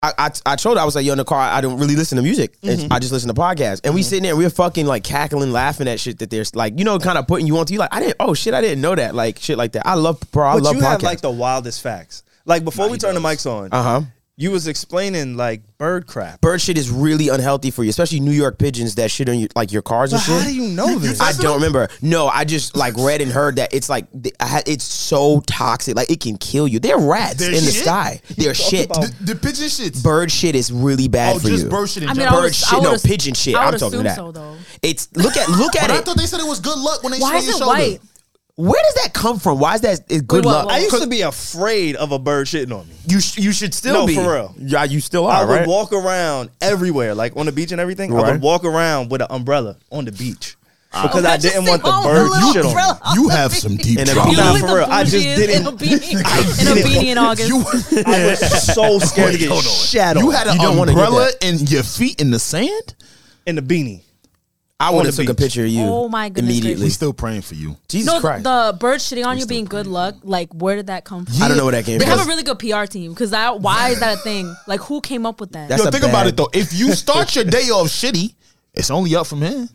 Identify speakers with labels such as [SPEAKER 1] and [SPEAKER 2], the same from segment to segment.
[SPEAKER 1] I, I, I told her I was like, yo, in the car, I don't really listen to music. It's-
[SPEAKER 2] Mm-hmm.
[SPEAKER 1] I just listen to podcasts. And we sitting there, we are fucking like cackling, laughing at shit that there's like, you know, kind of putting you onto you. Like, I didn't, oh shit, I didn't know that. Like, shit like that. I love, bro, I
[SPEAKER 2] But
[SPEAKER 1] love
[SPEAKER 2] you
[SPEAKER 1] podcasts.
[SPEAKER 2] have like the wildest facts. Like before we turn the mics on,
[SPEAKER 1] uh huh.
[SPEAKER 2] you was explaining like bird crap.
[SPEAKER 1] Bird shit is really unhealthy for you, especially New York pigeons that shit on your, like your cars
[SPEAKER 2] But
[SPEAKER 1] and shit.
[SPEAKER 2] how do you know this?
[SPEAKER 1] I don't remember. No, I just like read and heard that it's like th- I had, it's so toxic, like it can kill you. They're rats
[SPEAKER 3] They're
[SPEAKER 1] in the
[SPEAKER 3] shit?
[SPEAKER 1] sky. They're shit.
[SPEAKER 2] about-
[SPEAKER 3] The pigeon shits.
[SPEAKER 1] Bird shit is really bad
[SPEAKER 3] oh,
[SPEAKER 1] for
[SPEAKER 3] just
[SPEAKER 1] you.
[SPEAKER 3] bird shit in
[SPEAKER 4] I mean,
[SPEAKER 3] general.
[SPEAKER 4] I
[SPEAKER 1] Bird
[SPEAKER 4] would-
[SPEAKER 1] shit,
[SPEAKER 4] would
[SPEAKER 1] no
[SPEAKER 4] assume-
[SPEAKER 1] pigeon shit.
[SPEAKER 4] I
[SPEAKER 1] I'm
[SPEAKER 4] would
[SPEAKER 1] talking
[SPEAKER 4] assume
[SPEAKER 1] that.
[SPEAKER 4] so, though.
[SPEAKER 1] It's look at look at
[SPEAKER 3] But I
[SPEAKER 1] it.
[SPEAKER 3] thought they said it was good luck when they swing
[SPEAKER 4] Why is
[SPEAKER 3] your
[SPEAKER 4] it
[SPEAKER 3] shoulder.
[SPEAKER 4] white?
[SPEAKER 1] Where does that come from? Why is that? It's good
[SPEAKER 4] what,
[SPEAKER 1] luck.
[SPEAKER 4] what?
[SPEAKER 2] I used to be afraid of a bird shitting on me.
[SPEAKER 1] You sh- you should still
[SPEAKER 2] No,
[SPEAKER 1] be
[SPEAKER 2] for real.
[SPEAKER 1] Yeah, you still
[SPEAKER 2] I
[SPEAKER 1] are
[SPEAKER 2] would
[SPEAKER 1] right.
[SPEAKER 2] walk around everywhere, like on the beach and everything. I
[SPEAKER 1] Right.
[SPEAKER 2] would walk around with an umbrella on the beach because I
[SPEAKER 4] That's just
[SPEAKER 2] didn't want the
[SPEAKER 4] simple.
[SPEAKER 2] bird
[SPEAKER 4] Little
[SPEAKER 2] shit on me.
[SPEAKER 4] umbrella.
[SPEAKER 3] You have some deep
[SPEAKER 1] And a
[SPEAKER 3] trauma.
[SPEAKER 1] beanie.
[SPEAKER 2] Nah,
[SPEAKER 4] Look
[SPEAKER 2] for
[SPEAKER 4] the
[SPEAKER 2] real, I just
[SPEAKER 4] bougies
[SPEAKER 2] didn't-
[SPEAKER 4] In a beanie, in,
[SPEAKER 2] didn't-
[SPEAKER 4] a beanie in August.
[SPEAKER 3] You,
[SPEAKER 2] I was so scared to
[SPEAKER 3] Wait,
[SPEAKER 2] get
[SPEAKER 3] hold on.
[SPEAKER 2] shat on
[SPEAKER 3] you had an
[SPEAKER 1] You don't wanna get
[SPEAKER 3] umbrella and your feet in the sand.
[SPEAKER 2] in the beanie.
[SPEAKER 1] I would have
[SPEAKER 2] the
[SPEAKER 1] took a
[SPEAKER 2] beach.
[SPEAKER 1] picture of you.
[SPEAKER 4] Oh my goodness
[SPEAKER 1] Immediately,
[SPEAKER 3] We still praying for you.
[SPEAKER 1] Jesus
[SPEAKER 4] no,
[SPEAKER 1] Christ.
[SPEAKER 4] the bird shitting on you being good luck. Like, where did that come from?
[SPEAKER 1] I don't know where that came
[SPEAKER 4] They have a
[SPEAKER 1] from.
[SPEAKER 4] really good PR team because that. Why is that a thing? Like, who came up with that?
[SPEAKER 1] That's-
[SPEAKER 3] Yo,
[SPEAKER 1] a
[SPEAKER 3] think about
[SPEAKER 1] bad-
[SPEAKER 3] it though. If you start your day off shitty, it's only up from here.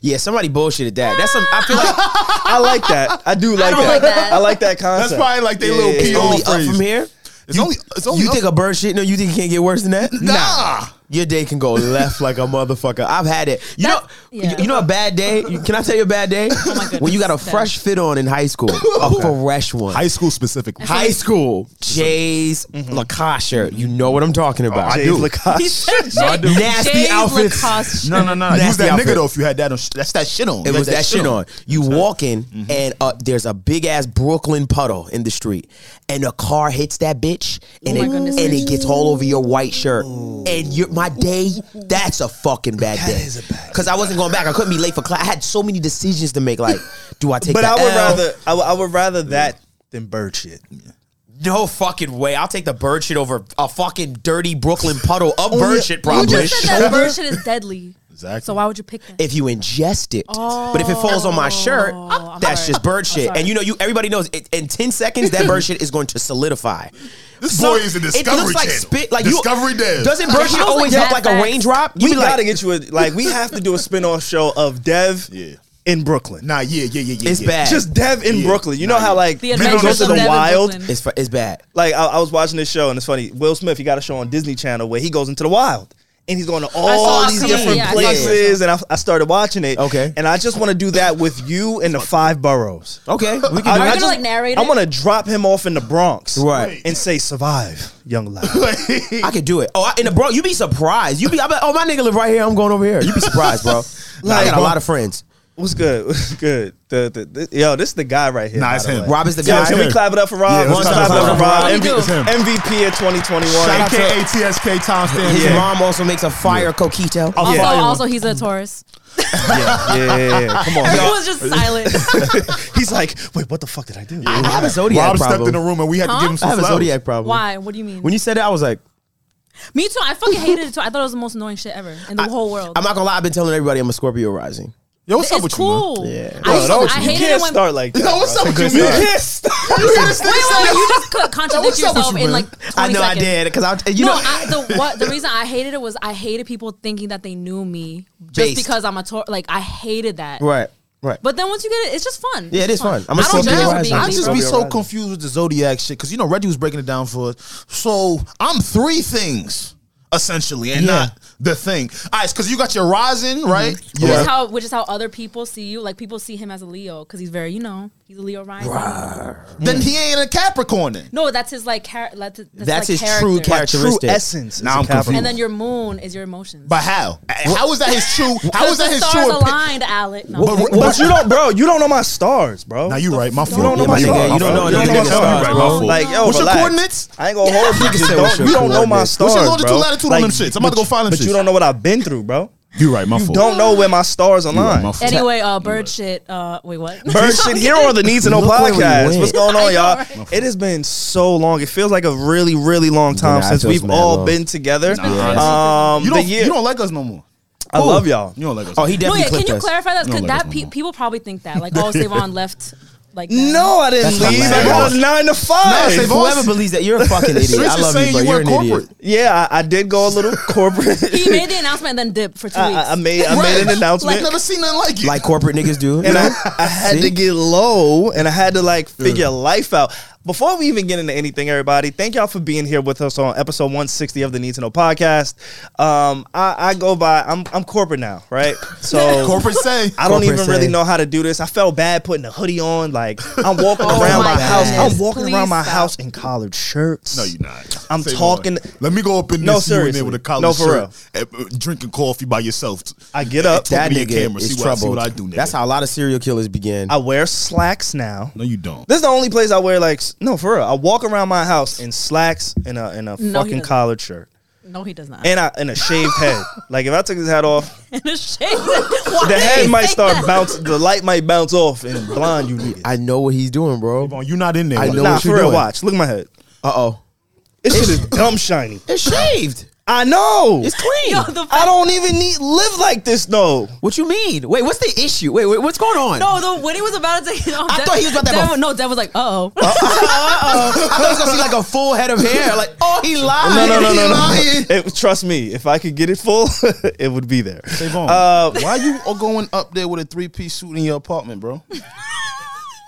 [SPEAKER 1] Yeah, somebody bullshitted that. That's some. I feel like
[SPEAKER 2] I like that. I do like,
[SPEAKER 4] don't
[SPEAKER 2] that.
[SPEAKER 4] like that.
[SPEAKER 2] I like that concept.
[SPEAKER 3] That's probably like they little
[SPEAKER 1] it's
[SPEAKER 3] PR
[SPEAKER 1] only up
[SPEAKER 3] phrase.
[SPEAKER 1] from here.
[SPEAKER 3] It's only. It's only.
[SPEAKER 1] You
[SPEAKER 3] up
[SPEAKER 1] think a
[SPEAKER 3] from-
[SPEAKER 1] bird shit? No, you think it can't get worse than that?
[SPEAKER 3] Nah.
[SPEAKER 1] Your day can go left like a motherfucker. I've had it. You
[SPEAKER 4] That-
[SPEAKER 1] know,
[SPEAKER 4] yeah. Oh
[SPEAKER 1] you know a bad day. You- Can I tell you a bad day?
[SPEAKER 4] goodness.
[SPEAKER 1] when you got a
[SPEAKER 4] Bad.
[SPEAKER 1] fresh fit on in high school, a fresh one.
[SPEAKER 3] high school specific.
[SPEAKER 1] High school, Mm-hmm. Jay's Lacoste shirt. You know what I'm talking about.
[SPEAKER 3] I
[SPEAKER 2] James
[SPEAKER 3] do.
[SPEAKER 2] Lacoste.
[SPEAKER 1] Nasty
[SPEAKER 4] Jay's
[SPEAKER 1] outfits.
[SPEAKER 4] Lacoste
[SPEAKER 3] No, no, no.
[SPEAKER 1] Nasty
[SPEAKER 3] You was that
[SPEAKER 1] outfit.
[SPEAKER 3] nigga though. If you had that, on sh- that's that shit on. You
[SPEAKER 1] It
[SPEAKER 3] had
[SPEAKER 1] was that, shit on. You walk in and uh, there's a big ass Brooklyn puddle in the street, and a car hits that bitch, and
[SPEAKER 4] Oh my
[SPEAKER 1] it
[SPEAKER 4] goodness
[SPEAKER 1] and it
[SPEAKER 4] gracious.
[SPEAKER 1] gets all over your white shirt. And your my day, that's a fucking bad day.
[SPEAKER 2] is a bad-
[SPEAKER 1] Cause I wasn't going back. I couldn't be late for class. I had so many decisions to make. Like, do I take?
[SPEAKER 2] But
[SPEAKER 1] the
[SPEAKER 2] I would
[SPEAKER 1] L?
[SPEAKER 2] rather I would, I would rather that than bird shit.
[SPEAKER 1] No fucking way. I'll take the bird shit over a fucking dirty Brooklyn puddle of
[SPEAKER 2] yeah.
[SPEAKER 1] bird shit.
[SPEAKER 4] You
[SPEAKER 1] Probably.
[SPEAKER 4] just said that bird shit is deadly.
[SPEAKER 3] Exactly.
[SPEAKER 4] So why would you pick that?
[SPEAKER 1] if you ingest it. But if it falls on my shirt,
[SPEAKER 4] I'm
[SPEAKER 1] that's
[SPEAKER 4] sorry.
[SPEAKER 1] just bird shit.
[SPEAKER 4] sorry.
[SPEAKER 1] And you know, you everybody knows it, in ten seconds that bird shit is going to solidify.
[SPEAKER 3] This
[SPEAKER 1] So,
[SPEAKER 3] boy is a Discovery
[SPEAKER 1] It looks like
[SPEAKER 3] Channel.
[SPEAKER 1] spit. Like
[SPEAKER 3] Discovery
[SPEAKER 1] you,
[SPEAKER 3] Dev.
[SPEAKER 1] Doesn't bird shit
[SPEAKER 4] Sounds like
[SPEAKER 1] always look
[SPEAKER 4] Mad
[SPEAKER 1] like a
[SPEAKER 4] Facts.
[SPEAKER 1] raindrop? You
[SPEAKER 2] We
[SPEAKER 1] be like,
[SPEAKER 2] gotta get you a like. We have to do a spin off show of Dev
[SPEAKER 3] Yeah.
[SPEAKER 2] in Brooklyn.
[SPEAKER 3] Nah, yeah, yeah, yeah, yeah.
[SPEAKER 1] It's
[SPEAKER 3] yeah.
[SPEAKER 1] bad.
[SPEAKER 2] Just Dev in
[SPEAKER 3] Yeah.
[SPEAKER 2] Brooklyn. You know
[SPEAKER 3] Nah,
[SPEAKER 2] how
[SPEAKER 3] yeah.
[SPEAKER 2] like
[SPEAKER 4] The
[SPEAKER 2] men go
[SPEAKER 4] Adventures
[SPEAKER 2] to
[SPEAKER 4] of
[SPEAKER 2] the
[SPEAKER 4] Dev in
[SPEAKER 2] wild.
[SPEAKER 4] Brooklyn.
[SPEAKER 1] it's fu- it's bad.
[SPEAKER 2] Like I, I was watching this show and it's funny. Will Smith he got a show on Disney Channel where he goes into the wild and he's going to all
[SPEAKER 4] saw
[SPEAKER 2] these
[SPEAKER 4] some-
[SPEAKER 2] different
[SPEAKER 4] yeah, I saw some
[SPEAKER 2] places. And I, I started watching it.
[SPEAKER 1] Okay.
[SPEAKER 2] And I just want to do that with you in the five boroughs.
[SPEAKER 1] Okay, we can do
[SPEAKER 4] you
[SPEAKER 1] it.
[SPEAKER 4] gonna,
[SPEAKER 2] just-
[SPEAKER 4] like, narrate
[SPEAKER 2] I
[SPEAKER 4] it?
[SPEAKER 2] want to drop him off in the Bronx,
[SPEAKER 1] Right.
[SPEAKER 2] and say survive, young lad.
[SPEAKER 1] I could do it. Oh, I, and the bro, you be surprised. You be, I be, oh my nigga live right here. I'm going over here. You be surprised, bro. I
[SPEAKER 2] Like,
[SPEAKER 1] got a
[SPEAKER 2] bro.
[SPEAKER 1] lot of friends.
[SPEAKER 2] What's good? What's good? The, the, the- yo, this is the guy right here.
[SPEAKER 3] Nah,
[SPEAKER 2] by
[SPEAKER 3] it's
[SPEAKER 2] the
[SPEAKER 3] him.
[SPEAKER 2] way.
[SPEAKER 1] Rob is the
[SPEAKER 2] Yo,
[SPEAKER 1] guy.
[SPEAKER 3] it's
[SPEAKER 2] can we
[SPEAKER 3] him.
[SPEAKER 2] clap it up for Rob?
[SPEAKER 3] Yeah, let's
[SPEAKER 2] Let's
[SPEAKER 1] clap it up for
[SPEAKER 4] Rob.
[SPEAKER 2] MVP,
[SPEAKER 4] It's him.
[SPEAKER 2] MVP of 2021.
[SPEAKER 3] Shout out to ATSK Tom Stanley.
[SPEAKER 1] His
[SPEAKER 2] Yeah.
[SPEAKER 1] mom also makes a fire coquito.
[SPEAKER 2] Oh,
[SPEAKER 4] Also,
[SPEAKER 2] yeah.
[SPEAKER 4] also, he's a Taurus.
[SPEAKER 2] yeah, yeah, yeah. Come on.
[SPEAKER 4] It was just silent.
[SPEAKER 2] He's like, wait, what the fuck did I do?
[SPEAKER 1] I have a zodiac
[SPEAKER 3] Rob
[SPEAKER 1] problem.
[SPEAKER 3] stepped in the room and we had to
[SPEAKER 4] Huh?
[SPEAKER 3] give him some
[SPEAKER 1] I have a
[SPEAKER 3] flowers.
[SPEAKER 1] zodiac problem.
[SPEAKER 4] Why? What do you mean?
[SPEAKER 1] When you said that, I was like,
[SPEAKER 4] Me too. I fucking hated it too. I thought it was the most annoying shit ever in the whole world.
[SPEAKER 1] I'm not gonna lie. I've been telling everybody I'm a Scorpio rising.
[SPEAKER 3] Yo, what's up
[SPEAKER 4] it's
[SPEAKER 3] with
[SPEAKER 4] cool.
[SPEAKER 1] Yeah.
[SPEAKER 4] I, used to-
[SPEAKER 3] that was-
[SPEAKER 4] I
[SPEAKER 3] you
[SPEAKER 2] You
[SPEAKER 4] hated
[SPEAKER 2] can't
[SPEAKER 4] it when
[SPEAKER 2] start like that.
[SPEAKER 3] you, man? Yo, what's up
[SPEAKER 2] bro.
[SPEAKER 3] with
[SPEAKER 2] That's
[SPEAKER 3] you,
[SPEAKER 2] a
[SPEAKER 3] man?
[SPEAKER 2] good start.
[SPEAKER 4] Wait, wait, wait, you just could
[SPEAKER 3] What's
[SPEAKER 4] contradict
[SPEAKER 3] up with
[SPEAKER 4] yourself
[SPEAKER 3] you,
[SPEAKER 4] in
[SPEAKER 3] man?
[SPEAKER 4] like 20
[SPEAKER 1] I know
[SPEAKER 4] seconds.
[SPEAKER 1] I did because I you
[SPEAKER 4] No,
[SPEAKER 1] know
[SPEAKER 4] I, the what the reason I hated it was I hated people thinking that they knew me just
[SPEAKER 1] Based.
[SPEAKER 4] because I'm a tour. Like I hated that.
[SPEAKER 1] right right.
[SPEAKER 4] But then once you get it, it's just fun.
[SPEAKER 1] Yeah, it is fun. I'm a
[SPEAKER 4] I
[SPEAKER 1] Scorpio
[SPEAKER 4] don't judge you for
[SPEAKER 1] rising.
[SPEAKER 4] being
[SPEAKER 1] I
[SPEAKER 3] I
[SPEAKER 1] Maybe
[SPEAKER 3] just
[SPEAKER 4] Libra.
[SPEAKER 3] be
[SPEAKER 2] Scorpio
[SPEAKER 3] so
[SPEAKER 2] rising.
[SPEAKER 3] confused with the zodiac shit because you know Reggie was breaking it down for us. So I'm three things essentially, and
[SPEAKER 1] Yeah.
[SPEAKER 3] not the thing. All right, because you got your rising, right?
[SPEAKER 4] Which is how which is how other people see you. Like people see him as a Leo because he's very you know he's a Leo rising.
[SPEAKER 3] Then he ain't a Capricorn. Then.
[SPEAKER 4] No, that's his like char- that's, that's,
[SPEAKER 1] That's
[SPEAKER 4] like,
[SPEAKER 1] his true character.
[SPEAKER 4] character.
[SPEAKER 2] True
[SPEAKER 1] Characteristic.
[SPEAKER 2] essence.
[SPEAKER 3] Now I'm
[SPEAKER 4] And
[SPEAKER 3] confused.
[SPEAKER 4] then your moon is your emotions.
[SPEAKER 3] But how? How is that his true? How
[SPEAKER 4] Because
[SPEAKER 3] is that
[SPEAKER 4] the
[SPEAKER 3] his
[SPEAKER 4] stars
[SPEAKER 3] true? opi-
[SPEAKER 4] aligned, Alec? No.
[SPEAKER 3] But-
[SPEAKER 2] But you don't, bro. You don't know my stars, bro.
[SPEAKER 3] Now you right. My fault.
[SPEAKER 2] You don't know
[SPEAKER 1] Yeah,
[SPEAKER 2] my
[SPEAKER 1] my nigga,
[SPEAKER 2] stars.
[SPEAKER 1] you don't know
[SPEAKER 2] bro.
[SPEAKER 1] no nigga
[SPEAKER 2] You my stars,
[SPEAKER 1] stars,
[SPEAKER 2] bro.
[SPEAKER 4] bro.
[SPEAKER 2] Like, yo,
[SPEAKER 3] What's your
[SPEAKER 2] relax.
[SPEAKER 3] coordinates?
[SPEAKER 2] I ain't gonna hold you.
[SPEAKER 1] said
[SPEAKER 2] Just
[SPEAKER 1] what's
[SPEAKER 2] don't,
[SPEAKER 1] your
[SPEAKER 2] you don't know my
[SPEAKER 1] coordinates?
[SPEAKER 2] stars,
[SPEAKER 3] What's your longitude,
[SPEAKER 2] bro.
[SPEAKER 3] latitude on them shits? I'm about to go
[SPEAKER 2] but-
[SPEAKER 3] find them
[SPEAKER 2] But you
[SPEAKER 3] shits.
[SPEAKER 2] don't know what I've been through, bro.
[SPEAKER 3] You right. My
[SPEAKER 2] You
[SPEAKER 3] fault.
[SPEAKER 2] don't know where my stars align.
[SPEAKER 3] my fault.
[SPEAKER 4] Anyway, uh, bird shit. Uh, wait, what?
[SPEAKER 2] Bird shit here on the Needs to Know
[SPEAKER 1] Look where we
[SPEAKER 2] podcast.
[SPEAKER 1] went.
[SPEAKER 2] What's going on, y'all?
[SPEAKER 4] right?
[SPEAKER 2] It has been so long. It feels like a really, really long time
[SPEAKER 1] Yeah, it
[SPEAKER 2] since
[SPEAKER 1] feels
[SPEAKER 2] we've
[SPEAKER 1] mad
[SPEAKER 2] all
[SPEAKER 1] long.
[SPEAKER 2] been together.
[SPEAKER 3] Yeah.
[SPEAKER 2] Um,
[SPEAKER 3] You
[SPEAKER 2] the
[SPEAKER 3] don't.
[SPEAKER 2] year,
[SPEAKER 3] You don't like us no more.
[SPEAKER 2] I love y'all.
[SPEAKER 3] You don't like us.
[SPEAKER 1] Oh, he
[SPEAKER 4] No,
[SPEAKER 1] definitely
[SPEAKER 4] yeah, can
[SPEAKER 1] clipped
[SPEAKER 4] you
[SPEAKER 1] us.
[SPEAKER 4] clarify that?
[SPEAKER 3] No,
[SPEAKER 4] Because
[SPEAKER 3] like
[SPEAKER 4] that
[SPEAKER 3] that's
[SPEAKER 4] pe-
[SPEAKER 3] normal.
[SPEAKER 4] people probably think that, like, oh, Savon left like that.
[SPEAKER 2] No, I didn't
[SPEAKER 1] That's
[SPEAKER 2] leave. I
[SPEAKER 1] hilarious.
[SPEAKER 2] got a nine to
[SPEAKER 5] No,
[SPEAKER 2] five.
[SPEAKER 5] Savon-
[SPEAKER 1] Whoever believes that you're a fucking idiot.
[SPEAKER 5] Switch
[SPEAKER 1] I
[SPEAKER 5] is
[SPEAKER 1] love
[SPEAKER 5] saying
[SPEAKER 1] you, but
[SPEAKER 5] you
[SPEAKER 1] you are
[SPEAKER 5] were
[SPEAKER 1] an
[SPEAKER 5] corporate.
[SPEAKER 1] idiot.
[SPEAKER 2] yeah, I, I did go a little corporate.
[SPEAKER 4] He made the announcement and then dipped
[SPEAKER 1] Uh,
[SPEAKER 4] for two
[SPEAKER 2] I,
[SPEAKER 4] weeks.
[SPEAKER 1] um,
[SPEAKER 2] I- I made I made an
[SPEAKER 5] Right.
[SPEAKER 2] announcement.
[SPEAKER 5] Like never seen nothing like it.
[SPEAKER 1] Like corporate niggas do.
[SPEAKER 2] and
[SPEAKER 1] you
[SPEAKER 2] I,
[SPEAKER 1] know?
[SPEAKER 2] I had
[SPEAKER 1] See?
[SPEAKER 2] to get low and I had to like figure life out. Before we even get into anything, everybody, thank y'all for being here with us on episode 160 of the Need to Know podcast. Um, I, I go by I'm I'm corporate now, right? So
[SPEAKER 5] corporate say.
[SPEAKER 2] I don't
[SPEAKER 1] Corporate
[SPEAKER 2] even really
[SPEAKER 1] say.
[SPEAKER 2] know how to do this. I felt bad putting a hoodie on. Like I'm walking
[SPEAKER 4] Oh
[SPEAKER 2] around
[SPEAKER 4] my
[SPEAKER 2] my, house.
[SPEAKER 4] goodness.
[SPEAKER 2] I'm walking
[SPEAKER 4] Please
[SPEAKER 2] around my
[SPEAKER 4] stop.
[SPEAKER 2] house in collared shirts.
[SPEAKER 5] No, you're not.
[SPEAKER 2] I'm
[SPEAKER 5] Say
[SPEAKER 2] talking-
[SPEAKER 5] more. Let me go up in
[SPEAKER 2] No,
[SPEAKER 5] this you in
[SPEAKER 2] seriously.
[SPEAKER 5] there with a collar
[SPEAKER 2] No, for
[SPEAKER 5] shirt, and, uh, drinking coffee by yourself.
[SPEAKER 2] I get up.
[SPEAKER 5] Talk
[SPEAKER 1] that
[SPEAKER 5] to your
[SPEAKER 1] nigga
[SPEAKER 5] camera.
[SPEAKER 1] is
[SPEAKER 5] see what, I- see
[SPEAKER 1] trouble.
[SPEAKER 5] what I do. Nigga.
[SPEAKER 1] That's how a lot of serial killers begin.
[SPEAKER 2] I wear slacks now.
[SPEAKER 5] No, you don't.
[SPEAKER 2] This is the only place I wear like s- no for real. I walk around my house in slacks and a and a fucking
[SPEAKER 4] he doesn't.
[SPEAKER 2] collared shirt.
[SPEAKER 4] no, he does not.
[SPEAKER 2] and I and a shaved head. Like if I took this hat off,
[SPEAKER 4] And the shade. Why
[SPEAKER 2] the
[SPEAKER 4] did
[SPEAKER 2] head
[SPEAKER 4] he
[SPEAKER 2] might
[SPEAKER 4] say
[SPEAKER 2] start
[SPEAKER 4] that?
[SPEAKER 2] bouncing. The light might bounce off and blind you nigga.
[SPEAKER 1] I know what he's doing, bro.
[SPEAKER 5] Come on, you're not in there.
[SPEAKER 1] I
[SPEAKER 5] like
[SPEAKER 1] know
[SPEAKER 5] that.
[SPEAKER 2] nah,
[SPEAKER 1] what
[SPEAKER 2] for
[SPEAKER 1] you're
[SPEAKER 2] real.
[SPEAKER 1] doing.
[SPEAKER 2] Watch, look at my head.
[SPEAKER 1] Uh oh.
[SPEAKER 2] This shit is dumb shiny.
[SPEAKER 1] It's shaved.
[SPEAKER 2] I know.
[SPEAKER 1] It's clean.
[SPEAKER 4] Yo, the
[SPEAKER 2] I don't even need live like this though.
[SPEAKER 1] what you mean? Wait, what's the issue? Wait, wait, what's going on?
[SPEAKER 4] No, no, when he was about to take it off,
[SPEAKER 1] I thought he was about to have
[SPEAKER 4] Dev-
[SPEAKER 1] a-
[SPEAKER 4] No, Dev was like, uh oh.
[SPEAKER 1] I thought I was gonna see like a full head of hair. Like, oh, he lied.
[SPEAKER 2] No, no, no,
[SPEAKER 1] He
[SPEAKER 2] no, no.
[SPEAKER 1] lied.
[SPEAKER 2] It, trust me, if I could get it full, it would be there.
[SPEAKER 5] Davon,
[SPEAKER 2] Uh,
[SPEAKER 5] why you all going up there with a three piece suit in your apartment, bro?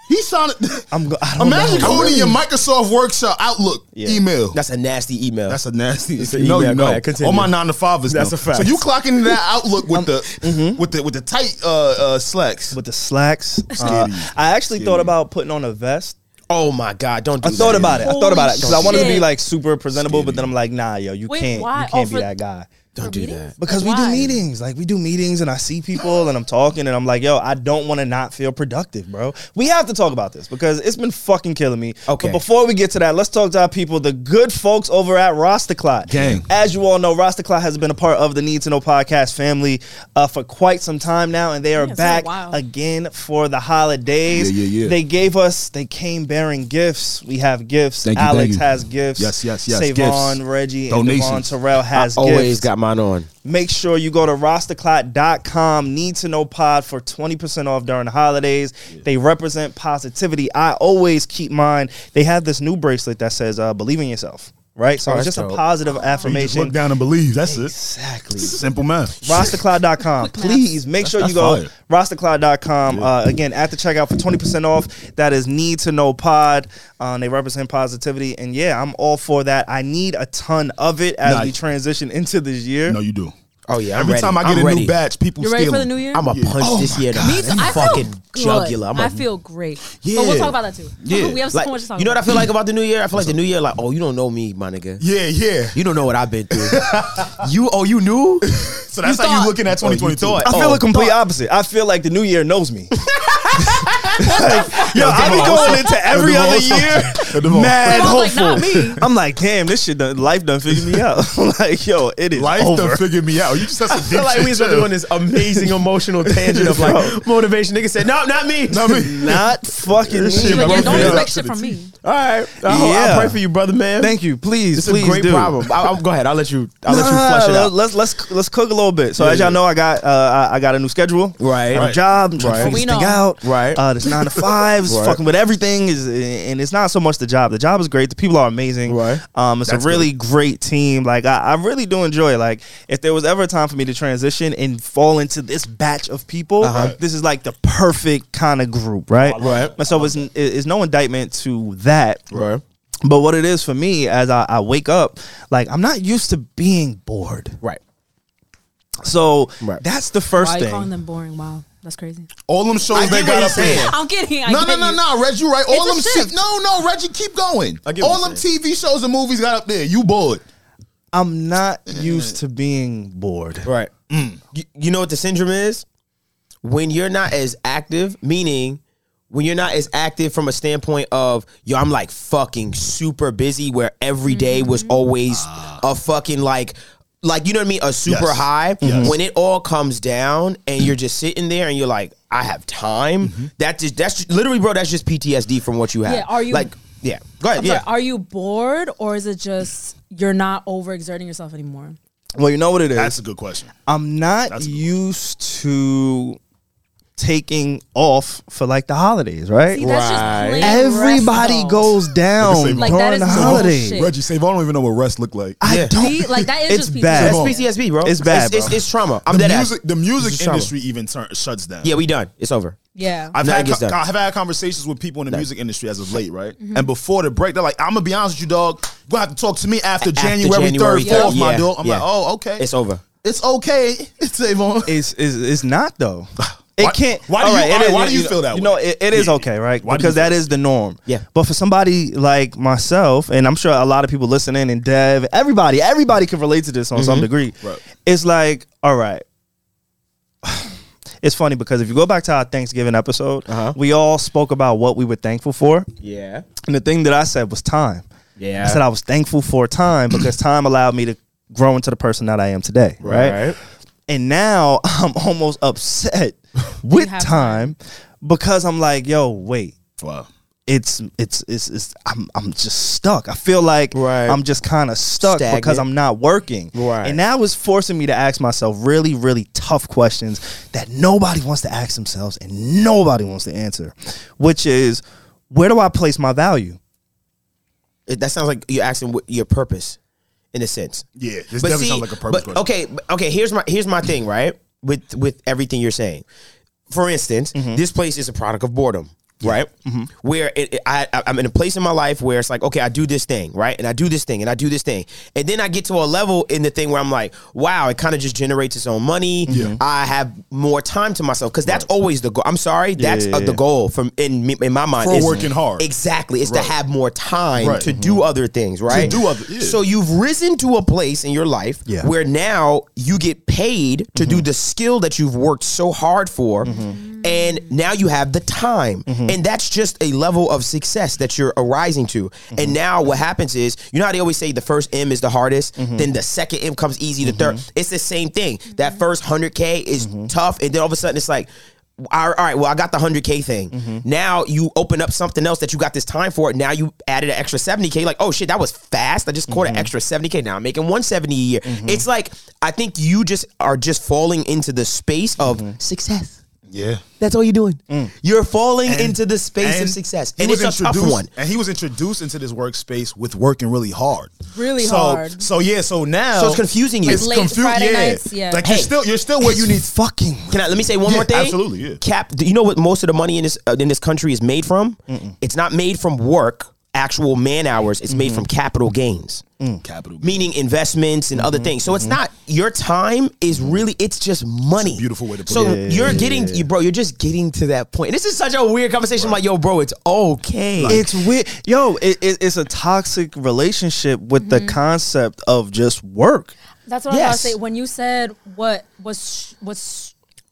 [SPEAKER 5] He sounded.
[SPEAKER 2] I'm go- I don't
[SPEAKER 5] Imagine
[SPEAKER 2] know.
[SPEAKER 5] going to your Microsoft Workshop Outlook
[SPEAKER 2] Yeah.
[SPEAKER 5] email.
[SPEAKER 1] That's a nasty email.
[SPEAKER 5] That's a nasty.
[SPEAKER 1] It's an
[SPEAKER 5] you know,
[SPEAKER 1] email.
[SPEAKER 5] you
[SPEAKER 1] Go
[SPEAKER 5] know.
[SPEAKER 1] ahead, continue.
[SPEAKER 5] All my nine to fivers.
[SPEAKER 1] That's
[SPEAKER 5] know.
[SPEAKER 1] a fact.
[SPEAKER 5] So you clocking into that outlook with the
[SPEAKER 3] Mm-hmm.
[SPEAKER 5] with the with the tight uh, uh, slacks.
[SPEAKER 2] with the slacks. Uh,
[SPEAKER 5] Skinny.
[SPEAKER 2] I actually
[SPEAKER 5] Skinny.
[SPEAKER 2] thought about putting on a vest.
[SPEAKER 1] oh my god, don't do
[SPEAKER 2] I thought
[SPEAKER 1] that.
[SPEAKER 2] about it. I thought
[SPEAKER 4] Holy
[SPEAKER 2] about it because I wanted to be
[SPEAKER 4] shit.
[SPEAKER 2] like super presentable, but then I'm like, nah, yo, you
[SPEAKER 4] Wait,
[SPEAKER 2] can't,
[SPEAKER 4] why?
[SPEAKER 2] you
[SPEAKER 4] Oh,
[SPEAKER 2] can't be
[SPEAKER 4] for-
[SPEAKER 2] that guy.
[SPEAKER 1] Don't
[SPEAKER 4] For
[SPEAKER 1] do
[SPEAKER 4] meeting?
[SPEAKER 1] that.
[SPEAKER 2] because we do
[SPEAKER 4] Why?
[SPEAKER 2] meetings like we do meetings and i see people and i'm talking and i'm like yo i don't want to not feel productive bro we have to talk about this because it's been fucking killing me
[SPEAKER 1] Okay.
[SPEAKER 2] but before we get to that let's talk to our people the good folks over at Rostaclot.
[SPEAKER 5] Gang.
[SPEAKER 2] as you all know Rostaclot has been a part of the need to know podcast family uh, for quite some time now and they are
[SPEAKER 4] Yeah, it's been a
[SPEAKER 2] back
[SPEAKER 4] while.
[SPEAKER 2] again for the holidays
[SPEAKER 5] Yeah, yeah, yeah.
[SPEAKER 2] they gave us they came bearing gifts we have gifts
[SPEAKER 5] Thank you, thank
[SPEAKER 2] alex
[SPEAKER 5] you.
[SPEAKER 2] has gifts
[SPEAKER 5] Yes, yes, yes,
[SPEAKER 2] Savon,
[SPEAKER 5] gifts.
[SPEAKER 2] reggie and Devon
[SPEAKER 5] Donations.
[SPEAKER 2] terrell
[SPEAKER 1] I
[SPEAKER 2] has
[SPEAKER 1] always
[SPEAKER 2] gifts
[SPEAKER 1] got mine on.
[SPEAKER 2] Make sure you go to rosterclot.com, need to know pod for 20% off during the holidays. They represent positivity. I always keep mine. They have this new bracelet that says, uh, believe in yourself, right? So it's
[SPEAKER 1] that's
[SPEAKER 2] just a
[SPEAKER 1] dope.
[SPEAKER 2] positive affirmation.
[SPEAKER 5] Look down and believe. That's it.
[SPEAKER 2] Exactly.
[SPEAKER 5] Simple math.
[SPEAKER 2] Rostercloud.com. Please make sure you go
[SPEAKER 5] That's
[SPEAKER 2] rostercloud.com. Uh, again, at the checkout for 20% off. That is Need to Know Pod. Uh, they represent positivity. And yeah, I'm all for that. I need a ton of it as
[SPEAKER 5] Nah.
[SPEAKER 2] we transition into this year.
[SPEAKER 5] No, you do.
[SPEAKER 1] Oh yeah, I'm
[SPEAKER 5] Every
[SPEAKER 1] ready.
[SPEAKER 5] time I
[SPEAKER 1] I'm
[SPEAKER 5] get a
[SPEAKER 1] ready.
[SPEAKER 5] new batch, people
[SPEAKER 4] You ready
[SPEAKER 5] stealing.
[SPEAKER 4] for the new year?
[SPEAKER 1] I'm a punch
[SPEAKER 5] Oh
[SPEAKER 1] this
[SPEAKER 5] my
[SPEAKER 1] year.
[SPEAKER 4] Me too.
[SPEAKER 1] I'm
[SPEAKER 4] I
[SPEAKER 1] fucking
[SPEAKER 4] feel good.
[SPEAKER 1] jugular. I'm a
[SPEAKER 4] I feel great.
[SPEAKER 1] Yeah.
[SPEAKER 4] But we'll talk about that too.
[SPEAKER 5] Yeah.
[SPEAKER 4] We have so
[SPEAKER 1] like,
[SPEAKER 4] much to talk
[SPEAKER 1] you know what I
[SPEAKER 4] about.
[SPEAKER 1] feel like about the new year? I feel like the new year, like, oh, you don't know me, my nigga.
[SPEAKER 5] Yeah, yeah.
[SPEAKER 1] You don't know what I've been through. you, oh, you knew?
[SPEAKER 5] So that's
[SPEAKER 4] You
[SPEAKER 5] how
[SPEAKER 4] thought-
[SPEAKER 5] you looking at 2020 thought.
[SPEAKER 2] I feel
[SPEAKER 1] Oh,
[SPEAKER 2] the complete opposite. I feel like the new year knows me. Like, yo, I be
[SPEAKER 5] Devon,
[SPEAKER 2] going
[SPEAKER 5] also-
[SPEAKER 2] into every
[SPEAKER 5] Devon
[SPEAKER 2] other
[SPEAKER 5] also-
[SPEAKER 2] year
[SPEAKER 5] Devon.
[SPEAKER 2] mad
[SPEAKER 4] Demon's
[SPEAKER 2] hopeful.
[SPEAKER 4] like, "Not me."
[SPEAKER 2] I'm like, damn, this shit, done, life done figured me out. I'm like, yo, it is
[SPEAKER 5] Life
[SPEAKER 2] over.
[SPEAKER 5] done figured me out. You just have some
[SPEAKER 1] feel
[SPEAKER 5] deep
[SPEAKER 1] like
[SPEAKER 5] shit,
[SPEAKER 1] we was about to
[SPEAKER 5] too.
[SPEAKER 1] go on this amazing emotional tangent of like motivation. Nigga said, no, not me.
[SPEAKER 5] Know what I mean?
[SPEAKER 2] Not fucking
[SPEAKER 5] This shit
[SPEAKER 2] me.
[SPEAKER 4] But yeah,
[SPEAKER 5] Bro,
[SPEAKER 4] don't
[SPEAKER 5] yeah.
[SPEAKER 4] expect shit from me.
[SPEAKER 1] All right. I, hope-
[SPEAKER 2] Yeah.
[SPEAKER 1] I pray for you, brother, man.
[SPEAKER 2] Thank you, please,
[SPEAKER 1] It's
[SPEAKER 2] please
[SPEAKER 1] a great
[SPEAKER 2] do.
[SPEAKER 1] problem. I, will go ahead. I'll let you. I'll let you
[SPEAKER 2] Nah,
[SPEAKER 1] flush it out.
[SPEAKER 2] Let's let's let's cook a little bit. So as y'all
[SPEAKER 1] yeah.
[SPEAKER 2] know, I got uh, I, I got a new schedule.
[SPEAKER 1] Right.
[SPEAKER 2] I have a
[SPEAKER 1] Right.
[SPEAKER 2] job. I'm trying
[SPEAKER 1] Right.
[SPEAKER 2] to figure
[SPEAKER 4] We
[SPEAKER 2] this thing
[SPEAKER 4] know.
[SPEAKER 2] out.
[SPEAKER 1] Right.
[SPEAKER 2] Uh, this nine to fives,
[SPEAKER 1] Right.
[SPEAKER 2] fucking with everything is, and it's not so much the job. The job is great. The people are amazing.
[SPEAKER 1] Right.
[SPEAKER 2] Um, it's
[SPEAKER 5] That's
[SPEAKER 2] a really great team. Like I, I really do enjoy. it. Like if there was ever a time for me to transition and fall into this batch of people, this is like the perfect kind of group, right?
[SPEAKER 1] Uh-huh. Right.
[SPEAKER 2] And so it's it's no indictment to that.
[SPEAKER 1] Right.
[SPEAKER 2] But what it is for me as I, I wake up, like I'm not used to being bored.
[SPEAKER 1] Right.
[SPEAKER 2] So
[SPEAKER 1] Right.
[SPEAKER 2] that's the first
[SPEAKER 4] Why are you calling
[SPEAKER 2] thing.
[SPEAKER 4] them boring? Wow, that's crazy.
[SPEAKER 5] All them shows they
[SPEAKER 1] get what
[SPEAKER 5] got
[SPEAKER 1] he's
[SPEAKER 5] up there.
[SPEAKER 1] saying.
[SPEAKER 4] I'm kidding. I
[SPEAKER 5] No,
[SPEAKER 4] get
[SPEAKER 5] no, no,
[SPEAKER 4] you.
[SPEAKER 5] no, Reggie, right?
[SPEAKER 4] It's
[SPEAKER 5] All
[SPEAKER 4] a
[SPEAKER 5] them
[SPEAKER 4] shift.
[SPEAKER 5] shit. No, no, Reggie, keep going.
[SPEAKER 1] I get what
[SPEAKER 5] All
[SPEAKER 1] you're
[SPEAKER 5] them TV shows and movies got up there. You bored.
[SPEAKER 2] I'm not used to being bored.
[SPEAKER 1] Mm-hmm. Right.
[SPEAKER 5] Mm.
[SPEAKER 1] You, you know what the syndrome is? When you're not as active, meaning when you're not as active from a standpoint of, yo, I'm like fucking super busy where every day was
[SPEAKER 4] Mm-hmm.
[SPEAKER 1] always a fucking like, like, you know what I mean? A super
[SPEAKER 5] Ah. Yes.
[SPEAKER 1] high.
[SPEAKER 5] Yes.
[SPEAKER 1] When it all comes down and you're just sitting there and you're like, I have time.
[SPEAKER 5] Mm-hmm.
[SPEAKER 1] That just, that's just, literally, bro, that's just PTSD from what you have.
[SPEAKER 4] Yeah, are you-
[SPEAKER 1] Like, yeah. Go ahead.
[SPEAKER 4] I'm
[SPEAKER 1] yeah.
[SPEAKER 4] sorry, are you bored or is it just you're not overexerting yourself anymore?
[SPEAKER 2] Well, you know what it is?
[SPEAKER 5] That's a good question.
[SPEAKER 2] I'm not
[SPEAKER 5] That's-
[SPEAKER 2] used to taking off for like the holidays, right?
[SPEAKER 4] See, that's just
[SPEAKER 1] Right.
[SPEAKER 4] plain
[SPEAKER 2] Everybody
[SPEAKER 4] rest, though.
[SPEAKER 2] goes down
[SPEAKER 4] Like, that
[SPEAKER 2] during
[SPEAKER 4] is
[SPEAKER 2] the
[SPEAKER 4] some
[SPEAKER 2] holidays.
[SPEAKER 4] bullshit.
[SPEAKER 3] Reggie Save, I don't even know what rest looked like.
[SPEAKER 2] I
[SPEAKER 1] oh, Yeah.
[SPEAKER 2] don't.
[SPEAKER 4] See, like that is
[SPEAKER 2] It's
[SPEAKER 4] just PTSD.
[SPEAKER 2] bad.
[SPEAKER 1] That's
[SPEAKER 2] Come on.
[SPEAKER 1] PTSD, bro.
[SPEAKER 2] It's bad,
[SPEAKER 1] It's,
[SPEAKER 2] bro.
[SPEAKER 1] it's trauma. I'm
[SPEAKER 5] the
[SPEAKER 1] dead
[SPEAKER 5] music,
[SPEAKER 1] ass.
[SPEAKER 3] the
[SPEAKER 1] It's
[SPEAKER 3] music
[SPEAKER 1] a trauma.
[SPEAKER 3] industry even turn, shuts down.
[SPEAKER 1] Yeah, we done. It's over.
[SPEAKER 4] Yeah.
[SPEAKER 3] I've
[SPEAKER 1] Now
[SPEAKER 3] had,
[SPEAKER 1] it gets
[SPEAKER 3] co-
[SPEAKER 1] done.
[SPEAKER 3] I've had conversations with people in the music industry as of late, right?
[SPEAKER 4] Mm-hmm.
[SPEAKER 3] And before the break, they're like, "I'm gonna be honest with you, dog. You're gonna have to talk to me after,
[SPEAKER 1] After
[SPEAKER 3] January
[SPEAKER 1] January
[SPEAKER 3] third, fourth, my
[SPEAKER 1] yeah,
[SPEAKER 3] dog." I'm
[SPEAKER 1] yeah.
[SPEAKER 3] like, "Oh, okay.
[SPEAKER 1] It's over.
[SPEAKER 3] It's okay. Save on."
[SPEAKER 2] It's, it's, it's not though. It
[SPEAKER 3] Why-
[SPEAKER 2] can't.
[SPEAKER 3] why do
[SPEAKER 2] all
[SPEAKER 3] you-
[SPEAKER 2] it
[SPEAKER 3] all right,
[SPEAKER 2] is-
[SPEAKER 3] why do you
[SPEAKER 2] know-
[SPEAKER 3] feel that
[SPEAKER 2] You
[SPEAKER 3] way?
[SPEAKER 2] know, it, it is
[SPEAKER 3] Yeah.
[SPEAKER 2] okay, right?
[SPEAKER 3] Why do you
[SPEAKER 2] because
[SPEAKER 3] feel
[SPEAKER 2] that is the norm.
[SPEAKER 1] Yeah.
[SPEAKER 2] But for somebody like myself, and I'm sure a lot of people listening, and Dev, everybody, everybody can relate to this on some degree.
[SPEAKER 3] Mm-hmm. Right.
[SPEAKER 2] It's like, all right. It's funny because if you go back to our Thanksgiving episode,
[SPEAKER 1] Uh-huh.
[SPEAKER 2] we all spoke about what we were thankful for.
[SPEAKER 1] Yeah.
[SPEAKER 2] And the thing that I said was time.
[SPEAKER 1] Yeah.
[SPEAKER 2] I said I was thankful for time because time allowed me to grow into the person that I am today. Right. And now I'm almost upset with
[SPEAKER 4] have
[SPEAKER 2] time because I'm like, yo, wait.
[SPEAKER 3] Wow.
[SPEAKER 2] It's it's it's, it's I'm I'm just stuck. I feel like
[SPEAKER 1] Right.
[SPEAKER 2] I'm just kind of stuck because
[SPEAKER 1] Stagnant.
[SPEAKER 2] I'm not working.
[SPEAKER 1] Right.
[SPEAKER 2] And now it's forcing me to ask myself really, really tough questions that nobody wants to ask themselves and nobody wants to answer, which is where do I place my value?
[SPEAKER 1] It, that sounds like you're asking what your purpose, in a sense.
[SPEAKER 3] Yeah, this definitely sounds like a purpose
[SPEAKER 1] but,
[SPEAKER 3] question.
[SPEAKER 1] Okay, but- okay. Here's my here's my thing, right? With with everything you're saying, for instance,
[SPEAKER 3] Mm-hmm.
[SPEAKER 1] this place is a product of boredom, right? Where it, it- I I- I'm in a place in my life where it's like, okay, I do this thing, right, and I do this thing, and I do this thing, and then I get to a level in the thing where I'm like, wow, it kind of just generates its own money. I have more time to myself because that's always the goal. I'm sorry, that's
[SPEAKER 2] yeah,
[SPEAKER 1] uh, the
[SPEAKER 2] yeah.
[SPEAKER 1] goal from in me- in my mind
[SPEAKER 3] For
[SPEAKER 1] is-
[SPEAKER 3] working hard.
[SPEAKER 1] Exactly, it's
[SPEAKER 3] Right.
[SPEAKER 1] to have more time
[SPEAKER 3] Right. Mm-hmm.
[SPEAKER 1] to do other things, right?
[SPEAKER 3] do other- yeah.
[SPEAKER 1] So you've risen to a place in your life
[SPEAKER 2] Yeah.
[SPEAKER 1] where now you get paid to do the skill that you've worked so hard for and now you have the time and that's just a level of success that you're arising to and now what happens is you know how they always say the first m is the hardest then the second m comes easy the third it's the same thing that first 100k is tough and then all of a sudden it's like all right, all right, well, I got the 100K thing.
[SPEAKER 3] Mm-hmm.
[SPEAKER 1] Now you open up something else that you got this time for. Now you added an extra 70K. Like, oh shit, that was fast. I just caught
[SPEAKER 3] Mm-hmm.
[SPEAKER 1] an extra 70K. Now I'm making 170 a year. It's like, I think you just are just falling into the space of
[SPEAKER 3] Mm-hmm.
[SPEAKER 1] success.
[SPEAKER 3] Yeah.
[SPEAKER 1] That's all you're doing. You're falling
[SPEAKER 3] Mm. And-
[SPEAKER 1] into the space of success.
[SPEAKER 3] he
[SPEAKER 1] And
[SPEAKER 3] was
[SPEAKER 1] it's a tough
[SPEAKER 3] introduced-
[SPEAKER 1] one.
[SPEAKER 3] And he was introduced into this workspace with working really hard.
[SPEAKER 4] Really
[SPEAKER 3] so,
[SPEAKER 4] hard.
[SPEAKER 3] So yeah, so now
[SPEAKER 1] So it's confusing you.
[SPEAKER 3] It's
[SPEAKER 4] Late
[SPEAKER 3] confu-
[SPEAKER 4] Friday
[SPEAKER 3] yeah.
[SPEAKER 4] nights, yeah.
[SPEAKER 3] Like
[SPEAKER 1] Hey.
[SPEAKER 3] you're still you're still where you need
[SPEAKER 2] fucking
[SPEAKER 1] Can I let me say one
[SPEAKER 3] Yeah,
[SPEAKER 1] more thing?
[SPEAKER 3] absolutely, yeah.
[SPEAKER 1] Cap, do you know what most of the money in this uh, in this country is made from? It's not made from work, actual man hours. It's
[SPEAKER 3] Mm-hmm.
[SPEAKER 1] made from capital gains.
[SPEAKER 3] capital.
[SPEAKER 1] meaning investments and other things. So it's not your time is really mm-hmm. it's just money.
[SPEAKER 3] beautiful way to put
[SPEAKER 1] so
[SPEAKER 3] it.
[SPEAKER 1] you're getting, you- bro. You're just getting to that point. And this is such a weird conversation. I'm Like, yo, bro, it's okay.
[SPEAKER 2] it's weird yo it, it, it's a toxic relationship with
[SPEAKER 1] Mm-hmm.
[SPEAKER 2] the concept of just work
[SPEAKER 4] That's what I was
[SPEAKER 1] Yes.
[SPEAKER 4] about to say. When you said what was sh- was sh-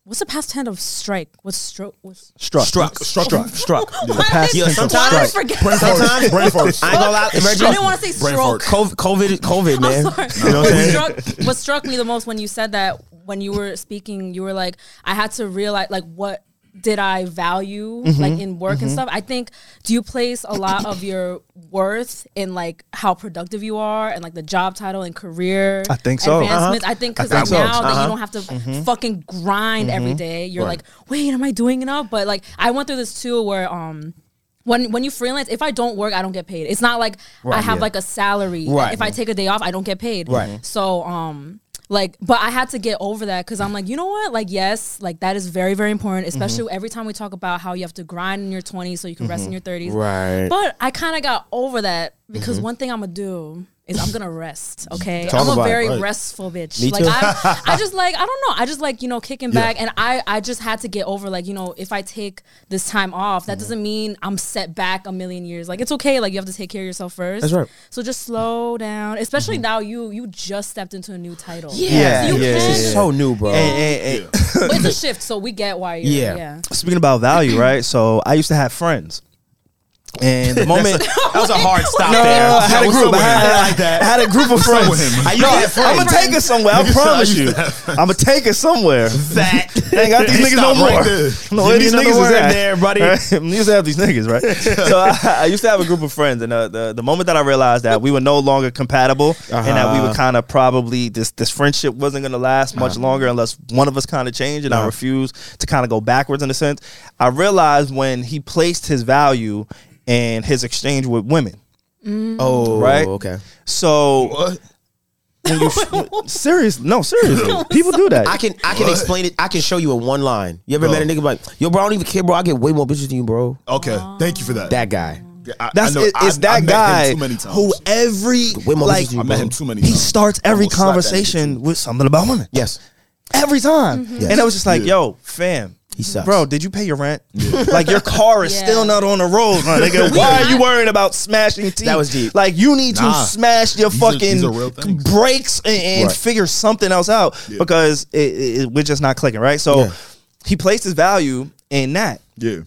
[SPEAKER 4] what's the past tense of strike? What's stroke? Was
[SPEAKER 2] struck
[SPEAKER 1] Struck.
[SPEAKER 2] struck struck
[SPEAKER 4] Why did
[SPEAKER 2] past
[SPEAKER 4] they-
[SPEAKER 1] tense of
[SPEAKER 4] why did I
[SPEAKER 1] strike.
[SPEAKER 4] forget?
[SPEAKER 3] Brain fart.
[SPEAKER 1] Sometimes-
[SPEAKER 3] Brain fart.
[SPEAKER 1] I ain't gonna lie,
[SPEAKER 4] I didn't want to say
[SPEAKER 3] Brain fart.
[SPEAKER 4] stroke.
[SPEAKER 1] COVID, COVID, COVID, man.
[SPEAKER 4] I'm sorry.
[SPEAKER 1] You know what I'm saying?
[SPEAKER 4] What struck, what struck me the most when you said that, when you were speaking, you were like, I had to realize, like, what did I value, like, in work and stuff? I think, do you place a lot of your worth in, like, how productive you are and, like, the job title and career?
[SPEAKER 2] I think so.
[SPEAKER 4] Advancements? I think because,
[SPEAKER 2] think
[SPEAKER 4] like,
[SPEAKER 2] so.
[SPEAKER 4] now that you don't have to fucking grind every day, you're like, wait, am I doing enough? But, like, I went through this too where, um, when, when you freelance, if I don't work, I don't get paid. It's not like I have
[SPEAKER 2] yeah.
[SPEAKER 4] like a salary.
[SPEAKER 1] Right.
[SPEAKER 4] If I take a day off, I don't get paid.
[SPEAKER 1] Right.
[SPEAKER 4] So um like but I had to get over that cuz I'm like, you know what? Like yes, like that is very very important, especially
[SPEAKER 1] Mm-hmm.
[SPEAKER 4] every time we talk about how you have to grind in your 20s so you can rest in your 30s.
[SPEAKER 1] Right. Mm-hmm.
[SPEAKER 4] But I kind of got over that because one thing I'm gonna do is I'm gonna rest, okay?
[SPEAKER 1] Talk
[SPEAKER 4] I'm a
[SPEAKER 1] about it,
[SPEAKER 4] very
[SPEAKER 1] right.
[SPEAKER 4] restful bitch.
[SPEAKER 1] Me
[SPEAKER 4] like
[SPEAKER 1] too.
[SPEAKER 4] I, I just like I don't know. I just like you know kicking back, and I I just had to get over like you know if I take this time off,
[SPEAKER 1] Mm-hmm.
[SPEAKER 4] that doesn't mean I'm set back a million years. Like it's okay. Like you have to take care of yourself first.
[SPEAKER 1] That's right. Mm-hmm.
[SPEAKER 4] So just slow down, especially now you you just stepped into a new title.
[SPEAKER 1] Yeah,
[SPEAKER 4] So you
[SPEAKER 2] yeah,
[SPEAKER 4] can.
[SPEAKER 1] This is so new, bro.
[SPEAKER 2] and, and, and
[SPEAKER 4] But it's a shift, so we get why you're
[SPEAKER 1] Yeah.
[SPEAKER 4] yeah.
[SPEAKER 2] speaking about value right so i used to have friends And the moment
[SPEAKER 1] That was a hard stop
[SPEAKER 2] No, no,
[SPEAKER 1] there.
[SPEAKER 2] no, I had
[SPEAKER 1] Yeah,
[SPEAKER 2] a
[SPEAKER 1] what's
[SPEAKER 2] group.
[SPEAKER 1] up
[SPEAKER 2] I
[SPEAKER 1] with him?
[SPEAKER 2] had, I- I had a group of friends.
[SPEAKER 1] I used to have
[SPEAKER 2] I'm
[SPEAKER 1] friends.
[SPEAKER 2] gonna take her somewhere. I
[SPEAKER 3] Niggas, I
[SPEAKER 2] promise
[SPEAKER 3] used
[SPEAKER 2] you.
[SPEAKER 3] to have
[SPEAKER 2] I'm gonna take her somewhere.
[SPEAKER 1] that.
[SPEAKER 2] I ain't got these
[SPEAKER 3] It
[SPEAKER 2] niggas no
[SPEAKER 3] stopped right
[SPEAKER 2] more.
[SPEAKER 3] there.
[SPEAKER 2] No,
[SPEAKER 1] Give me another word there, buddy.
[SPEAKER 2] I used to have these niggas, right? so I, I used to have a group of friends, and uh, the the moment that I realized that we were no longer compatible, and that
[SPEAKER 1] Uh-huh.
[SPEAKER 2] we were kind of probably this this friendship wasn't gonna last much longer unless one of us kind of changed, and I
[SPEAKER 1] Uh-huh.
[SPEAKER 2] refused to kind of go backwards in a sense. I realized when he placed his value in his exchange with women.
[SPEAKER 1] Oh,
[SPEAKER 2] Right?
[SPEAKER 1] Okay.
[SPEAKER 2] So when you serious, no, seriously, people do that.
[SPEAKER 1] I can I can explain it. I can show you in one line. You ever met a nigga like, yo, bro, I don't even care, bro. I get way more bitches than you, bro.
[SPEAKER 3] Okay, thank you for that.
[SPEAKER 1] That guy.
[SPEAKER 3] I,
[SPEAKER 2] That's
[SPEAKER 3] I know,
[SPEAKER 2] it,
[SPEAKER 3] I-
[SPEAKER 2] it's that
[SPEAKER 3] I met him
[SPEAKER 2] guy
[SPEAKER 3] too many times.
[SPEAKER 2] who every
[SPEAKER 1] Women
[SPEAKER 2] like
[SPEAKER 1] listen to you,
[SPEAKER 3] I met him too many
[SPEAKER 2] he
[SPEAKER 3] times.
[SPEAKER 2] starts every
[SPEAKER 3] Almost slapped that nigga
[SPEAKER 2] conversation with something about women.
[SPEAKER 1] Yes.
[SPEAKER 2] every time.
[SPEAKER 1] Mm-hmm.
[SPEAKER 2] And I was just like,
[SPEAKER 3] Yeah.
[SPEAKER 2] "Yo, fam."
[SPEAKER 1] He sucks.
[SPEAKER 2] Bro, did you pay your rent? Like your car is
[SPEAKER 4] Yeah.
[SPEAKER 2] still not on the road, my nigga. Why are you worrying about smashing teeth?
[SPEAKER 1] That was deep.
[SPEAKER 2] Like you need
[SPEAKER 3] Nah.
[SPEAKER 2] to smash your
[SPEAKER 3] These are-
[SPEAKER 2] fucking
[SPEAKER 3] these are real things.
[SPEAKER 2] brakes and, and
[SPEAKER 1] Right.
[SPEAKER 2] figure something else out because it, it, it- we're just not clicking, right? So
[SPEAKER 1] Yeah.
[SPEAKER 2] he placed his value in that
[SPEAKER 3] Yeah.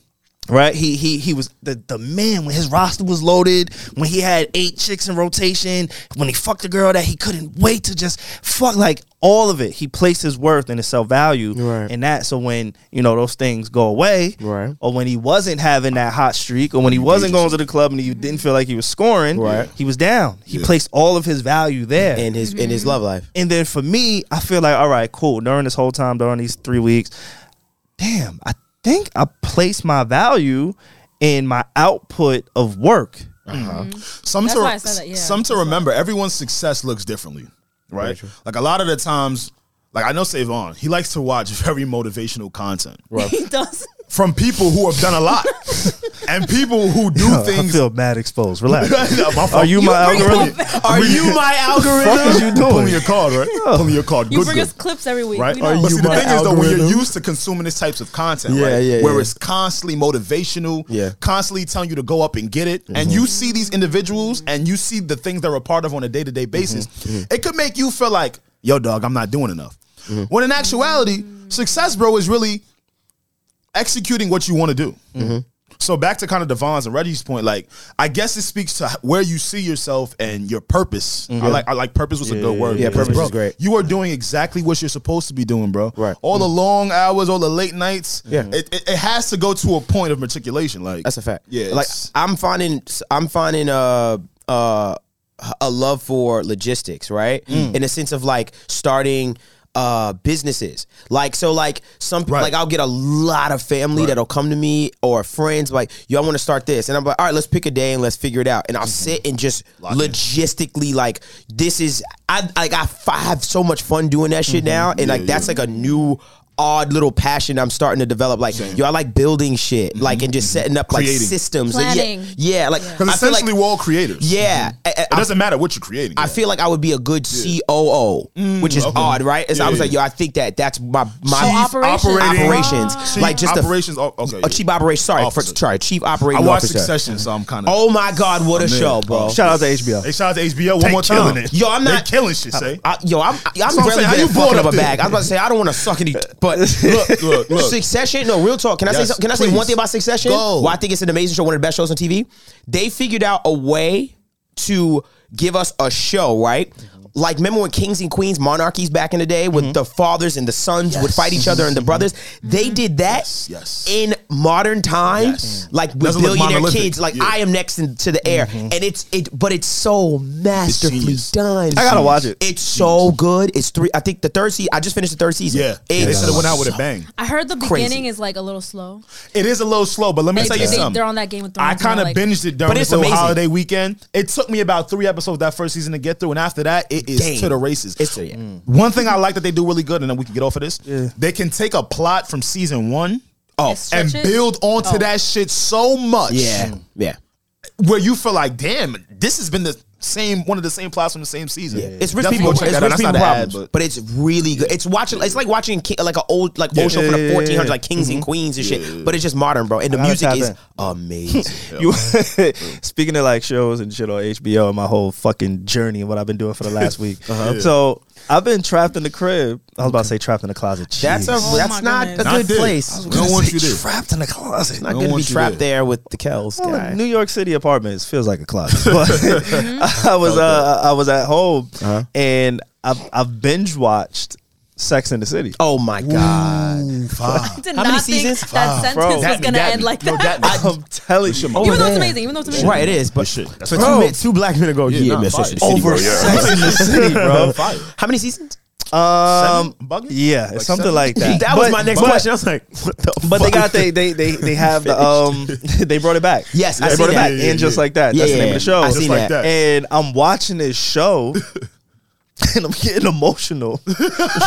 [SPEAKER 2] right? He he he was the, the man when his roster was loaded, when he had eight chicks in rotation, when he fucked a girl that he couldn't wait to just fuck like all of it. He placed his worth and his self value
[SPEAKER 1] Right.
[SPEAKER 2] in that. So when you know those things go away,
[SPEAKER 1] Right.
[SPEAKER 2] or when he wasn't having that hot streak, or when he wasn't going to the club and he didn't feel like he was scoring,
[SPEAKER 1] Right.
[SPEAKER 2] he was down. He placed all of his value there.
[SPEAKER 1] And his in his love life.
[SPEAKER 2] And then for me, I feel like, all right, cool. During this whole time, during these three weeks, damn, I think I placed my value in my output of work.
[SPEAKER 3] some
[SPEAKER 4] That's
[SPEAKER 3] to
[SPEAKER 4] why I said that, yeah.
[SPEAKER 3] some to remember. Everyone's success looks differently, right? Like a lot of the times, like I know Savon, he likes to watch very motivational content
[SPEAKER 4] he does.
[SPEAKER 3] from people who have done a lot and people who do
[SPEAKER 2] Huh, I
[SPEAKER 3] things.
[SPEAKER 2] feel mad exposed. Relax.
[SPEAKER 3] No, my fault.
[SPEAKER 2] Are you my
[SPEAKER 4] bring
[SPEAKER 2] algorithm?
[SPEAKER 4] up-
[SPEAKER 1] Are you my algorithm?
[SPEAKER 2] fuck is you
[SPEAKER 3] Pull me
[SPEAKER 2] doing?
[SPEAKER 3] your card, right? Pull me your card.
[SPEAKER 4] You
[SPEAKER 3] Good,
[SPEAKER 4] bring
[SPEAKER 3] good.
[SPEAKER 4] us clips every week.
[SPEAKER 3] Right?
[SPEAKER 4] We know.
[SPEAKER 3] But see, the
[SPEAKER 2] my
[SPEAKER 3] thing is, though, when you're
[SPEAKER 2] algorithm?
[SPEAKER 3] used to consuming this types of content,
[SPEAKER 1] Yeah,
[SPEAKER 3] right?
[SPEAKER 1] yeah,
[SPEAKER 3] where
[SPEAKER 1] yeah.
[SPEAKER 3] it's constantly motivational, constantly telling you to go up and get it,
[SPEAKER 1] Mm-hmm.
[SPEAKER 3] and you see these individuals and you see the things they're a part of on a day to day
[SPEAKER 1] Mm-hmm.
[SPEAKER 3] basis, it could make you feel like, yo, dog, I'm not doing enough.
[SPEAKER 1] Mm-hmm.
[SPEAKER 3] When in actuality, success, bro, is really executing what you want to do.
[SPEAKER 1] Mm-hmm.
[SPEAKER 3] So back to kind of Devon's and Reggie's point, like I guess it speaks to where you see yourself and your purpose. I like I like purpose was a good word.
[SPEAKER 1] yeah,
[SPEAKER 3] because,
[SPEAKER 1] purpose
[SPEAKER 3] bro,
[SPEAKER 1] is great.
[SPEAKER 3] You are doing exactly what you're supposed to be doing, bro.
[SPEAKER 1] Right. Mm.
[SPEAKER 3] All the long hours, all the late nights.
[SPEAKER 1] Yeah.
[SPEAKER 3] It, it, it has to go to a point of matriculation. Like
[SPEAKER 1] That's a fact.
[SPEAKER 3] Yeah.
[SPEAKER 1] Like
[SPEAKER 3] it's-
[SPEAKER 1] I'm finding I'm finding uh uh a love for logistics, right?
[SPEAKER 3] Mm.
[SPEAKER 1] In the sense of like starting uh businesses. Like so like some
[SPEAKER 3] Right.
[SPEAKER 1] like I'll get a lot of family that'll come to me or friends like, yo, I want to start this. And I'm like, all right, let's pick a day and let's figure it out. And I'll
[SPEAKER 3] Mm-hmm.
[SPEAKER 1] sit and just logistically like this is I like I, f- I have so much fun doing that shit
[SPEAKER 3] Mm-hmm.
[SPEAKER 1] now. And like that's like a new odd little passion I'm starting to develop. Like, yo, I like building shit, like and just setting up like
[SPEAKER 3] Mm-hmm. Creating.
[SPEAKER 1] systems.
[SPEAKER 4] Planning.
[SPEAKER 1] And yeah, yeah, like
[SPEAKER 3] Because
[SPEAKER 1] I feel like
[SPEAKER 3] essentially we're all creators.
[SPEAKER 1] yeah, I- I-
[SPEAKER 3] It doesn't matter what you're creating.
[SPEAKER 1] I feel like I would be a good COO, which is odd, right? And so I was
[SPEAKER 3] Mm-hmm. yeah,
[SPEAKER 1] like, yo, I think that that's my my
[SPEAKER 4] Chief operations.
[SPEAKER 3] operating-
[SPEAKER 1] operations, Ah.
[SPEAKER 3] Chief
[SPEAKER 1] like just a,
[SPEAKER 3] operations. oh, okay.
[SPEAKER 1] a chief operations. Sorry, for,
[SPEAKER 3] Officer.
[SPEAKER 1] sorry, chief
[SPEAKER 3] I
[SPEAKER 1] operating
[SPEAKER 3] watched
[SPEAKER 1] officer.
[SPEAKER 3] Succession, so I'm kind of.
[SPEAKER 1] Oh my god, what a
[SPEAKER 3] in.
[SPEAKER 1] show, bro!
[SPEAKER 2] Shout out to HBO.
[SPEAKER 3] Hey, shout out to HBO one
[SPEAKER 1] They
[SPEAKER 3] more
[SPEAKER 1] killing
[SPEAKER 3] time.
[SPEAKER 1] it. Yo, I'm
[SPEAKER 3] They
[SPEAKER 1] not-
[SPEAKER 3] killing shit. Say.
[SPEAKER 1] I, yo, I'm I'm
[SPEAKER 3] what I'm
[SPEAKER 1] really
[SPEAKER 3] saying. How
[SPEAKER 1] good
[SPEAKER 3] you
[SPEAKER 1] at fucking
[SPEAKER 3] brought
[SPEAKER 1] up
[SPEAKER 3] up
[SPEAKER 1] a bag.
[SPEAKER 3] there?
[SPEAKER 1] I was about to say I don't want to suck any, but
[SPEAKER 3] look, look, look.
[SPEAKER 1] Succession. No, real talk. Can I say
[SPEAKER 3] Yes,
[SPEAKER 1] something? Can I say
[SPEAKER 3] please.
[SPEAKER 1] one thing about Succession?
[SPEAKER 3] Go.
[SPEAKER 1] Why I think it's an amazing show, one of the best shows on TV. They figured out a way to give us a show, right?
[SPEAKER 3] Mm-hmm.
[SPEAKER 1] Like remember when kings and queens, monarchies back in the day, with the fathers and the sons would fight each other and the brothers. They did that
[SPEAKER 3] Mm-hmm. yes.
[SPEAKER 1] in modern times, Mm-hmm. like with
[SPEAKER 3] Doesn't look
[SPEAKER 1] billionaire
[SPEAKER 3] monolithic.
[SPEAKER 1] kids. Like
[SPEAKER 3] Yeah. Mm-hmm.
[SPEAKER 1] I am next in, to the air, and it's it, but it's so masterfully
[SPEAKER 3] genius.
[SPEAKER 1] done.
[SPEAKER 2] I gotta watch it.
[SPEAKER 1] It's so good. It's three. I think the third season. I just finished the third season.
[SPEAKER 3] Yeah, yeah, they
[SPEAKER 1] it's
[SPEAKER 3] should have went out with a bang.
[SPEAKER 4] I heard the
[SPEAKER 1] Crazy.
[SPEAKER 4] beginning is like a little slow.
[SPEAKER 3] It is a little slow, but let me
[SPEAKER 4] They,
[SPEAKER 3] tell you
[SPEAKER 4] they,
[SPEAKER 3] something.
[SPEAKER 4] are on that Game of Thrones.
[SPEAKER 3] I
[SPEAKER 4] now,
[SPEAKER 3] kind of
[SPEAKER 4] like,
[SPEAKER 3] binged it during
[SPEAKER 1] But
[SPEAKER 3] this
[SPEAKER 1] it's
[SPEAKER 3] little
[SPEAKER 1] amazing.
[SPEAKER 3] holiday weekend. It took me about three episodes of that first season to get through, and after that, it is
[SPEAKER 1] Game.
[SPEAKER 3] to the races. Mm.
[SPEAKER 1] It's to- yeah.
[SPEAKER 3] One thing I like that they do really good, and then we can get off of this. They can take a plot from season one
[SPEAKER 1] Oh,
[SPEAKER 4] stretch
[SPEAKER 3] and
[SPEAKER 4] it.
[SPEAKER 3] build onto
[SPEAKER 4] Oh.
[SPEAKER 3] that shit so much. Mm.
[SPEAKER 1] yeah, yeah.
[SPEAKER 3] where you feel like, damn, this has been the same one of the same plots from the same season.
[SPEAKER 1] It's rich
[SPEAKER 3] Definitely
[SPEAKER 1] people.
[SPEAKER 3] go
[SPEAKER 1] It's
[SPEAKER 3] check that out.
[SPEAKER 1] rich
[SPEAKER 3] That's
[SPEAKER 1] people
[SPEAKER 3] not an ad,
[SPEAKER 1] problems, but, it's really good. It's watching. It's like watching ki- like an old like old show from the 1400s, like Kings and Queens and shit. But it's just modern, bro. And the
[SPEAKER 2] gotta
[SPEAKER 1] music
[SPEAKER 2] tap
[SPEAKER 1] is
[SPEAKER 2] in.
[SPEAKER 1] amazing.
[SPEAKER 2] You speaking Uh-huh. of like shows and shit on HBO and my whole fucking journey and what I've been doing for the last week. So I've been trapped in the crib. I was about to say trapped in the closet.
[SPEAKER 1] That's a
[SPEAKER 2] Jeez.
[SPEAKER 4] Oh
[SPEAKER 1] that's
[SPEAKER 4] my
[SPEAKER 1] not
[SPEAKER 4] goodness.
[SPEAKER 1] a
[SPEAKER 3] Not
[SPEAKER 1] good
[SPEAKER 3] there.
[SPEAKER 1] place.
[SPEAKER 3] I don't want you there.
[SPEAKER 2] trapped in the closet.
[SPEAKER 1] Not
[SPEAKER 3] don't
[SPEAKER 1] gonna be
[SPEAKER 3] want you
[SPEAKER 1] trapped
[SPEAKER 3] there.
[SPEAKER 1] there with the Kells
[SPEAKER 2] Well,
[SPEAKER 1] guy.
[SPEAKER 2] New York City apartments feels like a closet. But I was uh, I was at home
[SPEAKER 1] Uh-huh.
[SPEAKER 2] and I've, I've binge watched Sex in the City.
[SPEAKER 1] Oh my god!
[SPEAKER 3] Ooh, fire.
[SPEAKER 4] I did
[SPEAKER 1] How
[SPEAKER 4] not
[SPEAKER 1] many
[SPEAKER 4] think
[SPEAKER 1] seasons?
[SPEAKER 4] that sentence
[SPEAKER 2] Bro.
[SPEAKER 4] was
[SPEAKER 2] That-
[SPEAKER 4] gonna end like that.
[SPEAKER 2] I'm telling you,
[SPEAKER 1] Oh,
[SPEAKER 4] even though it's
[SPEAKER 1] damn.
[SPEAKER 4] amazing, even though it's amazing.
[SPEAKER 1] Right, it is. But
[SPEAKER 3] shit.
[SPEAKER 1] for
[SPEAKER 3] That's
[SPEAKER 1] two,
[SPEAKER 2] Bro.
[SPEAKER 1] men- two black men ago, yeah,
[SPEAKER 3] nah,
[SPEAKER 1] man,
[SPEAKER 3] fire.
[SPEAKER 1] Sex in the City,
[SPEAKER 2] over
[SPEAKER 1] bro.
[SPEAKER 2] Sex in the City, bro.
[SPEAKER 3] Fire.
[SPEAKER 1] How many seasons?
[SPEAKER 2] Um,
[SPEAKER 3] Seven? Bugging?
[SPEAKER 2] yeah,
[SPEAKER 3] Like
[SPEAKER 2] something
[SPEAKER 3] seven?
[SPEAKER 2] like that.
[SPEAKER 1] That was
[SPEAKER 2] But-
[SPEAKER 1] my next
[SPEAKER 2] but-
[SPEAKER 1] question. I was like, what the
[SPEAKER 2] But they
[SPEAKER 1] fuck?
[SPEAKER 2] got they they they they have the um they brought it back.
[SPEAKER 1] Yes, I
[SPEAKER 2] they
[SPEAKER 1] see
[SPEAKER 2] brought it
[SPEAKER 1] that.
[SPEAKER 2] back,
[SPEAKER 1] Yeah, yeah,
[SPEAKER 2] and just
[SPEAKER 1] yeah.
[SPEAKER 2] like that,
[SPEAKER 1] Yeah,
[SPEAKER 2] that's the
[SPEAKER 1] yeah,
[SPEAKER 2] name of the show.
[SPEAKER 1] I
[SPEAKER 2] Just
[SPEAKER 1] seen
[SPEAKER 2] like
[SPEAKER 1] that.
[SPEAKER 2] And I'm watching this show, and I'm getting emotional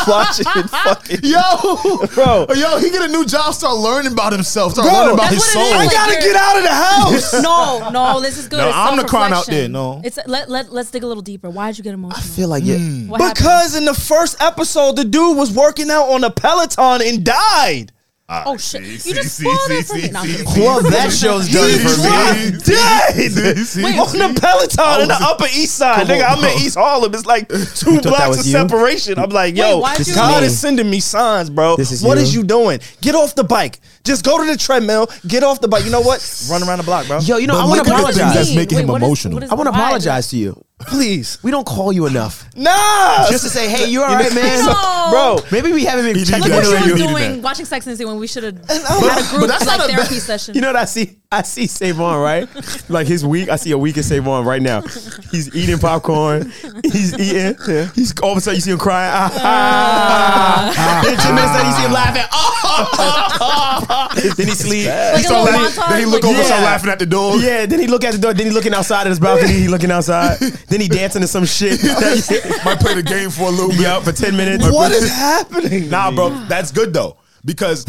[SPEAKER 2] watching fucking.
[SPEAKER 3] Yo,
[SPEAKER 2] Bro.
[SPEAKER 3] yo, he get a new job, start learning about himself, start
[SPEAKER 2] Bro,
[SPEAKER 3] learning about
[SPEAKER 4] that's
[SPEAKER 3] his
[SPEAKER 4] what it
[SPEAKER 3] soul.
[SPEAKER 4] is.
[SPEAKER 2] I gotta get out of the house.
[SPEAKER 4] No, no, this is good.
[SPEAKER 3] No,
[SPEAKER 4] It's
[SPEAKER 3] I'm the clown out
[SPEAKER 4] self-reflection.
[SPEAKER 3] there, no.
[SPEAKER 4] it's let let let's dig a little deeper. Why would you get emotional?
[SPEAKER 1] I feel like yeah.
[SPEAKER 4] what happened?
[SPEAKER 2] Because in the first episode, the dude was working out on a Peloton and died.
[SPEAKER 4] oh shit,
[SPEAKER 3] see,
[SPEAKER 4] you just
[SPEAKER 3] see,
[SPEAKER 4] spoiled
[SPEAKER 3] see,
[SPEAKER 4] it for
[SPEAKER 3] see,
[SPEAKER 4] me. No, I'm
[SPEAKER 3] see,
[SPEAKER 4] kidding.
[SPEAKER 3] see.
[SPEAKER 1] Well, that show's
[SPEAKER 2] He
[SPEAKER 1] done for me.
[SPEAKER 2] dropped dead
[SPEAKER 4] Wait,
[SPEAKER 2] on the Peloton in the Upper East Side. Nigga, I'm in East Harlem. It's like two
[SPEAKER 1] that
[SPEAKER 2] blocks
[SPEAKER 1] was
[SPEAKER 2] of
[SPEAKER 1] you?
[SPEAKER 2] separation. I'm like, yo,
[SPEAKER 4] why'd This you- is
[SPEAKER 2] God
[SPEAKER 1] me.
[SPEAKER 2] is sending me signs, bro. What
[SPEAKER 1] This
[SPEAKER 2] is
[SPEAKER 1] is
[SPEAKER 2] you.
[SPEAKER 1] you.
[SPEAKER 2] doing? Get off the bike. Just go to the treadmill. Get off the bike. You know what? Run around the block, bro.
[SPEAKER 1] Yo, you know,
[SPEAKER 3] But
[SPEAKER 1] I want
[SPEAKER 3] look
[SPEAKER 1] to
[SPEAKER 3] at the
[SPEAKER 4] What does it
[SPEAKER 1] apologize.
[SPEAKER 3] that's
[SPEAKER 4] mean?
[SPEAKER 3] making him
[SPEAKER 4] what is-
[SPEAKER 3] emotional.
[SPEAKER 4] what is-
[SPEAKER 1] I want to
[SPEAKER 4] why?
[SPEAKER 1] apologize to you.
[SPEAKER 2] please.
[SPEAKER 1] We don't call you enough.
[SPEAKER 2] Nah.
[SPEAKER 1] Just to say, hey, you all right, man?
[SPEAKER 4] No.
[SPEAKER 2] Bro,
[SPEAKER 1] Maybe we haven't been
[SPEAKER 4] Look
[SPEAKER 1] checking
[SPEAKER 3] did
[SPEAKER 1] in
[SPEAKER 4] what
[SPEAKER 3] know
[SPEAKER 1] on
[SPEAKER 4] she
[SPEAKER 3] you
[SPEAKER 4] was
[SPEAKER 3] needed
[SPEAKER 4] doing
[SPEAKER 3] that.
[SPEAKER 4] watching Sex and the City when we should have
[SPEAKER 2] I'm
[SPEAKER 4] had a group
[SPEAKER 3] that's
[SPEAKER 4] like
[SPEAKER 3] not a bad-
[SPEAKER 4] therapy session.
[SPEAKER 1] You know what I see? I see Savon, right? Like his week, I see a week of Savon right now. He's eating popcorn. He's eating. He's all of a sudden you see him crying. Ah, ah, ah. Then two minutes later you see him laughing. Ah, ah, ah, ah. then he sleep.
[SPEAKER 3] He
[SPEAKER 4] Like a
[SPEAKER 3] start
[SPEAKER 4] little
[SPEAKER 3] laughing.
[SPEAKER 4] montage,
[SPEAKER 3] Then he look
[SPEAKER 4] like-
[SPEAKER 3] over, start
[SPEAKER 1] Yeah.
[SPEAKER 3] laughing at the dog.
[SPEAKER 1] Yeah, then he look at the door. Then he looking outside at his balcony. He looking outside. then he dancing to some shit.
[SPEAKER 3] Might play the game for a little bit.
[SPEAKER 1] yeah, for ten minutes.
[SPEAKER 2] what is happening?
[SPEAKER 3] Nah, bro, that's good though. Because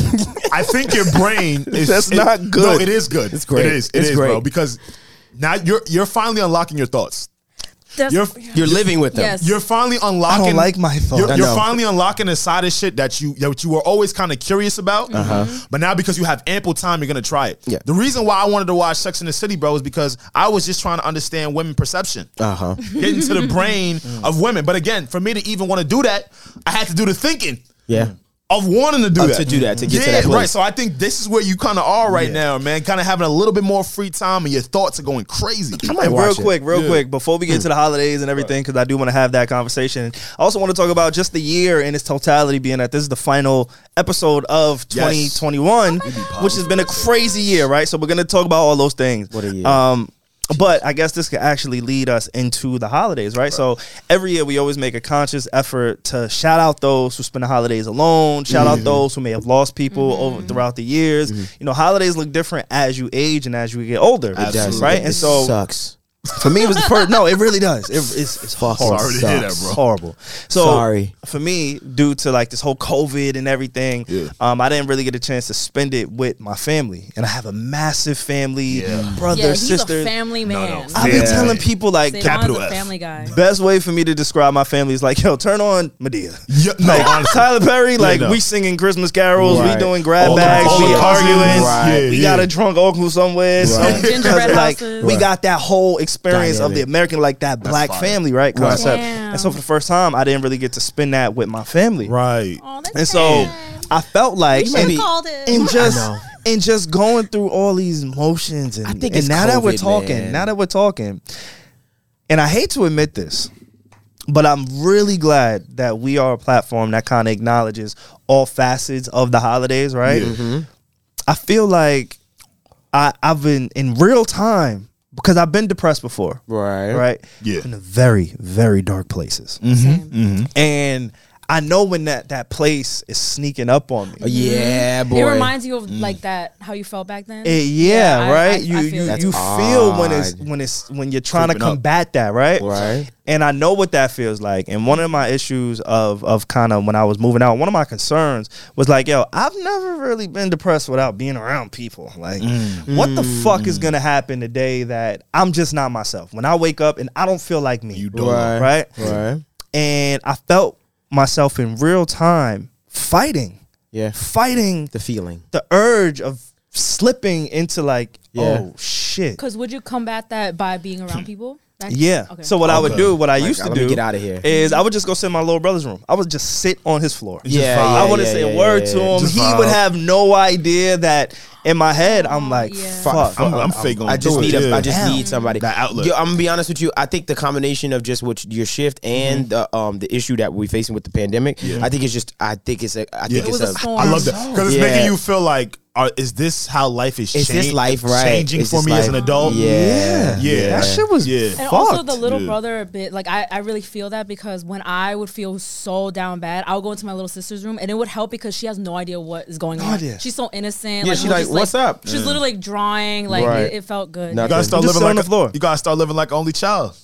[SPEAKER 3] I think your brain is
[SPEAKER 2] That's
[SPEAKER 3] it-
[SPEAKER 2] not good.
[SPEAKER 3] No, it is good.
[SPEAKER 1] It's great.
[SPEAKER 3] It is. It
[SPEAKER 1] It's
[SPEAKER 3] is, bro.
[SPEAKER 1] great.
[SPEAKER 3] Because now you're you're finally unlocking your thoughts.
[SPEAKER 4] That's-
[SPEAKER 3] You're
[SPEAKER 1] You're living with them.
[SPEAKER 4] Yes.
[SPEAKER 3] you're finally unlocking.
[SPEAKER 2] like my thoughts.
[SPEAKER 3] You're,
[SPEAKER 1] I
[SPEAKER 3] you're
[SPEAKER 1] know.
[SPEAKER 3] finally unlocking a side of shit that you that you were always kind of curious about. Mm-hmm. But now because you have ample time, you're gonna try it.
[SPEAKER 1] Uh-huh. Yeah.
[SPEAKER 3] The reason why I wanted to watch Sex in the City, bro, is because I was just trying to understand women perception
[SPEAKER 1] Uh huh.
[SPEAKER 3] get into the brain of women. But again, for me to even want to do that, I had to do the thinking
[SPEAKER 1] Yeah.
[SPEAKER 3] of wanting to do
[SPEAKER 1] Of
[SPEAKER 3] that.
[SPEAKER 1] Oh, to do that, to get
[SPEAKER 3] yeah,
[SPEAKER 1] to that place.
[SPEAKER 3] right. So I think this is where you kind of are right now, man. Kind of having a little bit more free time, and your thoughts are going crazy.
[SPEAKER 1] I might
[SPEAKER 2] real
[SPEAKER 1] watch it. Mm.
[SPEAKER 2] quick, real quick, before we get to the holidays and everything, because I do want to have that conversation. I also want to talk about just the year in its totality, being that this is the final episode of
[SPEAKER 3] Yes.
[SPEAKER 2] 2021, which has been a crazy year, right? So we're gonna talk about all those things. What
[SPEAKER 1] a year.
[SPEAKER 2] Um, but I guess this could actually lead us into the holidays, right? So every year we always make a conscious effort to shout out those who spend the holidays alone, shout
[SPEAKER 1] Mm-hmm.
[SPEAKER 2] out those who may have lost people over throughout the years. You know, holidays look different as you age and as you get older,
[SPEAKER 1] Does.
[SPEAKER 2] right?
[SPEAKER 1] It
[SPEAKER 2] And so
[SPEAKER 1] sucks.
[SPEAKER 2] for me, it was the first. No, it really does. It, it's it's horrible.
[SPEAKER 1] Sorry to hear that,
[SPEAKER 2] It's
[SPEAKER 3] bro.
[SPEAKER 2] Horrible. So
[SPEAKER 1] Sorry.
[SPEAKER 2] for me, due to like this whole COVID and everything, um, I didn't really get a chance to spend it with my family, and I have a massive family, brother,
[SPEAKER 4] yeah, he's
[SPEAKER 2] sister.
[SPEAKER 4] a family man.
[SPEAKER 2] I be
[SPEAKER 3] Yeah.
[SPEAKER 2] telling people like
[SPEAKER 4] Say
[SPEAKER 2] the
[SPEAKER 3] Capital
[SPEAKER 4] Ron's
[SPEAKER 3] F.
[SPEAKER 4] a family guy.
[SPEAKER 2] best way for me to describe my family is like, yo, turn on Medea.
[SPEAKER 3] Yeah, no,
[SPEAKER 2] Like,
[SPEAKER 3] honestly.
[SPEAKER 2] Tyler Perry, like
[SPEAKER 3] no.
[SPEAKER 2] we singing Christmas carols, we
[SPEAKER 1] Right.
[SPEAKER 2] doing grab
[SPEAKER 3] All the-
[SPEAKER 2] bags,
[SPEAKER 3] all
[SPEAKER 2] we
[SPEAKER 3] the cousins.
[SPEAKER 2] arguing,
[SPEAKER 3] Right.
[SPEAKER 2] we
[SPEAKER 3] Yeah,
[SPEAKER 2] got
[SPEAKER 3] yeah.
[SPEAKER 2] a drunk uncle somewhere, some
[SPEAKER 4] Gingerbread
[SPEAKER 2] cousin, like
[SPEAKER 4] houses.
[SPEAKER 2] we
[SPEAKER 4] Right.
[SPEAKER 2] got that whole experience of the
[SPEAKER 1] Dynamic.
[SPEAKER 2] American, like that black
[SPEAKER 3] fire.
[SPEAKER 2] family, right concept. And so
[SPEAKER 4] Damn.
[SPEAKER 2] for the first time, I didn't really get to spend that with my family,
[SPEAKER 3] Right.
[SPEAKER 4] Oh, that's
[SPEAKER 2] and so I felt like
[SPEAKER 4] should've
[SPEAKER 2] and-
[SPEAKER 4] called it.
[SPEAKER 2] and just
[SPEAKER 1] know.
[SPEAKER 2] and just going through all these motions and,
[SPEAKER 1] think
[SPEAKER 2] and
[SPEAKER 1] it's
[SPEAKER 2] now that we're
[SPEAKER 1] COVID,
[SPEAKER 2] talking,
[SPEAKER 1] man.
[SPEAKER 2] now that we're talking, and I hate to admit this, but I'm really glad that we are a platform that kind of acknowledges all facets of the holidays, right?
[SPEAKER 1] Mm-hmm.
[SPEAKER 2] I feel like I, I've been in real time because I've been depressed before.
[SPEAKER 1] Right.
[SPEAKER 2] Right.
[SPEAKER 3] Yeah.
[SPEAKER 2] In very, very dark places. And I know when that, that place is sneaking up on me.
[SPEAKER 1] Oh, Yeah, boy.
[SPEAKER 4] Mm-hmm.
[SPEAKER 1] Mm.
[SPEAKER 4] It reminds you of like that how you felt back then.
[SPEAKER 2] Eh, yeah,
[SPEAKER 4] I-
[SPEAKER 2] right.
[SPEAKER 4] I- I
[SPEAKER 2] you
[SPEAKER 4] feel
[SPEAKER 2] you,
[SPEAKER 4] you.
[SPEAKER 2] you feel when it's when it's when you're trying to
[SPEAKER 3] Creeping up.
[SPEAKER 2] combat that, right?
[SPEAKER 1] Right.
[SPEAKER 2] And I know what that feels like. And one of my issues of of kind of when I was moving out, one of my concerns was like, yo, I've never really been depressed without being around people. Like, what the fuck is gonna happen the day that I'm just not myself? When I wake up and I don't feel like me.
[SPEAKER 3] You don't.
[SPEAKER 1] Right.
[SPEAKER 2] Right?
[SPEAKER 1] Right.
[SPEAKER 2] And I felt myself in real time fighting,
[SPEAKER 1] Yeah.
[SPEAKER 2] fighting
[SPEAKER 1] The feeling.
[SPEAKER 2] the urge of slipping into like,
[SPEAKER 1] Yeah.
[SPEAKER 2] oh shit.
[SPEAKER 4] Because would you combat that by being around people? That-
[SPEAKER 2] Yeah.
[SPEAKER 4] Okay.
[SPEAKER 2] So what I would do, what I
[SPEAKER 1] Like,
[SPEAKER 2] used to
[SPEAKER 1] let
[SPEAKER 2] do,
[SPEAKER 1] me get outta here.
[SPEAKER 2] is I would just go sit in my little brother's room. I would just sit on his floor.
[SPEAKER 1] Yeah,
[SPEAKER 3] vibe.
[SPEAKER 1] yeah,
[SPEAKER 2] I wouldn't
[SPEAKER 1] yeah,
[SPEAKER 2] say
[SPEAKER 1] yeah,
[SPEAKER 2] a word
[SPEAKER 1] yeah,
[SPEAKER 2] to
[SPEAKER 1] yeah.
[SPEAKER 2] him.
[SPEAKER 3] Just
[SPEAKER 2] he
[SPEAKER 3] vibe.
[SPEAKER 2] would have no idea that in my head I'm like,
[SPEAKER 4] Oh, yeah.
[SPEAKER 2] fuck.
[SPEAKER 3] I'm, I'm fake on
[SPEAKER 1] I just
[SPEAKER 3] do it,
[SPEAKER 1] need a,
[SPEAKER 3] yeah.
[SPEAKER 1] I just
[SPEAKER 3] Damn.
[SPEAKER 1] need somebody
[SPEAKER 3] That outlet.
[SPEAKER 1] Yo, I'm gonna be honest with you. I think the combination of just what your shift and the um the issue that we're facing with the pandemic. I think it's just I think it's a I think
[SPEAKER 4] It
[SPEAKER 1] it's
[SPEAKER 4] was a
[SPEAKER 1] a,
[SPEAKER 4] storm.
[SPEAKER 3] I love that because it's
[SPEAKER 1] Yeah.
[SPEAKER 3] making you feel like, are, is this how life is?
[SPEAKER 1] Is this
[SPEAKER 3] chang-
[SPEAKER 1] life right?
[SPEAKER 3] Changing
[SPEAKER 1] Is
[SPEAKER 3] for
[SPEAKER 1] this
[SPEAKER 3] me as
[SPEAKER 1] life-
[SPEAKER 3] an adult?
[SPEAKER 1] Yeah,
[SPEAKER 2] Yeah.
[SPEAKER 3] yeah.
[SPEAKER 2] That shit was
[SPEAKER 3] yeah.
[SPEAKER 4] And also the
[SPEAKER 2] fucked,
[SPEAKER 4] little
[SPEAKER 3] dude.
[SPEAKER 4] brother bit, like I, I really feel that because when I would feel so down bad, I would go into my little sister's room and it would help because she has no idea what is going on.
[SPEAKER 2] idea.
[SPEAKER 4] She's so innocent.
[SPEAKER 1] Yeah,
[SPEAKER 4] like,
[SPEAKER 1] she's
[SPEAKER 4] we were
[SPEAKER 1] like,
[SPEAKER 4] just,
[SPEAKER 1] "What's up?"
[SPEAKER 4] She's literally like drawing. Like
[SPEAKER 1] Right.
[SPEAKER 4] it, it felt good.
[SPEAKER 1] Nothing.
[SPEAKER 3] You gotta start
[SPEAKER 2] Just
[SPEAKER 3] living
[SPEAKER 2] sit on
[SPEAKER 3] like
[SPEAKER 2] the
[SPEAKER 3] a-
[SPEAKER 2] floor.
[SPEAKER 3] You gotta start living like an only child.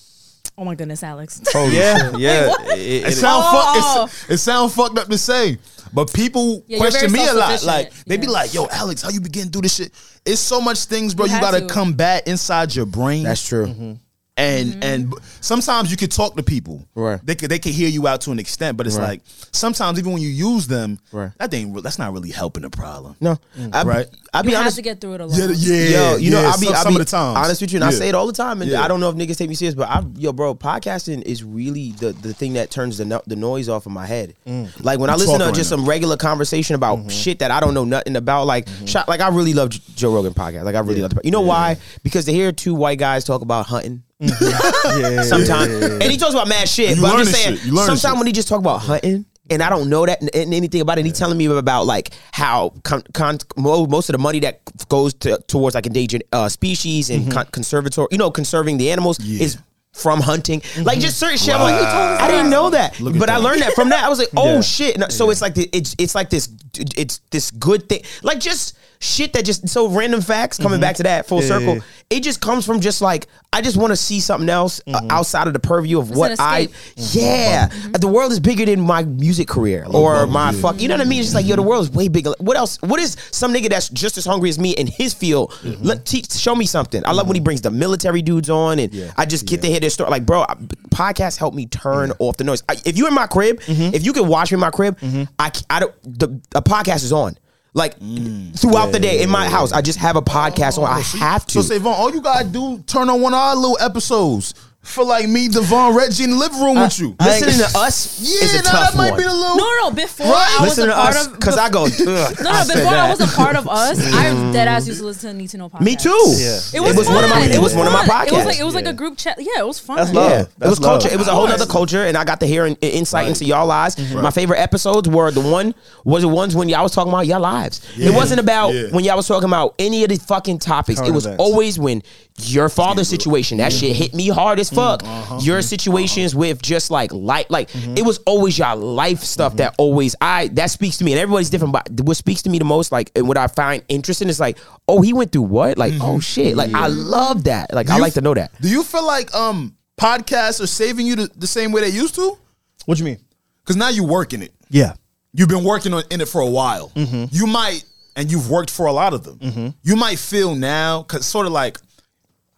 [SPEAKER 4] Oh my goodness, Alex.
[SPEAKER 2] yeah, yeah.
[SPEAKER 4] what?
[SPEAKER 2] It-
[SPEAKER 3] It
[SPEAKER 2] it-
[SPEAKER 3] sound
[SPEAKER 4] Oh.
[SPEAKER 3] fuck. It's, it sound fucked up to say, but people
[SPEAKER 4] Yeah, you're
[SPEAKER 3] question
[SPEAKER 4] very
[SPEAKER 3] me a lot.
[SPEAKER 4] self-sufficient.
[SPEAKER 3] Like they be
[SPEAKER 4] Yeah.
[SPEAKER 3] like, "Yo, Alex, how you begin to do this shit?" It's so much things, bro.
[SPEAKER 4] You
[SPEAKER 3] You,
[SPEAKER 4] had
[SPEAKER 3] gotta
[SPEAKER 4] to.
[SPEAKER 3] combat inside your brain.
[SPEAKER 1] that's true.
[SPEAKER 3] Mm-hmm. and and b- sometimes you can talk to people.
[SPEAKER 1] Right.
[SPEAKER 3] They can, they can hear you out to an extent, but it's
[SPEAKER 1] Right.
[SPEAKER 3] like sometimes even when you use them,
[SPEAKER 1] Right.
[SPEAKER 3] that ain't re- that's not really helping the problem.
[SPEAKER 1] No, I,
[SPEAKER 3] Mm. Right.
[SPEAKER 1] I'll be
[SPEAKER 4] you have
[SPEAKER 1] honest.
[SPEAKER 4] to get through it alone.
[SPEAKER 3] Yeah, yeah.
[SPEAKER 1] Yo, you know,
[SPEAKER 3] yeah,
[SPEAKER 1] I'll be,
[SPEAKER 3] some,
[SPEAKER 1] I'll
[SPEAKER 3] some
[SPEAKER 1] be
[SPEAKER 3] of the times.
[SPEAKER 1] honest with you, and I
[SPEAKER 3] Yeah.
[SPEAKER 1] say it all the time, and
[SPEAKER 3] Yeah.
[SPEAKER 1] I don't know if niggas take me serious, but I, yo, bro, podcasting is really the, the thing that turns the no, the noise off of my head. Like when i listen to
[SPEAKER 3] Mm. talking right
[SPEAKER 1] just
[SPEAKER 3] now. Mm-hmm.
[SPEAKER 1] some regular conversation about shit that I don't know nothing about, like shot, like I really love J- Joe Rogan podcast. Like I really love, the, you know why? Because to hear two white guys talk about hunting. sometimes, and he talks about mad shit.
[SPEAKER 3] Mm-hmm. You
[SPEAKER 1] but I'm
[SPEAKER 3] learn
[SPEAKER 1] just
[SPEAKER 3] this
[SPEAKER 1] saying,
[SPEAKER 3] shit. You learn
[SPEAKER 1] sometimes
[SPEAKER 3] this shit.
[SPEAKER 1] when he just talk about hunting and I don't know that and anything about it, and he telling me about like how con- con- mo- most of the money that goes to, towards like endangered uh, species and con- conservatory, you know, conserving the animals is from hunting. Like just certain shit. I'm like, I didn't know that,
[SPEAKER 3] at
[SPEAKER 1] but I
[SPEAKER 3] that.
[SPEAKER 1] learned that from that. I was like, oh shit. And so it's like the, it's it's like this it's this good thing. Like just shit that just so random facts coming back to that full circle. It just comes from just like I just want to see something else uh, outside of the purview of what
[SPEAKER 4] an
[SPEAKER 1] I
[SPEAKER 4] escape.
[SPEAKER 3] Mm-hmm.
[SPEAKER 1] yeah, Uh, the world is bigger than my music career
[SPEAKER 3] Oh,
[SPEAKER 1] or my fuck. You know what I mean? It's just like yo, the world is way bigger. What else? What is some nigga that's just as hungry as me in his field?
[SPEAKER 3] Mm-hmm.
[SPEAKER 1] Let teach, show me something. I love when he brings the military dudes on, and I just get to hear their story. Like, bro, I, podcasts help me turn off the noise. I, if you in my crib,
[SPEAKER 3] Mm-hmm.
[SPEAKER 1] if you can watch me in my crib, I, c- I don't. The a podcast is on. Like
[SPEAKER 3] Mm.
[SPEAKER 1] throughout the day in my house, I just have a podcast on. I have to.
[SPEAKER 3] Oh, So Savon, all you gotta do turn on one of our little episodes for like me, Devon, Reggie in the living room with you.
[SPEAKER 2] I-
[SPEAKER 1] Uh, Listening to us
[SPEAKER 3] yeah,
[SPEAKER 1] is a
[SPEAKER 3] now
[SPEAKER 1] tough
[SPEAKER 3] that might
[SPEAKER 1] one.
[SPEAKER 3] be the little.
[SPEAKER 4] No, no, no, before
[SPEAKER 3] Right.
[SPEAKER 4] I was
[SPEAKER 1] Listen
[SPEAKER 4] a
[SPEAKER 1] to
[SPEAKER 4] part
[SPEAKER 1] us
[SPEAKER 4] of
[SPEAKER 1] because I go.
[SPEAKER 4] No, no, before I was a part of us, I dead ass used to listen to Need to Know podcast.
[SPEAKER 1] Me too.
[SPEAKER 2] Yeah.
[SPEAKER 4] It was,
[SPEAKER 1] one of my.
[SPEAKER 4] fun.
[SPEAKER 1] It was one of my
[SPEAKER 4] fun.
[SPEAKER 1] podcasts.
[SPEAKER 4] It was like it was like a group chat. Yeah, it was fun.
[SPEAKER 2] That's love.
[SPEAKER 1] Yeah. it
[SPEAKER 2] That's
[SPEAKER 1] was
[SPEAKER 2] love.
[SPEAKER 1] culture. It was a whole other culture, and I got to hear an, an insight into y'all lives.
[SPEAKER 2] Mm-hmm.
[SPEAKER 1] My favorite episodes were the one was the ones when y'all was talking about y'all lives. It wasn't about
[SPEAKER 3] Yeah.
[SPEAKER 1] when y'all was talking about any of the fucking topics. it
[SPEAKER 2] Current
[SPEAKER 1] was
[SPEAKER 2] events.
[SPEAKER 1] always when your father's situation that shit hit me hard
[SPEAKER 2] Mm-hmm.
[SPEAKER 1] as fuck.
[SPEAKER 2] Uh-huh.
[SPEAKER 1] Your situations with just like life, like
[SPEAKER 2] Mm-hmm.
[SPEAKER 1] it was always y'all life stuff that always I that speaks to me, and everybody's different. But what speaks to me the most, like and what I find interesting is like, oh, he went through what? Like,
[SPEAKER 2] Mm-hmm.
[SPEAKER 1] oh shit, like I love that. Like I
[SPEAKER 3] you
[SPEAKER 1] like to know that.
[SPEAKER 3] Do you feel like um podcasts are saving you the, the same way they used to?
[SPEAKER 2] What you mean?
[SPEAKER 3] Because now you're working it.
[SPEAKER 2] Yeah.
[SPEAKER 3] You've been working on, in it for a while.
[SPEAKER 1] Mm-hmm.
[SPEAKER 3] You might, and you've worked for a lot of them. You might feel now, because sort of like,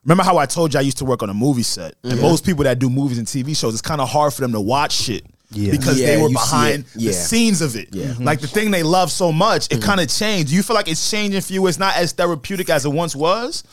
[SPEAKER 3] remember how I told you I used to work on a movie set? And most people that do movies and TV shows, it's kind of hard for them to watch shit.
[SPEAKER 2] Yeah.
[SPEAKER 3] Because
[SPEAKER 1] Yeah,
[SPEAKER 3] they were
[SPEAKER 1] you see it.
[SPEAKER 3] behind
[SPEAKER 1] Yeah. Mm-hmm. Mm.
[SPEAKER 3] the scenes of it. Like the thing they love so much, it kind of changed. Do you feel like it's changing for you? It's not as therapeutic as it once was?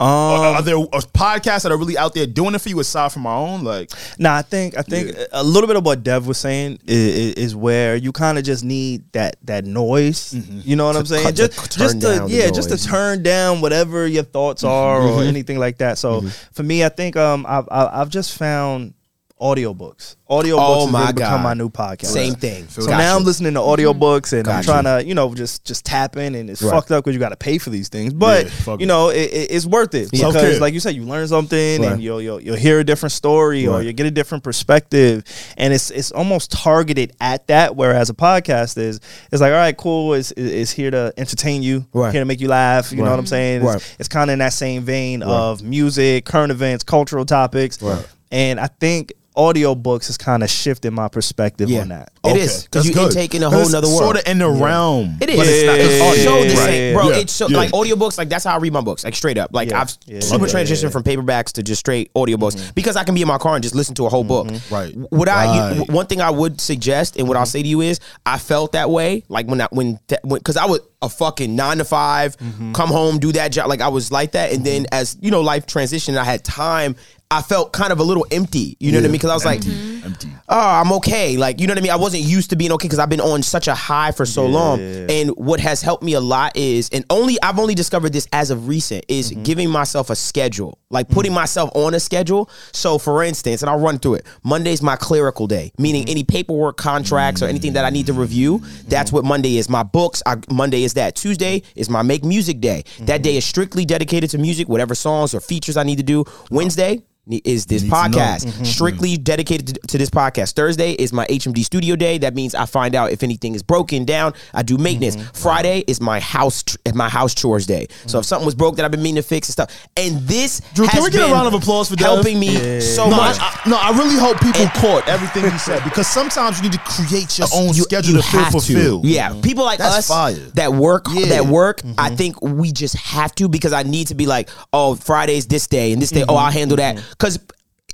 [SPEAKER 3] Are-
[SPEAKER 1] Um,
[SPEAKER 3] are there are podcasts that are really out there doing it for you aside from our own? Like,
[SPEAKER 2] Nah, I think I think a little bit of what Dev was saying is, is where you kind of just need that that noise. You know what I'm saying?
[SPEAKER 1] cut- Mm-hmm. to
[SPEAKER 2] just
[SPEAKER 1] c- turn
[SPEAKER 2] just to
[SPEAKER 1] down the
[SPEAKER 2] yeah, just to
[SPEAKER 1] noise. Mm-hmm.
[SPEAKER 2] turn down whatever your thoughts are or anything like that. So for me, I think um I've I've, I've just found audiobooks. Audiobooks
[SPEAKER 1] Oh
[SPEAKER 2] has
[SPEAKER 1] my
[SPEAKER 2] really become
[SPEAKER 1] God.
[SPEAKER 2] my new podcast.
[SPEAKER 1] Same thing.
[SPEAKER 2] So
[SPEAKER 1] Gotcha.
[SPEAKER 2] now I'm listening to audiobooks and I'm
[SPEAKER 1] Gotcha.
[SPEAKER 2] trying to, you know, just just tap in and it's
[SPEAKER 1] Right.
[SPEAKER 2] fucked up because you got to pay for these things. But,
[SPEAKER 3] Yeah, fuck
[SPEAKER 2] you
[SPEAKER 3] it.
[SPEAKER 2] know, it, it, it's worth it.
[SPEAKER 3] Self-care.
[SPEAKER 2] Because, like you said, you learn something
[SPEAKER 1] Right.
[SPEAKER 2] and you'll, you'll you'll hear a different story or
[SPEAKER 1] Right.
[SPEAKER 2] you get a different perspective. And it's it's almost targeted at that. Whereas a podcast is, it's like, all right, cool. It's, it- it's here to entertain you,
[SPEAKER 1] Right.
[SPEAKER 2] here to make you laugh. You know
[SPEAKER 1] Right.
[SPEAKER 2] what I'm saying? It's,
[SPEAKER 1] Right.
[SPEAKER 2] it's kind of in that same vein of music, current events, cultural topics.
[SPEAKER 1] Right.
[SPEAKER 2] And I think audiobooks has kind of shifted my perspective
[SPEAKER 1] Yeah.
[SPEAKER 2] on that.
[SPEAKER 1] It is because you're taking a whole nother world.
[SPEAKER 3] Sort of in the realm.
[SPEAKER 1] It is.
[SPEAKER 2] But it's not-
[SPEAKER 1] It's
[SPEAKER 2] it's
[SPEAKER 1] all
[SPEAKER 2] audio.
[SPEAKER 1] so the
[SPEAKER 2] Right.
[SPEAKER 1] same, bro.
[SPEAKER 3] Yeah.
[SPEAKER 1] It's so,
[SPEAKER 3] Yeah.
[SPEAKER 1] like audiobooks. Like that's how I read my books. Like straight up. Like
[SPEAKER 2] Yeah.
[SPEAKER 1] I've
[SPEAKER 2] Yeah. Mm-hmm.
[SPEAKER 1] super
[SPEAKER 2] Yeah.
[SPEAKER 1] transitioned from paperbacks to just straight audiobooks because I can be in my car and just listen to a whole book.
[SPEAKER 2] Mm-hmm.
[SPEAKER 3] Right.
[SPEAKER 1] What I you-
[SPEAKER 3] Right.
[SPEAKER 1] one thing I would suggest and what I'll say to you is I felt that way like when I when because I would a fucking nine to 5
[SPEAKER 2] Mm-hmm.
[SPEAKER 1] come home, do that job. Like I was like that. And then as you know, life transitioned, I had time. I felt kind of a little empty. You know what I mean? Because I was
[SPEAKER 2] Mm-hmm.
[SPEAKER 1] like,
[SPEAKER 3] Empty.
[SPEAKER 1] oh, I'm okay. Like, you know what I mean? I wasn't used to being okay because I've been on such a high for so long. And what has helped me a lot is, and only I've only discovered this as of recent, is giving myself a schedule, like putting myself on a schedule. So, for instance, and I'll run through it Monday's my clerical day, meaning any paperwork, contracts, or anything that I need to review. That's what Monday is. My books, I, Monday is that. Tuesday is my make music day. That day is strictly dedicated to music, whatever songs or features I need to do. Wednesday, ne- is this podcast
[SPEAKER 3] Mm-hmm.
[SPEAKER 1] strictly dedicated to, to this podcast thursday is my hmd studio day that means i find out if anything is broken down i do maintenance
[SPEAKER 3] Mm-hmm.
[SPEAKER 1] friday is my house tr- my house chores day so if something was broke that i've been meaning to fix and stuff and this
[SPEAKER 3] Drew, can
[SPEAKER 1] has
[SPEAKER 3] we get a
[SPEAKER 1] been
[SPEAKER 3] round of applause for Dev?
[SPEAKER 1] helping me so
[SPEAKER 3] No, I,
[SPEAKER 1] much
[SPEAKER 3] I- no, I really hope people caught everything you said because sometimes you need to create your own
[SPEAKER 1] you-
[SPEAKER 3] schedule
[SPEAKER 1] you
[SPEAKER 3] to feel
[SPEAKER 1] have
[SPEAKER 3] fulfilled.
[SPEAKER 1] Yeah, people like
[SPEAKER 3] That's
[SPEAKER 1] us
[SPEAKER 3] fire.
[SPEAKER 1] that work
[SPEAKER 3] Yeah. Mm-hmm.
[SPEAKER 1] that work. I think we just have to because I need to be like, oh, Friday's this day and this day.
[SPEAKER 3] Mm-hmm.
[SPEAKER 1] Oh, I'll handle that because.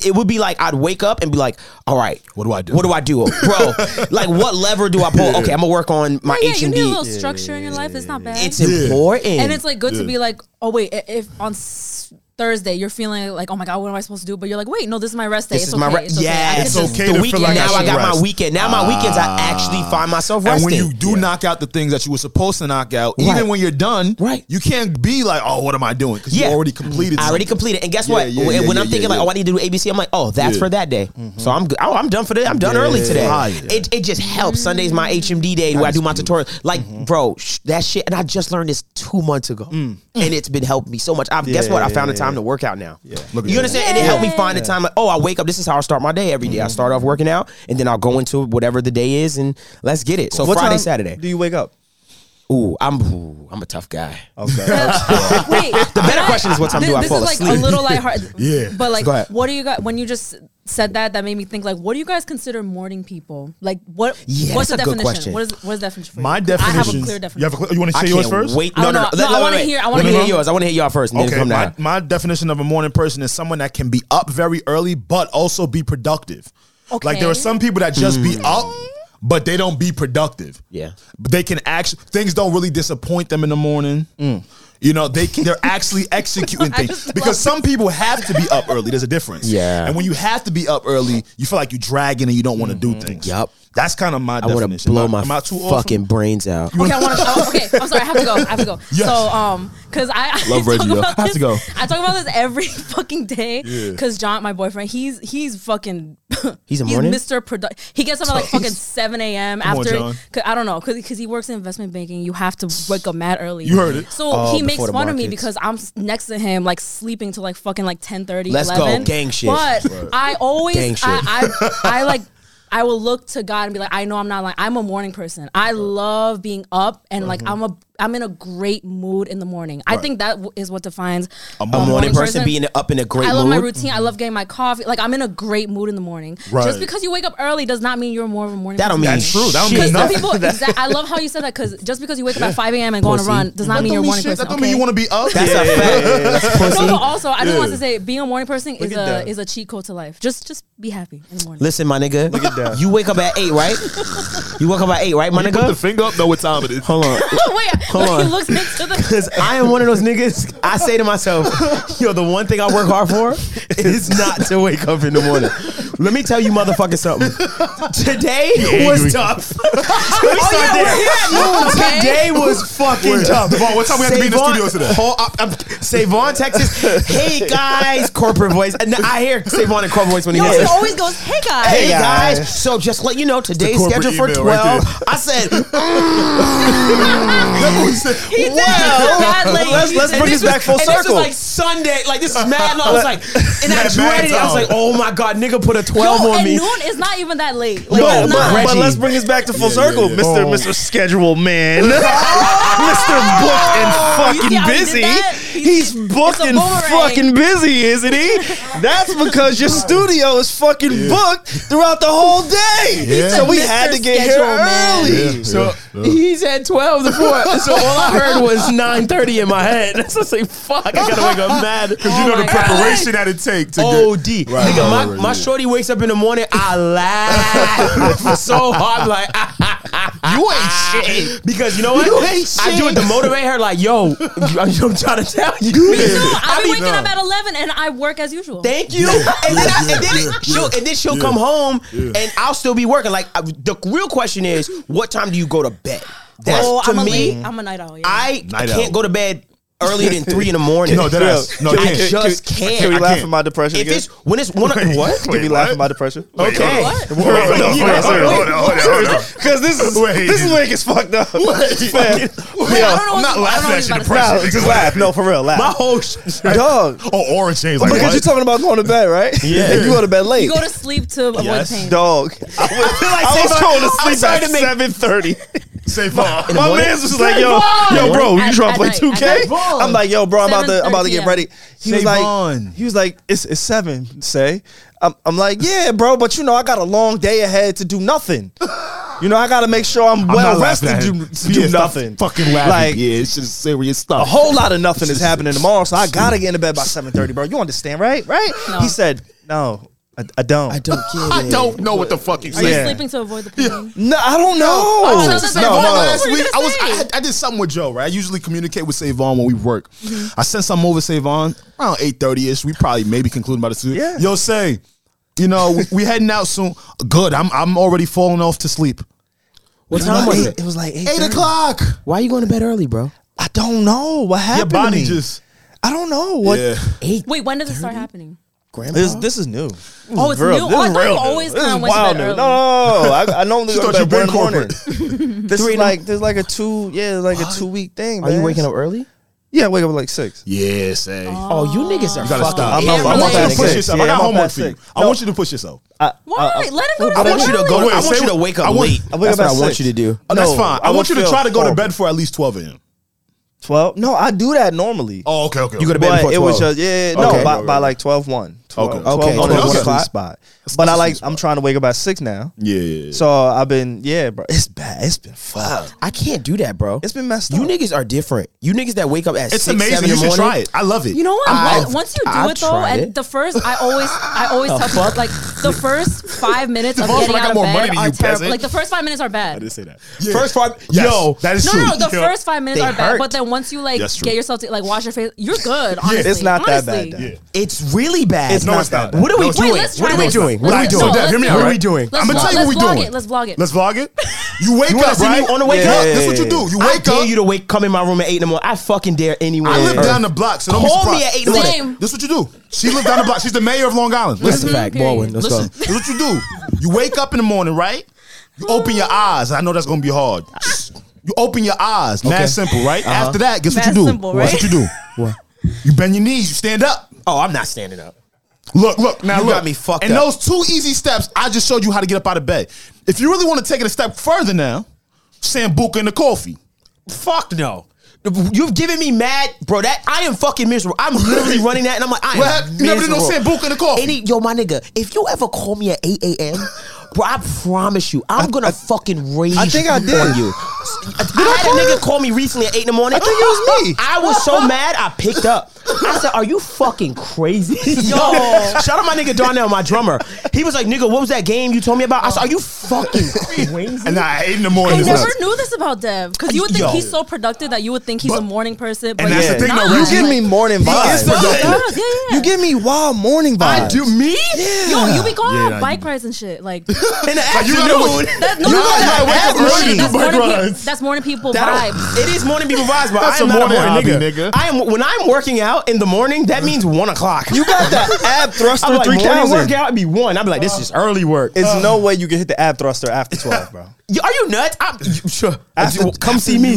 [SPEAKER 1] It would be like I'd wake up and be like, "All right,
[SPEAKER 3] What do I do?
[SPEAKER 1] What do I do, bro? like, what lever do I pull? Okay, I'm gonna work on my
[SPEAKER 4] yeah,
[SPEAKER 1] H
[SPEAKER 4] you
[SPEAKER 1] and
[SPEAKER 4] need a
[SPEAKER 1] D.
[SPEAKER 4] little structure in your life. It's not bad.
[SPEAKER 1] It's important,
[SPEAKER 4] and it's like good to be like, oh wait, i- if on s- Thursday you're feeling like, oh my god, what am I supposed to do? But you're like, wait, no, this is my rest day.
[SPEAKER 1] this
[SPEAKER 4] it's
[SPEAKER 1] is
[SPEAKER 4] okay.
[SPEAKER 1] my re-
[SPEAKER 4] it's okay. I
[SPEAKER 1] yeah.
[SPEAKER 4] can
[SPEAKER 3] It's
[SPEAKER 4] just-
[SPEAKER 3] okay
[SPEAKER 1] The
[SPEAKER 3] to feel
[SPEAKER 1] weekend
[SPEAKER 3] like I
[SPEAKER 1] now I,
[SPEAKER 3] should
[SPEAKER 1] got my
[SPEAKER 3] rest. Ah.
[SPEAKER 1] weekend. Now my weekends I actually find myself
[SPEAKER 3] And
[SPEAKER 1] resting.
[SPEAKER 3] when you do knock out the things that you were supposed to knock out,
[SPEAKER 1] Right.
[SPEAKER 3] even when you're done,
[SPEAKER 1] Right.
[SPEAKER 3] you can't be like, "Oh, what am I doing?" Because
[SPEAKER 1] Yeah.
[SPEAKER 3] you already completed.
[SPEAKER 1] I already
[SPEAKER 3] something.
[SPEAKER 1] completed. And guess
[SPEAKER 3] Yeah,
[SPEAKER 1] what?
[SPEAKER 3] yeah,
[SPEAKER 1] when
[SPEAKER 3] yeah,
[SPEAKER 1] when
[SPEAKER 3] yeah,
[SPEAKER 1] I'm thinking
[SPEAKER 3] yeah,
[SPEAKER 1] like,
[SPEAKER 3] yeah.
[SPEAKER 1] oh, I need to do ABC, I'm like, oh, that's
[SPEAKER 3] Yeah. Mm-hmm.
[SPEAKER 1] for that day. So I'm good. Oh, I'm done for the. I'm done early today.
[SPEAKER 3] Fire.
[SPEAKER 1] It, it just helps.
[SPEAKER 3] Mm-hmm.
[SPEAKER 1] Sunday's my HMD day where I do my tutorial. Like, bro, sh- that shit. And I just learned this two months ago,
[SPEAKER 3] Mm.
[SPEAKER 1] and it's been helping me so much. I've, guess what? I found the time to work out now.
[SPEAKER 3] Look at
[SPEAKER 1] You
[SPEAKER 3] that.
[SPEAKER 1] understand? And it helped me find the time. Like, oh, I wake up. This is how I start my day every
[SPEAKER 3] Mm-hmm.
[SPEAKER 1] day. I start off working out, and then I'll go into whatever the day is, and let's get it. So
[SPEAKER 2] What
[SPEAKER 1] Friday,
[SPEAKER 2] time
[SPEAKER 1] Saturday.
[SPEAKER 2] Do you wake up?
[SPEAKER 1] Ooh, I'm ooh, I'm a tough guy.
[SPEAKER 3] Oh.
[SPEAKER 2] Okay.
[SPEAKER 4] Wait, the
[SPEAKER 1] better question is what time do I fall
[SPEAKER 4] This is like
[SPEAKER 1] asleep?
[SPEAKER 4] a little lighthearted.
[SPEAKER 3] Yeah.
[SPEAKER 4] but like,
[SPEAKER 1] Go ahead.
[SPEAKER 4] what do you guys? When you just said that, that made me think. Like, what do you guys consider morning people? Like, what?
[SPEAKER 1] Yeah,
[SPEAKER 4] what's the
[SPEAKER 1] that's a good question.
[SPEAKER 4] definition? What is what is the definition for you?
[SPEAKER 5] My
[SPEAKER 4] I have a
[SPEAKER 5] definition.
[SPEAKER 4] clear
[SPEAKER 5] You,
[SPEAKER 4] definition.
[SPEAKER 5] have a cl- you want to
[SPEAKER 1] I
[SPEAKER 5] say
[SPEAKER 1] can't
[SPEAKER 5] yours first?
[SPEAKER 1] wait.
[SPEAKER 4] I
[SPEAKER 1] No,
[SPEAKER 4] don't
[SPEAKER 1] no, no.
[SPEAKER 4] know.
[SPEAKER 1] Let-
[SPEAKER 4] Oh, No, I
[SPEAKER 1] wait,
[SPEAKER 4] wanna
[SPEAKER 1] wait.
[SPEAKER 4] hear- I wanna
[SPEAKER 1] Let me
[SPEAKER 4] hear-
[SPEAKER 1] yours. I want to hear y'all first. And then
[SPEAKER 5] Okay,
[SPEAKER 1] come to
[SPEAKER 5] my,
[SPEAKER 1] Hannah.
[SPEAKER 5] my definition of a morning person is someone that can be up very early but also be productive. Like there are
[SPEAKER 4] Okay.
[SPEAKER 5] some people that just be up, but they don't be productive.
[SPEAKER 1] Hmm. Yeah.
[SPEAKER 5] But they can actually things don't really disappoint them in the morning.
[SPEAKER 1] Mm.
[SPEAKER 5] You know, they they're actually executing
[SPEAKER 4] I
[SPEAKER 5] things
[SPEAKER 4] just
[SPEAKER 5] because some people have to be up early. There's a difference.
[SPEAKER 1] Yeah.
[SPEAKER 5] And when you have to be up early, you feel like you're dragging and you don't want to do things.
[SPEAKER 1] Mm-hmm. Yup.
[SPEAKER 5] That's kind of my
[SPEAKER 1] I want to
[SPEAKER 5] definition.
[SPEAKER 1] blow
[SPEAKER 5] Am I-
[SPEAKER 1] my
[SPEAKER 5] am I too off?
[SPEAKER 1] fucking brains out.
[SPEAKER 4] Okay, I want to. Oh, okay, I'm sorry. I have to go. I have to go.
[SPEAKER 5] Yes.
[SPEAKER 4] So, um, because I, I
[SPEAKER 3] Love
[SPEAKER 4] talk
[SPEAKER 3] Reggie, yo.
[SPEAKER 4] about
[SPEAKER 3] I have
[SPEAKER 4] this-
[SPEAKER 3] to go.
[SPEAKER 4] I talk about this every fucking day. Because John, my boyfriend, he's he's fucking.
[SPEAKER 1] He's a morning?
[SPEAKER 4] Mr. Produ- he gets up at like fucking seven a.m.
[SPEAKER 5] Come on,
[SPEAKER 4] after.
[SPEAKER 5] John.
[SPEAKER 4] cause, I don't know because he works in investment banking. You have to wake up mad early.
[SPEAKER 5] You heard it.
[SPEAKER 4] So
[SPEAKER 1] Oh,
[SPEAKER 4] he makes
[SPEAKER 1] before
[SPEAKER 4] fun
[SPEAKER 1] the
[SPEAKER 4] of me
[SPEAKER 1] markets.
[SPEAKER 4] because I'm s- next to him like sleeping till like fucking like 10,
[SPEAKER 1] Let's go.
[SPEAKER 4] 11.
[SPEAKER 1] Gang shit.
[SPEAKER 4] But I always
[SPEAKER 1] Gang shit.
[SPEAKER 4] I, I I like I will look to God and be like, I know I'm not like I'm a morning person. I love being up and like
[SPEAKER 5] Uh-huh.
[SPEAKER 4] I'm a I'm in a great mood in the morning. I think that w- is what defines a
[SPEAKER 1] A morning person being up in a great
[SPEAKER 4] I love my
[SPEAKER 1] mood.
[SPEAKER 4] routine. I love getting my coffee. Like I'm in a great mood in the morning. Just
[SPEAKER 5] Mm-hmm. Right.
[SPEAKER 4] because you wake up early does not mean you're more of a morning.
[SPEAKER 1] That don't
[SPEAKER 4] person.
[SPEAKER 1] mean
[SPEAKER 5] That's true. That don't
[SPEAKER 1] shit.
[SPEAKER 5] mean
[SPEAKER 4] Because some
[SPEAKER 5] nothing.
[SPEAKER 4] people, exact, I love how you said that. Because just because you wake up at 5 a.m. and go on a
[SPEAKER 1] Pussy.
[SPEAKER 4] run does not
[SPEAKER 5] That
[SPEAKER 4] mean
[SPEAKER 5] don't
[SPEAKER 4] you're a
[SPEAKER 5] mean
[SPEAKER 4] morning
[SPEAKER 5] shit.
[SPEAKER 4] person.
[SPEAKER 5] That don't
[SPEAKER 4] okay?
[SPEAKER 5] mean you want to be up.
[SPEAKER 1] That's a fact. That's
[SPEAKER 4] No, but
[SPEAKER 1] pussy.
[SPEAKER 4] also, I just want to say, being a morning person is
[SPEAKER 2] at
[SPEAKER 4] a
[SPEAKER 2] that.
[SPEAKER 4] is a cheat code to life. Just just be happy in the morning.
[SPEAKER 1] Listen, my nigga.
[SPEAKER 2] that.
[SPEAKER 1] You wake up at eight, right? You wake up at eight, right, my nigga?
[SPEAKER 3] finger up, know what time it is.
[SPEAKER 1] Hold on.
[SPEAKER 4] Wait,
[SPEAKER 1] Hold
[SPEAKER 4] like,
[SPEAKER 1] on.
[SPEAKER 4] he looks into the.
[SPEAKER 1] Because I am one of those niggas. I say to myself, yo, the one thing I work hard for is not to wake up in the morning. Let me tell you, motherfucker, something. Today was tough.
[SPEAKER 5] Oh,
[SPEAKER 1] Let me start
[SPEAKER 4] yeah,
[SPEAKER 1] there.
[SPEAKER 4] okay.
[SPEAKER 1] Today was fucking tough.
[SPEAKER 5] Devon, what time we have to be in the
[SPEAKER 1] Savon- Oh,
[SPEAKER 5] studio Oh, today?
[SPEAKER 1] Hold up, I'm- Savon, Texas. Hey guys, corporate voice. And I hear Savon and corporate voice when he
[SPEAKER 4] No,
[SPEAKER 1] has
[SPEAKER 4] he
[SPEAKER 1] it.
[SPEAKER 4] always goes, "Hey guys."
[SPEAKER 1] Hey guys. so just let you know today's
[SPEAKER 5] corporate
[SPEAKER 1] scheduled for
[SPEAKER 5] email right
[SPEAKER 1] twelve. I said,
[SPEAKER 4] He did.
[SPEAKER 1] Well,
[SPEAKER 4] God, like,
[SPEAKER 1] let's- let's
[SPEAKER 4] and
[SPEAKER 1] bring this
[SPEAKER 4] was-
[SPEAKER 1] back full
[SPEAKER 4] and This
[SPEAKER 1] circle.
[SPEAKER 4] was like Sunday. Like this is mad. low. I was like, and I
[SPEAKER 5] Mad
[SPEAKER 1] dreaded it. I was
[SPEAKER 5] time.
[SPEAKER 1] like, oh my god, nigga put a twelve
[SPEAKER 4] no,
[SPEAKER 1] on
[SPEAKER 4] and
[SPEAKER 1] me.
[SPEAKER 4] noon is not even that late. Like,
[SPEAKER 1] No,
[SPEAKER 4] it's
[SPEAKER 1] but-
[SPEAKER 4] not.
[SPEAKER 1] Reggie.
[SPEAKER 2] But let's bring this back to full
[SPEAKER 3] Yeah, yeah,
[SPEAKER 2] circle,
[SPEAKER 3] yeah.
[SPEAKER 2] Mr. Mr. Schedule Man, Mr. Booked and
[SPEAKER 4] You see
[SPEAKER 2] fucking
[SPEAKER 4] how he did
[SPEAKER 2] busy.
[SPEAKER 4] that?
[SPEAKER 2] He's booked
[SPEAKER 4] it's a
[SPEAKER 2] and
[SPEAKER 4] boomerang.
[SPEAKER 2] fucking busy, isn't he? That's because your studio is fucking booked throughout the whole day.
[SPEAKER 3] He's
[SPEAKER 2] So
[SPEAKER 4] a
[SPEAKER 2] we
[SPEAKER 4] Mr.
[SPEAKER 2] had to get
[SPEAKER 4] Schedule
[SPEAKER 2] here
[SPEAKER 4] Man.
[SPEAKER 2] early.
[SPEAKER 3] So
[SPEAKER 1] He said twelve to four. So all I heard was nine thirty in my head. So I was like, fuck, I gotta wake up mad.
[SPEAKER 5] Because you know
[SPEAKER 4] Oh my
[SPEAKER 5] the
[SPEAKER 4] God.
[SPEAKER 5] preparation that it takes to get.
[SPEAKER 1] OD. Nigga, my,
[SPEAKER 3] right, right,
[SPEAKER 1] my
[SPEAKER 3] right.
[SPEAKER 1] shorty wakes up in the morning, I laugh so hard, like,
[SPEAKER 3] You ain't shit.
[SPEAKER 1] Because you know what?
[SPEAKER 3] You ain't
[SPEAKER 1] I do it to motivate her. Like, yo, I'm trying to tell you.
[SPEAKER 4] I'll
[SPEAKER 1] I
[SPEAKER 4] be
[SPEAKER 1] be-
[SPEAKER 4] waking up at 11 and I work as usual.
[SPEAKER 1] Thank you. and, then I, and, then it- she'll, and then she'll come home, and I'll still be working. Like I, the real question is, what time do you go to bed? That's
[SPEAKER 4] oh,
[SPEAKER 1] to
[SPEAKER 4] I'm a
[SPEAKER 1] me.
[SPEAKER 4] late- I'm a night owl. Yeah.
[SPEAKER 1] I
[SPEAKER 3] Night
[SPEAKER 1] can't
[SPEAKER 3] owl.
[SPEAKER 1] go to bed earlier than three in the morning.
[SPEAKER 3] No, that ass. No,
[SPEAKER 1] I
[SPEAKER 3] can't.
[SPEAKER 1] just
[SPEAKER 2] Can-
[SPEAKER 1] can't.
[SPEAKER 2] Can we
[SPEAKER 1] I
[SPEAKER 2] laugh
[SPEAKER 1] can't.
[SPEAKER 2] at my depression?
[SPEAKER 1] If
[SPEAKER 2] again?
[SPEAKER 1] it's when it's one of- what?
[SPEAKER 2] Can we laugh at my depression?
[SPEAKER 1] Okay.
[SPEAKER 2] Because this is
[SPEAKER 3] Wait.
[SPEAKER 2] this is where it gets fucked up. Fam,
[SPEAKER 4] Wait, I don't
[SPEAKER 3] I'm
[SPEAKER 4] know
[SPEAKER 3] not
[SPEAKER 4] what- I don't
[SPEAKER 3] laughing
[SPEAKER 4] know what
[SPEAKER 3] at
[SPEAKER 4] he's
[SPEAKER 3] your
[SPEAKER 4] about to say.
[SPEAKER 3] depression.
[SPEAKER 2] No, just laugh. No, for real, laugh.
[SPEAKER 1] My whole sh-
[SPEAKER 2] Dog,
[SPEAKER 3] Oh, orange change. Like,
[SPEAKER 2] because you're
[SPEAKER 3] what?
[SPEAKER 2] talking about going to bed, right? Yeah. And you go to bed late.
[SPEAKER 4] You go to sleep to avoid
[SPEAKER 3] Yes.
[SPEAKER 4] pain.
[SPEAKER 2] Dog, I was,
[SPEAKER 1] say
[SPEAKER 2] going to
[SPEAKER 1] something- I'm
[SPEAKER 2] sleep
[SPEAKER 1] sorry
[SPEAKER 2] at
[SPEAKER 1] to make-
[SPEAKER 2] seven thirty.
[SPEAKER 3] Say fuck.
[SPEAKER 1] the
[SPEAKER 2] My
[SPEAKER 1] morning?
[SPEAKER 2] man's was just like, yo, yo, bro, you
[SPEAKER 4] At-
[SPEAKER 2] trying
[SPEAKER 4] at
[SPEAKER 2] to play
[SPEAKER 4] night,
[SPEAKER 2] two K?
[SPEAKER 4] at night.
[SPEAKER 2] I'm like, yo, bro, I'm about to, I'm about to
[SPEAKER 4] 7:30
[SPEAKER 2] get
[SPEAKER 4] PM.
[SPEAKER 2] ready. He was like,
[SPEAKER 3] Savon.
[SPEAKER 2] he was like, it's it's seven. Say, I'm, I'm like, yeah, bro, but you know, I got a long day ahead to do nothing. You know, I got to make sure I'm well rested to do, to do nothing.
[SPEAKER 3] Fucking laughing.
[SPEAKER 2] Like,
[SPEAKER 3] yeah, it's just serious stuff.
[SPEAKER 2] a whole lot of nothing is happening tomorrow, so I gotta get into bed by seven thirty, bro. You understand, right? Right?
[SPEAKER 4] No.
[SPEAKER 2] He said, "No, I, I don't.
[SPEAKER 1] don't get
[SPEAKER 3] I don't know what the fuck you
[SPEAKER 4] Are
[SPEAKER 3] said.
[SPEAKER 4] you
[SPEAKER 2] Yeah.
[SPEAKER 4] sleeping to avoid the pain?
[SPEAKER 2] No, I don't know.
[SPEAKER 4] I was just like,
[SPEAKER 2] no,
[SPEAKER 4] what
[SPEAKER 2] no.
[SPEAKER 4] was-
[SPEAKER 3] Last
[SPEAKER 4] you
[SPEAKER 3] week, I
[SPEAKER 4] gonna
[SPEAKER 3] was I,
[SPEAKER 4] say?
[SPEAKER 3] had- I did something with Joe, right? I usually communicate with Savon when we work. I sent something over to Savon around eight thirty ish. We probably maybe concluding by the studio.
[SPEAKER 2] Yeah.
[SPEAKER 3] Yo, say, you know, we, we heading out soon. Good. I'm I'm already falling off to sleep.
[SPEAKER 1] What time was it?
[SPEAKER 2] It was like eight,
[SPEAKER 3] Eight
[SPEAKER 2] o'clock.
[SPEAKER 3] o'clock.
[SPEAKER 1] Why are you going to bed early, bro?
[SPEAKER 2] I don't know what
[SPEAKER 3] Your
[SPEAKER 2] happened.
[SPEAKER 3] body
[SPEAKER 2] to me.
[SPEAKER 3] just
[SPEAKER 2] I don't know what.
[SPEAKER 3] yeah.
[SPEAKER 1] Eight.
[SPEAKER 4] Wait, when does it start happening?
[SPEAKER 1] Grandpa.
[SPEAKER 2] This, this is new.
[SPEAKER 4] Oh, it's
[SPEAKER 2] Real-
[SPEAKER 4] new.
[SPEAKER 2] This
[SPEAKER 4] Oh, I
[SPEAKER 2] is
[SPEAKER 4] thought
[SPEAKER 2] real
[SPEAKER 4] you
[SPEAKER 2] new.
[SPEAKER 4] always
[SPEAKER 2] This
[SPEAKER 4] kind
[SPEAKER 2] is
[SPEAKER 4] of went to
[SPEAKER 2] wild
[SPEAKER 4] bed
[SPEAKER 2] new.
[SPEAKER 4] early.
[SPEAKER 2] No, no, no. I, I normally go
[SPEAKER 3] thought
[SPEAKER 2] to
[SPEAKER 3] you
[SPEAKER 2] bed one
[SPEAKER 3] been
[SPEAKER 2] in the morning. This is like there's like a two yeah like a two week thing.
[SPEAKER 1] are you
[SPEAKER 2] man.
[SPEAKER 1] waking up early?
[SPEAKER 2] Yeah, I wake up at like six.
[SPEAKER 3] Yeah, say.
[SPEAKER 1] Oh, you niggas are
[SPEAKER 3] gotta
[SPEAKER 1] fucking.
[SPEAKER 3] stop.
[SPEAKER 2] I'm up-
[SPEAKER 1] ill.
[SPEAKER 2] I'm
[SPEAKER 3] I
[SPEAKER 2] up
[SPEAKER 3] want you
[SPEAKER 2] at
[SPEAKER 3] to push
[SPEAKER 2] six.
[SPEAKER 3] yourself.
[SPEAKER 2] Yeah,
[SPEAKER 3] I
[SPEAKER 2] I'm
[SPEAKER 3] got
[SPEAKER 2] up
[SPEAKER 3] homework
[SPEAKER 2] at
[SPEAKER 3] for you.
[SPEAKER 2] six.
[SPEAKER 3] I want you to push yourself.
[SPEAKER 4] Why? Let him go to
[SPEAKER 1] I want you to go.
[SPEAKER 3] Wait,
[SPEAKER 1] I
[SPEAKER 3] say
[SPEAKER 1] want you to
[SPEAKER 3] what-
[SPEAKER 1] wake up
[SPEAKER 3] I want-
[SPEAKER 1] late.
[SPEAKER 3] I
[SPEAKER 1] That's
[SPEAKER 2] wake up
[SPEAKER 1] what
[SPEAKER 2] at
[SPEAKER 1] I want
[SPEAKER 2] six.
[SPEAKER 1] you to do.
[SPEAKER 3] Oh, that's
[SPEAKER 2] No,
[SPEAKER 3] fine.
[SPEAKER 2] I
[SPEAKER 3] I want you
[SPEAKER 2] would
[SPEAKER 3] to
[SPEAKER 2] feel
[SPEAKER 3] try to go to
[SPEAKER 2] horrible.
[SPEAKER 3] bed for at least twelve a.m.
[SPEAKER 2] Twelve? No, I do that normally.
[SPEAKER 3] Oh, okay, okay.
[SPEAKER 1] You go to bed
[SPEAKER 2] but
[SPEAKER 1] before
[SPEAKER 2] it was
[SPEAKER 1] 12.
[SPEAKER 2] just yeah, yeah, no
[SPEAKER 1] Okay.
[SPEAKER 2] by, by like 12 1 12,
[SPEAKER 3] Okay.
[SPEAKER 2] 12,
[SPEAKER 1] Okay,
[SPEAKER 2] 1
[SPEAKER 1] okay.
[SPEAKER 2] is
[SPEAKER 1] Okay.
[SPEAKER 2] the sweet spot but I like I'm trying to wake up at 6 now
[SPEAKER 3] Yeah, yeah, yeah.
[SPEAKER 2] so I've been yeah bro it's bad it's been fucked
[SPEAKER 1] I can't do that, bro.
[SPEAKER 2] it's been messed
[SPEAKER 1] You
[SPEAKER 2] up
[SPEAKER 1] niggas are different. You niggas that wake up at
[SPEAKER 3] It's
[SPEAKER 1] six, seven
[SPEAKER 3] amazing. You
[SPEAKER 1] in the
[SPEAKER 3] should
[SPEAKER 1] morning.
[SPEAKER 3] try it. I love it.
[SPEAKER 4] You know what?
[SPEAKER 1] I've-
[SPEAKER 4] Once- once you do
[SPEAKER 1] I've
[SPEAKER 4] it though,
[SPEAKER 1] tried
[SPEAKER 4] and
[SPEAKER 1] it.
[SPEAKER 4] the first I always I always tell people like the first five minutes of
[SPEAKER 3] Devon's
[SPEAKER 4] getting
[SPEAKER 3] like,
[SPEAKER 4] out
[SPEAKER 3] "I got
[SPEAKER 4] of
[SPEAKER 3] more
[SPEAKER 4] bed
[SPEAKER 3] money than
[SPEAKER 4] are
[SPEAKER 3] you,
[SPEAKER 4] terrible.
[SPEAKER 3] peasant.
[SPEAKER 4] Like the first five minutes are bad.
[SPEAKER 3] say that.
[SPEAKER 1] First part,
[SPEAKER 3] Yo, that is
[SPEAKER 4] No,
[SPEAKER 3] true.
[SPEAKER 4] no, no, the
[SPEAKER 3] Yo.
[SPEAKER 4] first five minutes
[SPEAKER 1] They
[SPEAKER 4] are
[SPEAKER 1] hurt.
[SPEAKER 4] bad. But then once you like
[SPEAKER 3] That's true.
[SPEAKER 4] get yourself to like wash your face, you're good. Honestly,
[SPEAKER 2] it's not that
[SPEAKER 4] Honestly.
[SPEAKER 2] bad, though.
[SPEAKER 1] It's really bad.
[SPEAKER 2] It's No, not it's not bad. bad.
[SPEAKER 1] What are we
[SPEAKER 3] No, it's
[SPEAKER 1] doing?
[SPEAKER 4] Wait, let's try
[SPEAKER 1] what are we
[SPEAKER 4] this.
[SPEAKER 1] doing? What are we
[SPEAKER 4] Let's-
[SPEAKER 1] doing?
[SPEAKER 4] no, let's
[SPEAKER 3] hear me
[SPEAKER 4] do
[SPEAKER 3] out.
[SPEAKER 4] it.
[SPEAKER 3] What are we
[SPEAKER 4] Let's
[SPEAKER 3] doing?
[SPEAKER 4] do it.
[SPEAKER 3] I'm gonna
[SPEAKER 4] Let's
[SPEAKER 3] tell you what we
[SPEAKER 4] vlog
[SPEAKER 3] doing.
[SPEAKER 4] it. Let's vlog it.
[SPEAKER 3] Let's vlog it. You wake
[SPEAKER 1] wanna
[SPEAKER 3] up,
[SPEAKER 1] see me
[SPEAKER 3] right?
[SPEAKER 1] on the wake
[SPEAKER 3] Yeah.
[SPEAKER 1] up?
[SPEAKER 3] That's what you do. You
[SPEAKER 1] I
[SPEAKER 3] wake
[SPEAKER 1] dare
[SPEAKER 3] up.
[SPEAKER 1] you to wake come in my room at eight in the morning. I fucking dare anyone.
[SPEAKER 3] I
[SPEAKER 1] on
[SPEAKER 3] live
[SPEAKER 1] earth.
[SPEAKER 3] down the block, so don't be
[SPEAKER 1] Call me
[SPEAKER 3] surprised.
[SPEAKER 1] at eight in
[SPEAKER 3] This
[SPEAKER 1] the
[SPEAKER 3] is what-
[SPEAKER 4] morning.
[SPEAKER 3] This is what you do. She lives down the block. She's the mayor of Long Island.
[SPEAKER 1] That's
[SPEAKER 3] Listen,
[SPEAKER 1] a fact,
[SPEAKER 4] period.
[SPEAKER 1] Baldwin. Let's
[SPEAKER 3] listen.
[SPEAKER 1] go.
[SPEAKER 3] This is what you do. You wake up in the morning, right? You open your eyes. I know that's gonna be hard. You open your eyes. Mad
[SPEAKER 1] Okay.
[SPEAKER 3] simple, right? After that, guess what you
[SPEAKER 4] Uh-huh.
[SPEAKER 3] do?
[SPEAKER 4] Mad simple,
[SPEAKER 3] Guess what
[SPEAKER 4] right?
[SPEAKER 3] you do? You bend your knees. You stand up.
[SPEAKER 1] Oh, I'm not standing up.
[SPEAKER 3] Look, look, now
[SPEAKER 1] You
[SPEAKER 3] look.
[SPEAKER 1] got me fucked
[SPEAKER 3] And
[SPEAKER 1] up.
[SPEAKER 3] those two easy steps, I just showed you how to get up out of bed. If you really want to take it a step further now, Sambuca and the coffee.
[SPEAKER 1] Fuck no. You've given me mad, bro. That I am fucking miserable. I'm literally running that, and I'm like, I am
[SPEAKER 3] What happened? You never did no
[SPEAKER 1] miserable.
[SPEAKER 3] Sambuca and the coffee.
[SPEAKER 1] Any, yo, my nigga, if you ever call me at 8 a.m., bro, I promise you, I'm gonna fucking rage
[SPEAKER 2] I think I did.
[SPEAKER 1] on you. I, had a nigga call me recently at 8 in the morning.
[SPEAKER 2] I think it was me.
[SPEAKER 1] I was so mad, I picked up. I said, Are you fucking crazy? Yo. Shout out my nigga Darnell, my drummer. He was like, Nigga, what was that game you told me about? I said, Are you fucking crazy?
[SPEAKER 3] And I eight in the
[SPEAKER 4] I
[SPEAKER 3] morning. is
[SPEAKER 4] never
[SPEAKER 3] nuts.
[SPEAKER 4] knew this about Dev because you would think
[SPEAKER 1] Yo.
[SPEAKER 4] he's so productive that you would think he's
[SPEAKER 3] But-
[SPEAKER 4] a morning person. But
[SPEAKER 3] and that's
[SPEAKER 4] he's
[SPEAKER 3] the thing,
[SPEAKER 4] not.
[SPEAKER 3] though,
[SPEAKER 2] you give me morning
[SPEAKER 3] is
[SPEAKER 2] vibes
[SPEAKER 3] the-
[SPEAKER 4] Yeah, yeah, yeah.
[SPEAKER 2] you give me wild morning vibes
[SPEAKER 1] I do me?
[SPEAKER 4] Yo, you be going
[SPEAKER 3] Yeah,
[SPEAKER 4] on
[SPEAKER 3] I-
[SPEAKER 4] bike rides and shit. Like
[SPEAKER 1] In the
[SPEAKER 3] Like, you gotta
[SPEAKER 1] afternoon.
[SPEAKER 3] wake-
[SPEAKER 4] that, no,
[SPEAKER 3] you
[SPEAKER 4] no,
[SPEAKER 3] gotta
[SPEAKER 4] that-
[SPEAKER 3] wake up
[SPEAKER 4] that's
[SPEAKER 3] early
[SPEAKER 4] morning. That's
[SPEAKER 3] to bike
[SPEAKER 4] morning, pe-
[SPEAKER 3] rides.
[SPEAKER 4] that's morning people
[SPEAKER 1] That-
[SPEAKER 4] vibes.
[SPEAKER 1] It is morning people vibes, but
[SPEAKER 3] That's
[SPEAKER 1] I am
[SPEAKER 3] a
[SPEAKER 1] not a
[SPEAKER 3] morning
[SPEAKER 1] morning
[SPEAKER 3] hobby,
[SPEAKER 1] nigga.
[SPEAKER 3] nigga.
[SPEAKER 1] I am when I'm working out in the morning. That means one o'clock.
[SPEAKER 2] you got the
[SPEAKER 1] I'm
[SPEAKER 2] ab thruster
[SPEAKER 1] like morning
[SPEAKER 2] 3000
[SPEAKER 1] workout. It'd be one. I'd be like, this is early work.
[SPEAKER 3] Uh,
[SPEAKER 2] it's no way you can hit the ab thruster after 12 bro
[SPEAKER 1] Yo, Are you nuts? I'm, you- sure.
[SPEAKER 2] After-
[SPEAKER 1] come see me.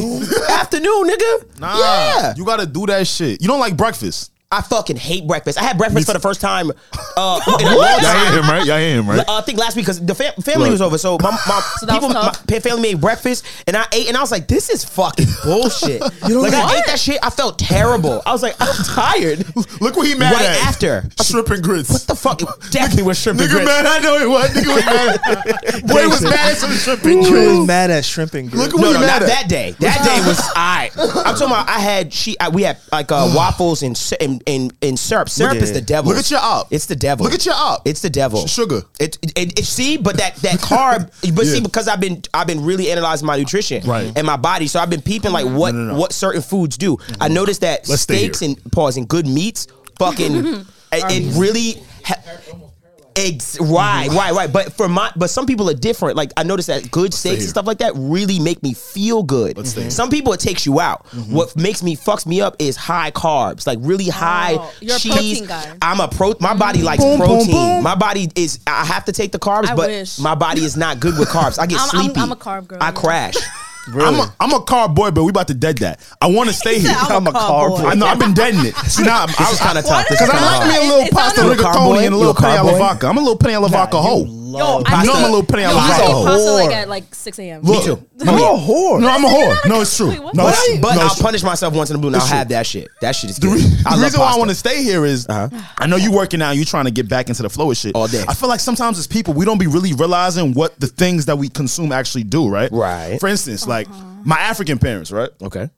[SPEAKER 1] Afternoon, nigga.
[SPEAKER 3] Nah,
[SPEAKER 1] Yeah.
[SPEAKER 3] you gotta do that shit. You don't like breakfast.
[SPEAKER 1] I fucking hate breakfast. I had breakfast for the first time. Uh, in a
[SPEAKER 3] Y'all
[SPEAKER 1] long time.
[SPEAKER 3] hear him, right? Y'all hear him, right?
[SPEAKER 1] Uh, I think last week because the fam- family
[SPEAKER 3] Look.
[SPEAKER 1] was over, so my, my
[SPEAKER 4] So that
[SPEAKER 1] people,
[SPEAKER 4] was
[SPEAKER 1] my
[SPEAKER 4] tough.
[SPEAKER 1] pa- family made breakfast, and I ate, and I was like, "This is fucking bullshit." like I
[SPEAKER 4] like-
[SPEAKER 1] ate that shit, I felt terrible. I was like, "I'm tired."
[SPEAKER 3] Look what he mad
[SPEAKER 1] right
[SPEAKER 3] at.
[SPEAKER 1] after.
[SPEAKER 3] Shrimp and grits.
[SPEAKER 1] What the fuck? Definitely was shrimp and
[SPEAKER 3] Nigga
[SPEAKER 1] grits.
[SPEAKER 3] mad, I know he was. Nigga was mad. Boy was mad at some shrimp and
[SPEAKER 2] Drew
[SPEAKER 3] grits.
[SPEAKER 2] is mad at shrimp and grits
[SPEAKER 3] Look at what
[SPEAKER 1] No,
[SPEAKER 3] he
[SPEAKER 1] no, not
[SPEAKER 3] mad at.
[SPEAKER 1] that day. That day was I. I'm talking about. I had she. I, we had like uh, waffles and, s- and and and syrup. Syrup
[SPEAKER 3] Yeah.
[SPEAKER 1] is the devil.
[SPEAKER 3] Look at your op.
[SPEAKER 1] It's the devil.
[SPEAKER 3] Look at your op.
[SPEAKER 1] It's the devil.
[SPEAKER 3] Sh- sugar.
[SPEAKER 1] It, it, it, it- see, but that that carb. But see,
[SPEAKER 3] Yeah.
[SPEAKER 1] because I've been I've been really analyzing my nutrition
[SPEAKER 3] Right.
[SPEAKER 1] and my body, so I've been peeping like what what certain foods do. I noticed that
[SPEAKER 3] Mm-hmm. Let's stay
[SPEAKER 1] steaks
[SPEAKER 3] here.
[SPEAKER 1] and paws and good meats, fucking, it, it really. Ha- Ex- right,
[SPEAKER 3] Mm-hmm.
[SPEAKER 1] right, right. But for my, but some people are different. Like I noticed that good steaks and
[SPEAKER 3] here.
[SPEAKER 1] stuff like that really make me feel good. Mm-hmm. Some people it takes you out.
[SPEAKER 3] Mm-hmm.
[SPEAKER 1] What makes me fucks me up is high carbs, like really high
[SPEAKER 4] Oh, you're a
[SPEAKER 1] cheese.
[SPEAKER 4] protein guy.
[SPEAKER 1] I'm a pro. My body likes
[SPEAKER 2] Boom, boom,
[SPEAKER 1] protein.
[SPEAKER 2] boom.
[SPEAKER 1] My body is. I have to take the carbs,
[SPEAKER 4] I
[SPEAKER 1] but
[SPEAKER 4] wish.
[SPEAKER 1] my body is not good with carbs. I get
[SPEAKER 4] I'm- I'm-
[SPEAKER 1] sleepy.
[SPEAKER 4] I'm a carb girl,
[SPEAKER 1] I
[SPEAKER 4] yeah.
[SPEAKER 1] crash.
[SPEAKER 3] I'm a, I'm a car boy, but we about to dead that. I want to stay here.
[SPEAKER 4] said,
[SPEAKER 2] I'm a carboy.
[SPEAKER 3] I know I've been deading it. So now I'm,
[SPEAKER 1] This is kinda tough. This
[SPEAKER 3] Because
[SPEAKER 1] is
[SPEAKER 3] I
[SPEAKER 1] kinda
[SPEAKER 3] like
[SPEAKER 1] hard.
[SPEAKER 3] me a
[SPEAKER 4] It's-
[SPEAKER 3] little
[SPEAKER 4] it's
[SPEAKER 3] pasta
[SPEAKER 4] not a-
[SPEAKER 1] Carboy?
[SPEAKER 3] rigatoni and a little
[SPEAKER 1] You a
[SPEAKER 3] penny alla
[SPEAKER 1] carboy?
[SPEAKER 3] vodka. I'm a little penny alla vodka hoe.
[SPEAKER 4] Yo,
[SPEAKER 2] Love
[SPEAKER 3] You know
[SPEAKER 4] I
[SPEAKER 3] I'm a
[SPEAKER 4] used to-
[SPEAKER 3] little penny
[SPEAKER 4] yo,
[SPEAKER 3] alla
[SPEAKER 4] I used to
[SPEAKER 3] vodka
[SPEAKER 4] eat
[SPEAKER 3] hoe.
[SPEAKER 4] pasta like
[SPEAKER 2] Whore.
[SPEAKER 4] at like 6 a.m.
[SPEAKER 3] Look,
[SPEAKER 1] too.
[SPEAKER 2] I'm a whore.
[SPEAKER 3] No, I'm a whore. No, it's true.
[SPEAKER 4] Wait, what?
[SPEAKER 3] No,
[SPEAKER 1] But,
[SPEAKER 3] it's
[SPEAKER 1] I,
[SPEAKER 3] true.
[SPEAKER 1] but
[SPEAKER 3] No,
[SPEAKER 1] I'll
[SPEAKER 3] it's true.
[SPEAKER 1] punish myself once in a blue, and I'll have that shit. That shit is
[SPEAKER 3] The,
[SPEAKER 1] good.
[SPEAKER 3] re-
[SPEAKER 1] I love
[SPEAKER 3] the reason why I
[SPEAKER 1] pasta.
[SPEAKER 3] want to stay here is I know you working out, you trying to get back into the flow of shit
[SPEAKER 1] All day.
[SPEAKER 3] I feel like sometimes as people, we don't be really realizing what the things that we consume actually do, right?
[SPEAKER 1] Right.
[SPEAKER 3] For instance, like
[SPEAKER 4] Uh-huh.
[SPEAKER 3] my African parents, right?
[SPEAKER 1] Okay.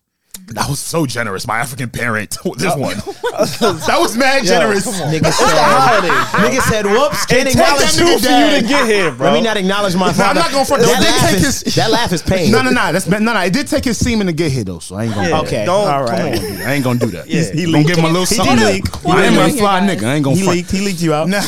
[SPEAKER 3] That was so generous. My African parent, this one, that was mad generous.
[SPEAKER 1] Nigga said. nigga said, "Whoops, can't
[SPEAKER 2] It takes
[SPEAKER 1] acknowledge
[SPEAKER 2] two for you
[SPEAKER 1] your dad."
[SPEAKER 2] to get here, bro.
[SPEAKER 1] Let me not acknowledge my father.
[SPEAKER 3] I'm not going for
[SPEAKER 1] that.
[SPEAKER 3] those. They
[SPEAKER 1] Laugh
[SPEAKER 3] take
[SPEAKER 1] is,
[SPEAKER 3] his-
[SPEAKER 1] that laugh is pain.
[SPEAKER 3] No, no, no. That's no, no. It did take his semen to get here though, so I ain't gonna.
[SPEAKER 2] Yeah.
[SPEAKER 1] Okay.
[SPEAKER 2] Don't,
[SPEAKER 1] All
[SPEAKER 2] Oh, come
[SPEAKER 1] right.
[SPEAKER 2] on.
[SPEAKER 3] I ain't gonna do that.
[SPEAKER 2] Yeah. He
[SPEAKER 3] Don't give him a little something.
[SPEAKER 4] did leak.
[SPEAKER 3] I am
[SPEAKER 4] What
[SPEAKER 3] a
[SPEAKER 4] are
[SPEAKER 3] fly
[SPEAKER 4] you doing,
[SPEAKER 3] nigga. I ain't gonna. front.
[SPEAKER 1] He leaked you out.
[SPEAKER 3] Nah.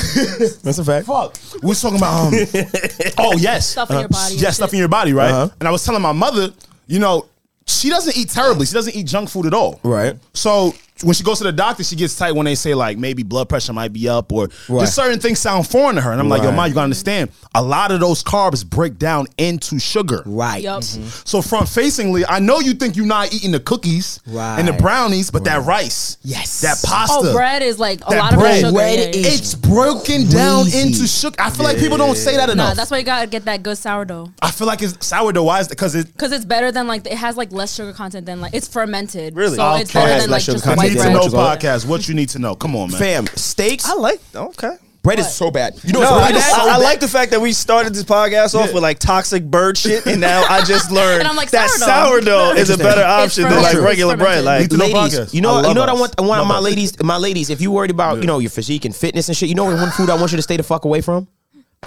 [SPEAKER 1] That's a fact.
[SPEAKER 3] Fuck. We was talking about um, oh yes,
[SPEAKER 4] Stuff in your body and
[SPEAKER 3] Yeah, stuff
[SPEAKER 4] shit.
[SPEAKER 3] in your body, right?
[SPEAKER 1] Uh-huh.
[SPEAKER 3] And I was telling my mother, you know, she doesn't eat terribly. She doesn't eat junk food at all.
[SPEAKER 1] Right.
[SPEAKER 3] So when she goes to the doctor, she gets tight when they say like maybe blood pressure might be up or
[SPEAKER 1] Right.
[SPEAKER 3] just certain things sound foreign to her. And I'm like, yo,
[SPEAKER 1] Right.
[SPEAKER 3] ma, you gotta understand. A lot of those carbs break down into sugar.
[SPEAKER 1] Right.
[SPEAKER 4] Yup.
[SPEAKER 3] So front facingly, I know you think you're not eating the cookies and the
[SPEAKER 1] Right.
[SPEAKER 3] brownies, but that rice,
[SPEAKER 1] Yes.
[SPEAKER 3] that pasta,
[SPEAKER 4] Oh, bread is like a
[SPEAKER 3] that
[SPEAKER 4] lot of
[SPEAKER 3] bread.
[SPEAKER 4] sugar.
[SPEAKER 1] Bread
[SPEAKER 4] yeah, yeah, yeah.
[SPEAKER 3] it's broken down
[SPEAKER 1] Crazy.
[SPEAKER 3] into sugar. I feel like people don't say that
[SPEAKER 4] Nah,
[SPEAKER 3] enough.
[SPEAKER 4] that's why you gotta get that good sourdough.
[SPEAKER 3] I feel like it's sourdough. Why is because it?
[SPEAKER 4] Cause it's better than like it has like less sugar content than like it's fermented.
[SPEAKER 2] Really?
[SPEAKER 4] So it's
[SPEAKER 3] Okay.
[SPEAKER 4] better
[SPEAKER 3] It has
[SPEAKER 4] than
[SPEAKER 1] less
[SPEAKER 4] like
[SPEAKER 1] sugar
[SPEAKER 4] just
[SPEAKER 1] content
[SPEAKER 4] white
[SPEAKER 3] Need
[SPEAKER 1] than
[SPEAKER 3] to
[SPEAKER 4] bread.
[SPEAKER 3] know
[SPEAKER 1] which is all-
[SPEAKER 3] podcast. What you need to know. Come on, man.
[SPEAKER 1] Fam, steaks.
[SPEAKER 2] I like okay.
[SPEAKER 1] bread is so bad. You know,
[SPEAKER 2] No,
[SPEAKER 1] what's
[SPEAKER 2] I,
[SPEAKER 1] bread is so
[SPEAKER 2] I, I
[SPEAKER 1] bad?
[SPEAKER 2] like the fact that we started this podcast off
[SPEAKER 3] Yeah.
[SPEAKER 2] with like toxic bird shit, and now I just learned
[SPEAKER 4] And I'm like,
[SPEAKER 2] that
[SPEAKER 4] sourdough.
[SPEAKER 2] sourdough is a better option than like
[SPEAKER 4] fermented.
[SPEAKER 2] regular
[SPEAKER 4] It's
[SPEAKER 2] bread. Like
[SPEAKER 3] fermented. Need to know
[SPEAKER 1] ladies,
[SPEAKER 3] podcast.
[SPEAKER 1] you know,
[SPEAKER 2] I
[SPEAKER 1] you
[SPEAKER 2] love
[SPEAKER 1] know what I
[SPEAKER 2] us.
[SPEAKER 1] want. I want
[SPEAKER 2] Love
[SPEAKER 1] my
[SPEAKER 2] us.
[SPEAKER 1] ladies, my ladies. If you worried about, you know, your physique and fitness and shit, you know, what one food I want you to stay the fuck away from,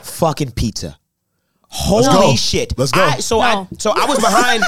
[SPEAKER 1] fucking pizza. Holy
[SPEAKER 3] go.
[SPEAKER 1] shit!
[SPEAKER 3] Let's go.
[SPEAKER 1] I, so
[SPEAKER 4] No.
[SPEAKER 1] I, so I was behind.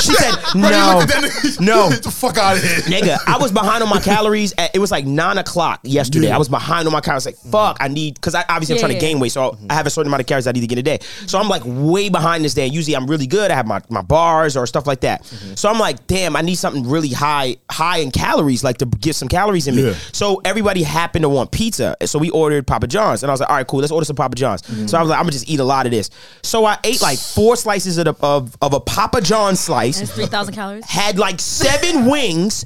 [SPEAKER 1] she said,
[SPEAKER 3] Bro, you
[SPEAKER 1] "No,
[SPEAKER 3] looked at that nigga-
[SPEAKER 1] No.
[SPEAKER 3] Get the fuck out of here.
[SPEAKER 1] Nigga, I was behind on my calories. At, it was like nine o'clock yesterday.
[SPEAKER 3] Yeah.
[SPEAKER 1] I was behind on my calories. Like, fuck, I need because I obviously
[SPEAKER 4] Yeah,
[SPEAKER 1] I'm trying
[SPEAKER 4] yeah,
[SPEAKER 1] to gain weight, so I have a certain amount of calories I need to get a day. So I'm like way behind this day. And usually I'm really good. I have my, my bars or stuff like that.
[SPEAKER 3] Mm-hmm.
[SPEAKER 1] So I'm like, damn, I need something really high high in calories, like to get some calories in me.
[SPEAKER 3] Yeah.
[SPEAKER 1] So everybody happened to want pizza, so we ordered Papa John's, and I was like, all right, cool, let's order some Papa John's.
[SPEAKER 3] Mm-hmm.
[SPEAKER 1] So I was like, I'm gonna just eat a lot of this. So I ate like four slices of the, of, of a Papa John slice
[SPEAKER 4] And it's three thousand calories.
[SPEAKER 1] had like seven wings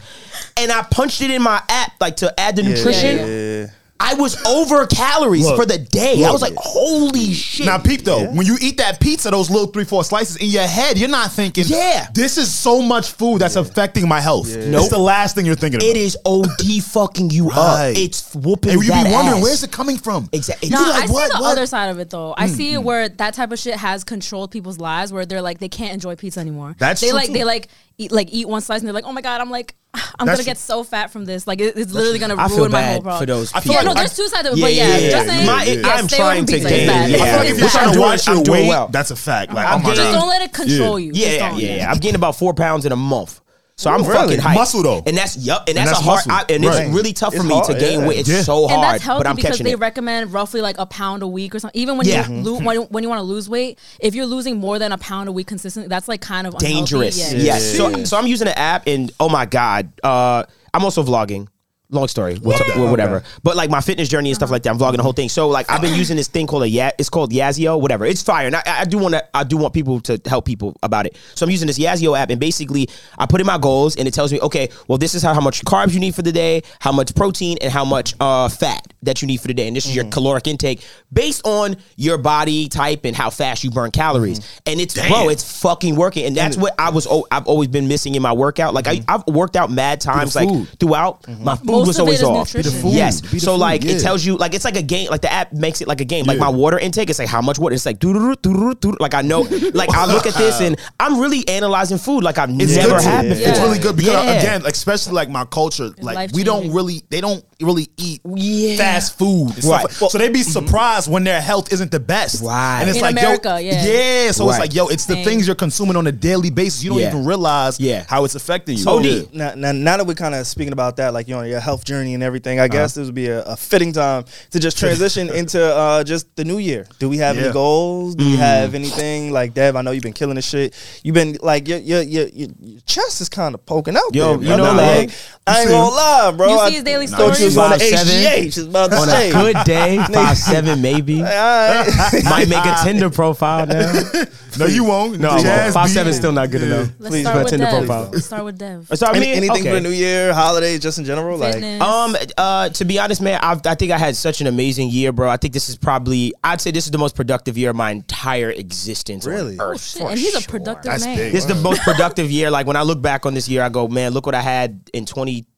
[SPEAKER 1] and I punched it in my app like to add the nutrition.
[SPEAKER 4] yeah,
[SPEAKER 1] I was over calories
[SPEAKER 3] Look,
[SPEAKER 1] for the day. I
[SPEAKER 3] look.
[SPEAKER 1] was like, holy shit.
[SPEAKER 3] Now, peep though, when you eat that pizza, those little three, four slices in your head, you're not thinking,
[SPEAKER 1] Yeah.
[SPEAKER 3] this is so much food that's affecting my health. It's
[SPEAKER 1] Nope.
[SPEAKER 3] the last thing you're thinking about.
[SPEAKER 1] it is OD fucking you
[SPEAKER 3] Right.
[SPEAKER 1] up. It's whooping
[SPEAKER 3] And you
[SPEAKER 1] that
[SPEAKER 3] be wondering,
[SPEAKER 1] ass.
[SPEAKER 3] where's it coming from?
[SPEAKER 1] Exactly.
[SPEAKER 4] No,
[SPEAKER 1] You be
[SPEAKER 4] I
[SPEAKER 1] like,
[SPEAKER 4] see
[SPEAKER 1] what,
[SPEAKER 4] the
[SPEAKER 1] what? Hmm,
[SPEAKER 4] other side of it though. I see it where that type of shit has controlled people's lives, where they're like they can't enjoy pizza anymore.
[SPEAKER 3] That's
[SPEAKER 4] they
[SPEAKER 3] true,
[SPEAKER 4] like
[SPEAKER 3] too.
[SPEAKER 4] they like eat like eat one slice and they're like, oh my god, I'm like I'm
[SPEAKER 3] That's
[SPEAKER 4] gonna
[SPEAKER 3] true.
[SPEAKER 4] get so fat from this. Like it, it's literally gonna
[SPEAKER 1] I
[SPEAKER 4] ruin
[SPEAKER 1] feel
[SPEAKER 4] my
[SPEAKER 1] bad
[SPEAKER 4] whole problem.
[SPEAKER 1] for those
[SPEAKER 4] yeah,
[SPEAKER 1] people.
[SPEAKER 4] no, there's two sides of it, but yeah, just saying.
[SPEAKER 1] My-
[SPEAKER 4] yeah,
[SPEAKER 1] I'm
[SPEAKER 4] stay away
[SPEAKER 1] trying
[SPEAKER 4] from
[SPEAKER 1] to
[SPEAKER 4] pizza.
[SPEAKER 1] gain.
[SPEAKER 4] It's bad.
[SPEAKER 1] Yeah.
[SPEAKER 3] I feel like if
[SPEAKER 4] It's
[SPEAKER 3] you're
[SPEAKER 1] I'm
[SPEAKER 3] trying
[SPEAKER 4] bad.
[SPEAKER 3] to
[SPEAKER 1] doing-
[SPEAKER 3] watch
[SPEAKER 1] I'm
[SPEAKER 3] your
[SPEAKER 1] doing
[SPEAKER 3] weight,
[SPEAKER 1] well.
[SPEAKER 3] that's a fact. Like,
[SPEAKER 1] I'm
[SPEAKER 3] oh my
[SPEAKER 1] doing-
[SPEAKER 4] Just
[SPEAKER 3] God.
[SPEAKER 4] don't let it control you. Just
[SPEAKER 1] Yeah,
[SPEAKER 4] don't.
[SPEAKER 1] yeah, yeah. I'm getting about four pounds in a month. So I'm
[SPEAKER 2] Ooh,
[SPEAKER 1] fucking
[SPEAKER 2] really?
[SPEAKER 1] hyped.
[SPEAKER 3] Oh, Muscle, though.
[SPEAKER 1] and that's yup, and, that's,
[SPEAKER 3] that's
[SPEAKER 1] a hard,
[SPEAKER 3] muscle.
[SPEAKER 1] I, and
[SPEAKER 3] Right.
[SPEAKER 1] it's really tough for
[SPEAKER 2] It's
[SPEAKER 1] me to
[SPEAKER 2] hard,
[SPEAKER 1] gain
[SPEAKER 2] yeah.
[SPEAKER 1] weight. It's
[SPEAKER 3] Yeah.
[SPEAKER 1] so
[SPEAKER 4] and
[SPEAKER 1] hard,
[SPEAKER 4] that's healthy
[SPEAKER 1] but I'm
[SPEAKER 4] because
[SPEAKER 1] catching
[SPEAKER 4] they
[SPEAKER 1] it.
[SPEAKER 4] recommend roughly like a pound a week or something. Even when
[SPEAKER 1] Yeah.
[SPEAKER 4] you lo- when, when you want to lose weight, if you're losing more than a pound a week consistently, that's like kind of unhealthy.
[SPEAKER 1] dangerous.
[SPEAKER 4] Yeah.
[SPEAKER 1] Yes. So, so I'm using an app, and oh my god, uh, I'm also vlogging. Long story, we'll talk- well, whatever. But like my fitness journey and stuff like that, I'm vlogging the whole thing. So like I've been using this thing called a ya- it's called Yazio, whatever. It's fire, and I, I do want to I do want people to help people about it. So I'm using this Yazio app, and basically I put in my goals, and it tells me, okay, well this is how, how much carbs you need for the day, how much protein, and how much uh, fat that you need for the day, and this is
[SPEAKER 5] Mm-hmm.
[SPEAKER 1] your caloric intake based on your body type and how fast you burn calories.
[SPEAKER 5] Mm-hmm.
[SPEAKER 1] And it's bro, it's fucking working, and
[SPEAKER 5] Mm. Mm-hmm.
[SPEAKER 1] that's what I was. Oh, I've always been missing in my workout. Like I, I've worked out mad times, like
[SPEAKER 3] food.
[SPEAKER 1] throughout my food food was
[SPEAKER 4] of it
[SPEAKER 1] always
[SPEAKER 4] is
[SPEAKER 1] off.
[SPEAKER 4] nutrition.
[SPEAKER 5] Be the food.
[SPEAKER 1] Yes.
[SPEAKER 5] Be the
[SPEAKER 1] so
[SPEAKER 5] food,
[SPEAKER 1] like
[SPEAKER 5] yeah.
[SPEAKER 1] it tells you like it's like a game. Like the app makes it like a game. Like
[SPEAKER 5] Yeah.
[SPEAKER 1] my water intake, it's like how much water. It's like doo doo doo Like I know. Like I look at this and I'm really analyzing food. Like I've
[SPEAKER 5] It's
[SPEAKER 1] never
[SPEAKER 5] good to-
[SPEAKER 1] had
[SPEAKER 5] it's
[SPEAKER 1] before.
[SPEAKER 5] really good because
[SPEAKER 1] Yeah.
[SPEAKER 5] again, especially like my culture, like we don't
[SPEAKER 4] life-changing.
[SPEAKER 5] really, they don't really eat
[SPEAKER 1] Yeah.
[SPEAKER 5] fast food, and stuff
[SPEAKER 1] Right. Mm-hmm.
[SPEAKER 5] like- so they be surprised when their health isn't the best,
[SPEAKER 1] Right.
[SPEAKER 5] And it's
[SPEAKER 4] In
[SPEAKER 5] like yo,
[SPEAKER 4] America, yeah.
[SPEAKER 5] So it's
[SPEAKER 1] Right.
[SPEAKER 5] like yo, it's the
[SPEAKER 4] Same.
[SPEAKER 5] things you're consuming on a daily basis. You don't
[SPEAKER 1] Yeah.
[SPEAKER 5] even realize
[SPEAKER 1] Yeah.
[SPEAKER 5] how it's affecting you.
[SPEAKER 1] So OD.
[SPEAKER 5] Yeah.
[SPEAKER 2] Now, now, now that we're kind of speaking about that, like you know, your health journey and everything, I
[SPEAKER 1] Uh-huh.
[SPEAKER 2] guess this would be a, a fitting time to just transition into uh, just the new year. Do we have
[SPEAKER 5] Yeah.
[SPEAKER 2] any goals?
[SPEAKER 1] Mm.
[SPEAKER 2] Do we have anything like Dev? I know you've been killing this shit. You've been like your your your, your, your chest is kind of poking out.
[SPEAKER 1] Yo,
[SPEAKER 2] there,
[SPEAKER 1] you
[SPEAKER 2] bro.
[SPEAKER 1] know,
[SPEAKER 2] like
[SPEAKER 1] man,
[SPEAKER 2] I ain't gonna lie, bro.
[SPEAKER 4] You
[SPEAKER 2] I
[SPEAKER 4] see his daily
[SPEAKER 2] thought you was
[SPEAKER 4] stories?
[SPEAKER 2] on the
[SPEAKER 1] Five, seven.
[SPEAKER 2] HGH. It's about to
[SPEAKER 1] On
[SPEAKER 2] say.
[SPEAKER 1] a good day, five seven maybe.
[SPEAKER 2] Alright.
[SPEAKER 1] Might make a Tinder profile now.
[SPEAKER 5] No, you won't.
[SPEAKER 1] No,
[SPEAKER 5] Jazz
[SPEAKER 1] five
[SPEAKER 5] beat-
[SPEAKER 1] seven's still not good enough.
[SPEAKER 4] Let's
[SPEAKER 1] Please,
[SPEAKER 4] start
[SPEAKER 1] for a
[SPEAKER 4] with
[SPEAKER 1] Tinder
[SPEAKER 4] Dev.
[SPEAKER 1] profile.
[SPEAKER 4] Let's start with Dev.
[SPEAKER 1] So I
[SPEAKER 2] Any-
[SPEAKER 1] mean,
[SPEAKER 2] anything
[SPEAKER 1] okay.
[SPEAKER 2] for the new year, holidays, just in general, like
[SPEAKER 4] Fitness.
[SPEAKER 1] Um, uh, to be honest, man, I've, I think I had such an amazing year, bro. I think this is probably, I'd say this is the most productive year of my entire existence. on
[SPEAKER 2] Really?
[SPEAKER 1] Earth,
[SPEAKER 4] Oh, shit.
[SPEAKER 1] for
[SPEAKER 4] And he's a
[SPEAKER 1] sure.
[SPEAKER 4] productive
[SPEAKER 5] That's
[SPEAKER 4] man.
[SPEAKER 5] big.
[SPEAKER 1] This is the most productive year. Like when I look back on this year, I go, man, look what I had in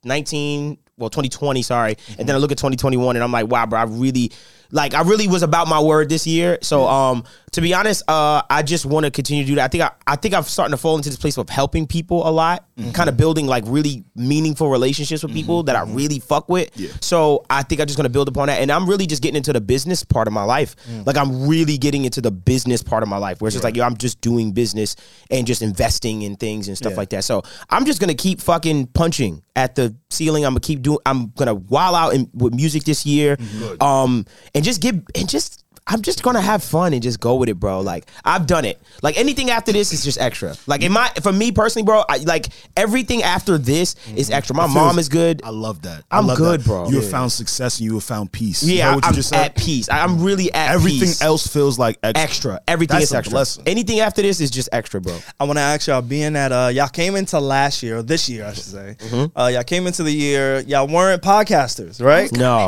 [SPEAKER 1] 2019, well, 2020, sorry. And then I look at 2021 and I'm like, wow, bro, I really, like, I really was about my word this year. So, um, to be honest, uh, I just want to continue to do that. I think I, I think I'm starting to fall into this place of helping people a lot, kind of building like really meaningful relationships with people that I really fuck with. So I think I'm just gonna build upon that. And I'm really just getting into the business part of my life.
[SPEAKER 5] Mm.
[SPEAKER 1] Like I'm really getting into the business part of my life where it's just like, yo, I'm just doing business and just investing in things and stuff like that. So I'm just gonna keep fucking punching at the ceiling. I'm gonna keep doing I'm gonna wild out in, with music this year.
[SPEAKER 5] Mm-hmm.
[SPEAKER 1] Um and just get and just I'm just gonna have fun and just go with it, bro. Like I've done it. Like anything after this is just extra. Like in my for me personally, bro, I, like everything after this is extra. My mom is good.
[SPEAKER 5] Mm-hmm. I love that. I
[SPEAKER 1] I'm
[SPEAKER 5] love
[SPEAKER 1] good,
[SPEAKER 5] that.
[SPEAKER 1] bro.
[SPEAKER 5] You
[SPEAKER 1] Yeah.
[SPEAKER 5] have found success and you have found peace. You
[SPEAKER 1] Yeah,
[SPEAKER 5] heard what you
[SPEAKER 1] I'm
[SPEAKER 5] just said?
[SPEAKER 1] at peace. I, am really at
[SPEAKER 5] Everything
[SPEAKER 1] peace.
[SPEAKER 5] else feels like extra.
[SPEAKER 1] extra. Everything
[SPEAKER 5] That's
[SPEAKER 1] is
[SPEAKER 5] a
[SPEAKER 1] extra.
[SPEAKER 5] blessing.
[SPEAKER 1] Anything after this is just extra, bro.
[SPEAKER 2] I want to ask y'all, being that uh, y'all came into last year or this year, I should say,
[SPEAKER 1] Mm-hmm.
[SPEAKER 2] uh, y'all came into the year, y'all weren't podcasters, right?
[SPEAKER 1] No,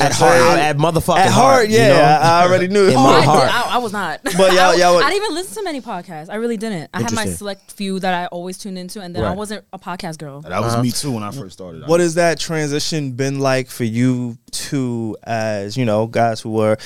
[SPEAKER 1] at heart,
[SPEAKER 2] saying?
[SPEAKER 1] at motherfucking
[SPEAKER 2] At heart, yeah, I I already knew. it.
[SPEAKER 1] In my
[SPEAKER 4] I, did-
[SPEAKER 1] heart.
[SPEAKER 4] I, I was not.
[SPEAKER 2] But y'all-
[SPEAKER 4] I,
[SPEAKER 2] y'all would-
[SPEAKER 4] I didn't even listen to many podcasts. I really didn't. I had my
[SPEAKER 1] Interesting.
[SPEAKER 4] select few that I always tuned into, and then I
[SPEAKER 1] Right.
[SPEAKER 4] wasn't a podcast girl.
[SPEAKER 5] That was me
[SPEAKER 1] Uh-huh.
[SPEAKER 5] too when I first started.
[SPEAKER 2] What has that transition been like for you two, as you know, guys who were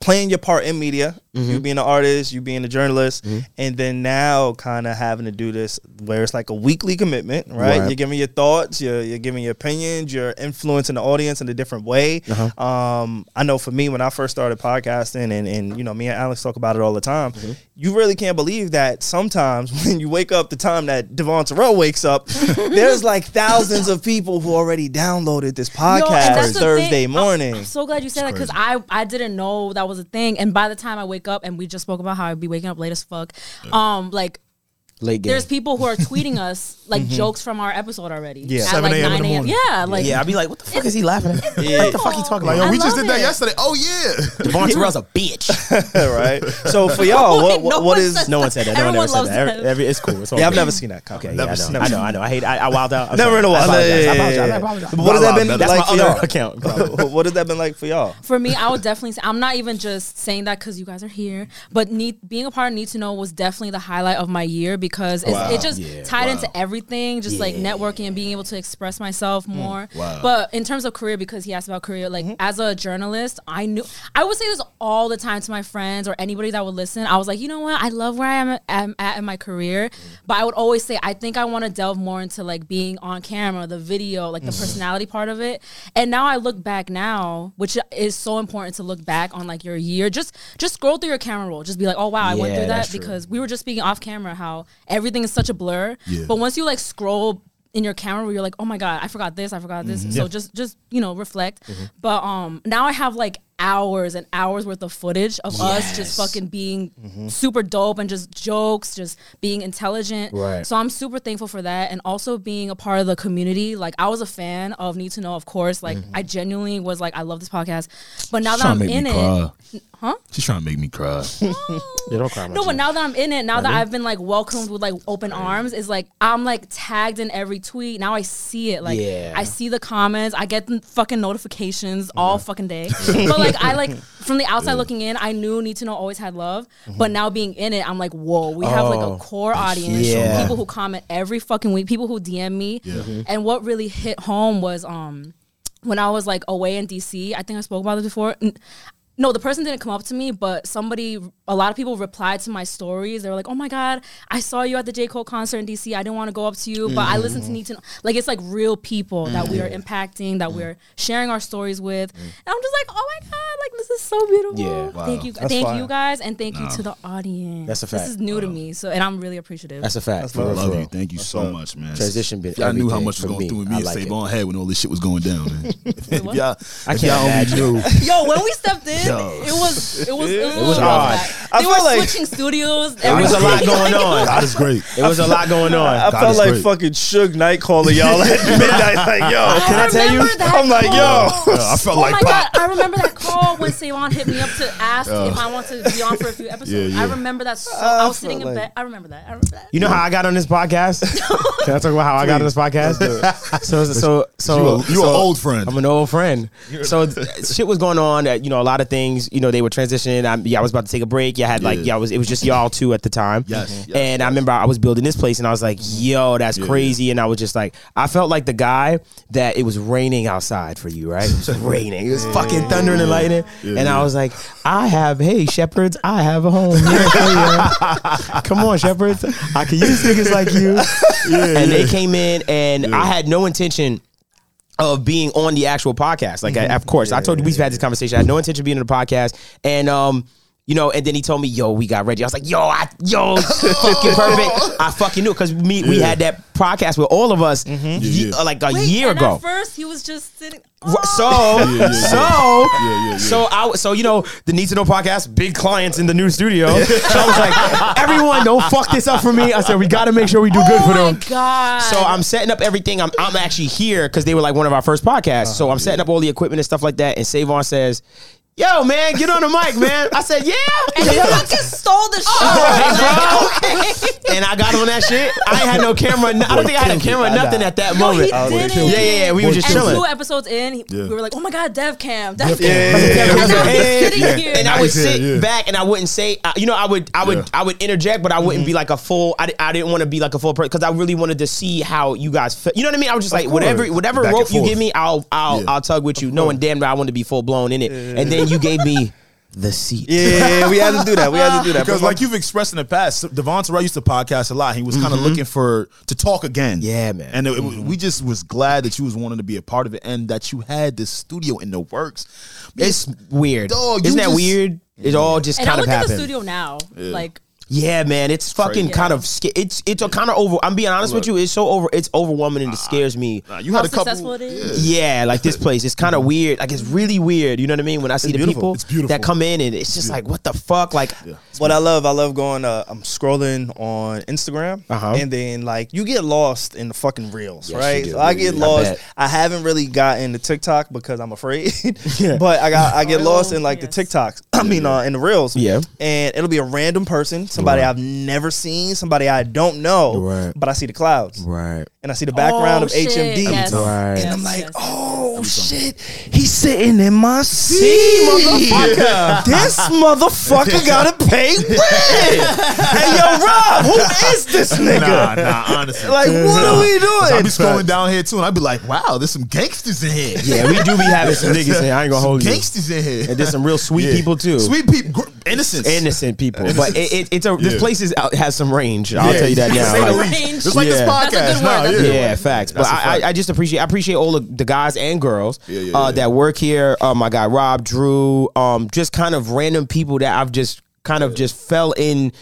[SPEAKER 2] playing your part in media,
[SPEAKER 1] Mm-hmm.
[SPEAKER 2] you being an artist, you being a journalist, and then now kind of having to do this where it's like a weekly commitment, right?
[SPEAKER 1] Right.
[SPEAKER 2] You're giving your thoughts, you're, you're giving your opinions, you're influencing the audience in a different way. Um, I know for me, when I first started podcasting, and, and you know, me and Alex talk about it all the time, you really can't believe that sometimes when you wake up the time that Devon Terrell wakes up, there's like thousands of people who already downloaded this podcast
[SPEAKER 4] Yo, and that's the
[SPEAKER 2] Thursday
[SPEAKER 4] thing. Oh. I'm-
[SPEAKER 2] morning.
[SPEAKER 4] I'm, so glad you said that because I, I didn't know that was a thing. And by the time I wake up, and we just spoke about how I'd be waking up late as fuck. Um, like
[SPEAKER 1] Late game.
[SPEAKER 4] there's people who are tweeting us like jokes from our episode already.
[SPEAKER 2] Yeah.
[SPEAKER 4] at
[SPEAKER 5] 7
[SPEAKER 4] like
[SPEAKER 5] a.m. in the
[SPEAKER 4] 9 a.m.
[SPEAKER 5] morning.
[SPEAKER 4] Yeah, like
[SPEAKER 1] yeah, I'd be like, what the fuck is he laughing at? What the fuck he talking
[SPEAKER 5] Like, yo,
[SPEAKER 1] about?
[SPEAKER 4] I
[SPEAKER 5] we just
[SPEAKER 4] love
[SPEAKER 5] did that
[SPEAKER 4] it.
[SPEAKER 5] yesterday. Oh yeah.
[SPEAKER 1] Devon Terrell's a bitch.
[SPEAKER 2] right? So for y'all, what,
[SPEAKER 4] Wait,
[SPEAKER 2] what,
[SPEAKER 4] no
[SPEAKER 2] what
[SPEAKER 4] one
[SPEAKER 2] is?
[SPEAKER 4] said
[SPEAKER 1] No one said that. No one
[SPEAKER 4] Everyone
[SPEAKER 1] ever said
[SPEAKER 4] loves
[SPEAKER 1] that.
[SPEAKER 4] that.
[SPEAKER 1] Every- every- it's cool. It's all
[SPEAKER 2] yeah, I've
[SPEAKER 1] good.
[SPEAKER 2] never seen that. Comment.
[SPEAKER 1] Okay,
[SPEAKER 2] never
[SPEAKER 1] yeah, I,
[SPEAKER 2] seen
[SPEAKER 1] know. I know, I know. I hate. I, I wild out. I'm
[SPEAKER 2] Never
[SPEAKER 1] sorry.
[SPEAKER 2] in a while.
[SPEAKER 1] I apologize.
[SPEAKER 2] Yeah,
[SPEAKER 1] I
[SPEAKER 2] yeah,
[SPEAKER 1] apologize.
[SPEAKER 2] yeah,
[SPEAKER 1] I
[SPEAKER 2] yeah.
[SPEAKER 1] apologize.
[SPEAKER 2] But what has that been
[SPEAKER 1] That's
[SPEAKER 2] like
[SPEAKER 1] my
[SPEAKER 2] for
[SPEAKER 1] other
[SPEAKER 2] y'all?
[SPEAKER 1] account. bro.
[SPEAKER 2] What- what has that been like for y'all?
[SPEAKER 4] For me, I would definitely say I'm not even just saying that because you guys are here, but need, being a part of Need to Know was definitely the highlight of my year because it's, it just
[SPEAKER 1] Yeah,
[SPEAKER 4] tied into everything, just like networking and being able to express myself more.
[SPEAKER 5] Wow.
[SPEAKER 4] But in terms of career, because he asked about career, like as a journalist, I knew I would say this all the time to my friends or anybody that would listen. I was like, you know what, I love where I am, am at in my career, but I would always say I think I want to delve more into like being on camera, the video, like the personality part of it. And now I look back now, which is so important to look back on like your year. Just just scroll through your camera roll, just be like, oh wow, I went
[SPEAKER 1] Yeah,
[SPEAKER 4] through
[SPEAKER 1] that's
[SPEAKER 4] that
[SPEAKER 1] true.
[SPEAKER 4] because we were just speaking off camera how everything is such a blur.
[SPEAKER 5] Yeah.
[SPEAKER 4] But once you like scroll in your camera where you're like, oh my god, I forgot this, I forgot
[SPEAKER 1] Mm-hmm.
[SPEAKER 4] this. So just just you know reflect. But um, now I have like hours and hours worth of footage of us
[SPEAKER 1] Yes. Mm-hmm.
[SPEAKER 4] just fucking being super dope and just jokes, just being intelligent.
[SPEAKER 1] Right.
[SPEAKER 4] So I'm super thankful for that, and also being a part of the community. Like I was a fan of Need to Know, of course. Like
[SPEAKER 1] Mm-hmm.
[SPEAKER 4] I genuinely was like, I love this podcast. But now that I'm in it,
[SPEAKER 5] Huh? She's trying to make me cry.
[SPEAKER 1] Yeah, Mm. don't cry.
[SPEAKER 4] no, but now that I'm in it, now that I've been like welcomed with like open arms, is like I'm like tagged in every tweet. Now I see it. Like
[SPEAKER 1] Yeah.
[SPEAKER 4] I see the comments. I get the fucking notifications
[SPEAKER 1] Mm-hmm.
[SPEAKER 4] all fucking day. but like I like from the outside looking in, I knew Need to Know always had love.
[SPEAKER 1] Mm-hmm.
[SPEAKER 4] But now being in it, I'm like, whoa, we have like a core audience.
[SPEAKER 1] Oh, Yeah.
[SPEAKER 4] People who comment every fucking week, people who DM me. And what really hit home was um when I was like away in DC, I think I spoke about it before. N- No, the person didn't come up to me, but somebody, a lot of people replied to my stories. They were like, "Oh my god, I saw you at the J Cole concert in DC. I didn't want to go up to you, but I listened
[SPEAKER 1] Mm-hmm.
[SPEAKER 4] to Need to Know." Like it's like real people that we are impacting, that
[SPEAKER 1] Mm-hmm.
[SPEAKER 4] we're sharing our stories with, and I'm just like, "Oh my god, like this is so beautiful."
[SPEAKER 1] Yeah, wow.
[SPEAKER 4] thank you,
[SPEAKER 2] That's
[SPEAKER 4] thank
[SPEAKER 2] fire.
[SPEAKER 4] you guys, and thank you to the audience.
[SPEAKER 1] That's a fact.
[SPEAKER 4] This is new to me, so and I'm really appreciative.
[SPEAKER 1] That's a fact.
[SPEAKER 2] That's
[SPEAKER 1] for real,
[SPEAKER 2] love.
[SPEAKER 1] for
[SPEAKER 3] Love
[SPEAKER 1] real.
[SPEAKER 3] you. Thank you so much, man.
[SPEAKER 1] Transition been
[SPEAKER 3] If y'all knew how
[SPEAKER 1] everything
[SPEAKER 3] much was
[SPEAKER 1] for
[SPEAKER 3] going
[SPEAKER 1] me.
[SPEAKER 3] through with
[SPEAKER 1] I
[SPEAKER 3] me and
[SPEAKER 1] like it.
[SPEAKER 3] Savon head when all this shit was going down, man. if
[SPEAKER 4] what?
[SPEAKER 3] y'all, if
[SPEAKER 1] can't
[SPEAKER 3] y'all only
[SPEAKER 1] imagine.
[SPEAKER 3] knew.
[SPEAKER 4] Yo, when we stepped in,
[SPEAKER 3] Yo.
[SPEAKER 4] it was it was it was,
[SPEAKER 1] odd.
[SPEAKER 2] I
[SPEAKER 4] They were
[SPEAKER 2] feel like-
[SPEAKER 4] switching studios.
[SPEAKER 1] It was a lot
[SPEAKER 4] everybody-
[SPEAKER 1] going on.
[SPEAKER 3] God is great.
[SPEAKER 1] It was a lot going
[SPEAKER 2] I
[SPEAKER 1] on.
[SPEAKER 3] God
[SPEAKER 2] felt
[SPEAKER 3] is
[SPEAKER 2] like
[SPEAKER 3] great.
[SPEAKER 2] fucking Suge Knight calling y'all at midnight. Like, yo,
[SPEAKER 4] I
[SPEAKER 1] I tell you?
[SPEAKER 4] remember that
[SPEAKER 2] I'm like, yo.
[SPEAKER 4] call.
[SPEAKER 3] Yeah, I felt
[SPEAKER 4] Oh
[SPEAKER 3] like
[SPEAKER 4] my
[SPEAKER 3] pop.
[SPEAKER 4] god! I remember that call when Ceylon hit me up to ask if I want to be on for a few episodes.
[SPEAKER 3] Yeah, yeah.
[SPEAKER 4] I remember that. So,
[SPEAKER 2] I
[SPEAKER 4] I was
[SPEAKER 2] felt
[SPEAKER 4] sitting in
[SPEAKER 2] like-
[SPEAKER 4] bed. I remember that. I remember that.
[SPEAKER 1] You know how I got on this podcast? Can I talk about how I got on this podcast? so, so, so,
[SPEAKER 3] You
[SPEAKER 1] so-
[SPEAKER 3] an old friend.
[SPEAKER 1] I'm an old friend. So th- shit was going on. That, you know, a lot of things. You know, they were transitioning. I, yeah, I was about to take a break. Yeah, I had like
[SPEAKER 3] Yeah.
[SPEAKER 1] yeah, I was. It was just y'all two at the time.
[SPEAKER 3] Yes,
[SPEAKER 1] And
[SPEAKER 3] yes, Mm-hmm.
[SPEAKER 1] I remember I was building this place, and I was like, "Yo, that's crazy." And I was just like, I felt like the guy that it was raining outside for you, right? It was raining. It was fucking thundering and lightning. and I was like, I have. Hey, shepherds, I have a home. here for you. Come on, shepherds. I can use niggas like you. and they came in, and I had no intention of being on the actual podcast. Like,
[SPEAKER 3] Mm-hmm.
[SPEAKER 1] I, of course, I told you we've had this conversation. I had no intention of being on the podcast, and um. You know, and then he told me, "Yo, we got Reggie." I was like, "Yo, I, yo, fucking perfect." I fucking knew because me, we had that podcast with all of us, ye-
[SPEAKER 3] Mm-hmm. Yeah,
[SPEAKER 1] uh, like a
[SPEAKER 4] Wait,
[SPEAKER 1] year
[SPEAKER 4] and
[SPEAKER 1] ago.
[SPEAKER 4] At first, he was just sitting.
[SPEAKER 1] Ru- So,
[SPEAKER 3] yeah, yeah.
[SPEAKER 1] so,
[SPEAKER 3] yeah, yeah.
[SPEAKER 1] so I, w- so you know, the Need to Know podcast, big clients in the new studio. So I was like, everyone, don't fuck this up for me. I said, we got to make sure we do good
[SPEAKER 4] oh
[SPEAKER 1] for
[SPEAKER 4] my
[SPEAKER 1] them.
[SPEAKER 4] god!
[SPEAKER 1] So I'm setting up everything. I'm I'm actually here because they were like one of our first podcasts. so I'm setting up all the equipment and stuff like that. And Savon says, "Yo, man, get on the mic, man." I said, "Yeah."
[SPEAKER 4] and he
[SPEAKER 1] yeah."
[SPEAKER 4] fucking stole the show.
[SPEAKER 1] Oh and I got on that shit. I ain't had no camera. I don't think I had a camera, nothing at that
[SPEAKER 4] No,
[SPEAKER 1] moment.
[SPEAKER 4] he didn't.
[SPEAKER 1] Yeah, yeah, yeah. We were just
[SPEAKER 4] and
[SPEAKER 1] chilling.
[SPEAKER 4] two episodes in, he, we were like, "Oh my god, Dev Cam, Dev Cam!"
[SPEAKER 2] Yeah, yeah,
[SPEAKER 4] And
[SPEAKER 1] yeah,
[SPEAKER 4] I was
[SPEAKER 1] yeah,
[SPEAKER 4] just
[SPEAKER 1] yeah,
[SPEAKER 4] sitting
[SPEAKER 1] yeah.
[SPEAKER 4] here.
[SPEAKER 1] And I would
[SPEAKER 3] Yeah,
[SPEAKER 1] sit
[SPEAKER 3] yeah.
[SPEAKER 1] back and I wouldn't say, uh, you know, I would, I would,
[SPEAKER 3] Yeah. Mm-hmm.
[SPEAKER 1] I would interject, but I wouldn't be like a full. I, di- I didn't want to be like a full person because I really wanted to see how you guys. Felt. You know what I mean? I was just like, whatever,
[SPEAKER 3] course.
[SPEAKER 1] whatever
[SPEAKER 3] Back and
[SPEAKER 1] rope you
[SPEAKER 3] forth.
[SPEAKER 1] give me, I'll, I'll,
[SPEAKER 3] Yeah.
[SPEAKER 1] I'll tug with you, knowing damn well I want to be full blown in it. And then you gave me the seat.
[SPEAKER 2] Yeah, we had to do that. We had to do that.
[SPEAKER 3] Because
[SPEAKER 2] But my-
[SPEAKER 3] like you've expressed in the past, Devon Terrell used to podcast a lot. He was kind of looking for to talk again.
[SPEAKER 1] Mm-hmm. Yeah, man. Mm-hmm.
[SPEAKER 3] And it- it- we just was glad that you was wanting to be a part of it and that you had this studio in the works.
[SPEAKER 1] It's weird.
[SPEAKER 3] Dog, you
[SPEAKER 1] Isn't that
[SPEAKER 3] just-
[SPEAKER 1] weird? It all just
[SPEAKER 4] And I
[SPEAKER 1] kind of
[SPEAKER 4] went to the
[SPEAKER 1] happened.
[SPEAKER 4] studio now, like
[SPEAKER 1] Yeah, man, it's fucking
[SPEAKER 4] crazy.
[SPEAKER 1] kind of sca- it's it's a kind of over. I'm being honest with you, it's so over. It's overwhelming and it scares me.
[SPEAKER 3] Nah, you
[SPEAKER 4] how
[SPEAKER 3] had a
[SPEAKER 4] successful
[SPEAKER 3] couple.
[SPEAKER 4] it is.
[SPEAKER 1] Yeah, like this place. It's kind of weird. Like it's really weird. You know what I mean? When I see the
[SPEAKER 3] beautiful.
[SPEAKER 1] people
[SPEAKER 3] It's beautiful.
[SPEAKER 1] that come in and it's just like, what the fuck? Like,
[SPEAKER 2] what I love, I love going. Uh, I'm scrolling on Instagram,
[SPEAKER 1] Uh-huh.
[SPEAKER 2] and then like you get lost in the fucking reels,
[SPEAKER 1] Yes,
[SPEAKER 2] right?
[SPEAKER 1] you do.
[SPEAKER 2] So I get
[SPEAKER 1] I
[SPEAKER 2] lost.
[SPEAKER 1] bet.
[SPEAKER 2] I, haven't really gotten to TikTok because I'm afraid, but I got I get lost in like
[SPEAKER 4] yes.
[SPEAKER 2] the TikToks. I mean, uh, in the reels,
[SPEAKER 1] Yeah.
[SPEAKER 2] And it'll be a random person, somebody I've never seen, somebody I don't know,
[SPEAKER 1] Right.
[SPEAKER 2] but I see the clouds
[SPEAKER 1] right,
[SPEAKER 2] and I see the background of HMD.
[SPEAKER 4] Oh, Yes.
[SPEAKER 1] Right.
[SPEAKER 2] And
[SPEAKER 4] yes,
[SPEAKER 2] I'm like,
[SPEAKER 4] yes.
[SPEAKER 2] oh shit, he's sitting in my seat.
[SPEAKER 1] motherfucker.
[SPEAKER 2] this motherfucker gotta pay rent. hey, yo, Rob, who is this nigga?
[SPEAKER 3] Nah, nah, honestly.
[SPEAKER 2] Like, what are we
[SPEAKER 3] I'd
[SPEAKER 2] doing?
[SPEAKER 3] be scrolling down here too, and I'd be like, "Wow, there's some gangsters in here.
[SPEAKER 1] yeah, we do be having some niggas in. I ain't gonna hold you.
[SPEAKER 3] gangsters in here.
[SPEAKER 1] And there's some real sweet
[SPEAKER 3] Yeah.
[SPEAKER 1] people too.
[SPEAKER 3] Sweet people, gr- innocence,
[SPEAKER 1] innocent people. But it, it, it's a this
[SPEAKER 3] Yeah.
[SPEAKER 1] place is out, has some range. I'll
[SPEAKER 3] Yeah,
[SPEAKER 1] tell you that
[SPEAKER 3] to say
[SPEAKER 1] now.
[SPEAKER 3] the
[SPEAKER 1] Like,
[SPEAKER 3] least.
[SPEAKER 4] Range.
[SPEAKER 3] Just like this
[SPEAKER 1] Yeah.
[SPEAKER 3] podcast.
[SPEAKER 4] That's a good word,
[SPEAKER 3] Nah,
[SPEAKER 4] that's a
[SPEAKER 3] yeah.
[SPEAKER 4] good
[SPEAKER 1] Yeah, facts. But
[SPEAKER 3] That's a
[SPEAKER 1] I,
[SPEAKER 3] fact.
[SPEAKER 1] I, I just appreciate I appreciate all of the guys and girls
[SPEAKER 3] Yeah, yeah,
[SPEAKER 1] uh,
[SPEAKER 3] yeah.
[SPEAKER 1] that work here. Uh, my guy Rob, Drew, um, just kind of random people that I've just kind of just fell in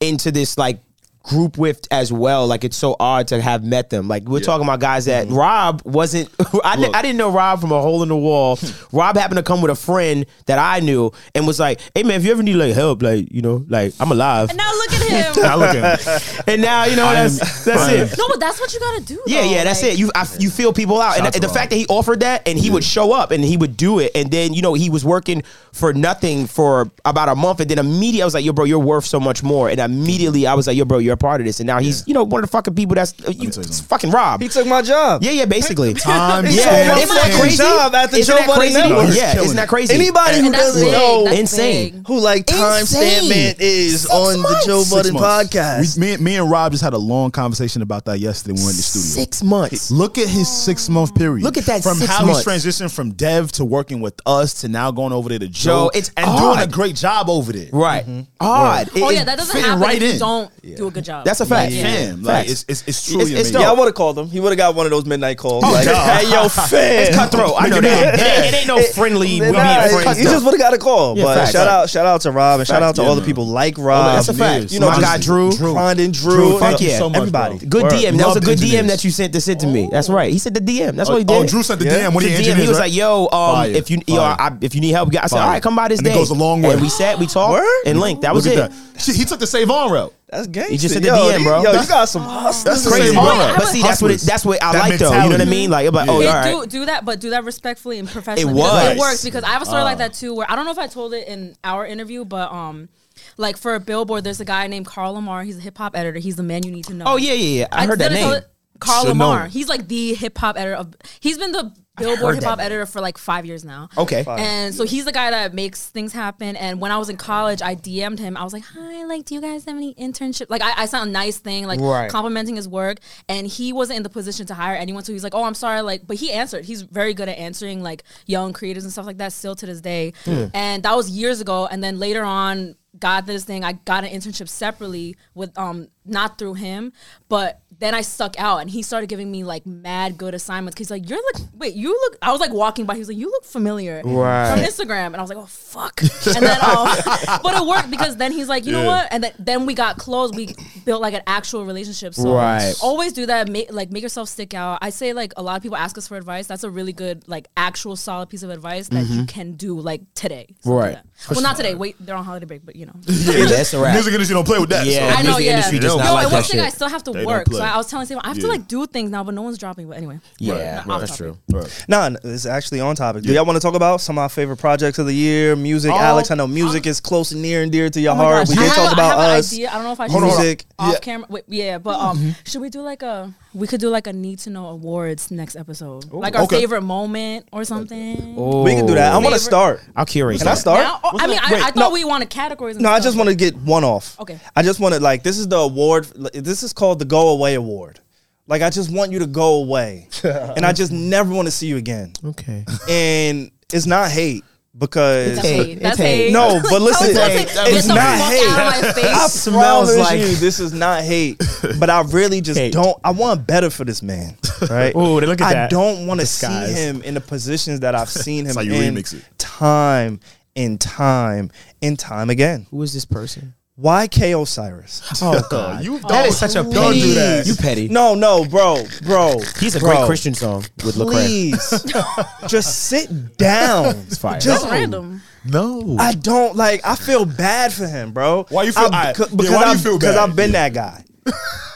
[SPEAKER 1] into this like group with as well. Like it's so odd to have met them. Like we're talking about guys
[SPEAKER 3] Mm-hmm.
[SPEAKER 1] that Rob wasn't. I, didn't- I didn't know Rob from a hole in the wall. Rob happened to come with a friend that I knew and was like, "Hey man, if you ever need like help, like you know, like I'm alive."
[SPEAKER 4] and now look at him.
[SPEAKER 3] Now look at him.
[SPEAKER 1] And now you know that's that's
[SPEAKER 3] I am-
[SPEAKER 1] it.
[SPEAKER 4] No, but that's what you gotta do.
[SPEAKER 1] Yeah,
[SPEAKER 4] though,
[SPEAKER 1] yeah, that's
[SPEAKER 4] like-
[SPEAKER 1] it. You I, you feel people out,
[SPEAKER 3] Shout
[SPEAKER 1] and the
[SPEAKER 3] out.
[SPEAKER 1] fact that he offered that, and he would show up, and he would do it, and then you know he was working for nothing for about a month, and then immediately I was like, "Yo, bro, you're worth so much more," and immediately I was like, "Yo, bro, you're you're a part of this. And now he's, you know, one of the fucking people that's uh, you,
[SPEAKER 3] tell you
[SPEAKER 1] it's
[SPEAKER 3] something.
[SPEAKER 1] fucking robbed.
[SPEAKER 2] He took my job.
[SPEAKER 1] yeah, yeah, basically.
[SPEAKER 3] Time
[SPEAKER 2] He
[SPEAKER 3] yeah,
[SPEAKER 2] took my
[SPEAKER 1] isn't that
[SPEAKER 2] fucking
[SPEAKER 1] crazy?
[SPEAKER 2] job at the
[SPEAKER 1] Isn't
[SPEAKER 2] Joe
[SPEAKER 1] that
[SPEAKER 2] Budden
[SPEAKER 1] crazy?
[SPEAKER 2] Network.
[SPEAKER 3] he's
[SPEAKER 1] Yeah,
[SPEAKER 3] killing
[SPEAKER 1] isn't
[SPEAKER 3] it.
[SPEAKER 1] that crazy?
[SPEAKER 2] Anybody who
[SPEAKER 4] And that's
[SPEAKER 2] doesn't
[SPEAKER 4] big.
[SPEAKER 2] know
[SPEAKER 4] That's
[SPEAKER 1] Insane.
[SPEAKER 4] big.
[SPEAKER 2] who like time
[SPEAKER 1] Insane.
[SPEAKER 2] stamping is
[SPEAKER 1] Six
[SPEAKER 2] on
[SPEAKER 1] months.
[SPEAKER 2] the Joe
[SPEAKER 1] Six
[SPEAKER 2] Budden
[SPEAKER 3] months.
[SPEAKER 2] podcast.
[SPEAKER 3] We, me, me and Rob just had a long conversation about that yesterday when we were in the studio.
[SPEAKER 1] Six months.
[SPEAKER 3] Look at his six month period.
[SPEAKER 1] Look at that
[SPEAKER 3] From
[SPEAKER 1] six
[SPEAKER 3] how
[SPEAKER 1] months.
[SPEAKER 3] he's transitioned from dev to working with us to now going over there to Joe.
[SPEAKER 1] it's
[SPEAKER 3] and
[SPEAKER 1] odd.
[SPEAKER 3] doing a great job over there.
[SPEAKER 1] Right. Odd. It-
[SPEAKER 4] Oh
[SPEAKER 1] it-
[SPEAKER 4] yeah, that doesn't
[SPEAKER 3] fitting
[SPEAKER 4] happen.
[SPEAKER 3] right
[SPEAKER 4] if you
[SPEAKER 3] in.
[SPEAKER 4] Don't do a good job.
[SPEAKER 1] That's a fact.
[SPEAKER 4] Yeah.
[SPEAKER 3] Fam, like
[SPEAKER 1] Facts.
[SPEAKER 3] it's, it's it's truly
[SPEAKER 1] It's- it's
[SPEAKER 3] amazing.
[SPEAKER 1] dope.
[SPEAKER 2] Yeah, I would have called him. He would have got one of those midnight calls. like,
[SPEAKER 3] no.
[SPEAKER 2] hey, yo, fam.
[SPEAKER 1] It's cutthroat. I know that. Oh, It ain't, it ain't no friendly.
[SPEAKER 2] Nah,
[SPEAKER 1] we being friends.
[SPEAKER 2] you just
[SPEAKER 1] no.
[SPEAKER 2] would have got a call.
[SPEAKER 1] Yeah,
[SPEAKER 2] but
[SPEAKER 1] facts. Oh,
[SPEAKER 2] shout out, shout out to Rob, and shout
[SPEAKER 3] Facts.
[SPEAKER 2] out to
[SPEAKER 3] Yeah,
[SPEAKER 2] all the
[SPEAKER 3] man.
[SPEAKER 2] people like Rob.
[SPEAKER 1] that's a fact.
[SPEAKER 3] You know,
[SPEAKER 1] My
[SPEAKER 3] just
[SPEAKER 1] guy Drew.
[SPEAKER 2] Condon, Drew,
[SPEAKER 3] Drew, thank
[SPEAKER 2] uh,
[SPEAKER 3] you so much,
[SPEAKER 2] everybody.
[SPEAKER 3] bro.
[SPEAKER 1] Good
[SPEAKER 2] Word.
[SPEAKER 1] DM. That was a
[SPEAKER 3] Loved
[SPEAKER 1] good DM
[SPEAKER 3] engineers.
[SPEAKER 1] that you sent to send to me. That's right. He sent the DM. That's what he
[SPEAKER 3] Oh,
[SPEAKER 1] did.
[SPEAKER 3] oh, Drew sent the
[SPEAKER 2] Yeah.
[SPEAKER 3] DM when
[SPEAKER 1] The
[SPEAKER 3] he
[SPEAKER 1] DM,
[SPEAKER 3] engineered.
[SPEAKER 1] he was
[SPEAKER 3] right?
[SPEAKER 1] like, "Yo, um,
[SPEAKER 3] Fire.
[SPEAKER 1] if you, yo,
[SPEAKER 3] Fire.
[SPEAKER 1] I, if you need help, I said,
[SPEAKER 3] Fire.
[SPEAKER 1] all right, come by this
[SPEAKER 3] And
[SPEAKER 1] day."
[SPEAKER 3] it goes a long way.
[SPEAKER 1] And we sat, we talked,
[SPEAKER 2] Word?
[SPEAKER 1] and linked. That was
[SPEAKER 3] Look
[SPEAKER 1] it.
[SPEAKER 3] at that. She, he took the save on route.
[SPEAKER 2] That's gangsta.
[SPEAKER 1] You just said the
[SPEAKER 2] yo,
[SPEAKER 1] DM, bro.
[SPEAKER 2] Yo, you
[SPEAKER 1] That's-
[SPEAKER 2] got some hustlers.
[SPEAKER 3] that's the
[SPEAKER 2] in
[SPEAKER 1] Crazy,
[SPEAKER 3] same
[SPEAKER 2] there.
[SPEAKER 3] moment.
[SPEAKER 1] but see, that's what it,
[SPEAKER 3] Hustlers.
[SPEAKER 1] that's what I
[SPEAKER 3] That
[SPEAKER 1] like though. You know what I
[SPEAKER 3] mentality.
[SPEAKER 1] mean? Like, I'm like, oh,
[SPEAKER 4] Yeah,
[SPEAKER 1] all right.
[SPEAKER 4] do do that, but do that respectfully and professionally.
[SPEAKER 1] It
[SPEAKER 4] because
[SPEAKER 1] was.
[SPEAKER 4] It works because I have a story like that too, where I don't know if I told it in our interview, but um, like for Billboard, there's a guy named Carl Lamar. He's a hip hop editor. He's the man you need to know.
[SPEAKER 1] Oh yeah, yeah, yeah. I, heard that
[SPEAKER 4] didn't
[SPEAKER 1] name.
[SPEAKER 4] tell it- Carl
[SPEAKER 3] Should
[SPEAKER 4] Lamar.
[SPEAKER 3] know.
[SPEAKER 4] He's like the hip hop editor of. He's been the Billboard
[SPEAKER 1] heard
[SPEAKER 4] hip hop
[SPEAKER 1] that name.
[SPEAKER 4] editor for like five years now.
[SPEAKER 1] Okay.
[SPEAKER 4] And so he's the guy that makes things happen. And when I was in college, I DM'd him. I was like, "Hi, like, do you guys have any internship?" Like, I, I sent a nice thing, like
[SPEAKER 1] Right.
[SPEAKER 4] complimenting his work. And he wasn't in the position to hire anyone, so he's like, "Oh, I'm sorry." Like, but he answered. He's very good at answering like young creators and stuff like that. Still to this day. And that was years ago. And then later on, got this thing. I got an internship separately with um not through him, but then I stuck out and he started giving me like mad good assignments. He's like, You're like wait, you look I was like walking by, he was like, You look familiar
[SPEAKER 1] Right.
[SPEAKER 4] from Instagram. And I was like, Oh fuck. And then um, but it worked because then he's like, you know what? And then, then we got close. We built like an actual relationship. So
[SPEAKER 1] Right.
[SPEAKER 4] always do that. Make like make yourself stick out. I say like a lot of people ask us for advice. That's a really good, like actual solid piece of advice that you can do like today. So do
[SPEAKER 1] Mm-hmm. Right.
[SPEAKER 4] that. Well not today. Wait, they're on holiday break, but you know.
[SPEAKER 1] Yeah, that's a wrap.
[SPEAKER 3] Music industry don't play with that.
[SPEAKER 1] Yeah,
[SPEAKER 3] so.
[SPEAKER 4] I know,
[SPEAKER 1] music
[SPEAKER 4] yeah.
[SPEAKER 1] industry does
[SPEAKER 3] Yo,
[SPEAKER 1] not
[SPEAKER 4] No,
[SPEAKER 1] like
[SPEAKER 4] and one
[SPEAKER 1] that
[SPEAKER 4] thing I
[SPEAKER 1] shit.
[SPEAKER 4] still have to
[SPEAKER 3] They don't
[SPEAKER 4] work. So
[SPEAKER 3] play.
[SPEAKER 4] I was telling Sam, I have to
[SPEAKER 3] Yeah.
[SPEAKER 4] like do things now, but no one's dropping. But anyway,
[SPEAKER 1] Yeah,
[SPEAKER 4] Off
[SPEAKER 1] that's
[SPEAKER 4] topic.
[SPEAKER 1] true.
[SPEAKER 2] Nah, n- it's actually on topic. Do y'all want to talk about some of our favorite projects of the year? Music, Alex. I know music is close and near and dear to your
[SPEAKER 4] Oh my
[SPEAKER 2] heart.
[SPEAKER 4] gosh.
[SPEAKER 2] We
[SPEAKER 4] I
[SPEAKER 2] did
[SPEAKER 4] have
[SPEAKER 2] talk
[SPEAKER 4] a-
[SPEAKER 2] about
[SPEAKER 4] I have an
[SPEAKER 2] us. Mm-hmm.
[SPEAKER 4] idea. I don't know if I
[SPEAKER 2] Hold
[SPEAKER 4] should
[SPEAKER 2] on, hold on.
[SPEAKER 4] music off
[SPEAKER 3] Yeah.
[SPEAKER 4] camera. Wait, yeah, but um, should we do like a? We could do like a need to know awards next episode, like our
[SPEAKER 3] Okay.
[SPEAKER 4] favorite moment or something.
[SPEAKER 2] We can do that. I want to
[SPEAKER 4] Favorite-
[SPEAKER 2] start.
[SPEAKER 1] I'll curate.
[SPEAKER 2] Can I
[SPEAKER 1] that.
[SPEAKER 2] start?
[SPEAKER 4] Now? Oh, I mean, I, I thought we wanted categories. And
[SPEAKER 2] No, I
[SPEAKER 4] stuff,
[SPEAKER 2] just
[SPEAKER 4] but-
[SPEAKER 2] want to get one off.
[SPEAKER 4] Okay.
[SPEAKER 2] I just want to like this is the award. This is called the Go Away Award. Like I just want you to go away, and I just never want to see you again.
[SPEAKER 1] Okay.
[SPEAKER 2] And it's not hate because
[SPEAKER 4] That's
[SPEAKER 1] Hey,
[SPEAKER 4] hate.
[SPEAKER 1] it's
[SPEAKER 4] That's
[SPEAKER 1] hate.
[SPEAKER 4] hate.
[SPEAKER 2] No, but
[SPEAKER 4] I was
[SPEAKER 2] listen,
[SPEAKER 4] about to
[SPEAKER 2] it's
[SPEAKER 4] say, get the
[SPEAKER 2] not
[SPEAKER 4] fuck
[SPEAKER 2] hate.
[SPEAKER 4] out of my
[SPEAKER 2] I
[SPEAKER 4] face.
[SPEAKER 1] smells
[SPEAKER 2] promise
[SPEAKER 1] like-
[SPEAKER 2] you, this is not hate, but I really just
[SPEAKER 1] Hate.
[SPEAKER 2] don't. I want better for this man, right?
[SPEAKER 1] Ooh, look at
[SPEAKER 2] I
[SPEAKER 1] that.
[SPEAKER 2] don't want to see
[SPEAKER 1] Disguise.
[SPEAKER 2] him in the positions that I've seen him
[SPEAKER 3] how you
[SPEAKER 2] in
[SPEAKER 3] remix it.
[SPEAKER 2] time and time and time again.
[SPEAKER 1] Who is this person?
[SPEAKER 2] Why K Osiris?
[SPEAKER 1] Oh god,
[SPEAKER 3] you
[SPEAKER 1] that
[SPEAKER 3] don't-
[SPEAKER 1] is such a petty.
[SPEAKER 3] don't do that.
[SPEAKER 1] You petty.
[SPEAKER 2] No, no, bro, bro.
[SPEAKER 1] He's a
[SPEAKER 2] bro,
[SPEAKER 1] great Christian song with Lecrae.
[SPEAKER 2] Please, just sit down. It's
[SPEAKER 1] fire.
[SPEAKER 2] Just
[SPEAKER 4] That's random.
[SPEAKER 3] No.
[SPEAKER 2] I don't like. I feel bad for him, bro.
[SPEAKER 3] Why you feel-
[SPEAKER 2] I,
[SPEAKER 3] I-
[SPEAKER 2] because
[SPEAKER 3] yeah, why do you
[SPEAKER 2] I've-
[SPEAKER 3] feel
[SPEAKER 2] Because
[SPEAKER 3] bad?
[SPEAKER 2] I've been that guy.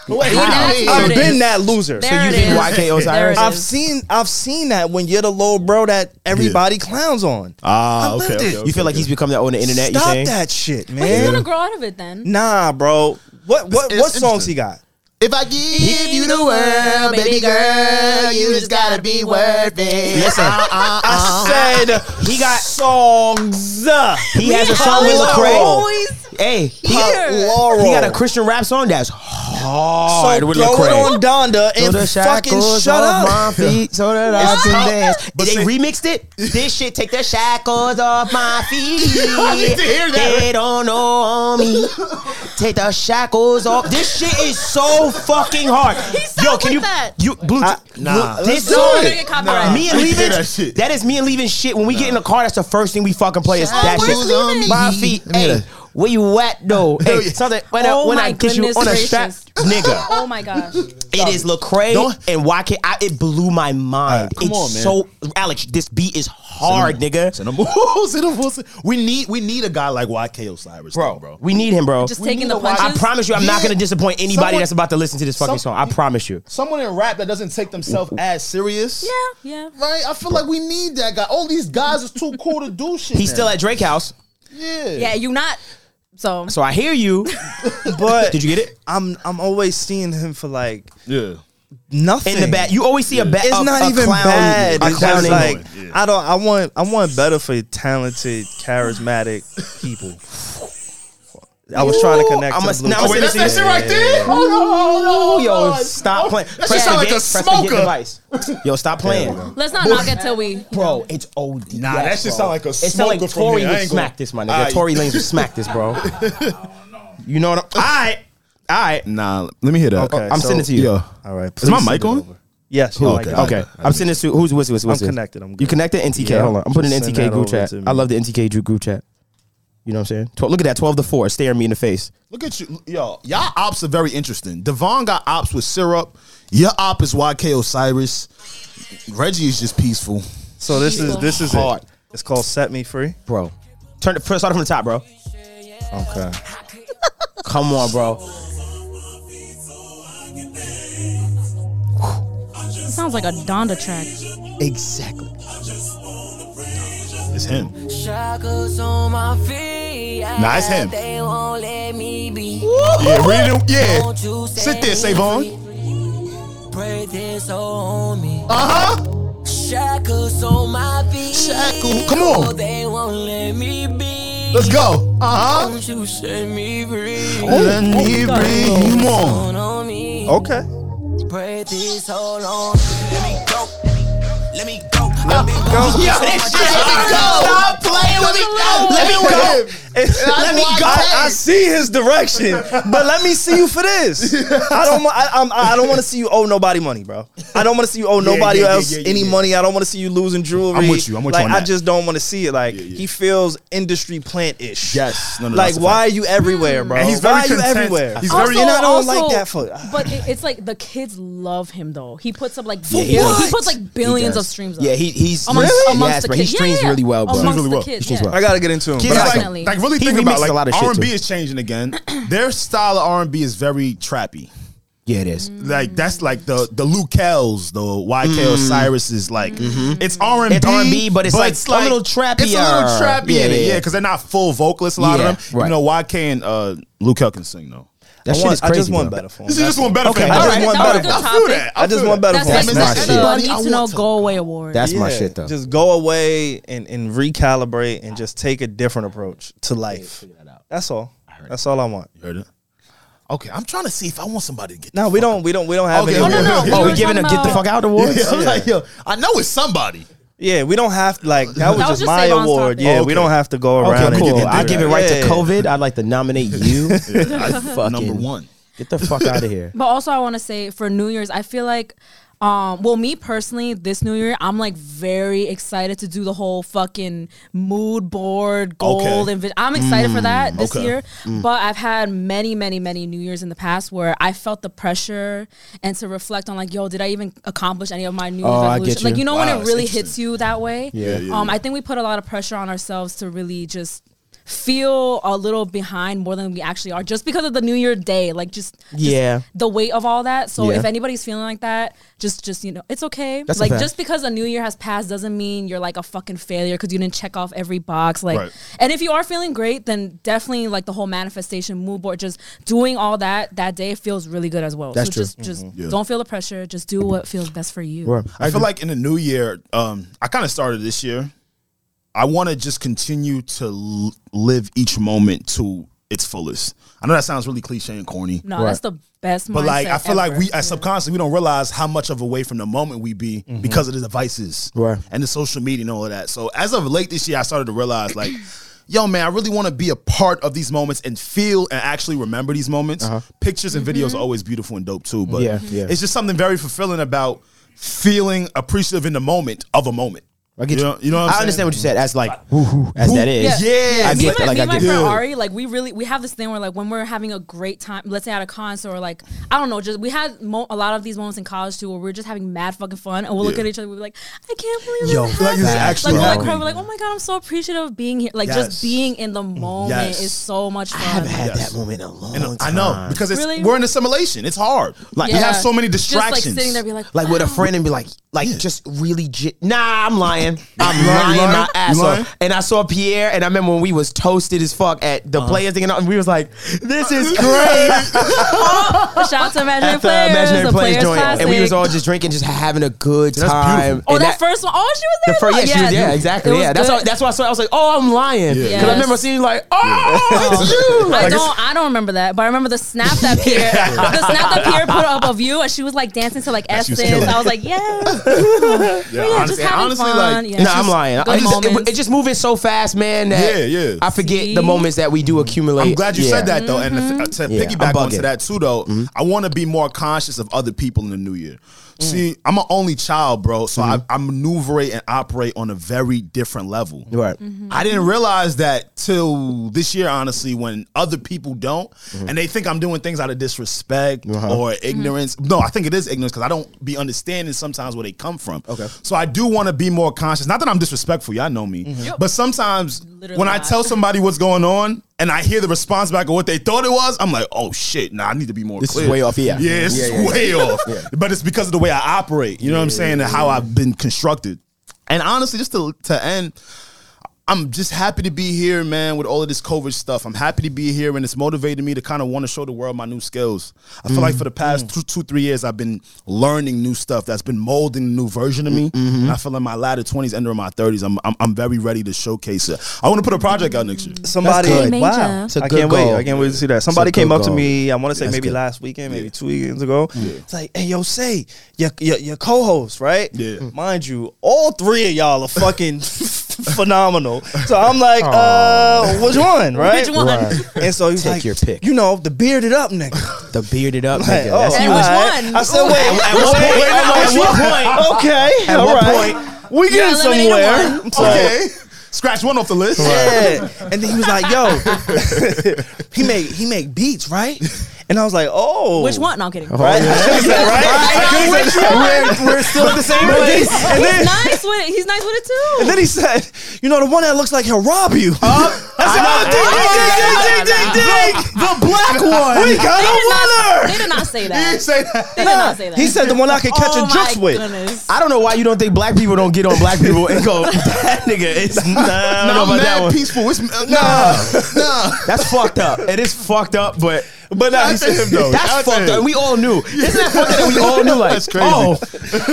[SPEAKER 4] There
[SPEAKER 2] I've
[SPEAKER 4] it is.
[SPEAKER 2] been that loser.
[SPEAKER 4] There
[SPEAKER 1] you
[SPEAKER 4] it
[SPEAKER 1] think
[SPEAKER 4] is.
[SPEAKER 1] YK
[SPEAKER 4] There
[SPEAKER 1] Osiris?
[SPEAKER 4] it is.
[SPEAKER 2] I've seen I've seen that when you're the little bro that everybody clowns on.
[SPEAKER 3] Ah,
[SPEAKER 2] I lived
[SPEAKER 3] okay, okay,
[SPEAKER 2] it.
[SPEAKER 3] okay.
[SPEAKER 1] You feel like he's become that on the internet. you
[SPEAKER 2] Stop
[SPEAKER 1] saying?
[SPEAKER 2] that shit,
[SPEAKER 4] But he's gonna
[SPEAKER 2] man.
[SPEAKER 4] grow out of it then.
[SPEAKER 2] Nah, bro. What what
[SPEAKER 3] It's-
[SPEAKER 2] what
[SPEAKER 3] it's
[SPEAKER 2] songs he got?
[SPEAKER 3] If I give you the world, baby girl, you just gotta be worth it. Ah,
[SPEAKER 1] Listen,
[SPEAKER 4] Uh-huh.
[SPEAKER 2] I said
[SPEAKER 1] he got-
[SPEAKER 2] songs.
[SPEAKER 1] he has a
[SPEAKER 4] We
[SPEAKER 1] song with Lecrae.
[SPEAKER 4] always
[SPEAKER 1] Hey, he
[SPEAKER 4] here.
[SPEAKER 1] he got a Christian rap song that's hard
[SPEAKER 2] so
[SPEAKER 1] with
[SPEAKER 2] throw it
[SPEAKER 1] Lecrae.
[SPEAKER 2] on Donda
[SPEAKER 1] Throw
[SPEAKER 2] and
[SPEAKER 1] the
[SPEAKER 2] fucking
[SPEAKER 1] shackles
[SPEAKER 2] shut
[SPEAKER 1] off
[SPEAKER 2] up.
[SPEAKER 1] my feet so that I can dance.
[SPEAKER 3] But
[SPEAKER 1] they
[SPEAKER 3] see-
[SPEAKER 1] remixed it. This shit take the shackles off my feet.
[SPEAKER 3] need to hear that.
[SPEAKER 1] They don't know on me. Take the shackles off. This shit is so fucking hard.
[SPEAKER 4] sounds
[SPEAKER 1] Yo, can
[SPEAKER 4] like
[SPEAKER 1] you
[SPEAKER 4] that.
[SPEAKER 1] you blue?
[SPEAKER 2] I-
[SPEAKER 3] Nah.
[SPEAKER 1] Blue- this
[SPEAKER 2] Let's do
[SPEAKER 1] song.
[SPEAKER 4] We're gonna get copyrighted.
[SPEAKER 1] Me and
[SPEAKER 3] I can hear
[SPEAKER 1] leaving
[SPEAKER 3] that shit.
[SPEAKER 1] that is me and leaving shit. When we get in the car, that's the first thing we fucking play is that
[SPEAKER 4] Shackles
[SPEAKER 1] shit.
[SPEAKER 4] on me.
[SPEAKER 1] My feet,
[SPEAKER 3] Let me hear
[SPEAKER 1] hey,
[SPEAKER 3] that.
[SPEAKER 1] where you at though? Hey, something when I
[SPEAKER 4] Oh
[SPEAKER 1] when
[SPEAKER 4] my
[SPEAKER 1] I get you
[SPEAKER 4] goodness
[SPEAKER 1] on a
[SPEAKER 4] gracious.
[SPEAKER 1] strap, nigga.
[SPEAKER 4] Oh my gosh.
[SPEAKER 1] It is Lecrae
[SPEAKER 3] Don't-
[SPEAKER 1] and YK. I, it blew my mind.
[SPEAKER 2] Alright, come
[SPEAKER 1] it's
[SPEAKER 2] on, man.
[SPEAKER 1] so Alex. This beat is hard, nigga.
[SPEAKER 3] Send him- Send him- send him- We need we need a guy like YK Osiris, bro. bro.
[SPEAKER 1] We need him, bro.
[SPEAKER 4] Just
[SPEAKER 1] We
[SPEAKER 4] taking
[SPEAKER 1] need
[SPEAKER 4] the
[SPEAKER 1] a Y- I
[SPEAKER 4] punches?
[SPEAKER 1] promise you, I'm not
[SPEAKER 3] Yeah.
[SPEAKER 1] gonna disappoint anybody
[SPEAKER 3] Someone-
[SPEAKER 1] that's about to listen to this fucking
[SPEAKER 3] Some-
[SPEAKER 1] song. I promise you.
[SPEAKER 3] Someone in rap that doesn't take themselves as serious.
[SPEAKER 4] Yeah, yeah.
[SPEAKER 3] Right? I feel like we need that guy. All these guys is too cool to do shit.
[SPEAKER 1] He's still at Drake House.
[SPEAKER 3] Yeah.
[SPEAKER 4] Yeah, you not So
[SPEAKER 1] So I hear you.
[SPEAKER 2] But
[SPEAKER 1] Did you get it?
[SPEAKER 2] I'm I'm always seeing him for like
[SPEAKER 3] Yeah.
[SPEAKER 2] nothing
[SPEAKER 1] In the back, you always see a bad.
[SPEAKER 2] It's not even bad.
[SPEAKER 1] A
[SPEAKER 2] It's just
[SPEAKER 1] clown
[SPEAKER 2] like
[SPEAKER 1] like,
[SPEAKER 3] Yeah.
[SPEAKER 2] I don't. I want. I want better for talented, charismatic people. I was trying to connect.
[SPEAKER 1] I'm
[SPEAKER 2] to
[SPEAKER 1] a-
[SPEAKER 2] the blue
[SPEAKER 1] now I'm
[SPEAKER 3] Oh,
[SPEAKER 1] Wait,
[SPEAKER 3] wait, that's that
[SPEAKER 1] that's
[SPEAKER 3] shit right there? Hold on,
[SPEAKER 1] oh, yo, stop playing.
[SPEAKER 3] That shit
[SPEAKER 1] Press
[SPEAKER 3] sound
[SPEAKER 1] the
[SPEAKER 3] like
[SPEAKER 1] get- press
[SPEAKER 3] a
[SPEAKER 1] the get
[SPEAKER 3] smoker.
[SPEAKER 1] device. Yo, stop playing,
[SPEAKER 4] let's not knock it till we.
[SPEAKER 1] bro. It's OD.
[SPEAKER 3] Nah, that shit sound like a
[SPEAKER 1] It sound
[SPEAKER 3] smoker
[SPEAKER 1] like
[SPEAKER 3] from
[SPEAKER 1] Tory
[SPEAKER 3] here. I
[SPEAKER 1] would
[SPEAKER 3] ain't gonna-
[SPEAKER 1] smack this, my nigga.
[SPEAKER 3] Aight.
[SPEAKER 1] Tory Lanez would smack this, bro. you know what? I'm, all right, all right.
[SPEAKER 3] Nah, let me hear that.
[SPEAKER 2] Okay.
[SPEAKER 1] I'm
[SPEAKER 2] so-
[SPEAKER 1] sending it to you.
[SPEAKER 3] Yo.
[SPEAKER 2] All right.
[SPEAKER 3] Is my
[SPEAKER 2] please
[SPEAKER 3] mic
[SPEAKER 2] send it
[SPEAKER 3] on?
[SPEAKER 2] over. Yes.
[SPEAKER 3] Cool.
[SPEAKER 2] your mic
[SPEAKER 3] Okay,
[SPEAKER 2] is on.
[SPEAKER 1] Okay, I'm sending this to who's who's who's who's
[SPEAKER 2] I'm
[SPEAKER 1] this?
[SPEAKER 2] connected, I'm good.
[SPEAKER 1] You connected NTK.
[SPEAKER 2] Yeah,
[SPEAKER 1] Hold on, I'm putting in
[SPEAKER 2] just send
[SPEAKER 1] NTK
[SPEAKER 2] that
[SPEAKER 1] group
[SPEAKER 2] over
[SPEAKER 1] chat.
[SPEAKER 2] to me.
[SPEAKER 1] I love the NTK group group chat. You know what I'm saying? 12, look at that, twelve to four, staring me in the face.
[SPEAKER 3] Look at you, yo. Y'all ops are very interesting. Devon got ops with syrup. Your op is YK Osiris. Reggie is just peaceful.
[SPEAKER 2] So this is this is
[SPEAKER 1] Hard.
[SPEAKER 2] it. It's called Set Me Free.
[SPEAKER 1] bro. Turn it first start from the top, bro.
[SPEAKER 2] Okay.
[SPEAKER 1] Come on, bro.
[SPEAKER 4] It sounds like a Donda track.
[SPEAKER 1] Exactly.
[SPEAKER 3] It's him.
[SPEAKER 6] Shackles on my feet.
[SPEAKER 3] Nah, it's him.
[SPEAKER 6] They won't let me be.
[SPEAKER 3] Yeah, read it. Yeah.
[SPEAKER 6] Won't you
[SPEAKER 3] Sit there,
[SPEAKER 6] set me
[SPEAKER 3] Savon.
[SPEAKER 6] free? Pray this on me. Uh
[SPEAKER 3] Uh-huh.
[SPEAKER 6] huh. Shackles on my feet.
[SPEAKER 3] Shackle- come on.
[SPEAKER 6] Oh, they won't let me be.
[SPEAKER 3] Let's go. Uh huh.
[SPEAKER 6] Won't you set me free?
[SPEAKER 3] Let me bring you more.
[SPEAKER 6] Hold on me.
[SPEAKER 3] Oh.
[SPEAKER 2] Okay.
[SPEAKER 6] Pray this hold on. Let me go. Let me go. Let me
[SPEAKER 2] Go.
[SPEAKER 1] Yo, this shit. Let me go. Stop playing with me. Let me go.
[SPEAKER 2] It's-
[SPEAKER 1] Let me go.
[SPEAKER 2] I, I see his direction, but let me see you for this. I don't. wa- I, I'm- I don't want to see you owe nobody money, bro. I don't want to see you owe nobody
[SPEAKER 3] yeah, yeah,
[SPEAKER 2] else
[SPEAKER 3] yeah, yeah,
[SPEAKER 2] any
[SPEAKER 3] yeah.
[SPEAKER 2] money. I don't want to see you losing jewelry.
[SPEAKER 3] I'm with you, I'm with you
[SPEAKER 2] like,
[SPEAKER 3] on
[SPEAKER 2] I
[SPEAKER 3] that.
[SPEAKER 2] just don't want to see it. Like
[SPEAKER 3] yeah.
[SPEAKER 2] he feels industry plant ish.
[SPEAKER 3] Yes. No, no,
[SPEAKER 2] like
[SPEAKER 3] that's a
[SPEAKER 2] why are you
[SPEAKER 4] Hmm.
[SPEAKER 2] everywhere, bro?
[SPEAKER 3] And he's very
[SPEAKER 2] why are you
[SPEAKER 3] content.
[SPEAKER 2] everywhere?
[SPEAKER 3] He's
[SPEAKER 4] Also,
[SPEAKER 3] very-
[SPEAKER 2] and I don't like
[SPEAKER 4] also-
[SPEAKER 2] that for.
[SPEAKER 4] But it, it's like the kids love him though. He puts up like
[SPEAKER 1] he
[SPEAKER 4] billions-
[SPEAKER 1] does.
[SPEAKER 4] he puts like billions of streams. Up.
[SPEAKER 1] Yeah, he he's
[SPEAKER 4] amongst,
[SPEAKER 1] he's-
[SPEAKER 4] amongst
[SPEAKER 1] yes,
[SPEAKER 4] the
[SPEAKER 1] bro.
[SPEAKER 4] kids.
[SPEAKER 1] He streams
[SPEAKER 4] yeah, yeah.
[SPEAKER 1] really well, bro.
[SPEAKER 4] Amongst
[SPEAKER 3] Amongst
[SPEAKER 4] the
[SPEAKER 3] the
[SPEAKER 4] kids,
[SPEAKER 1] He streams
[SPEAKER 4] yeah.
[SPEAKER 1] well.
[SPEAKER 2] I gotta get into him.
[SPEAKER 1] Kids
[SPEAKER 2] but I-
[SPEAKER 1] like-
[SPEAKER 3] Like,
[SPEAKER 4] Definitely.
[SPEAKER 3] like really
[SPEAKER 1] He
[SPEAKER 3] think about
[SPEAKER 1] remixed
[SPEAKER 3] like
[SPEAKER 1] a lot of shit,
[SPEAKER 3] R and B
[SPEAKER 1] too.
[SPEAKER 3] is changing again. Their style of R and B is very trappy.
[SPEAKER 1] Yeah, it is.
[SPEAKER 3] Like that's like the the Luke Kells, the YK Osiris is like it's R and
[SPEAKER 1] Mm. Mm-hmm.
[SPEAKER 3] B,
[SPEAKER 1] It's R&B, but it's like a little
[SPEAKER 3] It's a little
[SPEAKER 1] trappier.
[SPEAKER 3] trappy
[SPEAKER 1] Yeah,
[SPEAKER 3] in it,
[SPEAKER 1] yeah,
[SPEAKER 3] yeah, because they're not full vocalists. A lot
[SPEAKER 1] Yeah,
[SPEAKER 3] of them,
[SPEAKER 1] right.
[SPEAKER 3] you know, YK and uh, Luke Kell can sing though.
[SPEAKER 1] That
[SPEAKER 2] I,
[SPEAKER 1] shit
[SPEAKER 2] want,
[SPEAKER 1] is crazy.
[SPEAKER 2] I just want
[SPEAKER 1] bro.
[SPEAKER 2] better for him.
[SPEAKER 3] This is just one better.
[SPEAKER 2] Okay,
[SPEAKER 3] for
[SPEAKER 2] I just
[SPEAKER 3] him.
[SPEAKER 2] want
[SPEAKER 3] Alright,
[SPEAKER 4] better.
[SPEAKER 3] I feel that.
[SPEAKER 2] I just
[SPEAKER 3] feel
[SPEAKER 2] want
[SPEAKER 3] that.
[SPEAKER 2] better
[SPEAKER 4] That's,
[SPEAKER 2] for him.
[SPEAKER 4] like,
[SPEAKER 1] my
[SPEAKER 4] that's
[SPEAKER 1] shit.
[SPEAKER 4] the
[SPEAKER 3] Everybody, I
[SPEAKER 4] need to
[SPEAKER 3] want
[SPEAKER 4] know
[SPEAKER 3] to-
[SPEAKER 4] go away award.
[SPEAKER 1] That's my
[SPEAKER 2] Yeah,
[SPEAKER 1] shit though.
[SPEAKER 2] Just go away and, and recalibrate and just take a different approach to life. That's all. That's all I want.
[SPEAKER 3] You heard it? Okay, I'm trying to see if I want somebody to get.
[SPEAKER 2] No, we don't we don't we don't have
[SPEAKER 3] Okay.
[SPEAKER 2] any
[SPEAKER 3] No, no,
[SPEAKER 2] awards.
[SPEAKER 3] no.
[SPEAKER 4] We
[SPEAKER 1] oh,
[SPEAKER 4] were
[SPEAKER 1] we giving a
[SPEAKER 4] talking
[SPEAKER 1] get the
[SPEAKER 4] about-
[SPEAKER 1] fuck out
[SPEAKER 3] Yeah,
[SPEAKER 1] award.
[SPEAKER 3] I'm like, yo, I know it's somebody.
[SPEAKER 2] Yeah, we don't have like that was,
[SPEAKER 4] That was
[SPEAKER 2] just
[SPEAKER 4] just
[SPEAKER 2] my
[SPEAKER 4] Savon's
[SPEAKER 2] award.
[SPEAKER 4] topic.
[SPEAKER 2] Yeah,
[SPEAKER 3] Okay.
[SPEAKER 2] we don't have to go around
[SPEAKER 1] Okay,
[SPEAKER 2] and
[SPEAKER 1] cool.
[SPEAKER 2] get
[SPEAKER 1] I give it right to
[SPEAKER 2] Yeah.
[SPEAKER 1] COVID. I'd like to nominate you. Fucking-
[SPEAKER 3] Number one.
[SPEAKER 1] Get the fuck out of here.
[SPEAKER 4] But also, I want to say for New Year's, I feel like, um, well, me personally, this New Year, I'm like very excited to do the whole fucking mood board gold.
[SPEAKER 3] Okay.
[SPEAKER 4] And vi- I'm excited for
[SPEAKER 1] Mm,
[SPEAKER 4] that this
[SPEAKER 3] okay.
[SPEAKER 4] year. But I've had many, many, many New Years in the past where I felt the pressure and to reflect on like, yo, did I even accomplish any of my New Year's
[SPEAKER 1] Oh, I get
[SPEAKER 4] resolutions?
[SPEAKER 1] you.
[SPEAKER 4] Like, you know,
[SPEAKER 3] Wow,
[SPEAKER 4] when it
[SPEAKER 3] that's
[SPEAKER 4] really
[SPEAKER 3] interesting.
[SPEAKER 4] hits you that way.
[SPEAKER 1] Yeah, yeah,
[SPEAKER 4] um, I think we put a lot of pressure on ourselves to really just feel a little behind more than we actually are just because of the new year day like just
[SPEAKER 1] Yeah.
[SPEAKER 4] the weight of all that. So
[SPEAKER 1] Yeah.
[SPEAKER 4] if anybody's feeling like that, just just you know, it's okay.
[SPEAKER 1] That's a
[SPEAKER 4] like
[SPEAKER 1] fact.
[SPEAKER 4] just because a new year has passed doesn't mean you're like a fucking failure because you didn't check off every box. Like,
[SPEAKER 3] Right.
[SPEAKER 4] and if you are feeling great, then definitely like the whole manifestation mood board, just doing all that that day feels really good as well.
[SPEAKER 1] That's
[SPEAKER 4] so
[SPEAKER 1] true.
[SPEAKER 4] just just
[SPEAKER 3] Mm-hmm.
[SPEAKER 4] don't feel the pressure. Just do what feels best for you.
[SPEAKER 1] Word.
[SPEAKER 3] I feel like in the new year, um, I kind of started this year. I want to just continue to l- live each moment to its fullest. I know that sounds really cliche and corny,
[SPEAKER 4] No,
[SPEAKER 1] Right.
[SPEAKER 4] that's the best.
[SPEAKER 3] but like
[SPEAKER 4] mindset
[SPEAKER 3] I feel like
[SPEAKER 4] ever.
[SPEAKER 3] we, as subconsciously, we don't realize how much of away from the moment we be because of the devices
[SPEAKER 1] Mm-hmm. Right.
[SPEAKER 3] and the social media and all of that. So as of late this year, I started to realize like. Yo, man, I really want to be a part of these moments and feel and actually remember these moments. Pictures and
[SPEAKER 4] Mm-hmm.
[SPEAKER 3] videos are always beautiful and dope too, but
[SPEAKER 1] Uh-huh. Yeah, yeah.
[SPEAKER 3] it's just something very fulfilling about feeling appreciative in the moment of a moment.
[SPEAKER 1] I get you.
[SPEAKER 3] know, you know what I'm
[SPEAKER 1] I
[SPEAKER 3] saying?
[SPEAKER 1] understand what you said. As like woo-hoo, as that is.
[SPEAKER 3] Yeah.
[SPEAKER 1] I
[SPEAKER 4] me
[SPEAKER 1] get
[SPEAKER 4] and my,
[SPEAKER 1] that, like,
[SPEAKER 4] me
[SPEAKER 1] I
[SPEAKER 4] and my
[SPEAKER 1] get-
[SPEAKER 4] friend
[SPEAKER 1] Yeah.
[SPEAKER 4] Ari, like we really we have this thing where like when we're having a great time, let's say at a concert or like I don't know, just we had mo- a lot of these moments in college too where we're just having mad fucking fun and we'll look
[SPEAKER 3] Yeah.
[SPEAKER 4] at each other, we'll be like, I can't believe
[SPEAKER 3] Yo,
[SPEAKER 4] this
[SPEAKER 3] like,
[SPEAKER 4] happened.
[SPEAKER 3] this actually
[SPEAKER 4] like we're like,
[SPEAKER 3] happened.
[SPEAKER 4] crying, we're like, oh my god, I'm so appreciative of being here. Like
[SPEAKER 3] Yes.
[SPEAKER 4] just being in the moment
[SPEAKER 3] Yes.
[SPEAKER 4] is so much fun.
[SPEAKER 1] had
[SPEAKER 3] Yes.
[SPEAKER 1] that moment in a long
[SPEAKER 3] And uh, I know because it's
[SPEAKER 4] Really?
[SPEAKER 3] we're in assimilation. It's hard. Like we
[SPEAKER 4] Yeah.
[SPEAKER 3] have so many
[SPEAKER 4] Just, like,
[SPEAKER 3] distractions.
[SPEAKER 4] sitting there, be like,
[SPEAKER 1] like with a friend and be like, Like just really, j- nah, I'm lying. I'm lying,
[SPEAKER 3] lying?
[SPEAKER 1] my ass
[SPEAKER 3] You lying?
[SPEAKER 1] off. And I saw Pierre, and I remember when we was toasted as fuck at
[SPEAKER 3] Uh-huh.
[SPEAKER 1] the players thing, and all- and we was like, "This is great."
[SPEAKER 4] Shout out to
[SPEAKER 1] at
[SPEAKER 4] Imaginary
[SPEAKER 1] the imaginary
[SPEAKER 4] Players, the
[SPEAKER 1] players
[SPEAKER 4] Players
[SPEAKER 1] joint,
[SPEAKER 4] Classic.
[SPEAKER 1] and we was all just drinking, just having a good
[SPEAKER 3] That's
[SPEAKER 1] time.
[SPEAKER 3] beautiful.
[SPEAKER 4] Oh,
[SPEAKER 1] And
[SPEAKER 4] that, first one. Oh, she was
[SPEAKER 1] the
[SPEAKER 4] there.
[SPEAKER 1] first, yeah,
[SPEAKER 4] though?
[SPEAKER 1] she was, yeah,
[SPEAKER 4] dude. It
[SPEAKER 1] exactly,
[SPEAKER 4] was
[SPEAKER 1] yeah. That's
[SPEAKER 4] good.
[SPEAKER 1] why, that's why I saw. I was like, "Oh, I'm lying," because I
[SPEAKER 4] Yes.
[SPEAKER 1] remember seeing you like, "Oh, it's you."
[SPEAKER 4] I
[SPEAKER 1] Like, it's-
[SPEAKER 4] don't. I don't remember that, but I remember the snap that Pierre, the snap that Pierre put up of you, and she was like dancing to like
[SPEAKER 3] she was
[SPEAKER 4] Essence.
[SPEAKER 3] killing it.
[SPEAKER 4] I was like, yes.
[SPEAKER 3] Yeah,
[SPEAKER 4] yeah,
[SPEAKER 3] honestly,
[SPEAKER 4] just having
[SPEAKER 3] honestly,
[SPEAKER 4] fun.
[SPEAKER 3] like,
[SPEAKER 4] yeah.
[SPEAKER 1] No, I'm lying.
[SPEAKER 4] Good
[SPEAKER 1] I just, it,
[SPEAKER 4] moments.
[SPEAKER 1] it just moving so fast, man. That
[SPEAKER 3] Yeah, yeah.
[SPEAKER 1] I forget
[SPEAKER 4] See?
[SPEAKER 1] the moments that we do accumulate.
[SPEAKER 3] I'm glad you
[SPEAKER 1] Yeah.
[SPEAKER 3] said that though, and to- to
[SPEAKER 1] Yeah,
[SPEAKER 3] piggyback
[SPEAKER 1] I'm
[SPEAKER 3] onto
[SPEAKER 1] bugging. Mm-hmm.
[SPEAKER 3] that too though, I want to be more conscious of other people in the new year. See, I'm an only child, bro, so
[SPEAKER 1] Mm-hmm.
[SPEAKER 3] I, I maneuverate and operate on a very different level.
[SPEAKER 1] Right.
[SPEAKER 3] I didn't realize that till this year, honestly, when other people don't, and they think I'm doing things out of disrespect or ignorance. No, I think it is ignorance because I don't be understanding sometimes where they come from. Okay. So I do want to be more conscious. Not that I'm disrespectful, y'all know me, but sometimes
[SPEAKER 4] Literally
[SPEAKER 3] when I
[SPEAKER 4] not.
[SPEAKER 3] tell somebody what's going on and I hear the response back of what they thought it was, I'm like, oh shit, nah, I need to be more
[SPEAKER 1] This is
[SPEAKER 3] clear.
[SPEAKER 1] way off, yeah.
[SPEAKER 3] Yeah, it's
[SPEAKER 1] Yeah, yeah, yeah.
[SPEAKER 3] way off. But it's because of the way I operate. You know what I'm saying? And how I've been constructed. And honestly, just to to end, I'm just happy to be here, man, with all of this COVID stuff. I'm happy to be here, and it's motivated me to kind of want to show the world my new skills. I feel like for the
[SPEAKER 1] Mm-hmm.
[SPEAKER 3] past two, two, three years, I've been learning new stuff that's been molding a new version of me.
[SPEAKER 1] Mm-hmm.
[SPEAKER 3] And I feel in my latter 20s, entering my 30s, I'm, I'm, I'm very ready to showcase it. I want to put a project out next year.
[SPEAKER 2] Somebody,
[SPEAKER 1] good.
[SPEAKER 4] Major.
[SPEAKER 2] wow,
[SPEAKER 1] It's a
[SPEAKER 2] I
[SPEAKER 1] good
[SPEAKER 2] can't wait.
[SPEAKER 1] goal.
[SPEAKER 2] I can't wait to see that. Somebody
[SPEAKER 1] good
[SPEAKER 2] came up to
[SPEAKER 1] goal.
[SPEAKER 2] me. I want to say
[SPEAKER 1] That's
[SPEAKER 2] maybe
[SPEAKER 1] good.
[SPEAKER 2] last weekend, maybe two weekends ago. It's like, hey, yo, say your, your your co-host, right?
[SPEAKER 3] Yeah. Mm.
[SPEAKER 2] Mind you, all three of y'all are fucking phenomenal. So I'm like, uh, which one, right?
[SPEAKER 4] Which one? Right.
[SPEAKER 2] And so he's
[SPEAKER 1] Take
[SPEAKER 2] like,
[SPEAKER 1] your pick.
[SPEAKER 2] You know, the bearded up nigga.
[SPEAKER 1] The bearded up
[SPEAKER 2] Like,
[SPEAKER 1] nigga.
[SPEAKER 2] oh,
[SPEAKER 1] That's
[SPEAKER 4] And
[SPEAKER 1] you.
[SPEAKER 4] which
[SPEAKER 2] all
[SPEAKER 4] one?
[SPEAKER 2] I said,
[SPEAKER 4] Ooh.
[SPEAKER 2] wait,
[SPEAKER 1] At what
[SPEAKER 2] wait,
[SPEAKER 1] point? At what
[SPEAKER 2] wait,
[SPEAKER 1] point?
[SPEAKER 2] Okay,
[SPEAKER 1] At
[SPEAKER 2] all
[SPEAKER 1] what
[SPEAKER 2] right. We
[SPEAKER 4] Yeah,
[SPEAKER 2] getting
[SPEAKER 4] eliminate
[SPEAKER 2] somewhere.
[SPEAKER 4] one.
[SPEAKER 2] So-
[SPEAKER 3] Okay. Scratch one off the list.
[SPEAKER 2] yeah. And then he was like, "Yo, he make he make beats, right?" And I was like, "Oh,
[SPEAKER 4] Which one? No, I'm kidding.
[SPEAKER 2] Right? I could've said, right? I could've said-
[SPEAKER 1] We're, we're still at the same
[SPEAKER 2] But
[SPEAKER 1] place.
[SPEAKER 2] then- and
[SPEAKER 4] He's
[SPEAKER 2] then
[SPEAKER 4] nice with it. He's nice with it too.
[SPEAKER 2] and then he said, "You know the one that looks like he'll rob you." I said, "Oh, ding, ding, ding, ding, ding, ding, the black one. We got
[SPEAKER 4] they, did
[SPEAKER 2] a
[SPEAKER 4] not,
[SPEAKER 2] winner."
[SPEAKER 4] they did not say that.
[SPEAKER 3] Say that.
[SPEAKER 4] They did not say that.
[SPEAKER 2] He said the one I could catch
[SPEAKER 4] oh
[SPEAKER 2] a jux
[SPEAKER 4] my
[SPEAKER 2] with.
[SPEAKER 4] Goodness.
[SPEAKER 1] I don't know why you don't think black people don't get on black people and go, that nigga is, nah, I don't know about
[SPEAKER 3] No, I'm
[SPEAKER 1] that
[SPEAKER 3] mad
[SPEAKER 1] one.
[SPEAKER 3] peaceful. It's, uh, nah, nah.
[SPEAKER 1] That's fucked up. It is fucked up, but
[SPEAKER 2] But nah, he
[SPEAKER 3] Shout out to
[SPEAKER 2] said,
[SPEAKER 3] him, though.
[SPEAKER 1] that's
[SPEAKER 3] Shout out to
[SPEAKER 1] fucked
[SPEAKER 3] him.
[SPEAKER 1] up. And we all knew. Isn't that fucked up that we all knew? Like,
[SPEAKER 3] That's crazy.
[SPEAKER 1] oh,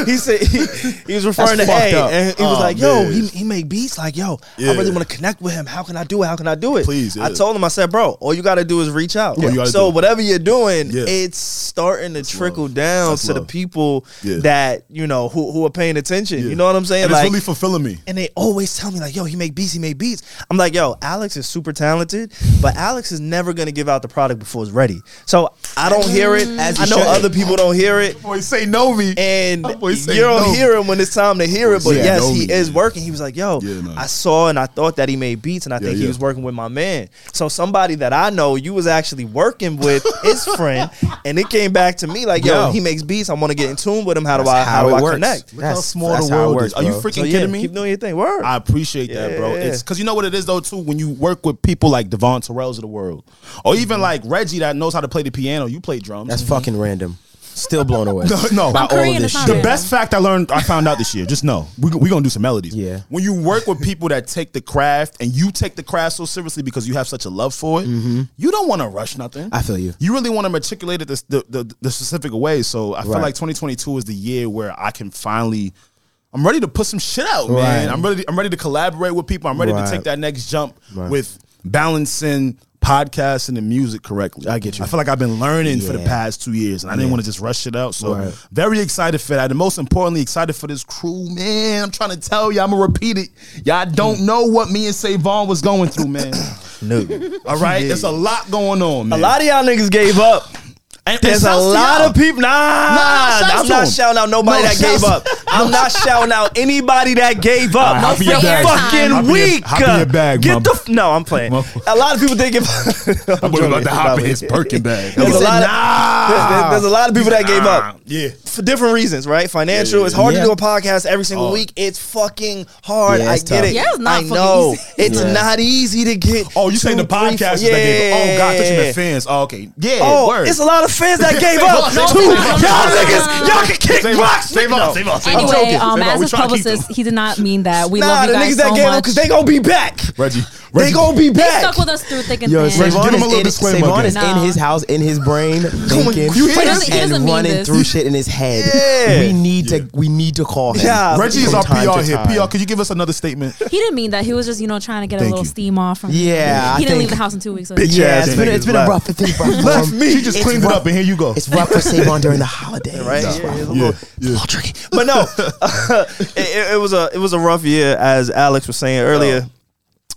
[SPEAKER 2] he said he, he was referring
[SPEAKER 1] That's
[SPEAKER 2] to
[SPEAKER 1] fucked
[SPEAKER 2] A,
[SPEAKER 1] up.
[SPEAKER 2] and he was
[SPEAKER 3] Oh,
[SPEAKER 2] like, "Yo,
[SPEAKER 3] man.
[SPEAKER 2] he, he make beats. Like, yo,
[SPEAKER 3] Yeah.
[SPEAKER 2] I really want to connect with him. How can I do it? How can I do it?"
[SPEAKER 3] Please, yeah.
[SPEAKER 2] I told him, I said, "Bro, all you got to do is reach out.
[SPEAKER 3] you gotta
[SPEAKER 2] so
[SPEAKER 3] do-
[SPEAKER 2] whatever you're doing,
[SPEAKER 3] Yeah.
[SPEAKER 2] it's starting to trickle down
[SPEAKER 3] That's
[SPEAKER 2] to the
[SPEAKER 3] love.
[SPEAKER 2] people
[SPEAKER 3] Yeah.
[SPEAKER 2] that you know who, who are paying attention.
[SPEAKER 3] Yeah.
[SPEAKER 2] You know what I'm saying?
[SPEAKER 3] And
[SPEAKER 2] like,
[SPEAKER 3] it's really fulfilling me.
[SPEAKER 2] and they always tell me like, "Yo, he make beats. He make beats." I'm like, "Yo, Alex is super talented, but Alex is never gonna give out the product before it's ready." So I don't hear it.
[SPEAKER 1] As
[SPEAKER 2] I
[SPEAKER 1] he
[SPEAKER 2] know
[SPEAKER 1] should.
[SPEAKER 2] other people don't hear it
[SPEAKER 3] Boy, say no me.
[SPEAKER 2] and
[SPEAKER 3] That boy say
[SPEAKER 2] you don't
[SPEAKER 3] no.
[SPEAKER 2] hear him when it's time to hear it. But
[SPEAKER 3] Yeah,
[SPEAKER 2] yes,
[SPEAKER 3] no
[SPEAKER 2] he
[SPEAKER 3] me,
[SPEAKER 2] is
[SPEAKER 3] yeah.
[SPEAKER 2] working. He was like, "Yo,
[SPEAKER 3] Yeah, no.
[SPEAKER 2] I saw and I thought that he made beats, and I think he
[SPEAKER 3] yeah.
[SPEAKER 2] was working with my man." So somebody that I know, you was actually working with his friend, and it came back to me like, "Yo,
[SPEAKER 1] Yo.
[SPEAKER 2] he makes beats. I want to get in tune with him. How do I?
[SPEAKER 1] That's
[SPEAKER 2] How,
[SPEAKER 1] how
[SPEAKER 2] do
[SPEAKER 1] it
[SPEAKER 2] I
[SPEAKER 1] works.
[SPEAKER 2] connect?"
[SPEAKER 3] Look how
[SPEAKER 1] That's-
[SPEAKER 3] small
[SPEAKER 1] that's
[SPEAKER 3] the
[SPEAKER 1] how it
[SPEAKER 3] world
[SPEAKER 1] works,
[SPEAKER 3] is. Are you
[SPEAKER 1] bro.
[SPEAKER 3] freaking
[SPEAKER 2] So yeah,
[SPEAKER 3] kidding me?
[SPEAKER 2] keep doing your thing. Word.
[SPEAKER 3] I appreciate that, bro.
[SPEAKER 2] Yeah.
[SPEAKER 3] It's because you know what it is though too. When you work with people like Devon Terrell's of the world, or even
[SPEAKER 2] Mm-hmm.
[SPEAKER 3] like Reggie that knows how to play the piano, you play drums.
[SPEAKER 1] that's fucking random. Still blown away.
[SPEAKER 3] no,
[SPEAKER 1] by
[SPEAKER 3] I'm
[SPEAKER 1] all
[SPEAKER 4] Korean,
[SPEAKER 1] of this
[SPEAKER 4] it's not
[SPEAKER 1] shit.
[SPEAKER 3] the
[SPEAKER 4] Yeah.
[SPEAKER 3] best fact I learned, I found out this year. Just know we're we gonna do some melodies.
[SPEAKER 1] Yeah.
[SPEAKER 3] When you work with people that take the craft and you take the craft so seriously because you have such a love for it, you don't want to rush nothing.
[SPEAKER 1] Mm-hmm. I feel you.
[SPEAKER 3] You really want to matriculate it the, the, the, the specific way. So I feel
[SPEAKER 1] Right.
[SPEAKER 3] like 2022 is the year where I can finally. I'm ready to put some shit out, man.
[SPEAKER 1] Right.
[SPEAKER 3] I'm ready. I'm ready to collaborate with people. I'm ready
[SPEAKER 1] Right.
[SPEAKER 3] to take that next jump with balancing podcasting and music correctly. I
[SPEAKER 1] get you.
[SPEAKER 3] I feel like I've been learning for the
[SPEAKER 1] Yeah.
[SPEAKER 3] past two years, and I didn't want to just rush it out. So
[SPEAKER 1] Right.
[SPEAKER 3] very excited for that. And most importantly, excited for this crew, man. I'm trying to tell you, I'm gonna repeat it. Y'all don't know what me and Savon was going through, man.
[SPEAKER 2] no.
[SPEAKER 3] All right, it's a lot going on,
[SPEAKER 2] A
[SPEAKER 3] man.
[SPEAKER 2] lot of y'all niggas gave up.
[SPEAKER 3] And- and
[SPEAKER 2] There's a
[SPEAKER 3] shouts to
[SPEAKER 2] lot
[SPEAKER 3] y'all.
[SPEAKER 2] of people. Nah,
[SPEAKER 3] shouts
[SPEAKER 2] I'm
[SPEAKER 3] to
[SPEAKER 2] not
[SPEAKER 3] them.
[SPEAKER 2] shouting out nobody
[SPEAKER 3] No,
[SPEAKER 2] that
[SPEAKER 3] shouts-
[SPEAKER 2] gave up. I'm not shouting out anybody that gave up.
[SPEAKER 3] All right, hop in your
[SPEAKER 2] You're
[SPEAKER 3] bag. Hop in
[SPEAKER 2] fucking
[SPEAKER 3] your-
[SPEAKER 2] weak.
[SPEAKER 3] hop in your bag,
[SPEAKER 2] Get
[SPEAKER 3] mom.
[SPEAKER 2] the f- no. I'm playing.
[SPEAKER 3] Mom.
[SPEAKER 2] A lot of people did give up. I'm
[SPEAKER 3] Boy,
[SPEAKER 2] joking.
[SPEAKER 3] about to hop in
[SPEAKER 2] Nah,
[SPEAKER 3] his Birkin bag.
[SPEAKER 2] There's a
[SPEAKER 3] He said,
[SPEAKER 2] lot of-
[SPEAKER 3] nah.
[SPEAKER 2] there's- there's a lot of people that gave up.
[SPEAKER 3] Yeah.
[SPEAKER 2] for different reasons, right? Financial. It's hard to do a podcast every single
[SPEAKER 3] Oh.
[SPEAKER 2] week. It's fucking hard.
[SPEAKER 1] Yeah,
[SPEAKER 2] I
[SPEAKER 1] it's
[SPEAKER 2] get
[SPEAKER 1] tough.
[SPEAKER 2] it.
[SPEAKER 4] Yeah, it's not
[SPEAKER 2] I
[SPEAKER 4] fucking
[SPEAKER 2] know
[SPEAKER 4] easy.
[SPEAKER 2] it's
[SPEAKER 1] Yeah.
[SPEAKER 2] not easy to get.
[SPEAKER 3] Oh, you saying
[SPEAKER 2] two,
[SPEAKER 3] the
[SPEAKER 2] three,
[SPEAKER 3] podcast
[SPEAKER 2] four-
[SPEAKER 3] that gave up. Oh God, I thought you
[SPEAKER 2] Yeah.
[SPEAKER 3] meant fans. Oh, okay. Yeah,
[SPEAKER 2] Oh,
[SPEAKER 3] word.
[SPEAKER 2] it's a lot of fans that gave up.
[SPEAKER 3] Save up,
[SPEAKER 2] Two,
[SPEAKER 3] save
[SPEAKER 2] y'all
[SPEAKER 3] up, save up.
[SPEAKER 2] niggas, y'all can kick
[SPEAKER 3] Save up,
[SPEAKER 2] rocks.
[SPEAKER 3] save
[SPEAKER 2] nigga.
[SPEAKER 3] up, save up, save
[SPEAKER 4] And anyway,
[SPEAKER 3] joking.
[SPEAKER 4] um,
[SPEAKER 3] No,
[SPEAKER 4] as
[SPEAKER 3] we
[SPEAKER 4] his
[SPEAKER 3] try to keep
[SPEAKER 4] publicist, he did not mean that. We
[SPEAKER 2] Nah,
[SPEAKER 4] love
[SPEAKER 2] the
[SPEAKER 4] you guys
[SPEAKER 2] niggas
[SPEAKER 4] so
[SPEAKER 2] that gave up
[SPEAKER 4] much.
[SPEAKER 2] because they gonna be back.
[SPEAKER 3] Reggie,
[SPEAKER 2] They
[SPEAKER 3] Reggie,
[SPEAKER 2] gonna be back.
[SPEAKER 4] stuck with us through thick and
[SPEAKER 3] Yo,
[SPEAKER 4] thin.
[SPEAKER 3] Save on
[SPEAKER 1] Savon
[SPEAKER 3] Give him
[SPEAKER 1] is,
[SPEAKER 3] a little
[SPEAKER 1] in,
[SPEAKER 3] disclaimer
[SPEAKER 1] Savon
[SPEAKER 3] again.
[SPEAKER 1] is in
[SPEAKER 4] No.
[SPEAKER 1] his house, in his brain, thinking
[SPEAKER 3] you He
[SPEAKER 4] doesn't- he doesn't
[SPEAKER 1] and
[SPEAKER 4] mean
[SPEAKER 1] running
[SPEAKER 4] this.
[SPEAKER 1] through shit in his head.
[SPEAKER 2] Yeah.
[SPEAKER 1] We need to we need to call him.
[SPEAKER 2] Yeah.
[SPEAKER 3] Reggie is
[SPEAKER 1] From
[SPEAKER 3] our
[SPEAKER 1] time
[SPEAKER 3] PR
[SPEAKER 1] to
[SPEAKER 3] here.
[SPEAKER 1] time.
[SPEAKER 3] PR, could you give us another statement?
[SPEAKER 4] He didn't mean that. He was just, you know, trying to get a
[SPEAKER 3] Thank
[SPEAKER 4] little
[SPEAKER 3] you.
[SPEAKER 4] steam off from.
[SPEAKER 1] Yeah, I
[SPEAKER 4] He didn't leave
[SPEAKER 1] think-
[SPEAKER 4] the house in two weeks.
[SPEAKER 2] Yeah,
[SPEAKER 1] Yeah, it's been,
[SPEAKER 2] niggas
[SPEAKER 1] it's been a
[SPEAKER 2] left.
[SPEAKER 1] rough, it's been rough.
[SPEAKER 2] Left
[SPEAKER 1] for him.
[SPEAKER 2] me.
[SPEAKER 3] She just
[SPEAKER 1] It's
[SPEAKER 3] cleaned it
[SPEAKER 1] rough.
[SPEAKER 3] up, and here you go.
[SPEAKER 1] It's rough for Savon during the holidays.
[SPEAKER 2] Right?
[SPEAKER 1] It's
[SPEAKER 2] Yeah,
[SPEAKER 1] rough.
[SPEAKER 2] it's a
[SPEAKER 3] Yeah,
[SPEAKER 2] little-
[SPEAKER 3] yeah.
[SPEAKER 1] Little tricky.
[SPEAKER 2] But no, it- it, it was a it was a rough year, as Alex was saying earlier,
[SPEAKER 3] Oh.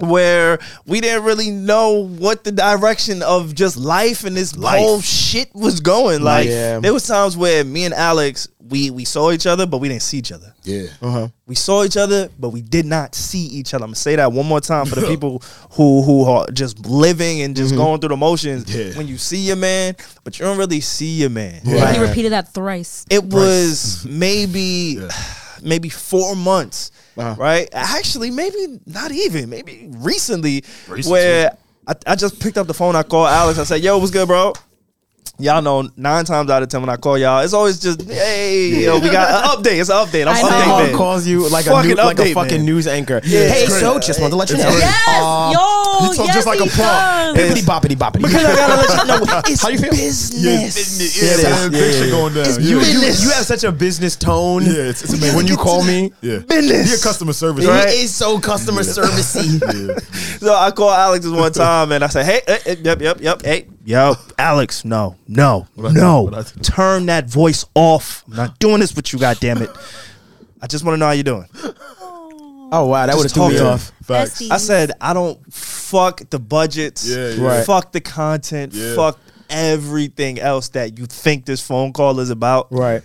[SPEAKER 2] where we didn't really know what the direction of just life and this
[SPEAKER 3] Life.
[SPEAKER 2] whole shit was going. Like
[SPEAKER 1] Yeah.
[SPEAKER 2] there was times where me and Alex we we saw each other, but we didn't see each other. Uh-huh.
[SPEAKER 3] Yeah.
[SPEAKER 2] We saw each other, but we did not see each other. I'm gonna say that one more time for the people who who are just living and just going through the motions.
[SPEAKER 3] Mm-hmm. Yeah.
[SPEAKER 2] When you see your man, but you don't really see your man.
[SPEAKER 4] He repeated that thrice.
[SPEAKER 2] It was maybe maybe four months, right? Actually, maybe not even. Maybe recently, where I, I just picked up the phone. I called Alex. I said, "Yo, what's good, bro?" Y'all know nine times out of ten when I call y'all, it's always just, "Hey, yo, we got an update. It's an update. I'm
[SPEAKER 4] I know.
[SPEAKER 2] updated."
[SPEAKER 1] Savon calls you like a,
[SPEAKER 2] Fucking
[SPEAKER 1] new, like
[SPEAKER 2] update,
[SPEAKER 1] a fucking
[SPEAKER 2] man.
[SPEAKER 1] news anchor.
[SPEAKER 2] it's
[SPEAKER 1] hey,
[SPEAKER 2] great.
[SPEAKER 1] so just wanted to let you know.
[SPEAKER 4] Yes,
[SPEAKER 1] Um,
[SPEAKER 4] yo,
[SPEAKER 1] he talks
[SPEAKER 4] yes,
[SPEAKER 1] just like
[SPEAKER 4] he
[SPEAKER 1] a prompt.
[SPEAKER 4] does.
[SPEAKER 1] Bippity boppity boppity.
[SPEAKER 2] Because I gotta let you know, it's
[SPEAKER 1] How you feel?
[SPEAKER 2] business.
[SPEAKER 3] Yeah,
[SPEAKER 1] Yeah,
[SPEAKER 3] man,
[SPEAKER 1] yeah,
[SPEAKER 3] big shit
[SPEAKER 1] yeah.
[SPEAKER 3] going down.
[SPEAKER 1] You,
[SPEAKER 3] Yeah.
[SPEAKER 1] you,
[SPEAKER 2] business.
[SPEAKER 1] you have such a business tone.
[SPEAKER 3] Yeah, it's- it's amazing.
[SPEAKER 1] When you
[SPEAKER 3] Get
[SPEAKER 1] call
[SPEAKER 3] to
[SPEAKER 1] me,
[SPEAKER 3] Yeah.
[SPEAKER 2] Business.
[SPEAKER 3] Be a customer service,
[SPEAKER 1] he
[SPEAKER 3] right?
[SPEAKER 1] is so customer servicey.
[SPEAKER 2] So I called Alex this one time and I said, hey, eh, eh, yep, yep, yep, hey, yep, Alex, no, no, no, turn that voice off. I'm not doing this with you, goddamn it. I just want to know how you're doing.
[SPEAKER 1] Oh wow, that would have threw
[SPEAKER 2] talk
[SPEAKER 1] me
[SPEAKER 2] to
[SPEAKER 1] off.
[SPEAKER 3] Facts.
[SPEAKER 4] Besties.
[SPEAKER 2] I said, I don't fuck the budgets,
[SPEAKER 3] Yeah, yeah. Right.
[SPEAKER 2] fuck the content,
[SPEAKER 3] Yeah.
[SPEAKER 2] fuck everything else that you think this phone call is about.
[SPEAKER 1] Right.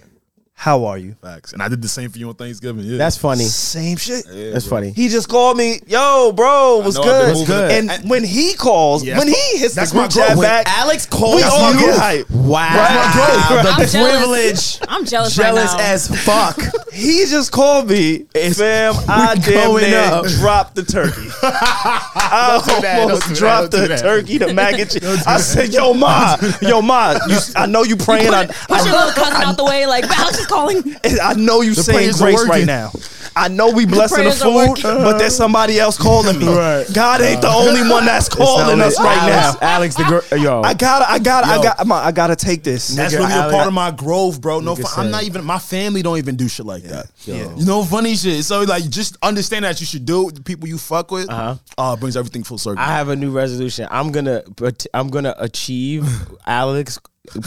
[SPEAKER 2] How are you?
[SPEAKER 3] Facts. And I did the same for you on Thanksgiving. Yeah.
[SPEAKER 1] That's funny.
[SPEAKER 2] Same shit.
[SPEAKER 1] That's funny.
[SPEAKER 2] He just called me, yo, bro, what's
[SPEAKER 3] know, I've been
[SPEAKER 2] good?
[SPEAKER 3] moving.
[SPEAKER 1] Good.
[SPEAKER 2] And when he calls,
[SPEAKER 3] Yeah.
[SPEAKER 2] when he hits the
[SPEAKER 3] That's my
[SPEAKER 2] group chat
[SPEAKER 3] growth. When
[SPEAKER 2] back,
[SPEAKER 1] Alex calls
[SPEAKER 2] We all
[SPEAKER 1] you.
[SPEAKER 2] get hype.
[SPEAKER 1] Wow.
[SPEAKER 3] That's my growth.
[SPEAKER 1] The
[SPEAKER 4] I'm jealous.
[SPEAKER 1] privilege.
[SPEAKER 4] I'm jealous.
[SPEAKER 1] Jealous
[SPEAKER 4] right now.
[SPEAKER 1] as fuck.
[SPEAKER 2] He just called me, fam. I damn
[SPEAKER 1] going
[SPEAKER 2] near
[SPEAKER 1] up.
[SPEAKER 2] dropped the turkey. I
[SPEAKER 3] that,
[SPEAKER 2] almost
[SPEAKER 3] don't do that,
[SPEAKER 2] dropped
[SPEAKER 3] don't
[SPEAKER 2] the
[SPEAKER 3] do that.
[SPEAKER 2] turkey, the mac and cheese. I said, "Yo, ma, yo, ma, you, I know you praying. I,
[SPEAKER 4] Push your
[SPEAKER 2] I,
[SPEAKER 4] little cousin out the way. Like Alex is calling.
[SPEAKER 2] I know you saying
[SPEAKER 3] prayers are
[SPEAKER 2] grace right
[SPEAKER 3] working.
[SPEAKER 2] now. I know we blessing the
[SPEAKER 4] prayers are
[SPEAKER 2] food,
[SPEAKER 4] working.
[SPEAKER 2] but there's somebody else calling me. God ain't the only one that's calling us right
[SPEAKER 1] Alex,
[SPEAKER 2] now.
[SPEAKER 1] Alex, the girl. Yo.
[SPEAKER 2] I gotta, I gotta, I
[SPEAKER 3] Yo.
[SPEAKER 2] gotta, ma, I gotta take this.
[SPEAKER 3] That's
[SPEAKER 1] Nigga,
[SPEAKER 3] really
[SPEAKER 1] Alex-
[SPEAKER 3] a part of my growth, bro. No,
[SPEAKER 1] Nigga
[SPEAKER 3] fu- I'm not
[SPEAKER 1] said-
[SPEAKER 3] even. My family don't even do shit like that.
[SPEAKER 1] Yo.
[SPEAKER 3] You know, funny shit. So like, just understand that you should do it with the people you fuck with. Uh-huh. Uh, brings everything full circle.
[SPEAKER 1] I have a new resolution. I'm gonna, but I'm gonna achieve Alex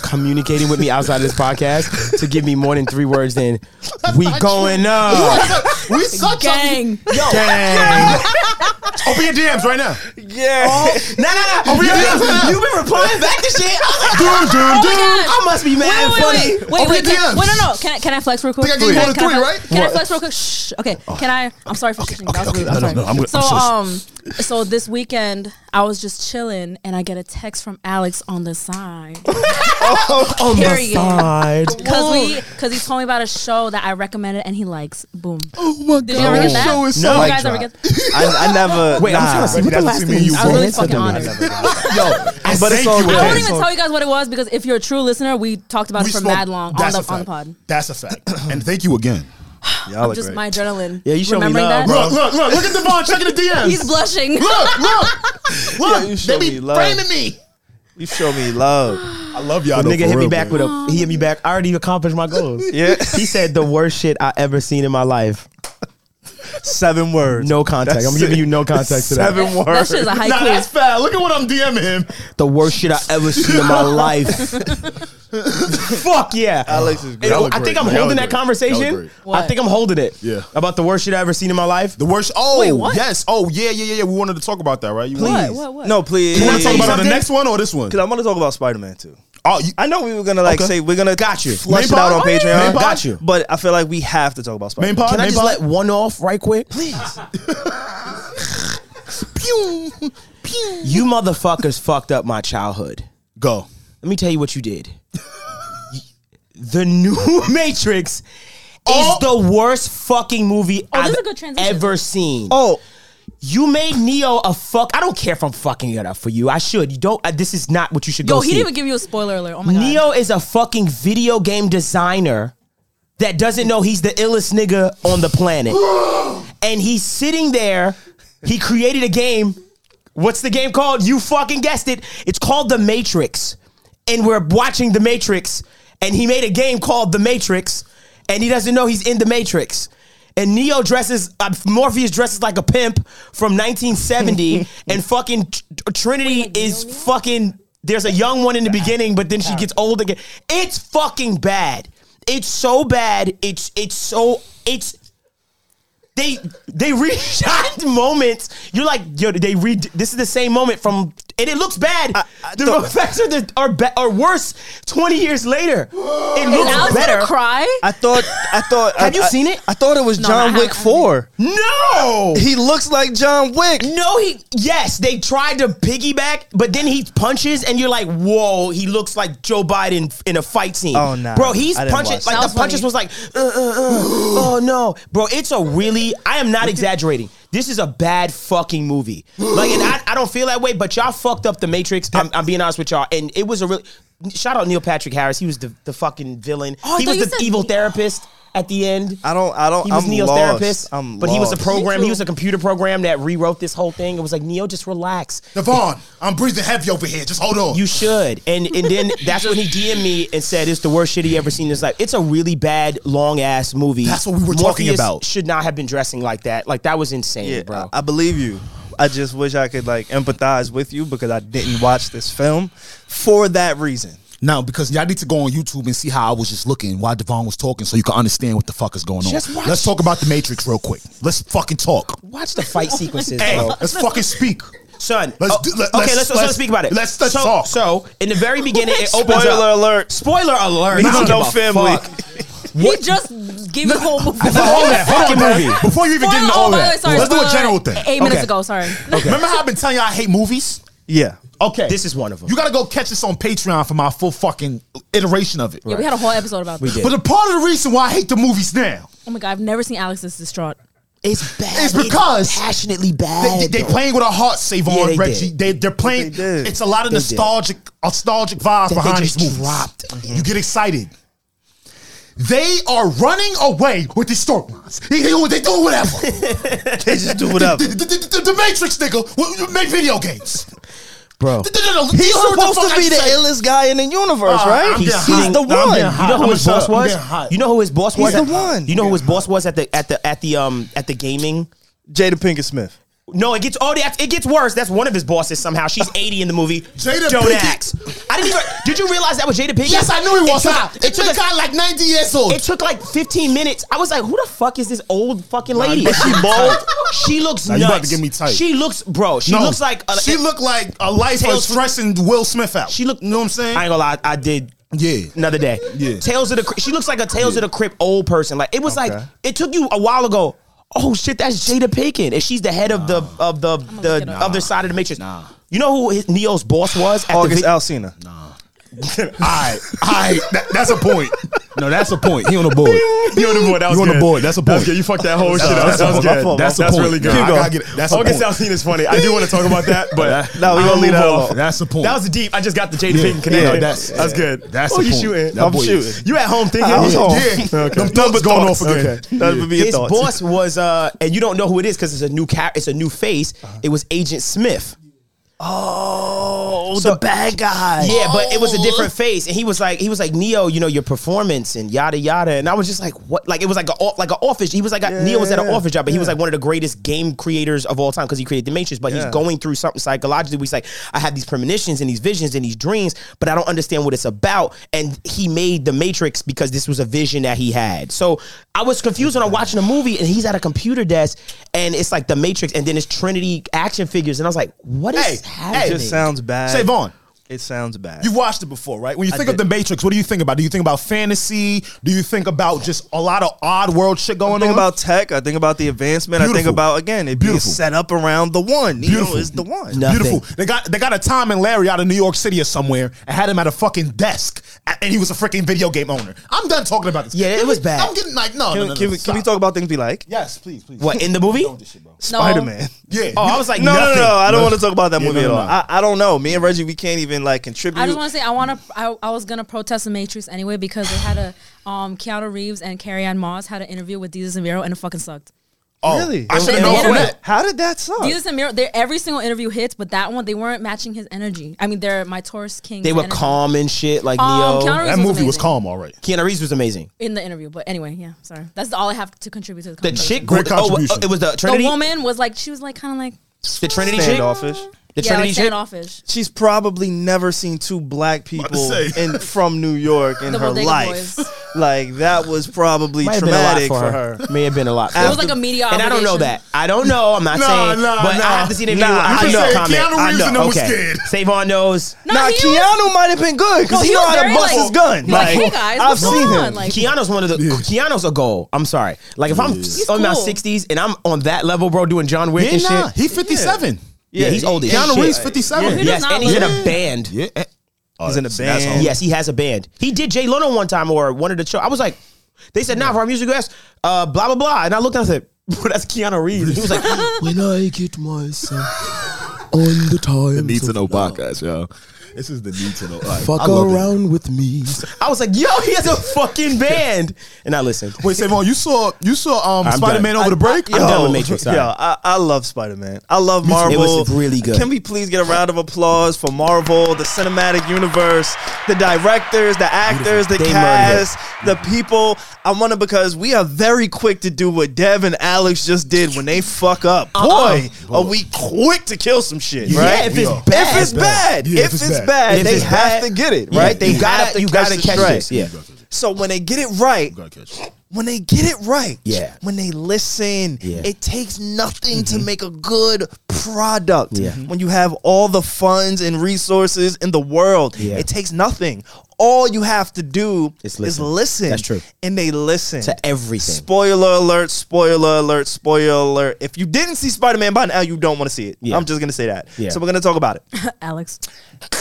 [SPEAKER 1] communicating with me outside of this podcast to give me more than three words. Then we going up.
[SPEAKER 3] we such
[SPEAKER 4] Gang.
[SPEAKER 1] Gang.
[SPEAKER 3] Open your DMs right now.
[SPEAKER 2] Yeah.
[SPEAKER 1] No, no, no.
[SPEAKER 3] Open your DMs right now.
[SPEAKER 1] You been replying back to shit?
[SPEAKER 3] Doom, doom,
[SPEAKER 4] Oh my
[SPEAKER 3] doom.
[SPEAKER 4] God.
[SPEAKER 1] I must be mad and
[SPEAKER 4] Wait,
[SPEAKER 1] funny.
[SPEAKER 4] wait, wait, wait,
[SPEAKER 3] Open
[SPEAKER 4] wait,
[SPEAKER 3] your
[SPEAKER 4] can,
[SPEAKER 3] DMs.
[SPEAKER 4] wait, no, no. Can I, can I flex real quick?
[SPEAKER 3] Think I gave you
[SPEAKER 4] Can
[SPEAKER 3] one to
[SPEAKER 4] can
[SPEAKER 3] three,
[SPEAKER 4] flex-
[SPEAKER 3] right?
[SPEAKER 4] Can I
[SPEAKER 3] What?
[SPEAKER 4] flex real quick? Shh. Okay. Can I? I'm sorry for okay, that was rude.
[SPEAKER 3] No, no,
[SPEAKER 4] I'm sorry.
[SPEAKER 3] no, I'm good.
[SPEAKER 4] so,
[SPEAKER 3] I'm so
[SPEAKER 4] um, so this weekend I was just chilling and I get a text from Alex on the side.
[SPEAKER 1] On
[SPEAKER 4] Period.
[SPEAKER 1] the side.
[SPEAKER 4] Cause we, cause he told me about a show that I recommended and he likes. Boom.
[SPEAKER 3] Oh my god,
[SPEAKER 4] Did you ever get that?
[SPEAKER 3] show is
[SPEAKER 1] No.
[SPEAKER 3] so
[SPEAKER 4] you
[SPEAKER 1] Mic
[SPEAKER 4] guys ever
[SPEAKER 1] drop.
[SPEAKER 4] get that?
[SPEAKER 2] I, I never.
[SPEAKER 1] Wait, I'm trying to see what
[SPEAKER 3] Reggie,
[SPEAKER 1] the
[SPEAKER 3] that's
[SPEAKER 1] last thing
[SPEAKER 3] between me and
[SPEAKER 1] you
[SPEAKER 3] you,
[SPEAKER 4] I was
[SPEAKER 3] bro.
[SPEAKER 4] really
[SPEAKER 1] said.
[SPEAKER 4] fucking
[SPEAKER 1] I
[SPEAKER 4] honored.
[SPEAKER 1] never got
[SPEAKER 3] yo.
[SPEAKER 2] But it's
[SPEAKER 3] thank
[SPEAKER 2] all
[SPEAKER 3] you,
[SPEAKER 2] good.
[SPEAKER 4] I
[SPEAKER 3] okay?
[SPEAKER 4] won't even tell you guys what it was because if you're a true listener, we talked about
[SPEAKER 3] We
[SPEAKER 4] it for
[SPEAKER 3] spoke-
[SPEAKER 4] mad long on
[SPEAKER 3] that's
[SPEAKER 4] the,
[SPEAKER 3] a
[SPEAKER 4] on the
[SPEAKER 3] fact.
[SPEAKER 4] pod.
[SPEAKER 3] That's a fact. and thank you again.
[SPEAKER 2] Y'all look
[SPEAKER 4] Just
[SPEAKER 2] great.
[SPEAKER 4] my adrenaline.
[SPEAKER 1] Yeah, you showed me
[SPEAKER 4] Remembering
[SPEAKER 1] love,
[SPEAKER 4] that?
[SPEAKER 1] bro.
[SPEAKER 3] Look, look, look, look at Devon checking the DMs.
[SPEAKER 4] He's blushing.
[SPEAKER 3] look, look,
[SPEAKER 2] Yeah,
[SPEAKER 3] look.
[SPEAKER 2] you show
[SPEAKER 3] they
[SPEAKER 2] me
[SPEAKER 3] be
[SPEAKER 2] love.
[SPEAKER 3] framing me.
[SPEAKER 2] You show me love.
[SPEAKER 3] I love y'all.
[SPEAKER 1] The
[SPEAKER 3] though,
[SPEAKER 1] nigga
[SPEAKER 3] for
[SPEAKER 1] hit me
[SPEAKER 3] real,
[SPEAKER 1] back
[SPEAKER 3] man.
[SPEAKER 1] with a he hit me back. I already accomplished my goals.
[SPEAKER 2] Yeah.
[SPEAKER 1] He said the worst shit I ever seen in my life.
[SPEAKER 2] Seven words.
[SPEAKER 1] No contact.
[SPEAKER 2] That's
[SPEAKER 1] I'm giving
[SPEAKER 2] it.
[SPEAKER 1] you no contact to that.
[SPEAKER 2] Seven
[SPEAKER 4] That
[SPEAKER 2] words.
[SPEAKER 4] shit is a high
[SPEAKER 3] Nah, that's
[SPEAKER 4] quiz.
[SPEAKER 3] foul. Look at what I'm DMing him.
[SPEAKER 1] The worst shit I ever seen in my life. Fuck yeah.
[SPEAKER 2] Alex is
[SPEAKER 1] And
[SPEAKER 3] Y'all look
[SPEAKER 1] I think
[SPEAKER 3] great.
[SPEAKER 1] I'm
[SPEAKER 3] Y'all
[SPEAKER 1] holding
[SPEAKER 3] look
[SPEAKER 1] that
[SPEAKER 3] great. Y'all
[SPEAKER 1] conversation.
[SPEAKER 3] look great.
[SPEAKER 1] I think I'm holding it.
[SPEAKER 3] Yeah.
[SPEAKER 1] About the worst shit I ever seen in my life.
[SPEAKER 3] The worst. Oh,
[SPEAKER 4] Wait, what?
[SPEAKER 3] yes. Oh, yeah, yeah, yeah, yeah. We wanted to talk about that, right? You
[SPEAKER 4] What?
[SPEAKER 3] wanted-
[SPEAKER 4] What? What?
[SPEAKER 2] No, please.
[SPEAKER 3] You want to talk about it on the
[SPEAKER 1] Something?
[SPEAKER 3] next one or this one?
[SPEAKER 2] Because I want to talk about Spider Man too.
[SPEAKER 3] Oh, you,
[SPEAKER 2] I know we were gonna like
[SPEAKER 3] Okay.
[SPEAKER 2] say we're gonna
[SPEAKER 1] Got you.
[SPEAKER 2] flush
[SPEAKER 3] Main
[SPEAKER 2] it out on
[SPEAKER 3] pod? Oh, yeah, yeah,
[SPEAKER 2] Patreon.
[SPEAKER 3] main pod?
[SPEAKER 1] Got you.
[SPEAKER 2] But I feel like we have to talk about Spider
[SPEAKER 3] main
[SPEAKER 2] Man.
[SPEAKER 3] pod.
[SPEAKER 1] Can I
[SPEAKER 3] main
[SPEAKER 1] just
[SPEAKER 3] pod?
[SPEAKER 1] let one off right quick? Please. You motherfuckers fucked up my childhood.
[SPEAKER 3] go?
[SPEAKER 1] Let me tell you what you did. the new Matrix
[SPEAKER 3] Oh.
[SPEAKER 1] is the worst fucking movie
[SPEAKER 4] Oh, this
[SPEAKER 1] I've
[SPEAKER 4] is a good transition.
[SPEAKER 1] ever seen.
[SPEAKER 2] Oh,
[SPEAKER 1] You made Neo a fuck. I don't care if I'm fucking it up for you. I should. You don't. Uh, this is not what you should
[SPEAKER 4] Yo,
[SPEAKER 1] go
[SPEAKER 4] he
[SPEAKER 1] see.
[SPEAKER 4] Oh didn't even give you a spoiler alert. Oh my god.
[SPEAKER 1] Neo is a fucking video game designer that doesn't know he's the illest nigga on the planet. and he's sitting there. He created a game. What's the game called? You fucking guessed it. It's called The Matrix. And we're watching The Matrix. And he made a game called The Matrix. And he doesn't know he's in The Matrix. And Neo dresses, uh, Morpheus dresses like a pimp from 1970. and fucking Tr- Trinity
[SPEAKER 4] Wait, like
[SPEAKER 1] is
[SPEAKER 4] Neo Neo?
[SPEAKER 1] fucking. There's a young one in the beginning, but then she gets old again. It's fucking bad. It's so bad. It's it's so it's they they reshot moments. You're like, yo, they re this is the same moment from and it looks bad. the
[SPEAKER 2] don't-
[SPEAKER 1] effects are the, are, be, are worse 20 years later. It
[SPEAKER 4] Is Alex
[SPEAKER 1] looks
[SPEAKER 4] gonna
[SPEAKER 1] better.
[SPEAKER 4] cry?
[SPEAKER 2] I thought. I thought.
[SPEAKER 1] Have
[SPEAKER 2] I-
[SPEAKER 1] you
[SPEAKER 2] I-
[SPEAKER 1] seen it?
[SPEAKER 2] I thought it was
[SPEAKER 4] No, I
[SPEAKER 2] John
[SPEAKER 4] haven't.
[SPEAKER 2] Wick Four.
[SPEAKER 1] No.
[SPEAKER 2] He looks like John Wick.
[SPEAKER 1] No, he yes, they tried to piggyback, but then he punches, and you're like, whoa, he looks like Joe Biden in a fight scene.
[SPEAKER 2] Oh, nah.
[SPEAKER 1] bro, he's
[SPEAKER 2] I didn't
[SPEAKER 1] punching
[SPEAKER 2] watch
[SPEAKER 1] like
[SPEAKER 4] that.
[SPEAKER 1] the punches
[SPEAKER 4] That
[SPEAKER 1] was like, uh, uh, uh, oh no, bro, it's a really. I am not exaggerating. This is a bad fucking movie. Like, and I, I don't feel that way, but y'all fucked up the Matrix. I'm, I'm being honest with y'all, and it was a real. Shout out Neil Patrick Harris. He was the, the fucking villain.
[SPEAKER 4] Oh, I
[SPEAKER 1] he
[SPEAKER 4] thought
[SPEAKER 1] was
[SPEAKER 4] you
[SPEAKER 1] the
[SPEAKER 4] said-
[SPEAKER 1] evil therapist at the end.
[SPEAKER 2] I don't. I don't.
[SPEAKER 1] He was
[SPEAKER 2] I'm
[SPEAKER 1] Neo's
[SPEAKER 2] lost.
[SPEAKER 1] therapist,
[SPEAKER 2] I'm
[SPEAKER 1] but he was a
[SPEAKER 2] lost.
[SPEAKER 1] program.
[SPEAKER 4] Me
[SPEAKER 1] He
[SPEAKER 4] too.
[SPEAKER 1] was a computer program that rewrote this whole thing. It was like Neo, just relax.
[SPEAKER 3] Devon, I'm breathing heavy over here. Just hold on.
[SPEAKER 1] You should. And and then that's when he DM'd me and said it's the worst shit he ever seen in his life. It's a really bad, long ass movie.
[SPEAKER 3] That's what we were talking
[SPEAKER 1] Morpheus
[SPEAKER 3] about.
[SPEAKER 1] Should not have been dressing like that. Like that was insane,
[SPEAKER 2] Yeah,
[SPEAKER 1] bro.
[SPEAKER 2] I, I believe you. I just wish I could like empathize with you because I didn't watch this film for that reason.
[SPEAKER 3] Now, because y'all need to go on YouTube and see how I was just looking while Devon was talking so you can understand what the fuck is going on.
[SPEAKER 1] Just watch-
[SPEAKER 3] Let's talk about the Matrix real quick. Let's fucking talk.
[SPEAKER 1] Watch the fight sequences,
[SPEAKER 3] Hey,
[SPEAKER 1] bro.
[SPEAKER 3] let's fucking speak.
[SPEAKER 1] Son,
[SPEAKER 3] Let's
[SPEAKER 1] oh,
[SPEAKER 3] do- let-
[SPEAKER 1] okay,
[SPEAKER 3] let's-
[SPEAKER 1] let's, let's,
[SPEAKER 3] let's-
[SPEAKER 1] speak about it.
[SPEAKER 3] let's- let's
[SPEAKER 1] so,
[SPEAKER 3] talk.
[SPEAKER 1] So, in the very beginning, it opens
[SPEAKER 2] Spoiler
[SPEAKER 1] up.
[SPEAKER 2] alert.
[SPEAKER 1] Spoiler alert!
[SPEAKER 2] No,
[SPEAKER 1] I don't
[SPEAKER 2] no
[SPEAKER 1] give a
[SPEAKER 2] family.
[SPEAKER 1] fuck.
[SPEAKER 4] he just gave the whole movie.
[SPEAKER 3] Hold that fucking
[SPEAKER 1] movie.
[SPEAKER 3] Before you even get into
[SPEAKER 4] Spoiler-
[SPEAKER 3] all
[SPEAKER 4] oh, by the way,
[SPEAKER 3] that,
[SPEAKER 4] sorry,
[SPEAKER 3] let's do a
[SPEAKER 4] spoiler
[SPEAKER 3] general
[SPEAKER 4] alert.
[SPEAKER 3] thing.
[SPEAKER 4] Eight minutes
[SPEAKER 1] Okay.
[SPEAKER 4] ago, sorry.
[SPEAKER 3] Remember how I've been telling you I hate movies?
[SPEAKER 2] Yeah.
[SPEAKER 3] Okay.
[SPEAKER 1] This is one of them.
[SPEAKER 3] You gotta go catch this on Patreon for my full fucking iteration of it.
[SPEAKER 4] Yeah, we had a whole episode about that.
[SPEAKER 3] But the part of the reason why I hate the movies now,
[SPEAKER 4] Oh my god, I've never seen Alex this distraught.
[SPEAKER 1] It's bad.
[SPEAKER 3] It's because-
[SPEAKER 1] passionately bad.
[SPEAKER 3] they, they
[SPEAKER 1] though.
[SPEAKER 3] playing with our hearts, Savon,
[SPEAKER 1] Yeah, they
[SPEAKER 3] Reggie.
[SPEAKER 1] did.
[SPEAKER 3] They, they're playing.
[SPEAKER 2] They did.
[SPEAKER 3] it's a lot of
[SPEAKER 1] They did.
[SPEAKER 3] nostalgic, nostalgic vibes
[SPEAKER 1] That they
[SPEAKER 3] behind
[SPEAKER 1] just
[SPEAKER 3] these movies.
[SPEAKER 1] dropped.
[SPEAKER 3] You get excited. They are running away with these storylines. They, they, they do whatever.
[SPEAKER 2] They just do whatever.
[SPEAKER 3] the, the, the, the Matrix nigga will make video games.
[SPEAKER 1] bro.
[SPEAKER 3] No, no, no, you
[SPEAKER 2] He's
[SPEAKER 3] heard what
[SPEAKER 2] supposed
[SPEAKER 3] fuck
[SPEAKER 2] to
[SPEAKER 3] I
[SPEAKER 2] be the
[SPEAKER 3] said.
[SPEAKER 2] illest guy in the universe,
[SPEAKER 3] Uh,
[SPEAKER 2] right?
[SPEAKER 3] I'm
[SPEAKER 2] He's,
[SPEAKER 3] being hot.
[SPEAKER 2] the
[SPEAKER 3] No, I'm
[SPEAKER 2] one.
[SPEAKER 3] being hot.
[SPEAKER 1] You know who
[SPEAKER 3] I'ma
[SPEAKER 1] his
[SPEAKER 3] shut
[SPEAKER 1] boss
[SPEAKER 3] up. I'm
[SPEAKER 1] was?
[SPEAKER 3] getting hot.
[SPEAKER 1] You know who his boss was?
[SPEAKER 2] the
[SPEAKER 1] at-
[SPEAKER 2] one.
[SPEAKER 1] You know who his boss was at the at the at the um at the gaming.
[SPEAKER 2] Jada Pinkett Smith.
[SPEAKER 1] No, it gets oh that's it gets worse. That's one of his bosses somehow. She's eighty in the movie.
[SPEAKER 3] Jada
[SPEAKER 1] Don't
[SPEAKER 3] Pinkett-
[SPEAKER 1] ask. I didn't even. Did you realize that was Jada Pinkett?
[SPEAKER 3] Yes, I knew he was
[SPEAKER 1] It took,
[SPEAKER 3] hot.
[SPEAKER 1] It took,
[SPEAKER 3] a
[SPEAKER 1] us,
[SPEAKER 3] guy like 90 years old.
[SPEAKER 1] it took like fifteen minutes. I was like, who the fuck is this old fucking lady?
[SPEAKER 3] you about to get me
[SPEAKER 1] bald? She looks
[SPEAKER 3] Nah,
[SPEAKER 1] nuts.
[SPEAKER 3] you about to get me tight.
[SPEAKER 1] She looks, bro. She looks like a,
[SPEAKER 3] she looked like a life
[SPEAKER 1] Tales
[SPEAKER 3] was stressing Will Smith out.
[SPEAKER 1] She looked-
[SPEAKER 3] You know what I'm saying?
[SPEAKER 1] I ain't gonna lie. I did
[SPEAKER 3] yeah.
[SPEAKER 1] another day.
[SPEAKER 3] Yeah.
[SPEAKER 1] Tales of the Crypt. She looks like a Tales of the Crypt old person. Like it was like
[SPEAKER 2] Okay.
[SPEAKER 1] it took you a while ago. Oh shit, that's Jada Pinkett, and she's the head of the of the
[SPEAKER 4] look it
[SPEAKER 1] the
[SPEAKER 4] up.
[SPEAKER 1] other side of the Matrix. You know who his, Neo's boss was? At
[SPEAKER 2] August
[SPEAKER 1] the
[SPEAKER 2] Alsina.
[SPEAKER 3] I, I, that, that's a point. No, that's a point. He on the board.
[SPEAKER 7] You on the board? That was
[SPEAKER 3] You on the
[SPEAKER 7] good.
[SPEAKER 3] board. That's a
[SPEAKER 7] That was
[SPEAKER 3] point.
[SPEAKER 7] good. You fucked that whole
[SPEAKER 3] That's-
[SPEAKER 7] shit up.
[SPEAKER 3] that's
[SPEAKER 7] That was
[SPEAKER 3] my fault, my fault.
[SPEAKER 7] good. That's,
[SPEAKER 3] That's a
[SPEAKER 7] really
[SPEAKER 3] point.
[SPEAKER 7] good.
[SPEAKER 3] Nah, I gotta get it. That's a
[SPEAKER 7] August
[SPEAKER 3] point.
[SPEAKER 7] Alsina is funny. I do want to talk about that, but
[SPEAKER 2] Nah, we
[SPEAKER 7] I'll
[SPEAKER 2] gonna leave
[SPEAKER 7] move
[SPEAKER 2] that
[SPEAKER 7] on.
[SPEAKER 2] alone.
[SPEAKER 3] That's a point.
[SPEAKER 7] That was deep. I just got the Jada
[SPEAKER 3] Yeah.
[SPEAKER 7] Pinkett
[SPEAKER 3] Yeah,
[SPEAKER 7] connection.
[SPEAKER 3] that's-
[SPEAKER 7] that's,
[SPEAKER 3] yeah.
[SPEAKER 7] good.
[SPEAKER 3] That's
[SPEAKER 7] oh,
[SPEAKER 3] a
[SPEAKER 7] you
[SPEAKER 3] point.
[SPEAKER 7] shooting?
[SPEAKER 3] That
[SPEAKER 2] I'm
[SPEAKER 3] boy
[SPEAKER 2] shooting.
[SPEAKER 3] is-
[SPEAKER 7] You at home thinking?
[SPEAKER 2] I was on.
[SPEAKER 3] Yeah.
[SPEAKER 7] Okay.
[SPEAKER 3] Them thumbs going off again.
[SPEAKER 2] That would be your
[SPEAKER 1] his
[SPEAKER 2] thoughts.
[SPEAKER 1] boss was uh, and you don't know who it is because it's a new car, it's a new face.
[SPEAKER 2] Uh-huh.
[SPEAKER 1] It was Agent Smith.
[SPEAKER 2] Oh, the bad guy.
[SPEAKER 1] Yeah, but it was a different face, and he was like, he was like Neo, you know, your performance and yada yada, and I was just like, what? Like it was like a o- like an office. He was like a, Neo was at an
[SPEAKER 2] yeah,
[SPEAKER 1] office job, but he was
[SPEAKER 2] yeah.
[SPEAKER 1] like one of the greatest game creators of all time because he created the Matrix. But
[SPEAKER 2] Yeah.
[SPEAKER 1] he's going through something psychologically. Where he's like, I have these premonitions and these visions and these dreams, but I don't understand what it's about. And he made the Matrix because this was a vision that he had. So I was confused when I'm watching a movie, and he's at a computer desk, and it's like the Matrix, and then it's Trinity action figures, and I was like, what is
[SPEAKER 3] Hey, hey,
[SPEAKER 1] happening?
[SPEAKER 2] It just sounds bad.
[SPEAKER 3] Say Vaughn.
[SPEAKER 2] It sounds bad.
[SPEAKER 3] You've watched it before, right? When you
[SPEAKER 2] I
[SPEAKER 3] think of the
[SPEAKER 2] did.
[SPEAKER 3] Matrix, what do you think about? Do you think about fantasy? Do you think about just a lot of odd world shit
[SPEAKER 2] I
[SPEAKER 3] going
[SPEAKER 2] think
[SPEAKER 3] on?
[SPEAKER 2] about tech. I think about the advancement. I think
[SPEAKER 3] Beautiful.
[SPEAKER 2] about again it being
[SPEAKER 3] Beautiful.
[SPEAKER 2] set up around the one. Neo
[SPEAKER 3] Beautiful.
[SPEAKER 2] is the one.
[SPEAKER 1] No. Nothing.
[SPEAKER 3] Beautiful. They got they got a Tom and Larry out of New York City or somewhere and had him at a fucking desk, a- and he was a freaking video game owner. I'm done talking about this.
[SPEAKER 1] Yeah, it
[SPEAKER 3] Can
[SPEAKER 1] was
[SPEAKER 3] we-
[SPEAKER 1] bad.
[SPEAKER 3] I'm getting like no.
[SPEAKER 2] Can,
[SPEAKER 3] no,
[SPEAKER 2] we-
[SPEAKER 3] no, no,
[SPEAKER 2] can we,
[SPEAKER 3] stop.
[SPEAKER 2] can we talk about things we like?
[SPEAKER 3] Yes, please, please.
[SPEAKER 1] What in the movie?
[SPEAKER 3] this shit, bro.
[SPEAKER 4] No.
[SPEAKER 2] Spider Man.
[SPEAKER 3] Yeah.
[SPEAKER 1] Oh, I was like,
[SPEAKER 2] No, no,
[SPEAKER 1] nothing.
[SPEAKER 2] no, I don't
[SPEAKER 3] No.
[SPEAKER 2] want to talk about that
[SPEAKER 3] Yeah,
[SPEAKER 2] movie
[SPEAKER 3] no, no,
[SPEAKER 2] at all.
[SPEAKER 3] no.
[SPEAKER 2] I, I don't know. Me and Reggie, we can't even and like contribute.
[SPEAKER 4] I just want to say I want to. I, I was gonna protest the Matrix anyway because they had a um Keanu Reeves and Carrie Ann Moss had an interview with Jesus and Miro and it fucking sucked.
[SPEAKER 5] Oh,
[SPEAKER 2] really?
[SPEAKER 5] I should have
[SPEAKER 4] They
[SPEAKER 5] known from
[SPEAKER 4] did it.
[SPEAKER 5] that.
[SPEAKER 2] How did that suck?
[SPEAKER 4] Jesus and Miro, they every single interview hits, but that one they weren't matching his energy. I mean, they're my Taurus King.
[SPEAKER 1] They were calm and shit, like
[SPEAKER 4] Um,
[SPEAKER 1] Neo.
[SPEAKER 4] Keanu Reeves
[SPEAKER 3] That movie was
[SPEAKER 4] amazing
[SPEAKER 3] calm, all right.
[SPEAKER 1] Keanu Reeves was amazing.
[SPEAKER 4] in the interview, but anyway, yeah. Sorry, that's all I have to contribute to the
[SPEAKER 1] The
[SPEAKER 4] conversation.
[SPEAKER 1] chick,
[SPEAKER 3] Great
[SPEAKER 1] oh,
[SPEAKER 3] contribution.
[SPEAKER 1] it was the
[SPEAKER 4] The
[SPEAKER 1] Trinity,
[SPEAKER 4] woman was like, she was like, kind of like,
[SPEAKER 1] the Trinity chick,
[SPEAKER 2] Standoffish.
[SPEAKER 1] the
[SPEAKER 4] yeah,
[SPEAKER 1] Trinity
[SPEAKER 4] like
[SPEAKER 1] chick.
[SPEAKER 4] standoffish.
[SPEAKER 2] She's probably never seen two black people
[SPEAKER 3] say.
[SPEAKER 2] in, from New York in
[SPEAKER 4] The
[SPEAKER 2] her
[SPEAKER 4] Bodega
[SPEAKER 2] life.
[SPEAKER 4] Boys.
[SPEAKER 2] Like that was probably
[SPEAKER 1] Might have been a lot
[SPEAKER 2] traumatic for her.
[SPEAKER 1] May have been a lot. For
[SPEAKER 2] It
[SPEAKER 1] her.
[SPEAKER 4] It was like a media.
[SPEAKER 1] and I don't know that.
[SPEAKER 4] obligation.
[SPEAKER 1] I don't know. I'm not
[SPEAKER 3] Nah,
[SPEAKER 1] saying,
[SPEAKER 3] nah,
[SPEAKER 1] but
[SPEAKER 3] nah.
[SPEAKER 1] I have to see the
[SPEAKER 2] Nah,
[SPEAKER 1] video.
[SPEAKER 2] you
[SPEAKER 1] I
[SPEAKER 2] should
[SPEAKER 1] know.
[SPEAKER 3] say
[SPEAKER 1] comment.
[SPEAKER 3] Keanu
[SPEAKER 1] I
[SPEAKER 3] Reeves
[SPEAKER 1] know.
[SPEAKER 3] and them was
[SPEAKER 1] okay.
[SPEAKER 3] scared.
[SPEAKER 1] Save on those.
[SPEAKER 4] No,
[SPEAKER 2] now
[SPEAKER 4] he was-
[SPEAKER 2] Keanu might have been good because
[SPEAKER 4] No,
[SPEAKER 2] he,
[SPEAKER 4] he
[SPEAKER 2] know
[SPEAKER 4] was
[SPEAKER 2] how to
[SPEAKER 4] very,
[SPEAKER 2] bust
[SPEAKER 4] like-
[SPEAKER 2] his gun.
[SPEAKER 4] Like,
[SPEAKER 2] Like,
[SPEAKER 4] hey, guys,
[SPEAKER 2] I've
[SPEAKER 4] what's
[SPEAKER 2] seen
[SPEAKER 4] going
[SPEAKER 2] him.
[SPEAKER 4] on? Like-
[SPEAKER 1] Keanu's one of the. Keanu's a goal. I'm sorry. Like if I'm on my
[SPEAKER 4] cool.
[SPEAKER 1] 60s and I'm on that level, bro, doing John Wick
[SPEAKER 3] Yeah,
[SPEAKER 1] and
[SPEAKER 3] nah,
[SPEAKER 1] shit.
[SPEAKER 3] he 57.
[SPEAKER 1] Yeah, he's old as
[SPEAKER 3] Keanu
[SPEAKER 1] shit.
[SPEAKER 3] Reeves 57.
[SPEAKER 4] He does
[SPEAKER 1] yes,
[SPEAKER 4] not
[SPEAKER 1] and he's in
[SPEAKER 4] look-
[SPEAKER 1] a band.
[SPEAKER 3] Yeah. eh. Oh,
[SPEAKER 2] He's in a
[SPEAKER 3] that's- that's
[SPEAKER 2] band.
[SPEAKER 3] hard.
[SPEAKER 1] Yes, he has a band. He did Jay Leno one time or one of the show. I was like, they said, nah, for our music guest, uh, blah, blah, blah. And I looked and I said, bro, that's Keanu Reeves. And he was like,
[SPEAKER 8] when I get myself on the time.
[SPEAKER 3] The Need to Know podcast, yo. This is the Need to Know. All right, I
[SPEAKER 8] Fuck
[SPEAKER 3] love it.
[SPEAKER 8] around with me.
[SPEAKER 1] I was like, yo, he has a fucking band. And I listened.
[SPEAKER 3] Wait, Savon, you saw you saw um,
[SPEAKER 1] I'm
[SPEAKER 3] Spider Man
[SPEAKER 1] done.
[SPEAKER 3] over the break? Oh.
[SPEAKER 1] I'm done with Matrix. Sorry.
[SPEAKER 2] Yo, I, I love Spider Man. I love
[SPEAKER 1] too.
[SPEAKER 2] Marvel.
[SPEAKER 1] It was really good.
[SPEAKER 2] Can we please get a round of applause for Marvel, the cinematic universe, the directors, the actors, the
[SPEAKER 1] They murdered
[SPEAKER 2] cast, the people? I want to because we are very quick to do what Dev and Alex just did when they fuck up. Boy, are we quick to kill some shit,
[SPEAKER 3] Yeah,
[SPEAKER 2] right?
[SPEAKER 1] Uh-uh. if it's
[SPEAKER 3] Yo.
[SPEAKER 1] bad.
[SPEAKER 2] If it's bad,
[SPEAKER 3] Yeah,
[SPEAKER 2] if it's bad,
[SPEAKER 1] If
[SPEAKER 2] they
[SPEAKER 1] it's
[SPEAKER 2] have
[SPEAKER 1] bad-
[SPEAKER 2] to get it right. They
[SPEAKER 1] you
[SPEAKER 2] have
[SPEAKER 1] gotta,
[SPEAKER 2] to
[SPEAKER 1] you
[SPEAKER 2] catch
[SPEAKER 1] gotta
[SPEAKER 2] the
[SPEAKER 1] catch
[SPEAKER 2] strike.
[SPEAKER 1] this. Yeah.
[SPEAKER 2] So when they get it right,
[SPEAKER 3] Gotta catch it.
[SPEAKER 2] when they get it right,
[SPEAKER 1] Yeah.
[SPEAKER 2] when they listen,
[SPEAKER 1] Yeah. Mm-hmm.
[SPEAKER 2] it takes nothing to make a good product.
[SPEAKER 1] Yeah.
[SPEAKER 3] Mm-hmm.
[SPEAKER 2] When you have all the funds and resources in the world,
[SPEAKER 1] Yeah.
[SPEAKER 2] it takes nothing. All you have to do
[SPEAKER 1] Is
[SPEAKER 2] is
[SPEAKER 1] listen.
[SPEAKER 2] listen.
[SPEAKER 1] That's true.
[SPEAKER 2] And they listen
[SPEAKER 1] To everything.
[SPEAKER 2] Spoiler alert, spoiler alert, spoiler alert. If you didn't see Spider Man by now, you don't want to see it.
[SPEAKER 1] Yeah.
[SPEAKER 2] I'm just going to say that.
[SPEAKER 1] Yeah.
[SPEAKER 2] So we're going to talk about it.
[SPEAKER 4] Alex.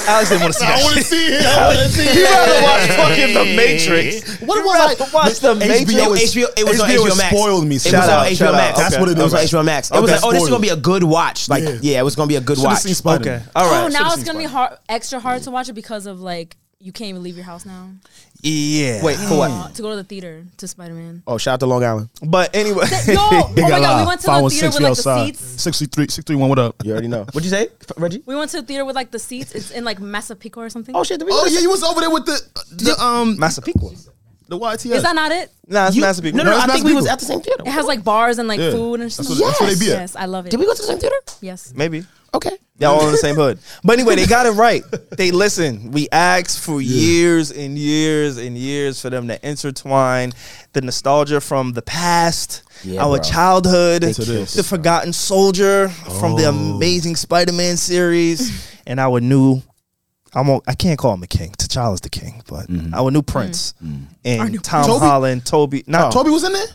[SPEAKER 2] Alex didn't want to see that.
[SPEAKER 3] I want to see it. I want to see it.
[SPEAKER 2] You'd rather watch fucking The Matrix.
[SPEAKER 3] What
[SPEAKER 2] You'd
[SPEAKER 3] was
[SPEAKER 2] rather
[SPEAKER 3] like-
[SPEAKER 2] watch The
[SPEAKER 3] HBO
[SPEAKER 1] HBO,
[SPEAKER 2] Matrix.
[SPEAKER 1] HBO, it was on
[SPEAKER 3] HBO
[SPEAKER 1] HBO Max.
[SPEAKER 3] spoiled me,
[SPEAKER 1] It
[SPEAKER 3] son.
[SPEAKER 1] was
[SPEAKER 3] Shout
[SPEAKER 1] on
[SPEAKER 3] out,
[SPEAKER 1] HBO
[SPEAKER 2] shout
[SPEAKER 1] Max.
[SPEAKER 2] out. That's what it
[SPEAKER 1] It was on
[SPEAKER 3] is.
[SPEAKER 1] HBO Max. It
[SPEAKER 3] Okay,
[SPEAKER 1] was like, oh, this is
[SPEAKER 3] spoiled.
[SPEAKER 1] gonna be a good watch. Like, yeah,
[SPEAKER 3] Yeah.
[SPEAKER 1] it was gonna be a good
[SPEAKER 3] Should've
[SPEAKER 1] watch.
[SPEAKER 3] seen Spider Man.
[SPEAKER 2] Okay. All right.
[SPEAKER 4] oh, now
[SPEAKER 3] should've
[SPEAKER 4] it's
[SPEAKER 3] seen
[SPEAKER 4] gonna be hard, extra hard to watch it because of like you can't even leave your house now
[SPEAKER 2] Yeah.
[SPEAKER 1] Wait for
[SPEAKER 4] uh,
[SPEAKER 1] what?
[SPEAKER 4] to go to the theater to Spider Man.
[SPEAKER 1] Oh, shout out to Long Island.
[SPEAKER 2] But anyway.
[SPEAKER 4] Yo, oh my god, we went to the
[SPEAKER 3] 516,
[SPEAKER 4] theater with
[SPEAKER 3] we
[SPEAKER 4] like
[SPEAKER 3] outside.
[SPEAKER 4] the seats.
[SPEAKER 3] 633, 631, what up?
[SPEAKER 1] You already know. What'd you say, F- Reggie?
[SPEAKER 4] We went to the theater with like the seats. It's in like Massapequa or something.
[SPEAKER 1] Oh shit! did we go
[SPEAKER 3] Oh,
[SPEAKER 1] to-
[SPEAKER 3] yeah, you was over there with the, the um,
[SPEAKER 2] Massapequa.
[SPEAKER 3] the YTS.
[SPEAKER 4] Is that not it?
[SPEAKER 2] Nah, it's
[SPEAKER 1] You-
[SPEAKER 2] Massapequa.
[SPEAKER 1] No, no,
[SPEAKER 3] No,
[SPEAKER 1] I
[SPEAKER 3] it's
[SPEAKER 1] think we was
[SPEAKER 3] Massapequa.
[SPEAKER 1] at the same theater.
[SPEAKER 4] It has like bars and like
[SPEAKER 3] Yeah.
[SPEAKER 4] food and stuff.
[SPEAKER 3] That's what- that's what they be at.
[SPEAKER 4] Yes, I love it.
[SPEAKER 1] Did we go to the same theater?
[SPEAKER 4] Yes.
[SPEAKER 2] Maybe.
[SPEAKER 1] Okay.
[SPEAKER 2] Y'all all in the same hood. But anyway, they got it right. They listen. We asked for years and years and years for them to intertwine the nostalgia from the past,
[SPEAKER 1] Yeah,
[SPEAKER 2] our
[SPEAKER 1] bro.
[SPEAKER 2] childhood,
[SPEAKER 1] killed this,
[SPEAKER 2] the Forgotten Soldier from
[SPEAKER 1] Oh.
[SPEAKER 2] the amazing Spider-Man series, and our new I won't I can't call him a king. T'Challa's the king, but
[SPEAKER 1] Mm-hmm.
[SPEAKER 2] our new prince. And Tom
[SPEAKER 3] Toby?
[SPEAKER 2] Holland, Toby. No,
[SPEAKER 3] Toby was in there?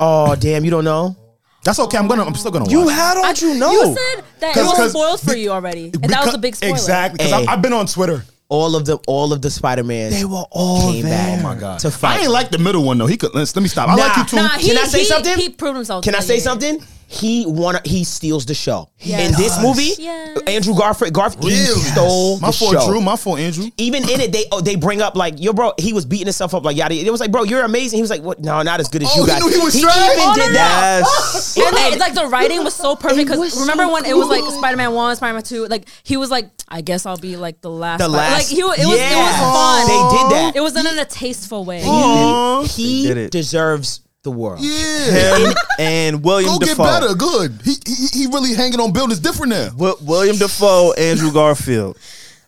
[SPEAKER 1] Oh damn! You don't know?
[SPEAKER 3] That's okay. I'm gonna. I'm still gonna watch.
[SPEAKER 2] You how don't you know?
[SPEAKER 4] You said that it
[SPEAKER 3] 'Cause-
[SPEAKER 4] was
[SPEAKER 3] 'cause
[SPEAKER 4] spoiled for
[SPEAKER 3] be-
[SPEAKER 4] you already, and that was a big spoiler.
[SPEAKER 3] Exactly. Because
[SPEAKER 1] Hey.
[SPEAKER 3] I've been on Twitter.
[SPEAKER 1] All of the all of the Spider Man
[SPEAKER 2] they were all
[SPEAKER 1] came
[SPEAKER 2] there.
[SPEAKER 1] back. To
[SPEAKER 3] Oh I
[SPEAKER 1] fight.
[SPEAKER 3] ain't like the middle one though. He could. Let's, let me stop. I like you too.
[SPEAKER 4] Nah, he,
[SPEAKER 1] Can I say
[SPEAKER 4] he-
[SPEAKER 1] something?
[SPEAKER 4] He proved himself.
[SPEAKER 1] Can I
[SPEAKER 4] that
[SPEAKER 1] say
[SPEAKER 4] year.
[SPEAKER 1] something? He won. He steals the show
[SPEAKER 4] Yes.
[SPEAKER 1] in this
[SPEAKER 4] Yes.
[SPEAKER 1] movie.
[SPEAKER 4] Yes.
[SPEAKER 1] Andrew Garfield, Garfield he
[SPEAKER 3] Really?
[SPEAKER 1] stole
[SPEAKER 3] My
[SPEAKER 1] the
[SPEAKER 3] fault,
[SPEAKER 1] show.
[SPEAKER 3] Drew. My fault, Andrew.
[SPEAKER 1] Even in it, they oh, they bring up like yo, bro. He was beating himself up like yada. It was like, bro, you're amazing. He was like, what? No, not as good as
[SPEAKER 3] Oh,
[SPEAKER 1] you
[SPEAKER 3] he
[SPEAKER 1] guys.
[SPEAKER 3] knew he was
[SPEAKER 1] even
[SPEAKER 3] trash? Oh,
[SPEAKER 1] did
[SPEAKER 4] no,
[SPEAKER 1] that.
[SPEAKER 2] Yes.
[SPEAKER 4] And like, like the writing was so perfect
[SPEAKER 1] was
[SPEAKER 4] because
[SPEAKER 1] so
[SPEAKER 4] remember when it was like
[SPEAKER 1] good.
[SPEAKER 4] Spider Man One, Spider Man Two, like he was like, I guess I'll be like the last,
[SPEAKER 1] The
[SPEAKER 4] Spider-"
[SPEAKER 1] last,
[SPEAKER 4] like he wa- it was it was
[SPEAKER 1] Yeah.
[SPEAKER 4] fun.
[SPEAKER 1] They did that.
[SPEAKER 4] It was done in a tasteful way.
[SPEAKER 3] Aw.
[SPEAKER 1] he
[SPEAKER 2] They did it.
[SPEAKER 1] deserves the world.
[SPEAKER 3] Yeah.
[SPEAKER 2] Him and William
[SPEAKER 3] Go get
[SPEAKER 2] Dafoe.
[SPEAKER 3] better. Good. He, he he really hanging on buildings different now.
[SPEAKER 2] Wi- William Defoe, Andrew Garfield,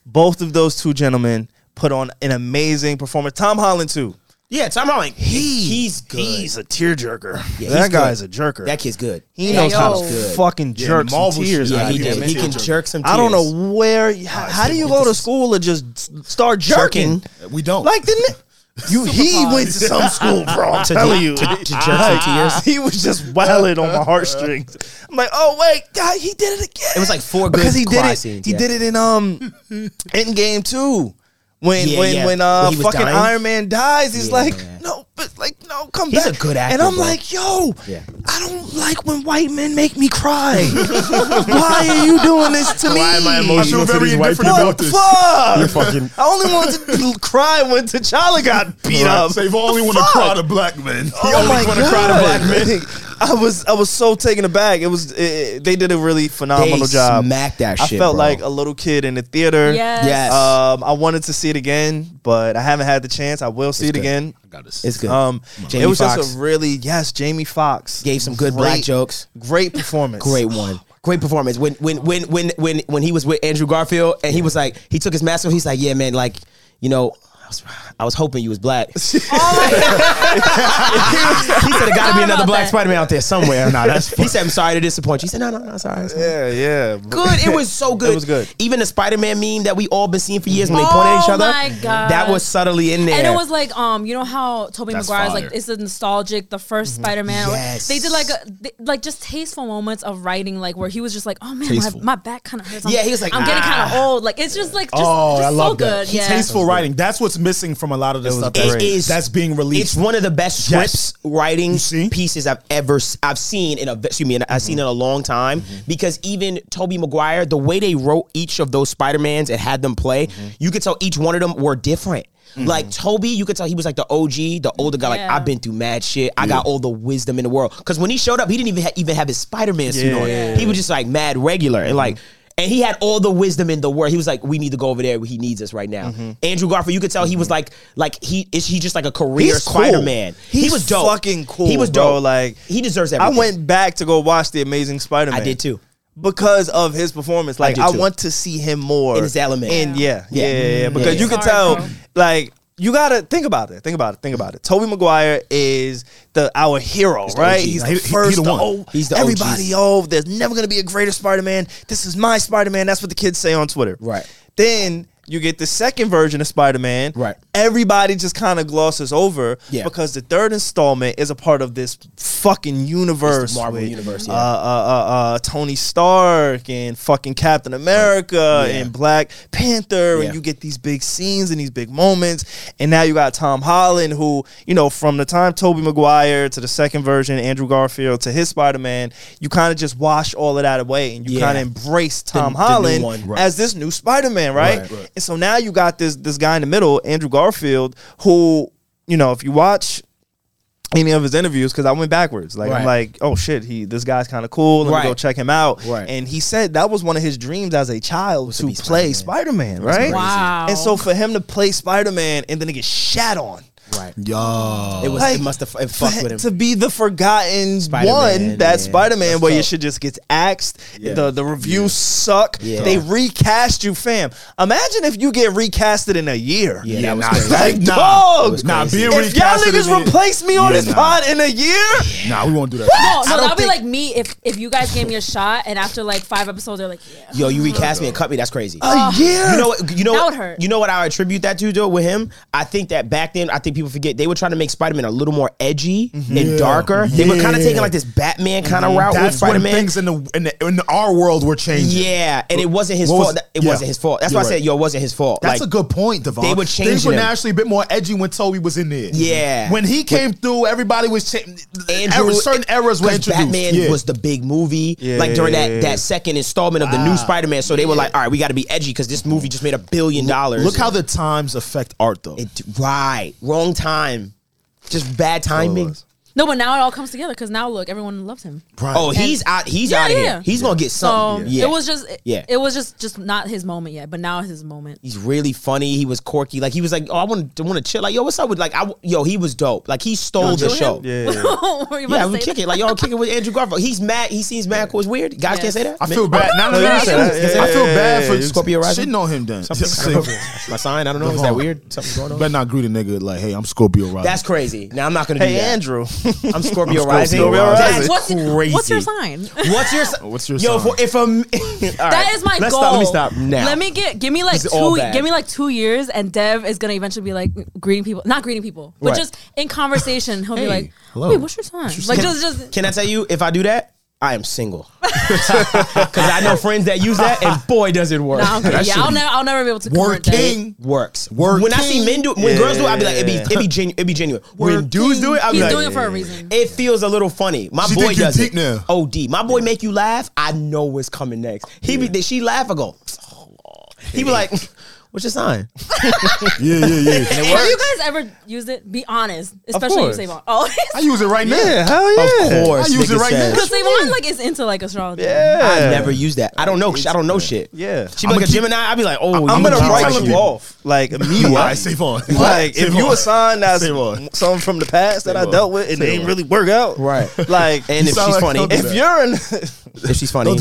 [SPEAKER 2] both of those two gentlemen put on an amazing performance. Tom Holland too.
[SPEAKER 1] Yeah, Tom Holland.
[SPEAKER 2] He-
[SPEAKER 1] he's good.
[SPEAKER 2] He's a tearjerker.
[SPEAKER 1] Yeah, he's
[SPEAKER 2] that guy's
[SPEAKER 1] good.
[SPEAKER 2] a jerker.
[SPEAKER 1] that kid's good.
[SPEAKER 2] he
[SPEAKER 4] Yeah,
[SPEAKER 2] knows how to
[SPEAKER 4] yo. Good.
[SPEAKER 2] fucking jerk some
[SPEAKER 3] Marvel
[SPEAKER 2] tears.
[SPEAKER 3] shit.
[SPEAKER 1] Yeah,
[SPEAKER 2] out
[SPEAKER 1] he,
[SPEAKER 2] of
[SPEAKER 3] Yeah,
[SPEAKER 1] did.
[SPEAKER 2] you.
[SPEAKER 3] man,
[SPEAKER 1] he can
[SPEAKER 3] tearjerker.
[SPEAKER 1] jerk some. Tears.
[SPEAKER 2] I don't know where. How, how do you go to school and just s- start jerking?
[SPEAKER 3] We don't.
[SPEAKER 2] Like the ni- you, he
[SPEAKER 4] Superpods.
[SPEAKER 2] went to some school, bro. I'm
[SPEAKER 1] To
[SPEAKER 2] telling
[SPEAKER 1] de-
[SPEAKER 2] you,
[SPEAKER 1] to- to jerk some tears.
[SPEAKER 2] He was just wailing on my heartstrings. I'm like, oh wait, God, he did it again.
[SPEAKER 1] It was like four
[SPEAKER 2] because
[SPEAKER 1] good
[SPEAKER 2] he did
[SPEAKER 1] cry
[SPEAKER 2] it.
[SPEAKER 1] scenes,
[SPEAKER 2] he
[SPEAKER 1] yeah.
[SPEAKER 2] did it in um, Endgame too. When
[SPEAKER 1] Yeah,
[SPEAKER 2] when
[SPEAKER 1] yeah.
[SPEAKER 2] when uh
[SPEAKER 1] When he was
[SPEAKER 2] fucking
[SPEAKER 1] dying?
[SPEAKER 2] Iron Man dies, he's
[SPEAKER 1] Yeah.
[SPEAKER 2] like, no, but like no, come
[SPEAKER 1] He's
[SPEAKER 2] back.
[SPEAKER 1] a good actor,
[SPEAKER 2] and I'm
[SPEAKER 1] bro.
[SPEAKER 2] like, yo,
[SPEAKER 1] Yeah.
[SPEAKER 2] I don't like when white men make me cry. Why are you doing this to me?
[SPEAKER 7] Why am I emotional to
[SPEAKER 3] very
[SPEAKER 7] these white
[SPEAKER 3] indifferent
[SPEAKER 7] people?
[SPEAKER 2] What the fuck?
[SPEAKER 3] about
[SPEAKER 7] You're fucking.
[SPEAKER 2] I only wanted to cry when T'Challa got beat up.
[SPEAKER 3] They've only want to cry to black men.
[SPEAKER 2] He
[SPEAKER 1] Oh
[SPEAKER 7] always wanna cry to black men.
[SPEAKER 2] Oh I was I was so taken aback. It was it, they did a really phenomenal job.
[SPEAKER 1] smacked that
[SPEAKER 2] I
[SPEAKER 1] shit,
[SPEAKER 2] felt
[SPEAKER 1] bro.
[SPEAKER 2] like a little kid in the theater.
[SPEAKER 4] Yes.
[SPEAKER 1] Yes.
[SPEAKER 2] Um, I wanted to see it again, but I haven't had the chance. I will see it
[SPEAKER 1] good.
[SPEAKER 2] again.
[SPEAKER 1] It's good.
[SPEAKER 2] Um,
[SPEAKER 1] Jamie
[SPEAKER 2] it was
[SPEAKER 1] Foxx.
[SPEAKER 2] just a really yes, Jamie Foxx
[SPEAKER 1] Gave some good black
[SPEAKER 2] Great-
[SPEAKER 1] jokes.
[SPEAKER 2] Great performance.
[SPEAKER 1] Great one. Great performance. When when when when when when he was with Andrew Garfield and he was like he took his mask off. He's like, yeah, man, like you know. I was, I was hoping you was black. he said
[SPEAKER 4] Oh
[SPEAKER 1] there got to be
[SPEAKER 4] Forgot
[SPEAKER 1] another
[SPEAKER 4] about
[SPEAKER 1] black
[SPEAKER 4] that.
[SPEAKER 1] Spider Man out there somewhere. Nah, that's he said I'm sorry to disappoint you. He said no, no, no, sorry. it's fine."
[SPEAKER 2] Yeah, yeah.
[SPEAKER 1] Good. It was so good.
[SPEAKER 2] was good.
[SPEAKER 1] Even the Spider Man meme that we all been seeing for years when they pointed at each
[SPEAKER 4] Oh
[SPEAKER 1] other.
[SPEAKER 4] my God.
[SPEAKER 1] That was subtly in there.
[SPEAKER 4] And it was like, um, you know how Tobey
[SPEAKER 3] That's
[SPEAKER 4] Maguire's
[SPEAKER 3] fire. Mm-hmm.
[SPEAKER 4] like, it's a nostalgic, the 1st Spider-Man. or-
[SPEAKER 1] Yes.
[SPEAKER 4] They did like, a, th- like just tasteful moments of writing, like where he was just like, oh man, my,
[SPEAKER 3] Tasteful.
[SPEAKER 4] my back kind of hurts. I'm-
[SPEAKER 1] Yeah, he was like,
[SPEAKER 4] I'm getting
[SPEAKER 1] "Ah."
[SPEAKER 4] kind of old. Like it's just like, just,
[SPEAKER 3] Oh,
[SPEAKER 4] just
[SPEAKER 3] I
[SPEAKER 4] so
[SPEAKER 3] love that.
[SPEAKER 4] good. Yeah.
[SPEAKER 3] Tasteful writing. That's what's missing from a lot of the stuff that's,
[SPEAKER 1] It is-
[SPEAKER 3] that's being
[SPEAKER 1] It's
[SPEAKER 3] released.
[SPEAKER 1] one of the best
[SPEAKER 3] Yes.
[SPEAKER 1] scripts writing
[SPEAKER 3] You see?
[SPEAKER 1] pieces I've ever s- I've seen in a excuse me in- I've seen in a long time
[SPEAKER 3] Mm-hmm.
[SPEAKER 1] because even Toby Maguire the way they wrote each of those Spider Mans and had them play
[SPEAKER 3] Mm-hmm.
[SPEAKER 1] you could tell each one of them were different. Like Toby, you could tell he was like the OG, the older guy. Like
[SPEAKER 4] Yeah.
[SPEAKER 1] I've been through mad shit. I got all the wisdom in the world. Because when he showed up, he didn't even ha- even have his Spider Man suit on. He was just like mad regular and like.
[SPEAKER 3] Mm-hmm.
[SPEAKER 1] And he had all the wisdom in the world. He was like, "We need to go over there. He needs us right now."
[SPEAKER 3] Mm-hmm.
[SPEAKER 1] Andrew Garfield, you could tell he was like, like he is he just like a career
[SPEAKER 2] He's cool.
[SPEAKER 1] Spider Man. he
[SPEAKER 2] He's
[SPEAKER 1] was dope.
[SPEAKER 2] fucking cool,
[SPEAKER 1] He was
[SPEAKER 2] bro,
[SPEAKER 1] dope.
[SPEAKER 2] like,
[SPEAKER 1] he deserves
[SPEAKER 2] I
[SPEAKER 1] everything.
[SPEAKER 2] went back to go watch The Amazing Spider Man.
[SPEAKER 1] I did too.
[SPEAKER 2] Because of his performance. Like
[SPEAKER 1] did
[SPEAKER 2] I,
[SPEAKER 1] too.
[SPEAKER 2] want to see him more.
[SPEAKER 1] In his element.
[SPEAKER 2] And yeah.
[SPEAKER 1] Yeah.
[SPEAKER 2] Yeah. Yeah. yeah,
[SPEAKER 1] Mhm.
[SPEAKER 2] Because
[SPEAKER 1] Yeah.
[SPEAKER 2] you can
[SPEAKER 4] Sorry,
[SPEAKER 2] tell
[SPEAKER 4] bro.
[SPEAKER 2] like you gotta think about it. Think about it. Think about it. Toby Maguire is the our hero,
[SPEAKER 1] the
[SPEAKER 2] right?
[SPEAKER 1] OG.
[SPEAKER 2] He's
[SPEAKER 1] He-
[SPEAKER 2] the
[SPEAKER 1] he- he
[SPEAKER 2] first.
[SPEAKER 1] the one.
[SPEAKER 2] oh,
[SPEAKER 1] He's the OG.
[SPEAKER 2] everybody. Oh, there's never gonna be a greater Spider-Man. This is my Spider-Man. That's what the kids say on Twitter.
[SPEAKER 1] Right.
[SPEAKER 2] Then you get the second version of Spider-Man.
[SPEAKER 1] Right.
[SPEAKER 2] Everybody just kind of glosses over
[SPEAKER 1] Yeah.
[SPEAKER 2] because the third installment is a part of this fucking universe.
[SPEAKER 1] Marvel
[SPEAKER 2] with,
[SPEAKER 1] universe,
[SPEAKER 2] uh,
[SPEAKER 1] yeah.
[SPEAKER 2] uh, uh, uh, Tony Stark and fucking Captain America and Black Panther,
[SPEAKER 1] Yeah.
[SPEAKER 2] and you get these big scenes and these big moments. And now you got Tom Holland, who you know from the time Tobey Maguire to the second version, Andrew Garfield to his Spider Man, you kind of just wash all of that away and you
[SPEAKER 1] Yeah.
[SPEAKER 2] kind of embrace Tom
[SPEAKER 1] the new
[SPEAKER 2] Holland
[SPEAKER 1] one, right.
[SPEAKER 2] as this new Spider Man, right?
[SPEAKER 1] Right,
[SPEAKER 2] And so now you got this this guy in the middle, Andrew Garfield, who you know if you watch any of his interviews because I went backwards. Like
[SPEAKER 1] Right.
[SPEAKER 2] I'm like, oh shit, he this guy's kind of cool. Let
[SPEAKER 1] Right.
[SPEAKER 2] me go check him out.
[SPEAKER 1] Right.
[SPEAKER 2] And he said that was one of his dreams as a child to, play Spider Man, right?
[SPEAKER 4] Wow.
[SPEAKER 2] And so for him to play Spider Man and then to get shat on,
[SPEAKER 1] right.
[SPEAKER 3] Yo.
[SPEAKER 1] It was.
[SPEAKER 2] like,
[SPEAKER 1] it must have it
[SPEAKER 2] for
[SPEAKER 1] fucked
[SPEAKER 2] him
[SPEAKER 1] with him.
[SPEAKER 2] to be the forgotten
[SPEAKER 1] Spider-Man,
[SPEAKER 2] one that
[SPEAKER 1] yeah.
[SPEAKER 2] Spider Man
[SPEAKER 1] That's
[SPEAKER 2] where your
[SPEAKER 1] tough.
[SPEAKER 2] shit just gets axed. The the reviews suck.
[SPEAKER 1] Yeah.
[SPEAKER 2] They recast you, fam. Imagine if you get recasted in a year.
[SPEAKER 1] yeah,
[SPEAKER 3] Yeah,
[SPEAKER 1] that was
[SPEAKER 3] nah,
[SPEAKER 1] crazy.
[SPEAKER 2] Like,
[SPEAKER 3] nah,
[SPEAKER 2] dog.
[SPEAKER 3] nah, being
[SPEAKER 2] If y'all
[SPEAKER 3] recasted in
[SPEAKER 2] niggas
[SPEAKER 3] the-
[SPEAKER 2] replace me on
[SPEAKER 3] Yeah,
[SPEAKER 2] this
[SPEAKER 3] nah.
[SPEAKER 2] pod in a year,
[SPEAKER 3] Nah, we won't do that.
[SPEAKER 4] No, no,
[SPEAKER 2] don't
[SPEAKER 4] that'll be
[SPEAKER 2] think-
[SPEAKER 4] like me if if you guys gave me a shot and after like five episodes they're like, yeah.
[SPEAKER 1] Yo, you recast me and cut me. That's crazy.
[SPEAKER 2] a year.
[SPEAKER 1] You know, what, you know,
[SPEAKER 4] That
[SPEAKER 1] what-
[SPEAKER 4] would hurt.
[SPEAKER 1] you know what I attribute that to though with him. I think that back then, I think people forget they were trying to make Spider Man a little more edgy
[SPEAKER 2] Mm-hmm.
[SPEAKER 1] and darker. They were kind of
[SPEAKER 3] Yeah.
[SPEAKER 1] taking like this Batman kind of route with
[SPEAKER 3] That's
[SPEAKER 1] Spider
[SPEAKER 3] when
[SPEAKER 1] Man.
[SPEAKER 3] things in the, in the in our world were changing.
[SPEAKER 1] Yeah, and it wasn't his
[SPEAKER 3] What was-
[SPEAKER 1] fault. That- it
[SPEAKER 3] yeah.
[SPEAKER 1] wasn't his fault. That's
[SPEAKER 3] You're
[SPEAKER 1] why I
[SPEAKER 3] right.
[SPEAKER 1] said, yo, it wasn't his fault.
[SPEAKER 3] That's
[SPEAKER 1] Like,
[SPEAKER 3] a good point, Devon.
[SPEAKER 1] they were
[SPEAKER 3] Things
[SPEAKER 1] changing
[SPEAKER 3] were
[SPEAKER 1] them.
[SPEAKER 3] naturally a bit more edgy when Toby was in there.
[SPEAKER 1] Yeah.
[SPEAKER 3] When he came through, everybody was cha-
[SPEAKER 1] Andrew,
[SPEAKER 3] era- certain eras were
[SPEAKER 1] 'cause
[SPEAKER 3] introduced.
[SPEAKER 1] Batman
[SPEAKER 3] Yeah.
[SPEAKER 1] was the big movie, like during that that second installment of the
[SPEAKER 3] Ah.
[SPEAKER 1] new Spider Man. So they were like, all right, we got to be edgy because this movie just made a billion dollars.
[SPEAKER 3] Look how the times affect art, though.
[SPEAKER 1] it, right, wrong time, just bad timing.
[SPEAKER 4] No, but now it all comes together because now look, everyone loves him.
[SPEAKER 1] Oh, he's out. He's
[SPEAKER 4] Yeah,
[SPEAKER 1] out of here.
[SPEAKER 4] yeah.
[SPEAKER 1] He's gonna get
[SPEAKER 4] So
[SPEAKER 1] something. yeah.
[SPEAKER 4] it was just
[SPEAKER 1] Yeah.
[SPEAKER 4] yeah. it was just just not his moment yet, but now it's his moment.
[SPEAKER 1] he's really funny. He was quirky. Like he was like, oh, I want to want to chill. Like yo, what's up with like I w- yo? He was dope. Like he stole the
[SPEAKER 4] Kill him?
[SPEAKER 1] show.
[SPEAKER 2] Yeah.
[SPEAKER 4] Were you about
[SPEAKER 1] Yeah,
[SPEAKER 4] to
[SPEAKER 1] we
[SPEAKER 4] say
[SPEAKER 1] kick it. Like y'all kick it with Andrew Garfield. He's mad. He seems mad. Cool. It's weird. Guys
[SPEAKER 4] Yes.
[SPEAKER 1] can't say that.
[SPEAKER 3] I feel bad. No, no, no,
[SPEAKER 2] you
[SPEAKER 3] I
[SPEAKER 2] said
[SPEAKER 3] feel
[SPEAKER 2] that. Yeah,
[SPEAKER 3] I feel
[SPEAKER 2] yeah,
[SPEAKER 3] bad
[SPEAKER 2] yeah,
[SPEAKER 3] for
[SPEAKER 2] yeah.
[SPEAKER 1] Scorpio rising?
[SPEAKER 3] Shitting on him then.
[SPEAKER 1] My sign. I don't know. Is that weird? Something's going on.
[SPEAKER 3] Better not greet a nigga like, hey, I'm Scorpio rising.
[SPEAKER 1] That's crazy. Now I'm not gonna do
[SPEAKER 2] Hey,
[SPEAKER 1] that.
[SPEAKER 2] Andrew.
[SPEAKER 1] I'm Scorpio rising.
[SPEAKER 3] Scorpio
[SPEAKER 1] That's
[SPEAKER 2] rising.
[SPEAKER 4] what's,
[SPEAKER 1] crazy.
[SPEAKER 4] what's your sign? That
[SPEAKER 1] What's your si-
[SPEAKER 3] What's your
[SPEAKER 1] yo?
[SPEAKER 3] sign?
[SPEAKER 1] If, if I'm All right.
[SPEAKER 4] is my
[SPEAKER 1] Let's
[SPEAKER 4] goal.
[SPEAKER 1] Stop, let me stop now.
[SPEAKER 4] Let me get give me like
[SPEAKER 1] This is all
[SPEAKER 4] two
[SPEAKER 1] bad.
[SPEAKER 4] give me like two years, and Dev is gonna eventually be like greeting people, not greeting people, but
[SPEAKER 1] Right.
[SPEAKER 4] just in conversation, he'll be like,
[SPEAKER 3] hello.
[SPEAKER 4] "Wait, what's your sign?" Like just just
[SPEAKER 1] Can I tell you if I do that? I am single. Because I know friends that use that, and boy, does it work.
[SPEAKER 4] Nah, okay, yeah, I'll never, I'll never be able to convert that.
[SPEAKER 3] Working.
[SPEAKER 1] Works.
[SPEAKER 3] Working.
[SPEAKER 1] When I see men do, when girls do, it, I be like, it be, it be, genu- it be genuine. When dudes do it, I be
[SPEAKER 4] He's
[SPEAKER 1] like,
[SPEAKER 4] doing it for a reason.
[SPEAKER 1] It feels a little funny. My
[SPEAKER 3] She
[SPEAKER 1] boy
[SPEAKER 3] think you
[SPEAKER 1] does
[SPEAKER 3] deep
[SPEAKER 1] it.
[SPEAKER 3] now.
[SPEAKER 1] Od, my boy make you laugh. I know what's coming next. He be, did she laugh? I go. "Oh, Lord." He be like, "What's your sign?"
[SPEAKER 3] Yeah, yeah, yeah.
[SPEAKER 4] Have you guys ever used it? Be honest, especially you,
[SPEAKER 2] course.
[SPEAKER 4] Savon. Oh,
[SPEAKER 3] I use it right now.
[SPEAKER 2] Yeah, hell yeah.
[SPEAKER 1] Of course,
[SPEAKER 3] I use it
[SPEAKER 1] nigga
[SPEAKER 3] right
[SPEAKER 1] says.
[SPEAKER 3] now.
[SPEAKER 4] because Savon like is into like astrology.
[SPEAKER 2] Yeah.
[SPEAKER 1] I never use that. I don't know. I don't know shit.
[SPEAKER 2] Yeah.
[SPEAKER 1] She be like a Gemini. I be like, oh,
[SPEAKER 2] I'm
[SPEAKER 1] you
[SPEAKER 2] gonna
[SPEAKER 1] keep
[SPEAKER 2] write
[SPEAKER 1] telling
[SPEAKER 2] you
[SPEAKER 1] me.
[SPEAKER 2] off like
[SPEAKER 3] All
[SPEAKER 2] immediately.
[SPEAKER 3] right, save on.
[SPEAKER 2] Like if
[SPEAKER 3] Save
[SPEAKER 2] you
[SPEAKER 3] on.
[SPEAKER 2] a sign that's
[SPEAKER 3] Same one.
[SPEAKER 2] something from the past that I
[SPEAKER 3] one.
[SPEAKER 2] dealt with and
[SPEAKER 3] Same
[SPEAKER 2] didn't
[SPEAKER 3] one.
[SPEAKER 2] really work out,
[SPEAKER 1] Right.
[SPEAKER 2] Like
[SPEAKER 1] And if
[SPEAKER 3] sound
[SPEAKER 1] she's
[SPEAKER 3] like
[SPEAKER 1] funny,
[SPEAKER 3] don't do
[SPEAKER 1] if,
[SPEAKER 2] if
[SPEAKER 3] that.
[SPEAKER 2] you're an
[SPEAKER 1] if she's funny,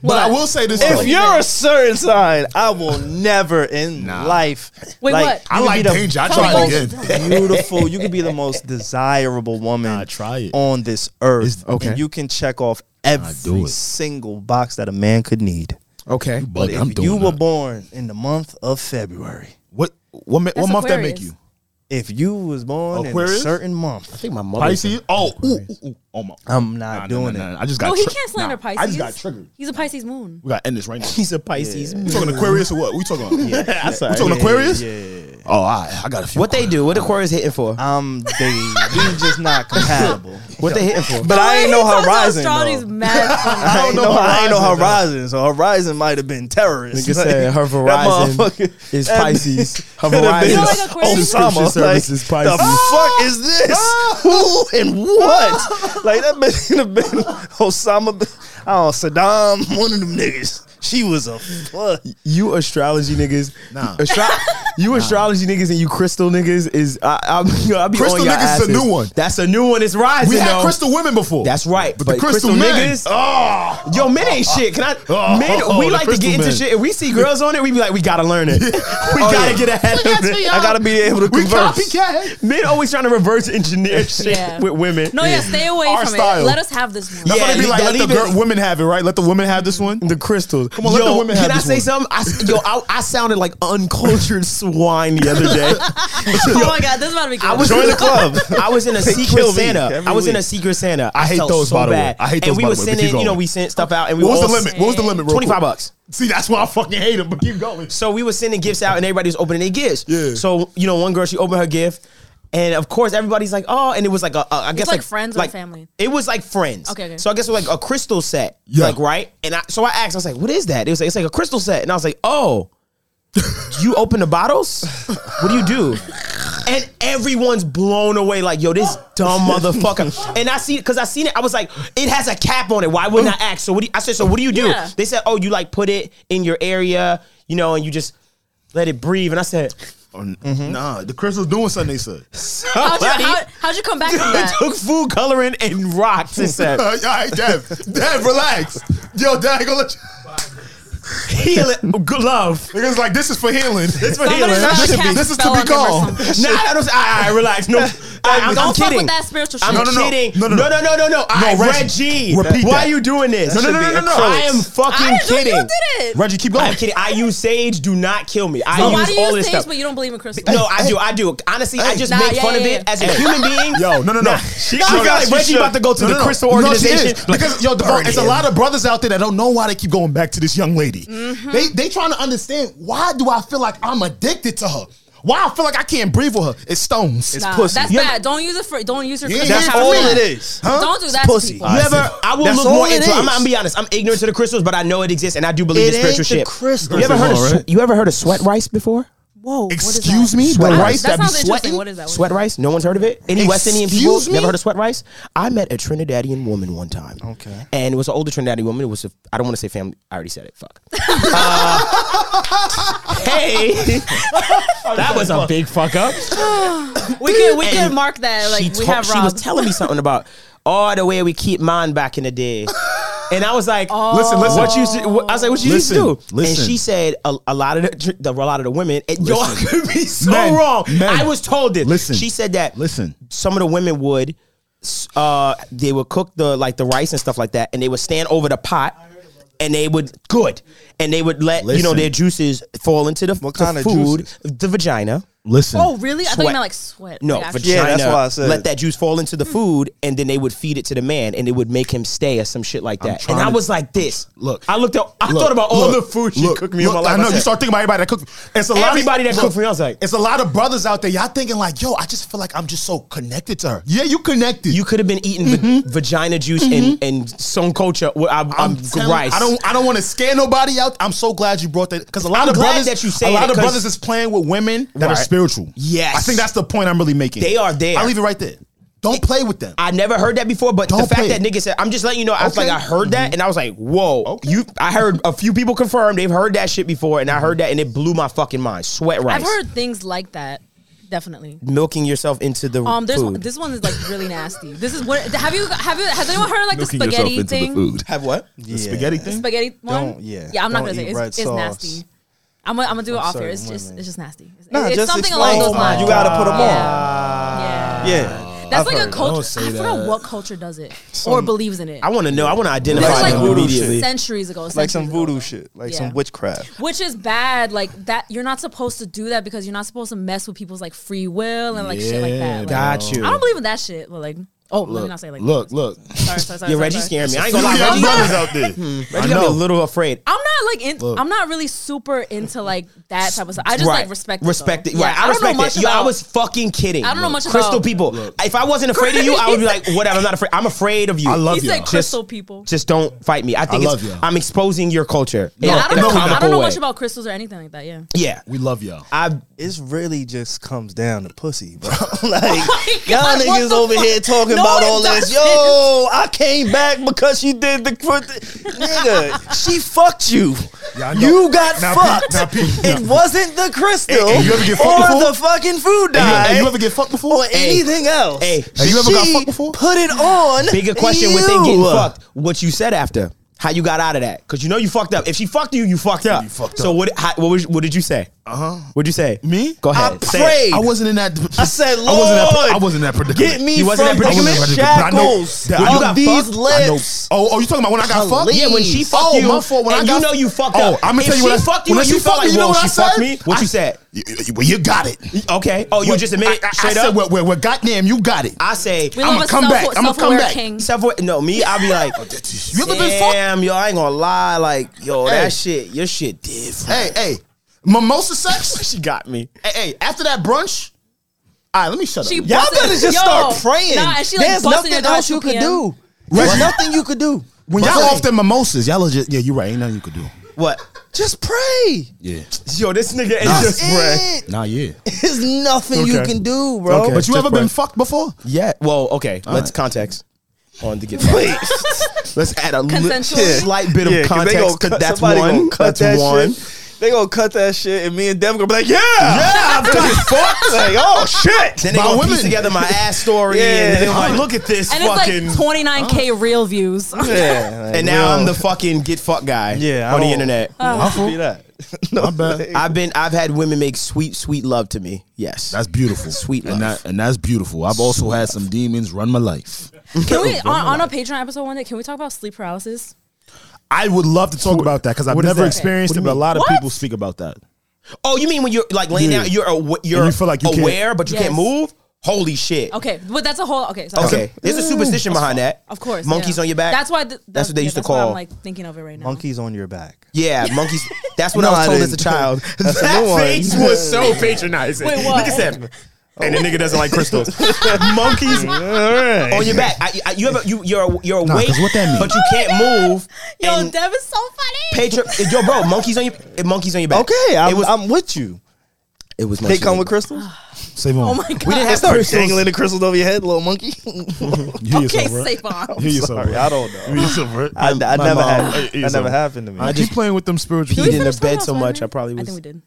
[SPEAKER 3] But I will say this though.
[SPEAKER 2] if you're a certain sign, I will never in life.
[SPEAKER 4] Wait,
[SPEAKER 2] like,
[SPEAKER 4] what?
[SPEAKER 2] you
[SPEAKER 3] I
[SPEAKER 2] could
[SPEAKER 3] like
[SPEAKER 2] be the
[SPEAKER 3] danger. I
[SPEAKER 4] Tell
[SPEAKER 3] tried
[SPEAKER 4] me
[SPEAKER 3] again.
[SPEAKER 2] beautiful. You could be the most desirable woman
[SPEAKER 3] Nah, try it.
[SPEAKER 2] on this earth.
[SPEAKER 3] It's- okay.
[SPEAKER 2] And you can check off
[SPEAKER 3] do
[SPEAKER 2] every
[SPEAKER 3] it.
[SPEAKER 2] single box that a man could need.
[SPEAKER 1] okay.
[SPEAKER 3] But
[SPEAKER 2] if
[SPEAKER 3] I'm doing
[SPEAKER 2] you
[SPEAKER 3] that.
[SPEAKER 2] were born in the month of February,
[SPEAKER 3] what what, ma- what
[SPEAKER 4] That's
[SPEAKER 3] month that make
[SPEAKER 4] Aquarius.
[SPEAKER 3] you?
[SPEAKER 2] if you was born in a
[SPEAKER 3] Aquarius?
[SPEAKER 2] certain month,
[SPEAKER 1] think my mother.
[SPEAKER 3] Pisces? Oh, ooh, ooh, ooh. oh my.
[SPEAKER 2] I'm not
[SPEAKER 3] Nah, nah,
[SPEAKER 2] doing
[SPEAKER 3] nah,
[SPEAKER 2] it.
[SPEAKER 3] nah. I just got
[SPEAKER 4] No, he
[SPEAKER 3] tri-
[SPEAKER 4] can't slander
[SPEAKER 3] nah,
[SPEAKER 4] Pisces.
[SPEAKER 3] I just got triggered.
[SPEAKER 4] He's a Pisces moon.
[SPEAKER 3] We got to end this right now.
[SPEAKER 1] He's a Pisces.
[SPEAKER 3] We talking Aquarius or what? We talking? We talking
[SPEAKER 2] Yeah,
[SPEAKER 3] Aquarius?
[SPEAKER 2] Yeah, yeah, yeah.
[SPEAKER 3] Oh, all right. I got a few.
[SPEAKER 1] What they do? What Aquarius hitting for?
[SPEAKER 2] Um, they we just not compatible.
[SPEAKER 1] What they hitting for?
[SPEAKER 2] But I ain't know her
[SPEAKER 4] Sometimes
[SPEAKER 2] rising.
[SPEAKER 4] Astrology's
[SPEAKER 2] though.
[SPEAKER 4] mad. funny.
[SPEAKER 2] I ain't
[SPEAKER 3] don't
[SPEAKER 2] know.
[SPEAKER 3] know
[SPEAKER 2] I ain't know her
[SPEAKER 3] Horizon,
[SPEAKER 2] rising. So her rising might have been terrorist.
[SPEAKER 1] Nigga said her Verizon is Pisces. Her
[SPEAKER 4] You know,
[SPEAKER 1] Verizon-
[SPEAKER 4] like
[SPEAKER 2] Osama,
[SPEAKER 4] Aquarius-
[SPEAKER 2] like,
[SPEAKER 1] services Pisces.
[SPEAKER 2] The fuck is this? Who and what? like that bitch could have been Osama. bin- Oh, Saddam, one of them niggas. She was a fuck.
[SPEAKER 1] You astrology niggas,
[SPEAKER 3] Nah.
[SPEAKER 1] astro- you astrology niggas and you crystal niggas is I, I'm I'll be
[SPEAKER 3] Crystal
[SPEAKER 1] on your
[SPEAKER 3] niggas is a
[SPEAKER 1] asses.
[SPEAKER 3] new one.
[SPEAKER 1] That's a new one. It's rising.
[SPEAKER 3] We had
[SPEAKER 1] though.
[SPEAKER 3] crystal women before.
[SPEAKER 1] That's right. But,
[SPEAKER 3] But the crystal, men.
[SPEAKER 1] niggas,
[SPEAKER 3] Oh,
[SPEAKER 1] yo, men ain't shit. Can I?
[SPEAKER 3] Oh,
[SPEAKER 1] men,
[SPEAKER 3] oh,
[SPEAKER 1] we
[SPEAKER 3] the
[SPEAKER 1] like to
[SPEAKER 3] crystal
[SPEAKER 1] get into
[SPEAKER 3] men.
[SPEAKER 1] shit. If we see girls on it, we be like, we gotta learn it. Oh, we gotta get ahead of it.
[SPEAKER 2] I gotta be able to
[SPEAKER 3] we
[SPEAKER 2] converse.
[SPEAKER 3] copycat.
[SPEAKER 1] Men always trying to reverse engineer shit
[SPEAKER 4] Yeah.
[SPEAKER 1] with women.
[SPEAKER 4] No, yeah, stay away
[SPEAKER 3] Our
[SPEAKER 4] from it.
[SPEAKER 3] style.
[SPEAKER 4] Let us have this one.
[SPEAKER 3] That's
[SPEAKER 1] Yeah,
[SPEAKER 3] why they be
[SPEAKER 1] you
[SPEAKER 3] like,
[SPEAKER 1] gotta
[SPEAKER 3] let the
[SPEAKER 1] leave it-
[SPEAKER 3] girl, women have it, right? Let the women have this one.
[SPEAKER 1] The crystals. Come
[SPEAKER 3] on,
[SPEAKER 1] yo,
[SPEAKER 3] let the women
[SPEAKER 1] Can
[SPEAKER 3] have
[SPEAKER 1] I
[SPEAKER 3] this
[SPEAKER 1] say
[SPEAKER 3] one.
[SPEAKER 1] something? I s yo, I, I sounded like uncultured swine the other day.
[SPEAKER 4] Oh my god, this is about to be good.
[SPEAKER 1] I was
[SPEAKER 3] Join the club.
[SPEAKER 1] I was in a secret
[SPEAKER 2] kill me
[SPEAKER 1] Santa.
[SPEAKER 2] every
[SPEAKER 1] I was in a
[SPEAKER 2] week.
[SPEAKER 1] secret Santa.
[SPEAKER 3] I hate
[SPEAKER 1] felt
[SPEAKER 3] those,
[SPEAKER 1] so
[SPEAKER 3] by the way.
[SPEAKER 1] bad.
[SPEAKER 3] I hate
[SPEAKER 1] And
[SPEAKER 3] those,
[SPEAKER 1] we
[SPEAKER 3] by
[SPEAKER 1] were
[SPEAKER 3] the way, but keep
[SPEAKER 1] sending, you know,
[SPEAKER 3] going.
[SPEAKER 1] we sent stuff out, and we
[SPEAKER 3] What was
[SPEAKER 1] all
[SPEAKER 3] the limit? What was the limit? real
[SPEAKER 1] Twenty five
[SPEAKER 3] quick?
[SPEAKER 1] bucks.
[SPEAKER 3] See, that's why I fucking hate him. But keep going.
[SPEAKER 1] So we were sending gifts out, and everybody was opening their gifts.
[SPEAKER 3] Yeah.
[SPEAKER 1] So you know, one girl she opened her gift, and of course everybody's like, oh, and it was like a, a I guess
[SPEAKER 4] like friends or
[SPEAKER 1] like
[SPEAKER 4] family?
[SPEAKER 1] It was like friends.
[SPEAKER 4] Okay, okay.
[SPEAKER 1] So I guess it was like a crystal set.
[SPEAKER 3] Yeah.
[SPEAKER 1] Like right, and I so I asked, I was like, what is that? It was like it's like a crystal set, and I was like, oh, you open the bottles? What do you do? And everyone's blown away, like, yo, this dumb motherfucker. And I see, because I seen it, I was like, it has a cap on it. Why wouldn't I ask? So what? Do you, I said, so what do you do?
[SPEAKER 4] Yeah.
[SPEAKER 1] They said, oh, you like put it in your area, you know, and you just let it breathe. And I said,
[SPEAKER 3] Oh, Nah, the crystal's doing something. They said.
[SPEAKER 4] how'd, you,
[SPEAKER 1] buddy.
[SPEAKER 4] how, how'd you come back from that?
[SPEAKER 1] took food coloring and rocked and said,
[SPEAKER 3] All right, Dev. Dev, relax. Yo, Dev, gonna let you.
[SPEAKER 1] heal it, good love.
[SPEAKER 3] Niggas like this is for healing. This
[SPEAKER 1] for healing.
[SPEAKER 4] Somebody's
[SPEAKER 1] This
[SPEAKER 4] trying
[SPEAKER 3] should
[SPEAKER 4] to
[SPEAKER 3] be-
[SPEAKER 4] cast
[SPEAKER 3] this is to
[SPEAKER 4] spell
[SPEAKER 3] be
[SPEAKER 4] on him or
[SPEAKER 3] called.
[SPEAKER 4] something.
[SPEAKER 1] Nah, I don't. I, I relax. No, I, I'm, I'm
[SPEAKER 4] Don't fuck
[SPEAKER 1] kidding.
[SPEAKER 4] with that spiritual shit.
[SPEAKER 1] I'm
[SPEAKER 3] no, no.
[SPEAKER 1] kidding.
[SPEAKER 3] No, no, no.
[SPEAKER 1] no, no, no, no. I, Reggie,
[SPEAKER 3] Reggie, repeat
[SPEAKER 1] why are
[SPEAKER 3] that.
[SPEAKER 1] you doing this?
[SPEAKER 3] No, no, no, no, no, no.
[SPEAKER 1] I am fucking
[SPEAKER 4] I didn't know you
[SPEAKER 1] kidding.
[SPEAKER 4] did it.
[SPEAKER 1] Reggie, keep going. I'm kidding. I use sage. Do not kill me. I
[SPEAKER 4] So
[SPEAKER 1] use
[SPEAKER 4] why do you
[SPEAKER 1] all
[SPEAKER 4] use
[SPEAKER 1] this
[SPEAKER 4] sage,
[SPEAKER 1] stuff.
[SPEAKER 4] but you don't believe in crystals?
[SPEAKER 1] no, I do. I do. Honestly, I just
[SPEAKER 4] Nah,
[SPEAKER 1] make
[SPEAKER 4] yeah,
[SPEAKER 1] fun of
[SPEAKER 4] yeah,
[SPEAKER 1] it
[SPEAKER 4] yeah.
[SPEAKER 1] as a human being.
[SPEAKER 3] Yo, no, no, no.
[SPEAKER 1] Nah, she,
[SPEAKER 3] No,
[SPEAKER 1] she
[SPEAKER 3] no,
[SPEAKER 1] got
[SPEAKER 3] she
[SPEAKER 1] like Reggie
[SPEAKER 3] should.
[SPEAKER 1] about to go to
[SPEAKER 3] No,
[SPEAKER 1] the
[SPEAKER 3] no, no.
[SPEAKER 1] crystal
[SPEAKER 3] No, she
[SPEAKER 1] organization
[SPEAKER 3] is. because yo,
[SPEAKER 1] burn
[SPEAKER 3] the, it's a
[SPEAKER 1] him.
[SPEAKER 3] lot of brothers out there that don't know why they keep going back to this young lady.
[SPEAKER 1] Mm-hmm.
[SPEAKER 3] They they trying to understand why do I feel like I'm addicted to her? Why I feel like I can't breathe with her? It's stones. It's
[SPEAKER 4] Nah,
[SPEAKER 2] pussy.
[SPEAKER 4] That's
[SPEAKER 2] You
[SPEAKER 4] bad. Don't use it for. Don't use your
[SPEAKER 3] Yeah,
[SPEAKER 4] crystals.
[SPEAKER 2] That's
[SPEAKER 4] for
[SPEAKER 2] all
[SPEAKER 4] men.
[SPEAKER 2] it is.
[SPEAKER 4] Don't do
[SPEAKER 2] It's
[SPEAKER 4] that.
[SPEAKER 2] pussy.
[SPEAKER 4] To people.
[SPEAKER 2] I
[SPEAKER 1] Never. I will
[SPEAKER 2] That's
[SPEAKER 1] look more
[SPEAKER 2] all it
[SPEAKER 1] into. I'm,
[SPEAKER 2] is.
[SPEAKER 1] I'm be honest. I'm ignorant to the crystals, but I know it exists, and I do believe
[SPEAKER 2] It
[SPEAKER 1] in spiritual
[SPEAKER 2] ain't the
[SPEAKER 1] shit.
[SPEAKER 2] crystals.
[SPEAKER 1] You ever heard? Of,
[SPEAKER 2] All
[SPEAKER 1] swe- You ever heard of sweat rice before? Oh,
[SPEAKER 4] Whoa. what is
[SPEAKER 3] Excuse
[SPEAKER 4] that?
[SPEAKER 3] me,
[SPEAKER 1] Sweat
[SPEAKER 3] the
[SPEAKER 1] rice.
[SPEAKER 3] rice
[SPEAKER 4] That
[SPEAKER 3] that be
[SPEAKER 4] sounds interesting.
[SPEAKER 3] sweating.
[SPEAKER 4] What is that? What is
[SPEAKER 1] Sweat
[SPEAKER 4] that?
[SPEAKER 1] rice? No one's heard of it? Any West Indian people?
[SPEAKER 3] Excuse me?
[SPEAKER 1] Never heard of sweat rice? I met a Trinidadian woman one time.
[SPEAKER 2] Okay.
[SPEAKER 1] And it was an older Trinidadian woman. It was a, I don't want to say family. I already said it. Fuck. Uh, hey. that was a big fuck up.
[SPEAKER 4] We can we can
[SPEAKER 1] And
[SPEAKER 4] mark that.
[SPEAKER 1] she
[SPEAKER 4] Like we
[SPEAKER 1] told-
[SPEAKER 4] have
[SPEAKER 1] She was
[SPEAKER 4] Rob.
[SPEAKER 1] telling me something about, all the way we keep mine back in the day. And I was like,
[SPEAKER 3] Listen, listen.
[SPEAKER 1] what you used to, what, I was like, what you
[SPEAKER 3] Listen,
[SPEAKER 1] used to do?
[SPEAKER 3] listen.
[SPEAKER 1] And she said a, a lot of the, the a lot of the women. And y'all could be so
[SPEAKER 3] Men,
[SPEAKER 1] wrong.
[SPEAKER 3] men.
[SPEAKER 1] I was told this.
[SPEAKER 3] Listen.
[SPEAKER 1] she said that.
[SPEAKER 3] Listen.
[SPEAKER 1] some of the women would, s- uh, they would cook the like the rice and stuff like that, and they would stand over the pot, and they would good, and they would let you know
[SPEAKER 3] Listen.
[SPEAKER 1] their juices fall into the,
[SPEAKER 2] What
[SPEAKER 1] the
[SPEAKER 2] kind of
[SPEAKER 1] food,
[SPEAKER 2] juices?
[SPEAKER 1] the vagina.
[SPEAKER 3] Listen.
[SPEAKER 4] Oh, really? I thought you
[SPEAKER 1] Sweat.
[SPEAKER 4] meant like sweat.
[SPEAKER 1] No,
[SPEAKER 4] like actual-
[SPEAKER 1] vagina.
[SPEAKER 2] Yeah, that's why I said-
[SPEAKER 1] let that juice fall into the food, and then they would feed it to the man, and it would make him stay or some shit like that. And I
[SPEAKER 3] trying to-
[SPEAKER 1] was like, this.
[SPEAKER 3] Look,
[SPEAKER 1] I looked at. I
[SPEAKER 3] look,
[SPEAKER 1] thought about all
[SPEAKER 3] look,
[SPEAKER 1] the food she
[SPEAKER 3] look,
[SPEAKER 1] cooked me
[SPEAKER 3] look,
[SPEAKER 1] in my life.
[SPEAKER 3] I know
[SPEAKER 1] said,
[SPEAKER 3] you start thinking about everybody that cooked. It's a
[SPEAKER 1] Everybody
[SPEAKER 3] lot
[SPEAKER 1] that
[SPEAKER 3] of,
[SPEAKER 1] cooked for me, I was like-
[SPEAKER 3] it's a lot of brothers out there. Y'all thinking like, yo, I just feel like I'm just so connected to her. Yeah, you connected.
[SPEAKER 1] You could have been eating
[SPEAKER 3] Mm-hmm.
[SPEAKER 1] va- vagina juice and and some culture. Well, I'm, I'm,
[SPEAKER 3] telling-
[SPEAKER 1] rice.
[SPEAKER 3] I don't. I don't want to scare nobody out. I'm so glad you brought that because a lot
[SPEAKER 1] I'm
[SPEAKER 3] of
[SPEAKER 1] glad
[SPEAKER 3] brothers
[SPEAKER 1] that you said
[SPEAKER 3] a lot
[SPEAKER 1] it,
[SPEAKER 3] of
[SPEAKER 1] 'cause-
[SPEAKER 3] brothers is playing with women that are
[SPEAKER 1] Right.
[SPEAKER 3] spiritual.
[SPEAKER 1] Yes.
[SPEAKER 3] I think that's the point I'm really making.
[SPEAKER 1] They are there.
[SPEAKER 3] I leave it right there. Don't play with them.
[SPEAKER 1] I never heard that before, but the
[SPEAKER 3] Don't
[SPEAKER 1] fact
[SPEAKER 3] play
[SPEAKER 1] that
[SPEAKER 3] it.
[SPEAKER 1] nigga said, I'm just letting you know, I was
[SPEAKER 3] Okay. Mm-hmm.
[SPEAKER 1] like, I heard that, and I was like, whoa. You, I heard a few people confirm they've heard that shit before, and I heard that, and it blew my fucking mind. Sweat rice,
[SPEAKER 4] I've heard things like that. Definitely.
[SPEAKER 1] milking yourself into the
[SPEAKER 4] Um, there's
[SPEAKER 1] food.
[SPEAKER 4] this one is like really nasty. This is what have you have you has anyone heard like the
[SPEAKER 7] Milking yourself
[SPEAKER 4] spaghetti
[SPEAKER 7] into the
[SPEAKER 4] thing?
[SPEAKER 7] food.
[SPEAKER 1] have what?
[SPEAKER 2] Yeah.
[SPEAKER 3] Spaghetti thing.
[SPEAKER 4] Spaghetti one.
[SPEAKER 2] Don't- yeah.
[SPEAKER 4] Yeah, I'm not
[SPEAKER 2] Don't
[SPEAKER 4] gonna say
[SPEAKER 2] eat
[SPEAKER 4] it.
[SPEAKER 2] red
[SPEAKER 4] it's, it's
[SPEAKER 2] sauce.
[SPEAKER 4] nasty. I'm gonna, I'm gonna do it off
[SPEAKER 2] sorry,
[SPEAKER 4] here. It's
[SPEAKER 2] wait a
[SPEAKER 4] just
[SPEAKER 2] minute.
[SPEAKER 4] it's just nasty. It's,
[SPEAKER 2] Nah,
[SPEAKER 4] it's
[SPEAKER 2] just
[SPEAKER 4] something
[SPEAKER 2] explain
[SPEAKER 4] along those
[SPEAKER 2] to 'em.
[SPEAKER 4] lines.
[SPEAKER 2] You gotta put 'em on.
[SPEAKER 4] Yeah. yeah.
[SPEAKER 2] Yeah.
[SPEAKER 4] That's
[SPEAKER 2] Ah, I've
[SPEAKER 4] like
[SPEAKER 2] heard
[SPEAKER 4] a
[SPEAKER 2] it.
[SPEAKER 4] culture.
[SPEAKER 3] say
[SPEAKER 4] I forgot
[SPEAKER 3] that.
[SPEAKER 4] what culture does it or believes in it.
[SPEAKER 1] I want to know. I want to
[SPEAKER 4] It was
[SPEAKER 1] identify
[SPEAKER 4] like
[SPEAKER 1] them
[SPEAKER 2] voodoo
[SPEAKER 1] immediately.
[SPEAKER 4] centuries ago. Centuries
[SPEAKER 2] Like some
[SPEAKER 4] ago.
[SPEAKER 2] voodoo shit, like some
[SPEAKER 4] Yeah.
[SPEAKER 2] witchcraft.
[SPEAKER 4] which is bad. Like that, you're not supposed to do that because you're not supposed to mess with people's like free will and like shit like that. Like,
[SPEAKER 1] Got you.
[SPEAKER 4] I don't believe in that shit, but like, oh, let me not say it like.
[SPEAKER 3] Look, look.
[SPEAKER 4] that. sorry, sorry, sorry.
[SPEAKER 1] Yeah,
[SPEAKER 4] sorry,
[SPEAKER 1] Reggie
[SPEAKER 4] sorry.
[SPEAKER 1] scared me. I ain't gonna lie,
[SPEAKER 3] Young
[SPEAKER 1] Reggie.
[SPEAKER 3] brothers out there.
[SPEAKER 1] Reggie
[SPEAKER 3] I
[SPEAKER 1] got me
[SPEAKER 3] know.
[SPEAKER 1] a little afraid.
[SPEAKER 4] I'm not like in, I'm not really super into like that type of stuff. I just like respect it.
[SPEAKER 1] respect
[SPEAKER 4] though.
[SPEAKER 1] it.
[SPEAKER 4] Yeah,
[SPEAKER 1] Right, I,
[SPEAKER 4] don't know
[SPEAKER 1] respect
[SPEAKER 4] much
[SPEAKER 1] it. Yo, I
[SPEAKER 4] about-
[SPEAKER 1] was fucking kidding.
[SPEAKER 4] I don't know much
[SPEAKER 1] crystal
[SPEAKER 4] about-
[SPEAKER 1] people. If I wasn't afraid of you, I would be like, whatever. I'm not afraid. I'm afraid of you.
[SPEAKER 3] I love
[SPEAKER 4] He
[SPEAKER 3] you.
[SPEAKER 4] said
[SPEAKER 3] Just-
[SPEAKER 4] crystal people.
[SPEAKER 1] Just don't fight me. I think
[SPEAKER 3] love
[SPEAKER 1] it's,
[SPEAKER 3] y'all.
[SPEAKER 1] I'm exposing your culture. in
[SPEAKER 4] yeah,
[SPEAKER 1] a-
[SPEAKER 4] I don't
[SPEAKER 1] in a
[SPEAKER 4] know. I
[SPEAKER 1] comical
[SPEAKER 4] don't know
[SPEAKER 1] way.
[SPEAKER 4] much about crystals or anything like that. Yeah.
[SPEAKER 1] Yeah,
[SPEAKER 3] We love y'all.
[SPEAKER 1] I
[SPEAKER 2] It's really just comes down to pussy, bro. like
[SPEAKER 4] Oh God,
[SPEAKER 2] y'all
[SPEAKER 4] what
[SPEAKER 2] niggas
[SPEAKER 4] the
[SPEAKER 2] over
[SPEAKER 4] fuck?
[SPEAKER 2] here talking
[SPEAKER 4] No,
[SPEAKER 2] about
[SPEAKER 4] it
[SPEAKER 2] all this.
[SPEAKER 4] doesn't.
[SPEAKER 2] Yo, I came back because she did the front- nigga. She fucked you.
[SPEAKER 3] Y'all know-
[SPEAKER 2] You got
[SPEAKER 3] Now, Pete-
[SPEAKER 2] fucked.
[SPEAKER 3] now, Pete,
[SPEAKER 2] it
[SPEAKER 3] now.
[SPEAKER 2] wasn't the crystal
[SPEAKER 3] Hey, hey, you ever get fucked
[SPEAKER 2] or
[SPEAKER 3] before?
[SPEAKER 2] the fucking food
[SPEAKER 3] Hey, you-
[SPEAKER 2] dye
[SPEAKER 3] hey, you ever get fucked before?
[SPEAKER 2] or
[SPEAKER 3] Hey.
[SPEAKER 2] anything else.
[SPEAKER 1] Hey,
[SPEAKER 3] hey, you ever got
[SPEAKER 2] She
[SPEAKER 3] fucked before?
[SPEAKER 2] Put it on.
[SPEAKER 1] bigger question
[SPEAKER 2] you.
[SPEAKER 1] with they getting fucked. What you said after? How you got out of that? Because you know you fucked up. If she fucked you, you fucked up.
[SPEAKER 3] You fucked
[SPEAKER 1] so
[SPEAKER 3] up. Uh-huh.
[SPEAKER 1] what? How, what, was, what did you say? Uh huh. What'd you say?
[SPEAKER 3] Me?
[SPEAKER 1] Go ahead.
[SPEAKER 2] I
[SPEAKER 1] Say it.
[SPEAKER 2] prayed.
[SPEAKER 3] I wasn't in that.
[SPEAKER 2] I said,
[SPEAKER 3] I wasn't in
[SPEAKER 2] Lord,
[SPEAKER 3] that, I wasn't in that predicament.
[SPEAKER 2] Get me
[SPEAKER 1] You wasn't
[SPEAKER 2] from
[SPEAKER 1] in
[SPEAKER 2] the
[SPEAKER 1] that predicament?
[SPEAKER 3] I wasn't in that predicament,
[SPEAKER 2] shackles
[SPEAKER 3] but I know-
[SPEAKER 1] You
[SPEAKER 2] of
[SPEAKER 1] got
[SPEAKER 2] these
[SPEAKER 1] fucked?
[SPEAKER 3] I know.
[SPEAKER 2] lips.
[SPEAKER 3] Oh, oh, you talking about when I got fucked?
[SPEAKER 1] Yeah, when she fucked
[SPEAKER 3] oh,
[SPEAKER 1] you,
[SPEAKER 3] my fault. When
[SPEAKER 1] and
[SPEAKER 3] I got
[SPEAKER 1] you know
[SPEAKER 3] fu-
[SPEAKER 1] you fucked
[SPEAKER 3] oh,
[SPEAKER 1] up.
[SPEAKER 3] I'm gonna
[SPEAKER 1] if
[SPEAKER 3] tell you
[SPEAKER 1] she
[SPEAKER 3] what I-
[SPEAKER 1] fucked you,
[SPEAKER 3] when
[SPEAKER 1] and
[SPEAKER 3] she
[SPEAKER 1] you felt
[SPEAKER 3] fucked
[SPEAKER 1] like,
[SPEAKER 3] me, you know
[SPEAKER 1] whoa,
[SPEAKER 3] what
[SPEAKER 1] she
[SPEAKER 3] I
[SPEAKER 1] fucked
[SPEAKER 3] said?
[SPEAKER 1] me. What you
[SPEAKER 3] I-
[SPEAKER 1] said?
[SPEAKER 3] You- you- Well, you got it.
[SPEAKER 1] Okay. Oh, you
[SPEAKER 3] Well,
[SPEAKER 1] just admitted
[SPEAKER 3] I, I, I
[SPEAKER 1] straight
[SPEAKER 3] said,
[SPEAKER 1] up.
[SPEAKER 3] Well, well, well, goddamn, you got it.
[SPEAKER 1] I say.
[SPEAKER 4] We
[SPEAKER 3] I'ma
[SPEAKER 4] love a
[SPEAKER 3] come
[SPEAKER 4] self-
[SPEAKER 3] back. I'ma come
[SPEAKER 4] self-aware
[SPEAKER 3] back.
[SPEAKER 4] King.
[SPEAKER 1] Self no, me, I'll be like,
[SPEAKER 3] You ever been fucked?
[SPEAKER 1] damn, yo, I ain't gonna lie, like, yo,
[SPEAKER 3] Hey.
[SPEAKER 1] that shit, your shit different.
[SPEAKER 3] Hey, hey, mimosa sex.
[SPEAKER 1] She got me.
[SPEAKER 3] hey, hey, after that brunch. All right, let me shut
[SPEAKER 4] She
[SPEAKER 3] up.
[SPEAKER 2] Y'all
[SPEAKER 4] busted-
[SPEAKER 2] better just
[SPEAKER 4] Yo,
[SPEAKER 2] start praying.
[SPEAKER 4] Nah, and she like
[SPEAKER 2] There's
[SPEAKER 4] busted
[SPEAKER 2] nothing
[SPEAKER 4] your door at
[SPEAKER 2] else you
[SPEAKER 4] 2
[SPEAKER 2] could
[SPEAKER 4] p.m.
[SPEAKER 2] do.
[SPEAKER 3] Reggie-
[SPEAKER 2] There's nothing you could do.
[SPEAKER 3] When y'all
[SPEAKER 2] But-
[SPEAKER 3] off the mimosas, y'all are just yeah, you right. Ain't nothing you could do.
[SPEAKER 1] What?
[SPEAKER 2] just pray.
[SPEAKER 3] Yeah,
[SPEAKER 1] Yo, this nigga is
[SPEAKER 2] That's
[SPEAKER 1] just bread.
[SPEAKER 2] it.
[SPEAKER 3] nah, yeah.
[SPEAKER 2] There's nothing you
[SPEAKER 1] Okay.
[SPEAKER 2] can do, bro.
[SPEAKER 1] Okay.
[SPEAKER 3] But you
[SPEAKER 1] Just
[SPEAKER 3] ever
[SPEAKER 1] pray.
[SPEAKER 3] been fucked before?
[SPEAKER 1] Yeah. Well, okay. let's context on to get Wait. Let's add a li-
[SPEAKER 4] Consensual.
[SPEAKER 1] slight bit of
[SPEAKER 2] Yeah, 'cause they
[SPEAKER 1] context.
[SPEAKER 2] gonna
[SPEAKER 1] Cause
[SPEAKER 2] cut-
[SPEAKER 1] that's
[SPEAKER 2] somebody gonna
[SPEAKER 1] one.
[SPEAKER 2] cut
[SPEAKER 1] That's
[SPEAKER 2] that
[SPEAKER 1] one.
[SPEAKER 2] Shit. They gonna cut that shit, and me and Dem gonna be like, yeah, yeah, I've got fucked. Like, oh shit.
[SPEAKER 1] Then they
[SPEAKER 3] My
[SPEAKER 1] gonna
[SPEAKER 3] women.
[SPEAKER 1] piece together my ass story.
[SPEAKER 2] Yeah.
[SPEAKER 1] And then they
[SPEAKER 2] Uh,
[SPEAKER 1] like, look at this
[SPEAKER 4] And
[SPEAKER 1] fucking.
[SPEAKER 4] it's like 29k real views.
[SPEAKER 2] yeah, like,
[SPEAKER 1] and now I'm the fucking get fuck guy.
[SPEAKER 2] Yeah, I
[SPEAKER 1] On the
[SPEAKER 2] don't-
[SPEAKER 1] internet.
[SPEAKER 4] Oh.
[SPEAKER 2] fuck. Be that. no,
[SPEAKER 3] bad.
[SPEAKER 1] I've been. I've had women make sweet, sweet love to me. Yes.
[SPEAKER 3] That's beautiful.
[SPEAKER 1] Sweet
[SPEAKER 3] and
[SPEAKER 1] love.
[SPEAKER 3] that, and that's beautiful. I've also had some demons run my life.
[SPEAKER 4] Can we on, on a Patreon episode one day? Can we talk about sleep paralysis?
[SPEAKER 3] I would love to talk about that because I've
[SPEAKER 1] what is
[SPEAKER 3] never
[SPEAKER 1] that?
[SPEAKER 3] experienced it, but a lot of people speak about that.
[SPEAKER 1] oh, you mean when you're like laying
[SPEAKER 3] Yeah.
[SPEAKER 1] down, you're aw- you're
[SPEAKER 3] And you feel like you can't-
[SPEAKER 1] aware, but you can't
[SPEAKER 4] Yes.
[SPEAKER 1] move. Holy shit.
[SPEAKER 4] Okay, but that's a whole. Okay, so
[SPEAKER 1] Okay. There's a superstition behind that.
[SPEAKER 4] Of course,
[SPEAKER 1] Monkeys
[SPEAKER 4] yeah.
[SPEAKER 1] on your back.
[SPEAKER 4] That's why. th-
[SPEAKER 1] That's what they
[SPEAKER 4] yeah,
[SPEAKER 1] used to
[SPEAKER 4] that's why
[SPEAKER 1] call-
[SPEAKER 4] I'm like thinking of it right now.
[SPEAKER 2] monkeys on your back.
[SPEAKER 1] Yeah, monkeys. That's what
[SPEAKER 2] No,
[SPEAKER 1] I was
[SPEAKER 2] I
[SPEAKER 1] told as
[SPEAKER 2] didn't.
[SPEAKER 1] a child.
[SPEAKER 2] That's a new
[SPEAKER 1] that
[SPEAKER 2] one.
[SPEAKER 1] face was so patronizing.
[SPEAKER 4] Wait, what?
[SPEAKER 1] Nigga said, and the nigga doesn't like crystals. monkeys on your back. I, I, you ever you you're you're awake,
[SPEAKER 3] 'cause what that mean?
[SPEAKER 1] but you
[SPEAKER 4] Oh
[SPEAKER 1] can't move.
[SPEAKER 4] Yo,
[SPEAKER 1] and
[SPEAKER 4] Dev is so funny.
[SPEAKER 1] patron, eh, yo, bro, monkeys on your eh, monkeys on your back.
[SPEAKER 2] Okay, I'm,
[SPEAKER 1] it was
[SPEAKER 2] I'm with you.
[SPEAKER 1] it was
[SPEAKER 2] They
[SPEAKER 1] monkeys
[SPEAKER 2] come
[SPEAKER 1] on-
[SPEAKER 2] with crystals.
[SPEAKER 3] Save on.
[SPEAKER 4] Oh my god.
[SPEAKER 1] We didn't have
[SPEAKER 2] Start
[SPEAKER 1] crystals.
[SPEAKER 2] dangling the crystals over your head, little monkey.
[SPEAKER 3] Hear
[SPEAKER 4] okay,
[SPEAKER 3] yourself, bro.
[SPEAKER 4] safe on.
[SPEAKER 3] Hear yourself,
[SPEAKER 2] Sorry,
[SPEAKER 3] bro.
[SPEAKER 2] I don't know.
[SPEAKER 3] Hear yourself, bro.
[SPEAKER 2] I, I
[SPEAKER 3] My
[SPEAKER 2] never
[SPEAKER 3] mom-
[SPEAKER 2] had
[SPEAKER 3] Hey,
[SPEAKER 2] that.
[SPEAKER 3] yourself.
[SPEAKER 2] Never happened to me.
[SPEAKER 3] I just playing with them spiritual.
[SPEAKER 1] Peed in the
[SPEAKER 4] Finish
[SPEAKER 1] bed
[SPEAKER 4] Clubhouse
[SPEAKER 1] so
[SPEAKER 4] by
[SPEAKER 1] much,
[SPEAKER 4] now?
[SPEAKER 1] I probably
[SPEAKER 4] I
[SPEAKER 1] was.
[SPEAKER 4] think we did.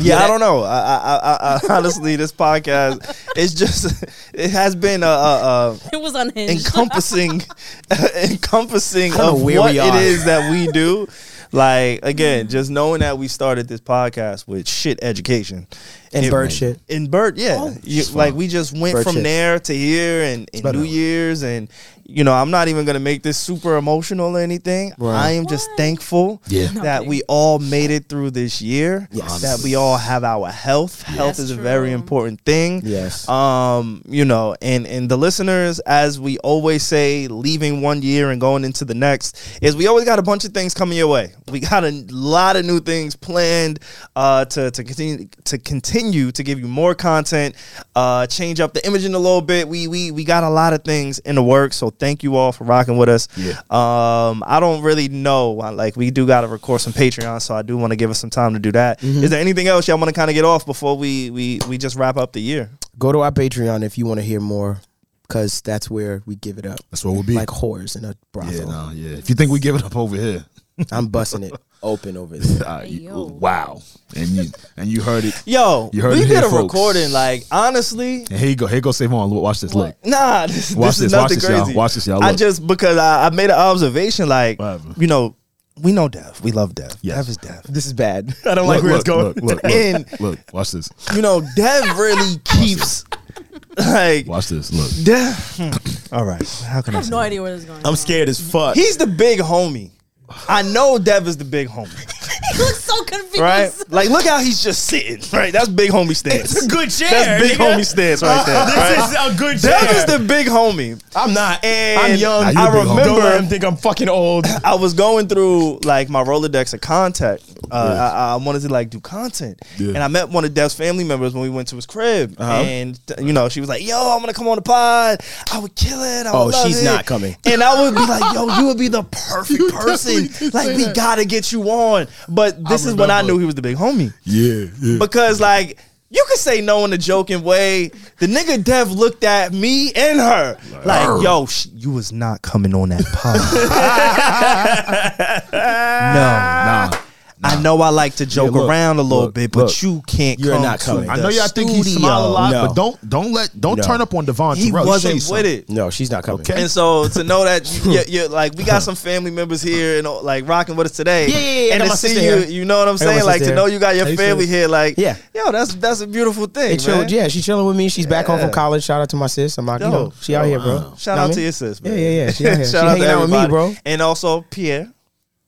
[SPEAKER 2] Yeah, I don't know. I, I, I, I honestly, this podcast, it's just, it has been a, a, a
[SPEAKER 4] It was unhinged.
[SPEAKER 2] encompassing, encompassing
[SPEAKER 1] don't know
[SPEAKER 2] of
[SPEAKER 1] where
[SPEAKER 2] what
[SPEAKER 1] we
[SPEAKER 2] it
[SPEAKER 1] are.
[SPEAKER 2] is that we do. Like again, just knowing that we started this podcast with shit education
[SPEAKER 1] and
[SPEAKER 2] It-
[SPEAKER 1] bird shit.
[SPEAKER 2] in Bert, yeah, You- like we just went
[SPEAKER 1] Bird
[SPEAKER 2] from
[SPEAKER 1] shit.
[SPEAKER 2] there to here and, and New Year's, and you know, I'm not even gonna make this super emotional or anything. I am just thankful that we all made it through this year.
[SPEAKER 1] Yes.
[SPEAKER 2] that we all have our health. Health is a very
[SPEAKER 4] true.
[SPEAKER 2] important thing.
[SPEAKER 1] Yes.
[SPEAKER 2] um, you know, and and the listeners, as we always say, leaving one year and going into the next is we always got a bunch of things coming your way. We got a lot of new things planned uh, to to continue to continue to give you more content, uh, change up the imaging a little bit. We we we got a lot of things in the works, so thank you all for rocking with us. Um, I don't really know, I- like we do got to record some Patreon, so I do want to give us some time to do that. Is there anything else y'all want to kind of get off before we we we just wrap up the year?
[SPEAKER 1] Go to our Patreon if you want to hear more, because that's where we give it up.
[SPEAKER 3] That's where we'll be.
[SPEAKER 1] Like whores in a brothel.
[SPEAKER 3] yeah, nah, yeah. If you think we give it up over here,
[SPEAKER 1] I'm busting it open over there.
[SPEAKER 3] uh, you-
[SPEAKER 4] yo.
[SPEAKER 3] wow. And you and you heard it.
[SPEAKER 2] Yo,
[SPEAKER 3] You heard
[SPEAKER 2] we
[SPEAKER 3] it here,
[SPEAKER 2] did a
[SPEAKER 3] folks.
[SPEAKER 2] recording. Like honestly,
[SPEAKER 3] And here you go. Here you go. Save on. Look, watch this. Look.
[SPEAKER 2] nah, this, this
[SPEAKER 3] Watch
[SPEAKER 2] is
[SPEAKER 3] this, watch
[SPEAKER 2] nothing
[SPEAKER 3] this, y'all.
[SPEAKER 2] crazy.
[SPEAKER 3] Watch this, y'all.
[SPEAKER 2] I
[SPEAKER 3] Look.
[SPEAKER 2] just because I, I made an observation. Like
[SPEAKER 3] Whatever.
[SPEAKER 2] you know, we know Dev. We love Dev.
[SPEAKER 3] Yes.
[SPEAKER 2] Dev is Dev.
[SPEAKER 1] This is bad. I don't like
[SPEAKER 3] Look,
[SPEAKER 1] where
[SPEAKER 3] look,
[SPEAKER 1] it's going.
[SPEAKER 3] look, look,
[SPEAKER 2] And-
[SPEAKER 3] look, look, watch this.
[SPEAKER 2] You know, Dev really keeps like
[SPEAKER 3] Watch this. Look.
[SPEAKER 2] Dev. Hmm. All right, how can I?
[SPEAKER 4] I have
[SPEAKER 2] say
[SPEAKER 4] no
[SPEAKER 2] that?
[SPEAKER 4] idea where this is going.
[SPEAKER 1] I'm scared as fuck.
[SPEAKER 2] He's the big homie. I know Dev is the big homie,
[SPEAKER 4] he looks so confused.
[SPEAKER 2] right? Like, look how he's just sitting. Right, that's big homie stance.
[SPEAKER 1] good chair.
[SPEAKER 2] That's big homie stance right there. right?
[SPEAKER 1] is a good
[SPEAKER 2] Dev is the big homie.
[SPEAKER 1] I'm not.
[SPEAKER 2] And
[SPEAKER 1] I'm young.
[SPEAKER 3] Nah, you
[SPEAKER 2] I
[SPEAKER 3] a big homie.
[SPEAKER 2] remember
[SPEAKER 1] Don't let him think I'm fucking old.
[SPEAKER 2] I was going through like my Rolodex of contact. Uh, I, I wanted to like do content,
[SPEAKER 3] Yeah.
[SPEAKER 2] and I met one of Dev's family members when we went to his crib, and th- you know she was like, "Yo, I'm gonna come on the pod. I would kill it. I would
[SPEAKER 1] Oh,
[SPEAKER 2] love
[SPEAKER 1] she's
[SPEAKER 2] it."
[SPEAKER 1] not coming.
[SPEAKER 2] And I would be like, "Yo, you would be the perfect person. Like, we gotta get you on." But this is when I
[SPEAKER 3] remember.
[SPEAKER 2] knew he was the big homie
[SPEAKER 3] Yeah. yeah.
[SPEAKER 2] because like. You could say no in a joking way. The nigga Dev looked at me and her like, "Yo, sh- you was not coming on that pod." No,
[SPEAKER 3] nah.
[SPEAKER 2] I know I like to joke
[SPEAKER 3] look,
[SPEAKER 2] around a little
[SPEAKER 3] look,
[SPEAKER 2] bit, but
[SPEAKER 3] look.
[SPEAKER 2] you can't.
[SPEAKER 1] You're
[SPEAKER 2] come
[SPEAKER 1] not
[SPEAKER 2] to
[SPEAKER 1] coming.
[SPEAKER 2] the
[SPEAKER 3] I know y'all think he
[SPEAKER 2] studio.
[SPEAKER 3] smiled a lot,
[SPEAKER 1] No.
[SPEAKER 3] but don't don't let don't
[SPEAKER 1] No.
[SPEAKER 3] turn up on Devon
[SPEAKER 2] He
[SPEAKER 3] Terrell. Let me show
[SPEAKER 2] wasn't
[SPEAKER 3] you
[SPEAKER 2] with
[SPEAKER 3] something.
[SPEAKER 2] it.
[SPEAKER 1] No, she's not coming.
[SPEAKER 3] Okay.
[SPEAKER 2] And so to know that you, you're, you're like we got some family members here and uh, like rocking with us today.
[SPEAKER 1] Yeah, yeah, yeah. I
[SPEAKER 2] And
[SPEAKER 1] got
[SPEAKER 2] to
[SPEAKER 1] my
[SPEAKER 2] see
[SPEAKER 1] sister
[SPEAKER 2] you,
[SPEAKER 1] here.
[SPEAKER 2] you know what I'm
[SPEAKER 1] I got my
[SPEAKER 2] saying? Like
[SPEAKER 1] sister
[SPEAKER 2] to
[SPEAKER 1] here.
[SPEAKER 2] know you got your
[SPEAKER 3] Hey,
[SPEAKER 2] family
[SPEAKER 3] sis.
[SPEAKER 2] here. Like,
[SPEAKER 1] Yeah.
[SPEAKER 2] yo, that's that's a beautiful thing.
[SPEAKER 1] They chill,
[SPEAKER 2] man.
[SPEAKER 1] yeah, she's chilling with me. She's back home from
[SPEAKER 2] Yeah.
[SPEAKER 1] college. Shout out to my sis. I'm not, you
[SPEAKER 2] Yo.
[SPEAKER 1] know, she out here, bro.
[SPEAKER 2] Shout
[SPEAKER 1] Know
[SPEAKER 2] out
[SPEAKER 1] what I
[SPEAKER 2] to
[SPEAKER 1] mean?
[SPEAKER 2] your sis, man.
[SPEAKER 1] Yeah, yeah, yeah. She out here. She
[SPEAKER 2] Shout out to
[SPEAKER 1] hanging out with me,
[SPEAKER 2] everybody.
[SPEAKER 1] bro.
[SPEAKER 2] And also Pierre.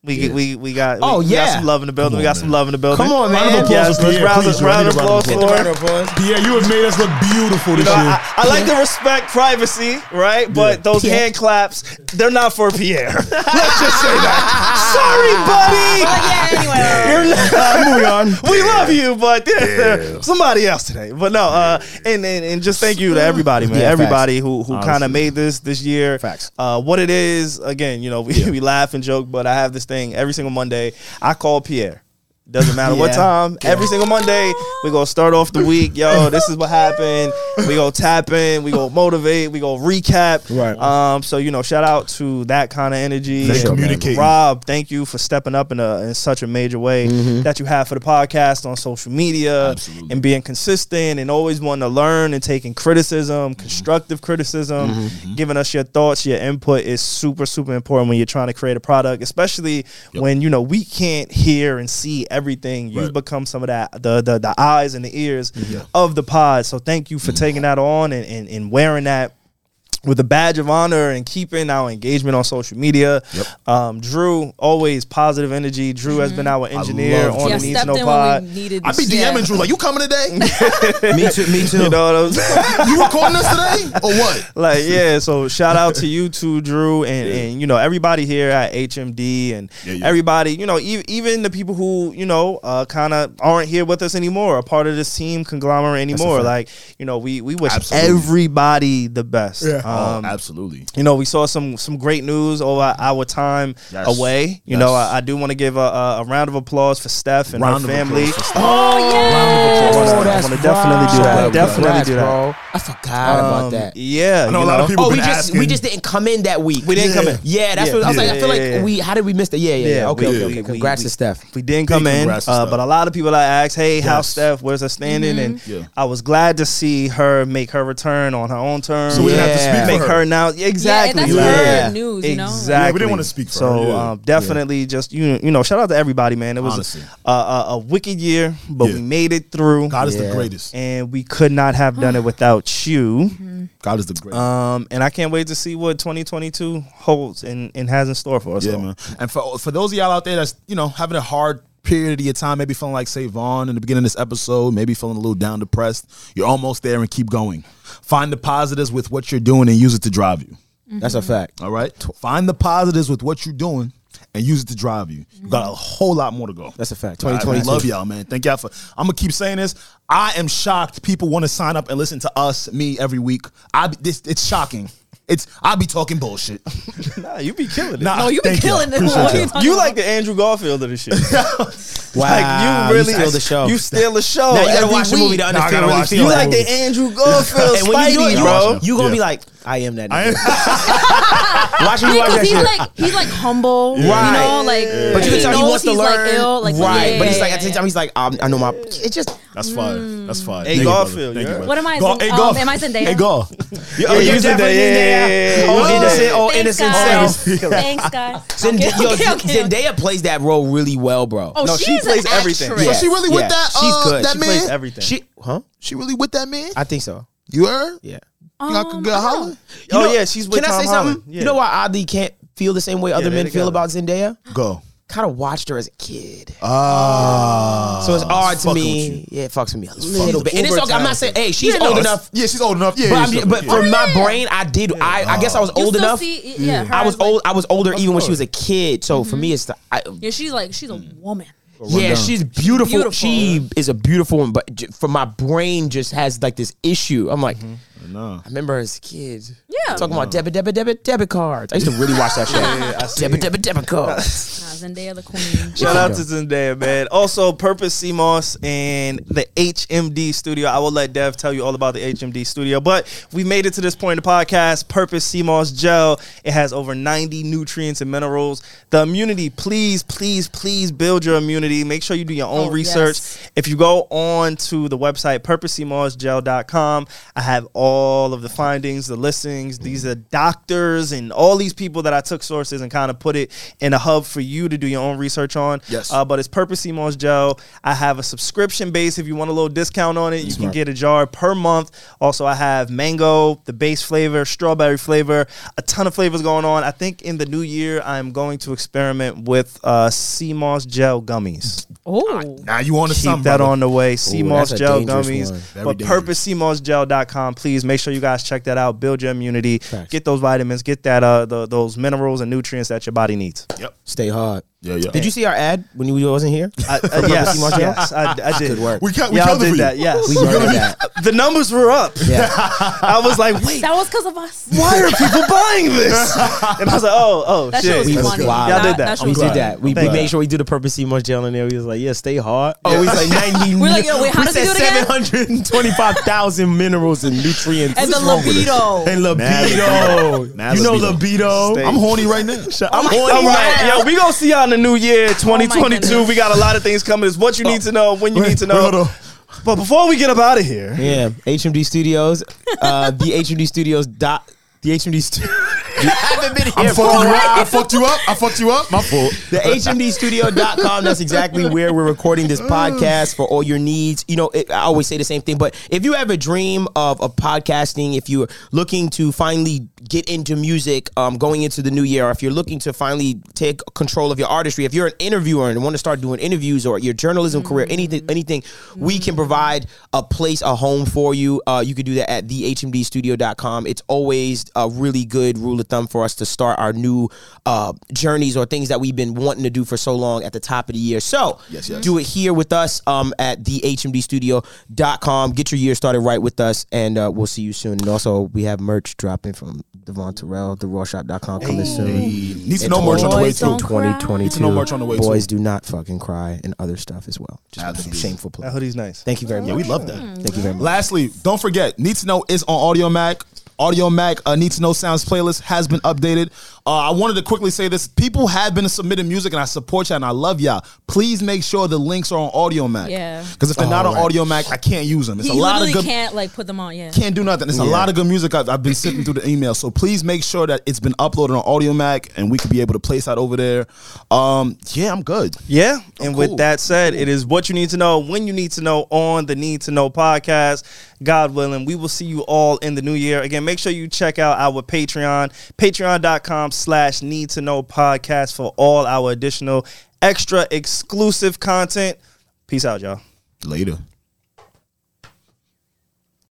[SPEAKER 2] We, we, we got we,
[SPEAKER 1] Oh,
[SPEAKER 2] we got
[SPEAKER 1] yeah.
[SPEAKER 2] some love in the building. we got some love in the building.
[SPEAKER 1] Come on, man.
[SPEAKER 2] Yes, let's
[SPEAKER 3] Round of applause for Pierre,
[SPEAKER 2] round,
[SPEAKER 3] please,
[SPEAKER 2] let's
[SPEAKER 3] bro.
[SPEAKER 2] round of
[SPEAKER 3] Give a round of
[SPEAKER 2] applause
[SPEAKER 3] applause.
[SPEAKER 2] for
[SPEAKER 3] Yeah, you have made us look beautiful this
[SPEAKER 2] You know,
[SPEAKER 3] year.
[SPEAKER 2] I, I like to respect privacy, right? But those
[SPEAKER 1] Pierre.
[SPEAKER 2] hand claps, they're not for Pierre. Let's just say that.
[SPEAKER 4] yeah, anyway.
[SPEAKER 2] Sorry, buddy. You're not-
[SPEAKER 1] Moving on.
[SPEAKER 2] we love you, but somebody else today. But no, uh, and, and and just thank you to everybody, man.
[SPEAKER 1] Yeah, facts.
[SPEAKER 2] everybody who who kind of made this this year.
[SPEAKER 1] Facts.
[SPEAKER 2] Uh, what it is again, you know, we, we laugh and joke, but I have this thing every single Monday. I call Pierre. Doesn't matter what
[SPEAKER 1] Yeah.
[SPEAKER 2] time. Every single Monday, we gonna start off the week. Yo, this is what happened. We gonna tap in. We gonna motivate. We gonna recap.
[SPEAKER 1] Right.
[SPEAKER 2] Um. So you know, shout out to that kind of energy.
[SPEAKER 3] They
[SPEAKER 2] And
[SPEAKER 3] communicate.
[SPEAKER 2] Rob, thank you for stepping up in a in such a major way
[SPEAKER 1] Mm-hmm.
[SPEAKER 2] that you have for the podcast on social media and being consistent and always wanting to learn and taking criticism, constructive criticism, giving us your thoughts, your input is super super important when you're trying to create a product, especially when you know we can't hear and see everything. You've become some of that the the, the eyes and the ears of the pod. So thank you for taking that on and, and, and wearing that with a badge of honor and keeping our engagement on social media. Um, Drew, always positive energy. Drew has been our engineer
[SPEAKER 3] love
[SPEAKER 2] on
[SPEAKER 4] Yeah,
[SPEAKER 2] the Needs
[SPEAKER 4] Mm-hmm. stepped
[SPEAKER 2] No
[SPEAKER 4] in
[SPEAKER 2] Pod.
[SPEAKER 4] when we needed.
[SPEAKER 3] I be
[SPEAKER 4] yeah.
[SPEAKER 3] DMing Drew like, "You coming today?
[SPEAKER 1] me too. Me too.
[SPEAKER 2] You know what I'm saying?
[SPEAKER 3] you recording us today, or what?"
[SPEAKER 2] like yeah, so shout out to you too, Drew, and, and you know everybody here at HMD and
[SPEAKER 3] yeah.
[SPEAKER 2] everybody, you know e- even the people who you know uh, kind of aren't here with us anymore, a part of this team conglomerate anymore. Like you know we we wish
[SPEAKER 3] Absolutely.
[SPEAKER 2] everybody the best. Um,
[SPEAKER 3] oh, absolutely.
[SPEAKER 2] you know, we saw some some great news over our time
[SPEAKER 3] Yes.
[SPEAKER 2] away. You
[SPEAKER 3] Yes.
[SPEAKER 2] know, I, I do want to give a, a, a round of applause for Steph and
[SPEAKER 3] Round
[SPEAKER 2] her
[SPEAKER 3] of
[SPEAKER 2] family.
[SPEAKER 3] applause for Steph.
[SPEAKER 4] Oh yeah.
[SPEAKER 1] Oh,
[SPEAKER 2] I
[SPEAKER 1] that's
[SPEAKER 2] wanna definitely do that.
[SPEAKER 1] right.
[SPEAKER 2] Definitely
[SPEAKER 1] Congrats,
[SPEAKER 2] do that.
[SPEAKER 1] Bro. I forgot about
[SPEAKER 2] Um,
[SPEAKER 1] that.
[SPEAKER 2] Yeah,
[SPEAKER 3] I know
[SPEAKER 2] you
[SPEAKER 3] a lot of people
[SPEAKER 1] Oh, we
[SPEAKER 3] been
[SPEAKER 1] just
[SPEAKER 3] asking.
[SPEAKER 1] we just didn't come in that week.
[SPEAKER 2] We didn't come in.
[SPEAKER 1] Yeah, that's
[SPEAKER 2] Yeah.
[SPEAKER 1] what I was like. I feel like
[SPEAKER 2] Yeah, yeah, yeah.
[SPEAKER 1] we. How did we miss that? Yeah, yeah.
[SPEAKER 2] Yeah,
[SPEAKER 1] yeah. Okay,
[SPEAKER 2] we-
[SPEAKER 1] okay,
[SPEAKER 2] we-
[SPEAKER 1] okay.
[SPEAKER 2] we-
[SPEAKER 1] Congrats
[SPEAKER 2] we-
[SPEAKER 1] to Steph.
[SPEAKER 2] We didn't come in,
[SPEAKER 3] congrats to
[SPEAKER 2] uh,
[SPEAKER 3] Steph.
[SPEAKER 2] but a lot of people I asked, "Hey, how's Steph? Where's her standing?" And
[SPEAKER 3] Mm-hmm. Yeah.
[SPEAKER 2] I was glad to see her make her return on her own terms.
[SPEAKER 3] So we didn't have to
[SPEAKER 1] Yeah.
[SPEAKER 3] speak
[SPEAKER 1] Yeah.
[SPEAKER 2] make her now. Exactly.
[SPEAKER 4] Yeah, that's
[SPEAKER 2] like-
[SPEAKER 1] Yeah.
[SPEAKER 4] her news, you know? Like,
[SPEAKER 2] Exactly.
[SPEAKER 3] Yeah, we didn't wanna speak for
[SPEAKER 2] so,
[SPEAKER 3] her.
[SPEAKER 2] um, definitely, just you you know, shout out to everybody, man. It was
[SPEAKER 3] Honestly.
[SPEAKER 2] a, a, a wicked year, but
[SPEAKER 3] Yeah.
[SPEAKER 2] we made it through,
[SPEAKER 3] God is
[SPEAKER 1] Yeah.
[SPEAKER 3] the greatest.
[SPEAKER 2] and we could not have done it without you.
[SPEAKER 4] Mm-hmm.
[SPEAKER 3] God is the greatest.
[SPEAKER 2] Um, and I can't wait to see what 2022 holds and, and has in store for us.
[SPEAKER 3] Yeah,
[SPEAKER 2] all.
[SPEAKER 3] man. And for for those of y'all out there that's you know having a hard period of your time, maybe feeling like say Vaughn in the beginning of this episode, maybe feeling a little down, depressed. You're almost there, and keep going. Find the positives with what you're doing and use it to drive you.
[SPEAKER 1] That's
[SPEAKER 2] Mm-hmm.
[SPEAKER 1] a fact.
[SPEAKER 3] All right, find the positives with what you're doing and use it to drive you. You got a whole lot more to go.
[SPEAKER 1] That's a fact.
[SPEAKER 3] All right, man.
[SPEAKER 1] 2022.
[SPEAKER 3] love y'all, man. Thank y'all for. I'm gonna keep saying this. I am shocked. People want to sign up and listen to us, me, every week. I be- this it's shocking. It's I be talking bullshit.
[SPEAKER 2] Nah, you be killing it.
[SPEAKER 3] Nah,
[SPEAKER 4] No, you be
[SPEAKER 3] thank y'all.
[SPEAKER 4] killing this.
[SPEAKER 3] Appreciate
[SPEAKER 4] What are
[SPEAKER 3] y'all.
[SPEAKER 4] you talking
[SPEAKER 2] You
[SPEAKER 4] about?
[SPEAKER 2] like the Andrew Garfield of the shit.
[SPEAKER 1] Wow,
[SPEAKER 2] like you really
[SPEAKER 1] steal the show.
[SPEAKER 2] You steal the show.
[SPEAKER 1] Now you gotta
[SPEAKER 2] every
[SPEAKER 1] watch the movie to
[SPEAKER 2] week.
[SPEAKER 1] understand
[SPEAKER 3] gotta
[SPEAKER 1] what you
[SPEAKER 3] watch-
[SPEAKER 1] feel
[SPEAKER 2] You
[SPEAKER 1] like
[SPEAKER 2] like
[SPEAKER 1] movie.
[SPEAKER 2] the Andrew Garfield
[SPEAKER 1] And when you do it,
[SPEAKER 2] Spidey,
[SPEAKER 1] you,
[SPEAKER 2] bro.
[SPEAKER 1] you gonna be
[SPEAKER 3] Yeah.
[SPEAKER 1] like, I am that.
[SPEAKER 3] I
[SPEAKER 1] nigga.
[SPEAKER 3] am-
[SPEAKER 1] Watch me
[SPEAKER 4] Yeah,
[SPEAKER 1] watch that
[SPEAKER 4] because he's
[SPEAKER 1] shit.
[SPEAKER 4] like he's like humble, you
[SPEAKER 1] Right.
[SPEAKER 4] know, like
[SPEAKER 1] but you can tell he
[SPEAKER 4] knows
[SPEAKER 1] wants to
[SPEAKER 4] he's,
[SPEAKER 1] learn,
[SPEAKER 4] like ill, like
[SPEAKER 1] right?
[SPEAKER 4] yeah,
[SPEAKER 1] but he's
[SPEAKER 4] yeah,
[SPEAKER 1] like
[SPEAKER 4] yeah,
[SPEAKER 1] at the same
[SPEAKER 4] yeah.
[SPEAKER 1] time, he's like, um, I know my. It just
[SPEAKER 3] That's fine. That's fine.
[SPEAKER 2] Hey,
[SPEAKER 3] Thank you, brother.
[SPEAKER 2] Garfield,
[SPEAKER 3] Thank you,
[SPEAKER 2] yeah.
[SPEAKER 3] brother.
[SPEAKER 4] What am I?
[SPEAKER 3] Go-
[SPEAKER 4] Zend-
[SPEAKER 3] hey,
[SPEAKER 4] um,
[SPEAKER 3] Garf.
[SPEAKER 4] am I Zendaya?
[SPEAKER 3] Hey, Gar.
[SPEAKER 2] Oh, you did that. Yeah, yeah, yeah, yeah.
[SPEAKER 1] Oh,
[SPEAKER 2] You did
[SPEAKER 1] innocent,
[SPEAKER 2] that.
[SPEAKER 1] oh,
[SPEAKER 4] Thanks,
[SPEAKER 1] innocent
[SPEAKER 4] guys.
[SPEAKER 1] self.
[SPEAKER 4] Thanks, guys.
[SPEAKER 1] Zend-
[SPEAKER 4] Okay,
[SPEAKER 1] yo,
[SPEAKER 4] okay,
[SPEAKER 1] Z-
[SPEAKER 4] okay, okay.
[SPEAKER 1] Zendaya plays that role really well, bro.
[SPEAKER 4] Oh,
[SPEAKER 2] No, she
[SPEAKER 4] is
[SPEAKER 2] plays
[SPEAKER 4] an
[SPEAKER 2] everything.
[SPEAKER 4] actress.
[SPEAKER 3] So she really with
[SPEAKER 1] Yeah,
[SPEAKER 3] that?
[SPEAKER 1] she's
[SPEAKER 3] uh,
[SPEAKER 1] good.
[SPEAKER 3] That
[SPEAKER 1] She
[SPEAKER 3] man.
[SPEAKER 2] plays everything.
[SPEAKER 1] She, huh?
[SPEAKER 3] She really with that man?
[SPEAKER 1] I think so.
[SPEAKER 3] You heard?
[SPEAKER 1] Yeah.
[SPEAKER 3] Think I could get
[SPEAKER 4] Um, I don't
[SPEAKER 3] holler?
[SPEAKER 4] know.
[SPEAKER 1] You
[SPEAKER 2] oh
[SPEAKER 1] know-
[SPEAKER 2] yeah, she's with
[SPEAKER 1] Can
[SPEAKER 2] Tom
[SPEAKER 1] I say
[SPEAKER 2] Holland.
[SPEAKER 1] something?
[SPEAKER 2] Yeah.
[SPEAKER 1] You know why I oddly can't feel the same way other
[SPEAKER 2] they
[SPEAKER 1] men feel
[SPEAKER 2] together.
[SPEAKER 1] about Zendaya?
[SPEAKER 3] Go.
[SPEAKER 1] Kind of watched her as a kid.
[SPEAKER 3] Ah.
[SPEAKER 1] So it's odd to
[SPEAKER 3] fucking Oh, with
[SPEAKER 1] me.
[SPEAKER 3] you.
[SPEAKER 1] Yeah, it fucks with me a little bit. And it's
[SPEAKER 2] Uber
[SPEAKER 1] okay. I'm not saying,
[SPEAKER 2] talented.
[SPEAKER 1] hey, she's
[SPEAKER 3] Yeah, no,
[SPEAKER 1] old
[SPEAKER 3] it's-
[SPEAKER 1] enough.
[SPEAKER 3] Yeah, she's old enough. Yeah,
[SPEAKER 1] But,
[SPEAKER 3] yeah,
[SPEAKER 1] I'm,
[SPEAKER 3] she's
[SPEAKER 1] ju-
[SPEAKER 3] old
[SPEAKER 1] but
[SPEAKER 3] enough.
[SPEAKER 1] for
[SPEAKER 3] Yeah.
[SPEAKER 1] my brain, I did. I, I guess I was
[SPEAKER 4] You
[SPEAKER 1] old
[SPEAKER 4] still
[SPEAKER 1] enough.
[SPEAKER 4] See, yeah, her
[SPEAKER 1] I was
[SPEAKER 4] as, like-
[SPEAKER 1] old. I was older even when she was a kid. So for me, it's the. I,
[SPEAKER 4] Yeah, she's like she's a
[SPEAKER 1] Mm.
[SPEAKER 4] woman.
[SPEAKER 1] yeah, she's beautiful.
[SPEAKER 4] beautiful.
[SPEAKER 1] She is a beautiful one, but j- for my brain, just has like this issue. I'm like,
[SPEAKER 3] No.
[SPEAKER 1] I remember as kids.
[SPEAKER 4] Yeah.
[SPEAKER 1] talking about debit, debit, debit, debit cards. I used to really watch that show. debit, debit, debit cards.
[SPEAKER 4] Nah, Zendaya the queen.
[SPEAKER 2] Shout out to Zendaya, man. Also, Purpose CMOS and the HMD studio. I will let Dev tell you all about the HMD studio, but we made it to this point in the podcast. Purpose CMOS gel. It has over 90 nutrients and minerals. The immunity, please, please, please build your immunity. Make sure you do your own
[SPEAKER 4] Oh,
[SPEAKER 2] research.
[SPEAKER 4] yes.
[SPEAKER 2] If you go on to the website purposemarsgel.com, I have all of the findings, the listings. These are doctors and all these people that I took sources and kind of put it in a hub for you to do your own research on.
[SPEAKER 3] Yes.
[SPEAKER 2] Uh, but it's Purpose Mars Gel. I have a subscription base. If you want a little discount on it, you can get a jar per month. Also, I have mango, the base flavor, strawberry flavor, a ton of flavors going on. I think in the new year, I'm going to experiment with uh, CMOS Gel gummies
[SPEAKER 4] Oh,
[SPEAKER 3] Now you on to
[SPEAKER 2] keep
[SPEAKER 3] something.
[SPEAKER 2] that
[SPEAKER 3] brother.
[SPEAKER 2] on the way.
[SPEAKER 1] that's
[SPEAKER 2] CMOS
[SPEAKER 1] a
[SPEAKER 2] gel
[SPEAKER 1] dangerous
[SPEAKER 2] gummies.
[SPEAKER 1] one.
[SPEAKER 3] Very
[SPEAKER 2] But
[SPEAKER 3] dangerous.
[SPEAKER 2] purposecmosgel.com. Please make sure you guys check that out. Build your immunity. Get those vitamins. Get that uh the, those minerals and nutrients that your body needs.
[SPEAKER 1] Stay hard.
[SPEAKER 3] Yeah, yeah.
[SPEAKER 1] Did you see our ad when you wasn't here?
[SPEAKER 2] I, uh, yes, yes, I, I did.
[SPEAKER 1] work.
[SPEAKER 3] We can't. We
[SPEAKER 2] Y'all
[SPEAKER 3] killed it for
[SPEAKER 2] did
[SPEAKER 3] you.
[SPEAKER 2] that. Yes,
[SPEAKER 1] We murdered that.
[SPEAKER 2] the numbers were up.
[SPEAKER 1] Yeah.
[SPEAKER 2] I was like, wait,
[SPEAKER 4] that was because of us.
[SPEAKER 2] why are people buying this? And I was like, oh, oh,
[SPEAKER 4] That shit
[SPEAKER 2] shit.
[SPEAKER 4] was
[SPEAKER 1] We was
[SPEAKER 4] funny.
[SPEAKER 1] wild.
[SPEAKER 2] Y'all did that.
[SPEAKER 4] shit
[SPEAKER 2] I'm
[SPEAKER 1] We
[SPEAKER 4] was
[SPEAKER 1] did
[SPEAKER 4] funny.
[SPEAKER 1] that. We, we
[SPEAKER 2] Thank
[SPEAKER 1] made
[SPEAKER 2] you.
[SPEAKER 1] sure we do the purpose C much gel in there. We was like, yeah, stay hard. Oh, we was like 90.
[SPEAKER 4] We're like, yo, wait, how
[SPEAKER 1] we
[SPEAKER 4] does it
[SPEAKER 1] said
[SPEAKER 4] do it again?
[SPEAKER 1] 725,000 minerals and nutrients.
[SPEAKER 4] And the
[SPEAKER 1] What's wrong with us?
[SPEAKER 4] libido.
[SPEAKER 1] And
[SPEAKER 3] Mad
[SPEAKER 1] libido.
[SPEAKER 3] Mad
[SPEAKER 1] you know
[SPEAKER 3] libido.
[SPEAKER 1] libido.
[SPEAKER 2] Stay-
[SPEAKER 3] I'm horny right now.
[SPEAKER 2] I'm All right, yo, we gonna see y'all in the new year, 2022.
[SPEAKER 4] goodness.
[SPEAKER 2] we got a lot of things coming. It's what you need to know, when you need to
[SPEAKER 3] Wait,
[SPEAKER 2] know.
[SPEAKER 3] hold on.
[SPEAKER 2] But before we get up out of here,
[SPEAKER 1] Yeah, HMD Studios. Uh, the HMD Studios dot. The HMD Studios. haven't been
[SPEAKER 3] I'm
[SPEAKER 1] here for a
[SPEAKER 3] fucking
[SPEAKER 1] while.
[SPEAKER 3] you up. I fucked you up. I fucked you up. My fault.
[SPEAKER 1] The HMDstudio.com, that's exactly where we're recording this podcast for all your needs. You know, it, I always say the same thing, but if you have a dream of, of podcasting, if you're looking to finally get into music um, going into the new year, or if you're looking to finally take control of your artistry, if you're an interviewer and want to start doing interviews or your journalism career, anything, anything, we can provide a place, a home for you. Uh, you can do that at thehmdstudio.com. It's always a really good rule of thumb for us to start our new uh, journeys or things that we've been wanting to do for so long at the top of the year. So do it here with us um, at thehmdstudio.com. Get your year started right with us, and uh, we'll see you soon. And also, we have merch dropping from Devon Terrell, therawshop.com coming soon.
[SPEAKER 3] Needs no merch on the way
[SPEAKER 4] Boys
[SPEAKER 3] too.
[SPEAKER 4] don't cry.
[SPEAKER 1] 2022.
[SPEAKER 3] No merch on the way, too.
[SPEAKER 1] Boys do not fucking cry and other stuff as well. Just some
[SPEAKER 3] Absolutely.
[SPEAKER 1] shameful
[SPEAKER 2] that
[SPEAKER 1] plug.
[SPEAKER 2] hoodie's nice.
[SPEAKER 1] Thank you very much.
[SPEAKER 3] Yeah, we love that.
[SPEAKER 1] Thank you very much.
[SPEAKER 3] Lastly, don't forget, Need to Know is on Audio Mac. Audio Mac, uh, Need to Know Sounds playlist has been updated. Uh, Uh, I wanted to quickly say this. People have been submitting music, and I support y'all, and I love y'all. Please make sure the links are on Audio Mac.
[SPEAKER 4] Yeah.
[SPEAKER 3] Because if they're not on Audio Mac, I can't use them. It's
[SPEAKER 4] You
[SPEAKER 3] a lot of
[SPEAKER 4] literally
[SPEAKER 3] good.
[SPEAKER 4] can't like put them on. Yeah.
[SPEAKER 3] can't do nothing. It's a lot of good music. I've, I've been sifting through the email, so please make sure that it's been uploaded on Audio Mac, and we could be able to place that over there. Um, yeah, I'm good.
[SPEAKER 2] Yeah. And with
[SPEAKER 3] Oh, cool.
[SPEAKER 2] that said, it is what you need to know when you need to know on the Need to Know podcast. God willing, we will see you all in the new year. Again, make sure you check out our Patreon, patreon.com slash need to know podcast for all our additional extra exclusive content. Peace out, y'all.
[SPEAKER 3] Later.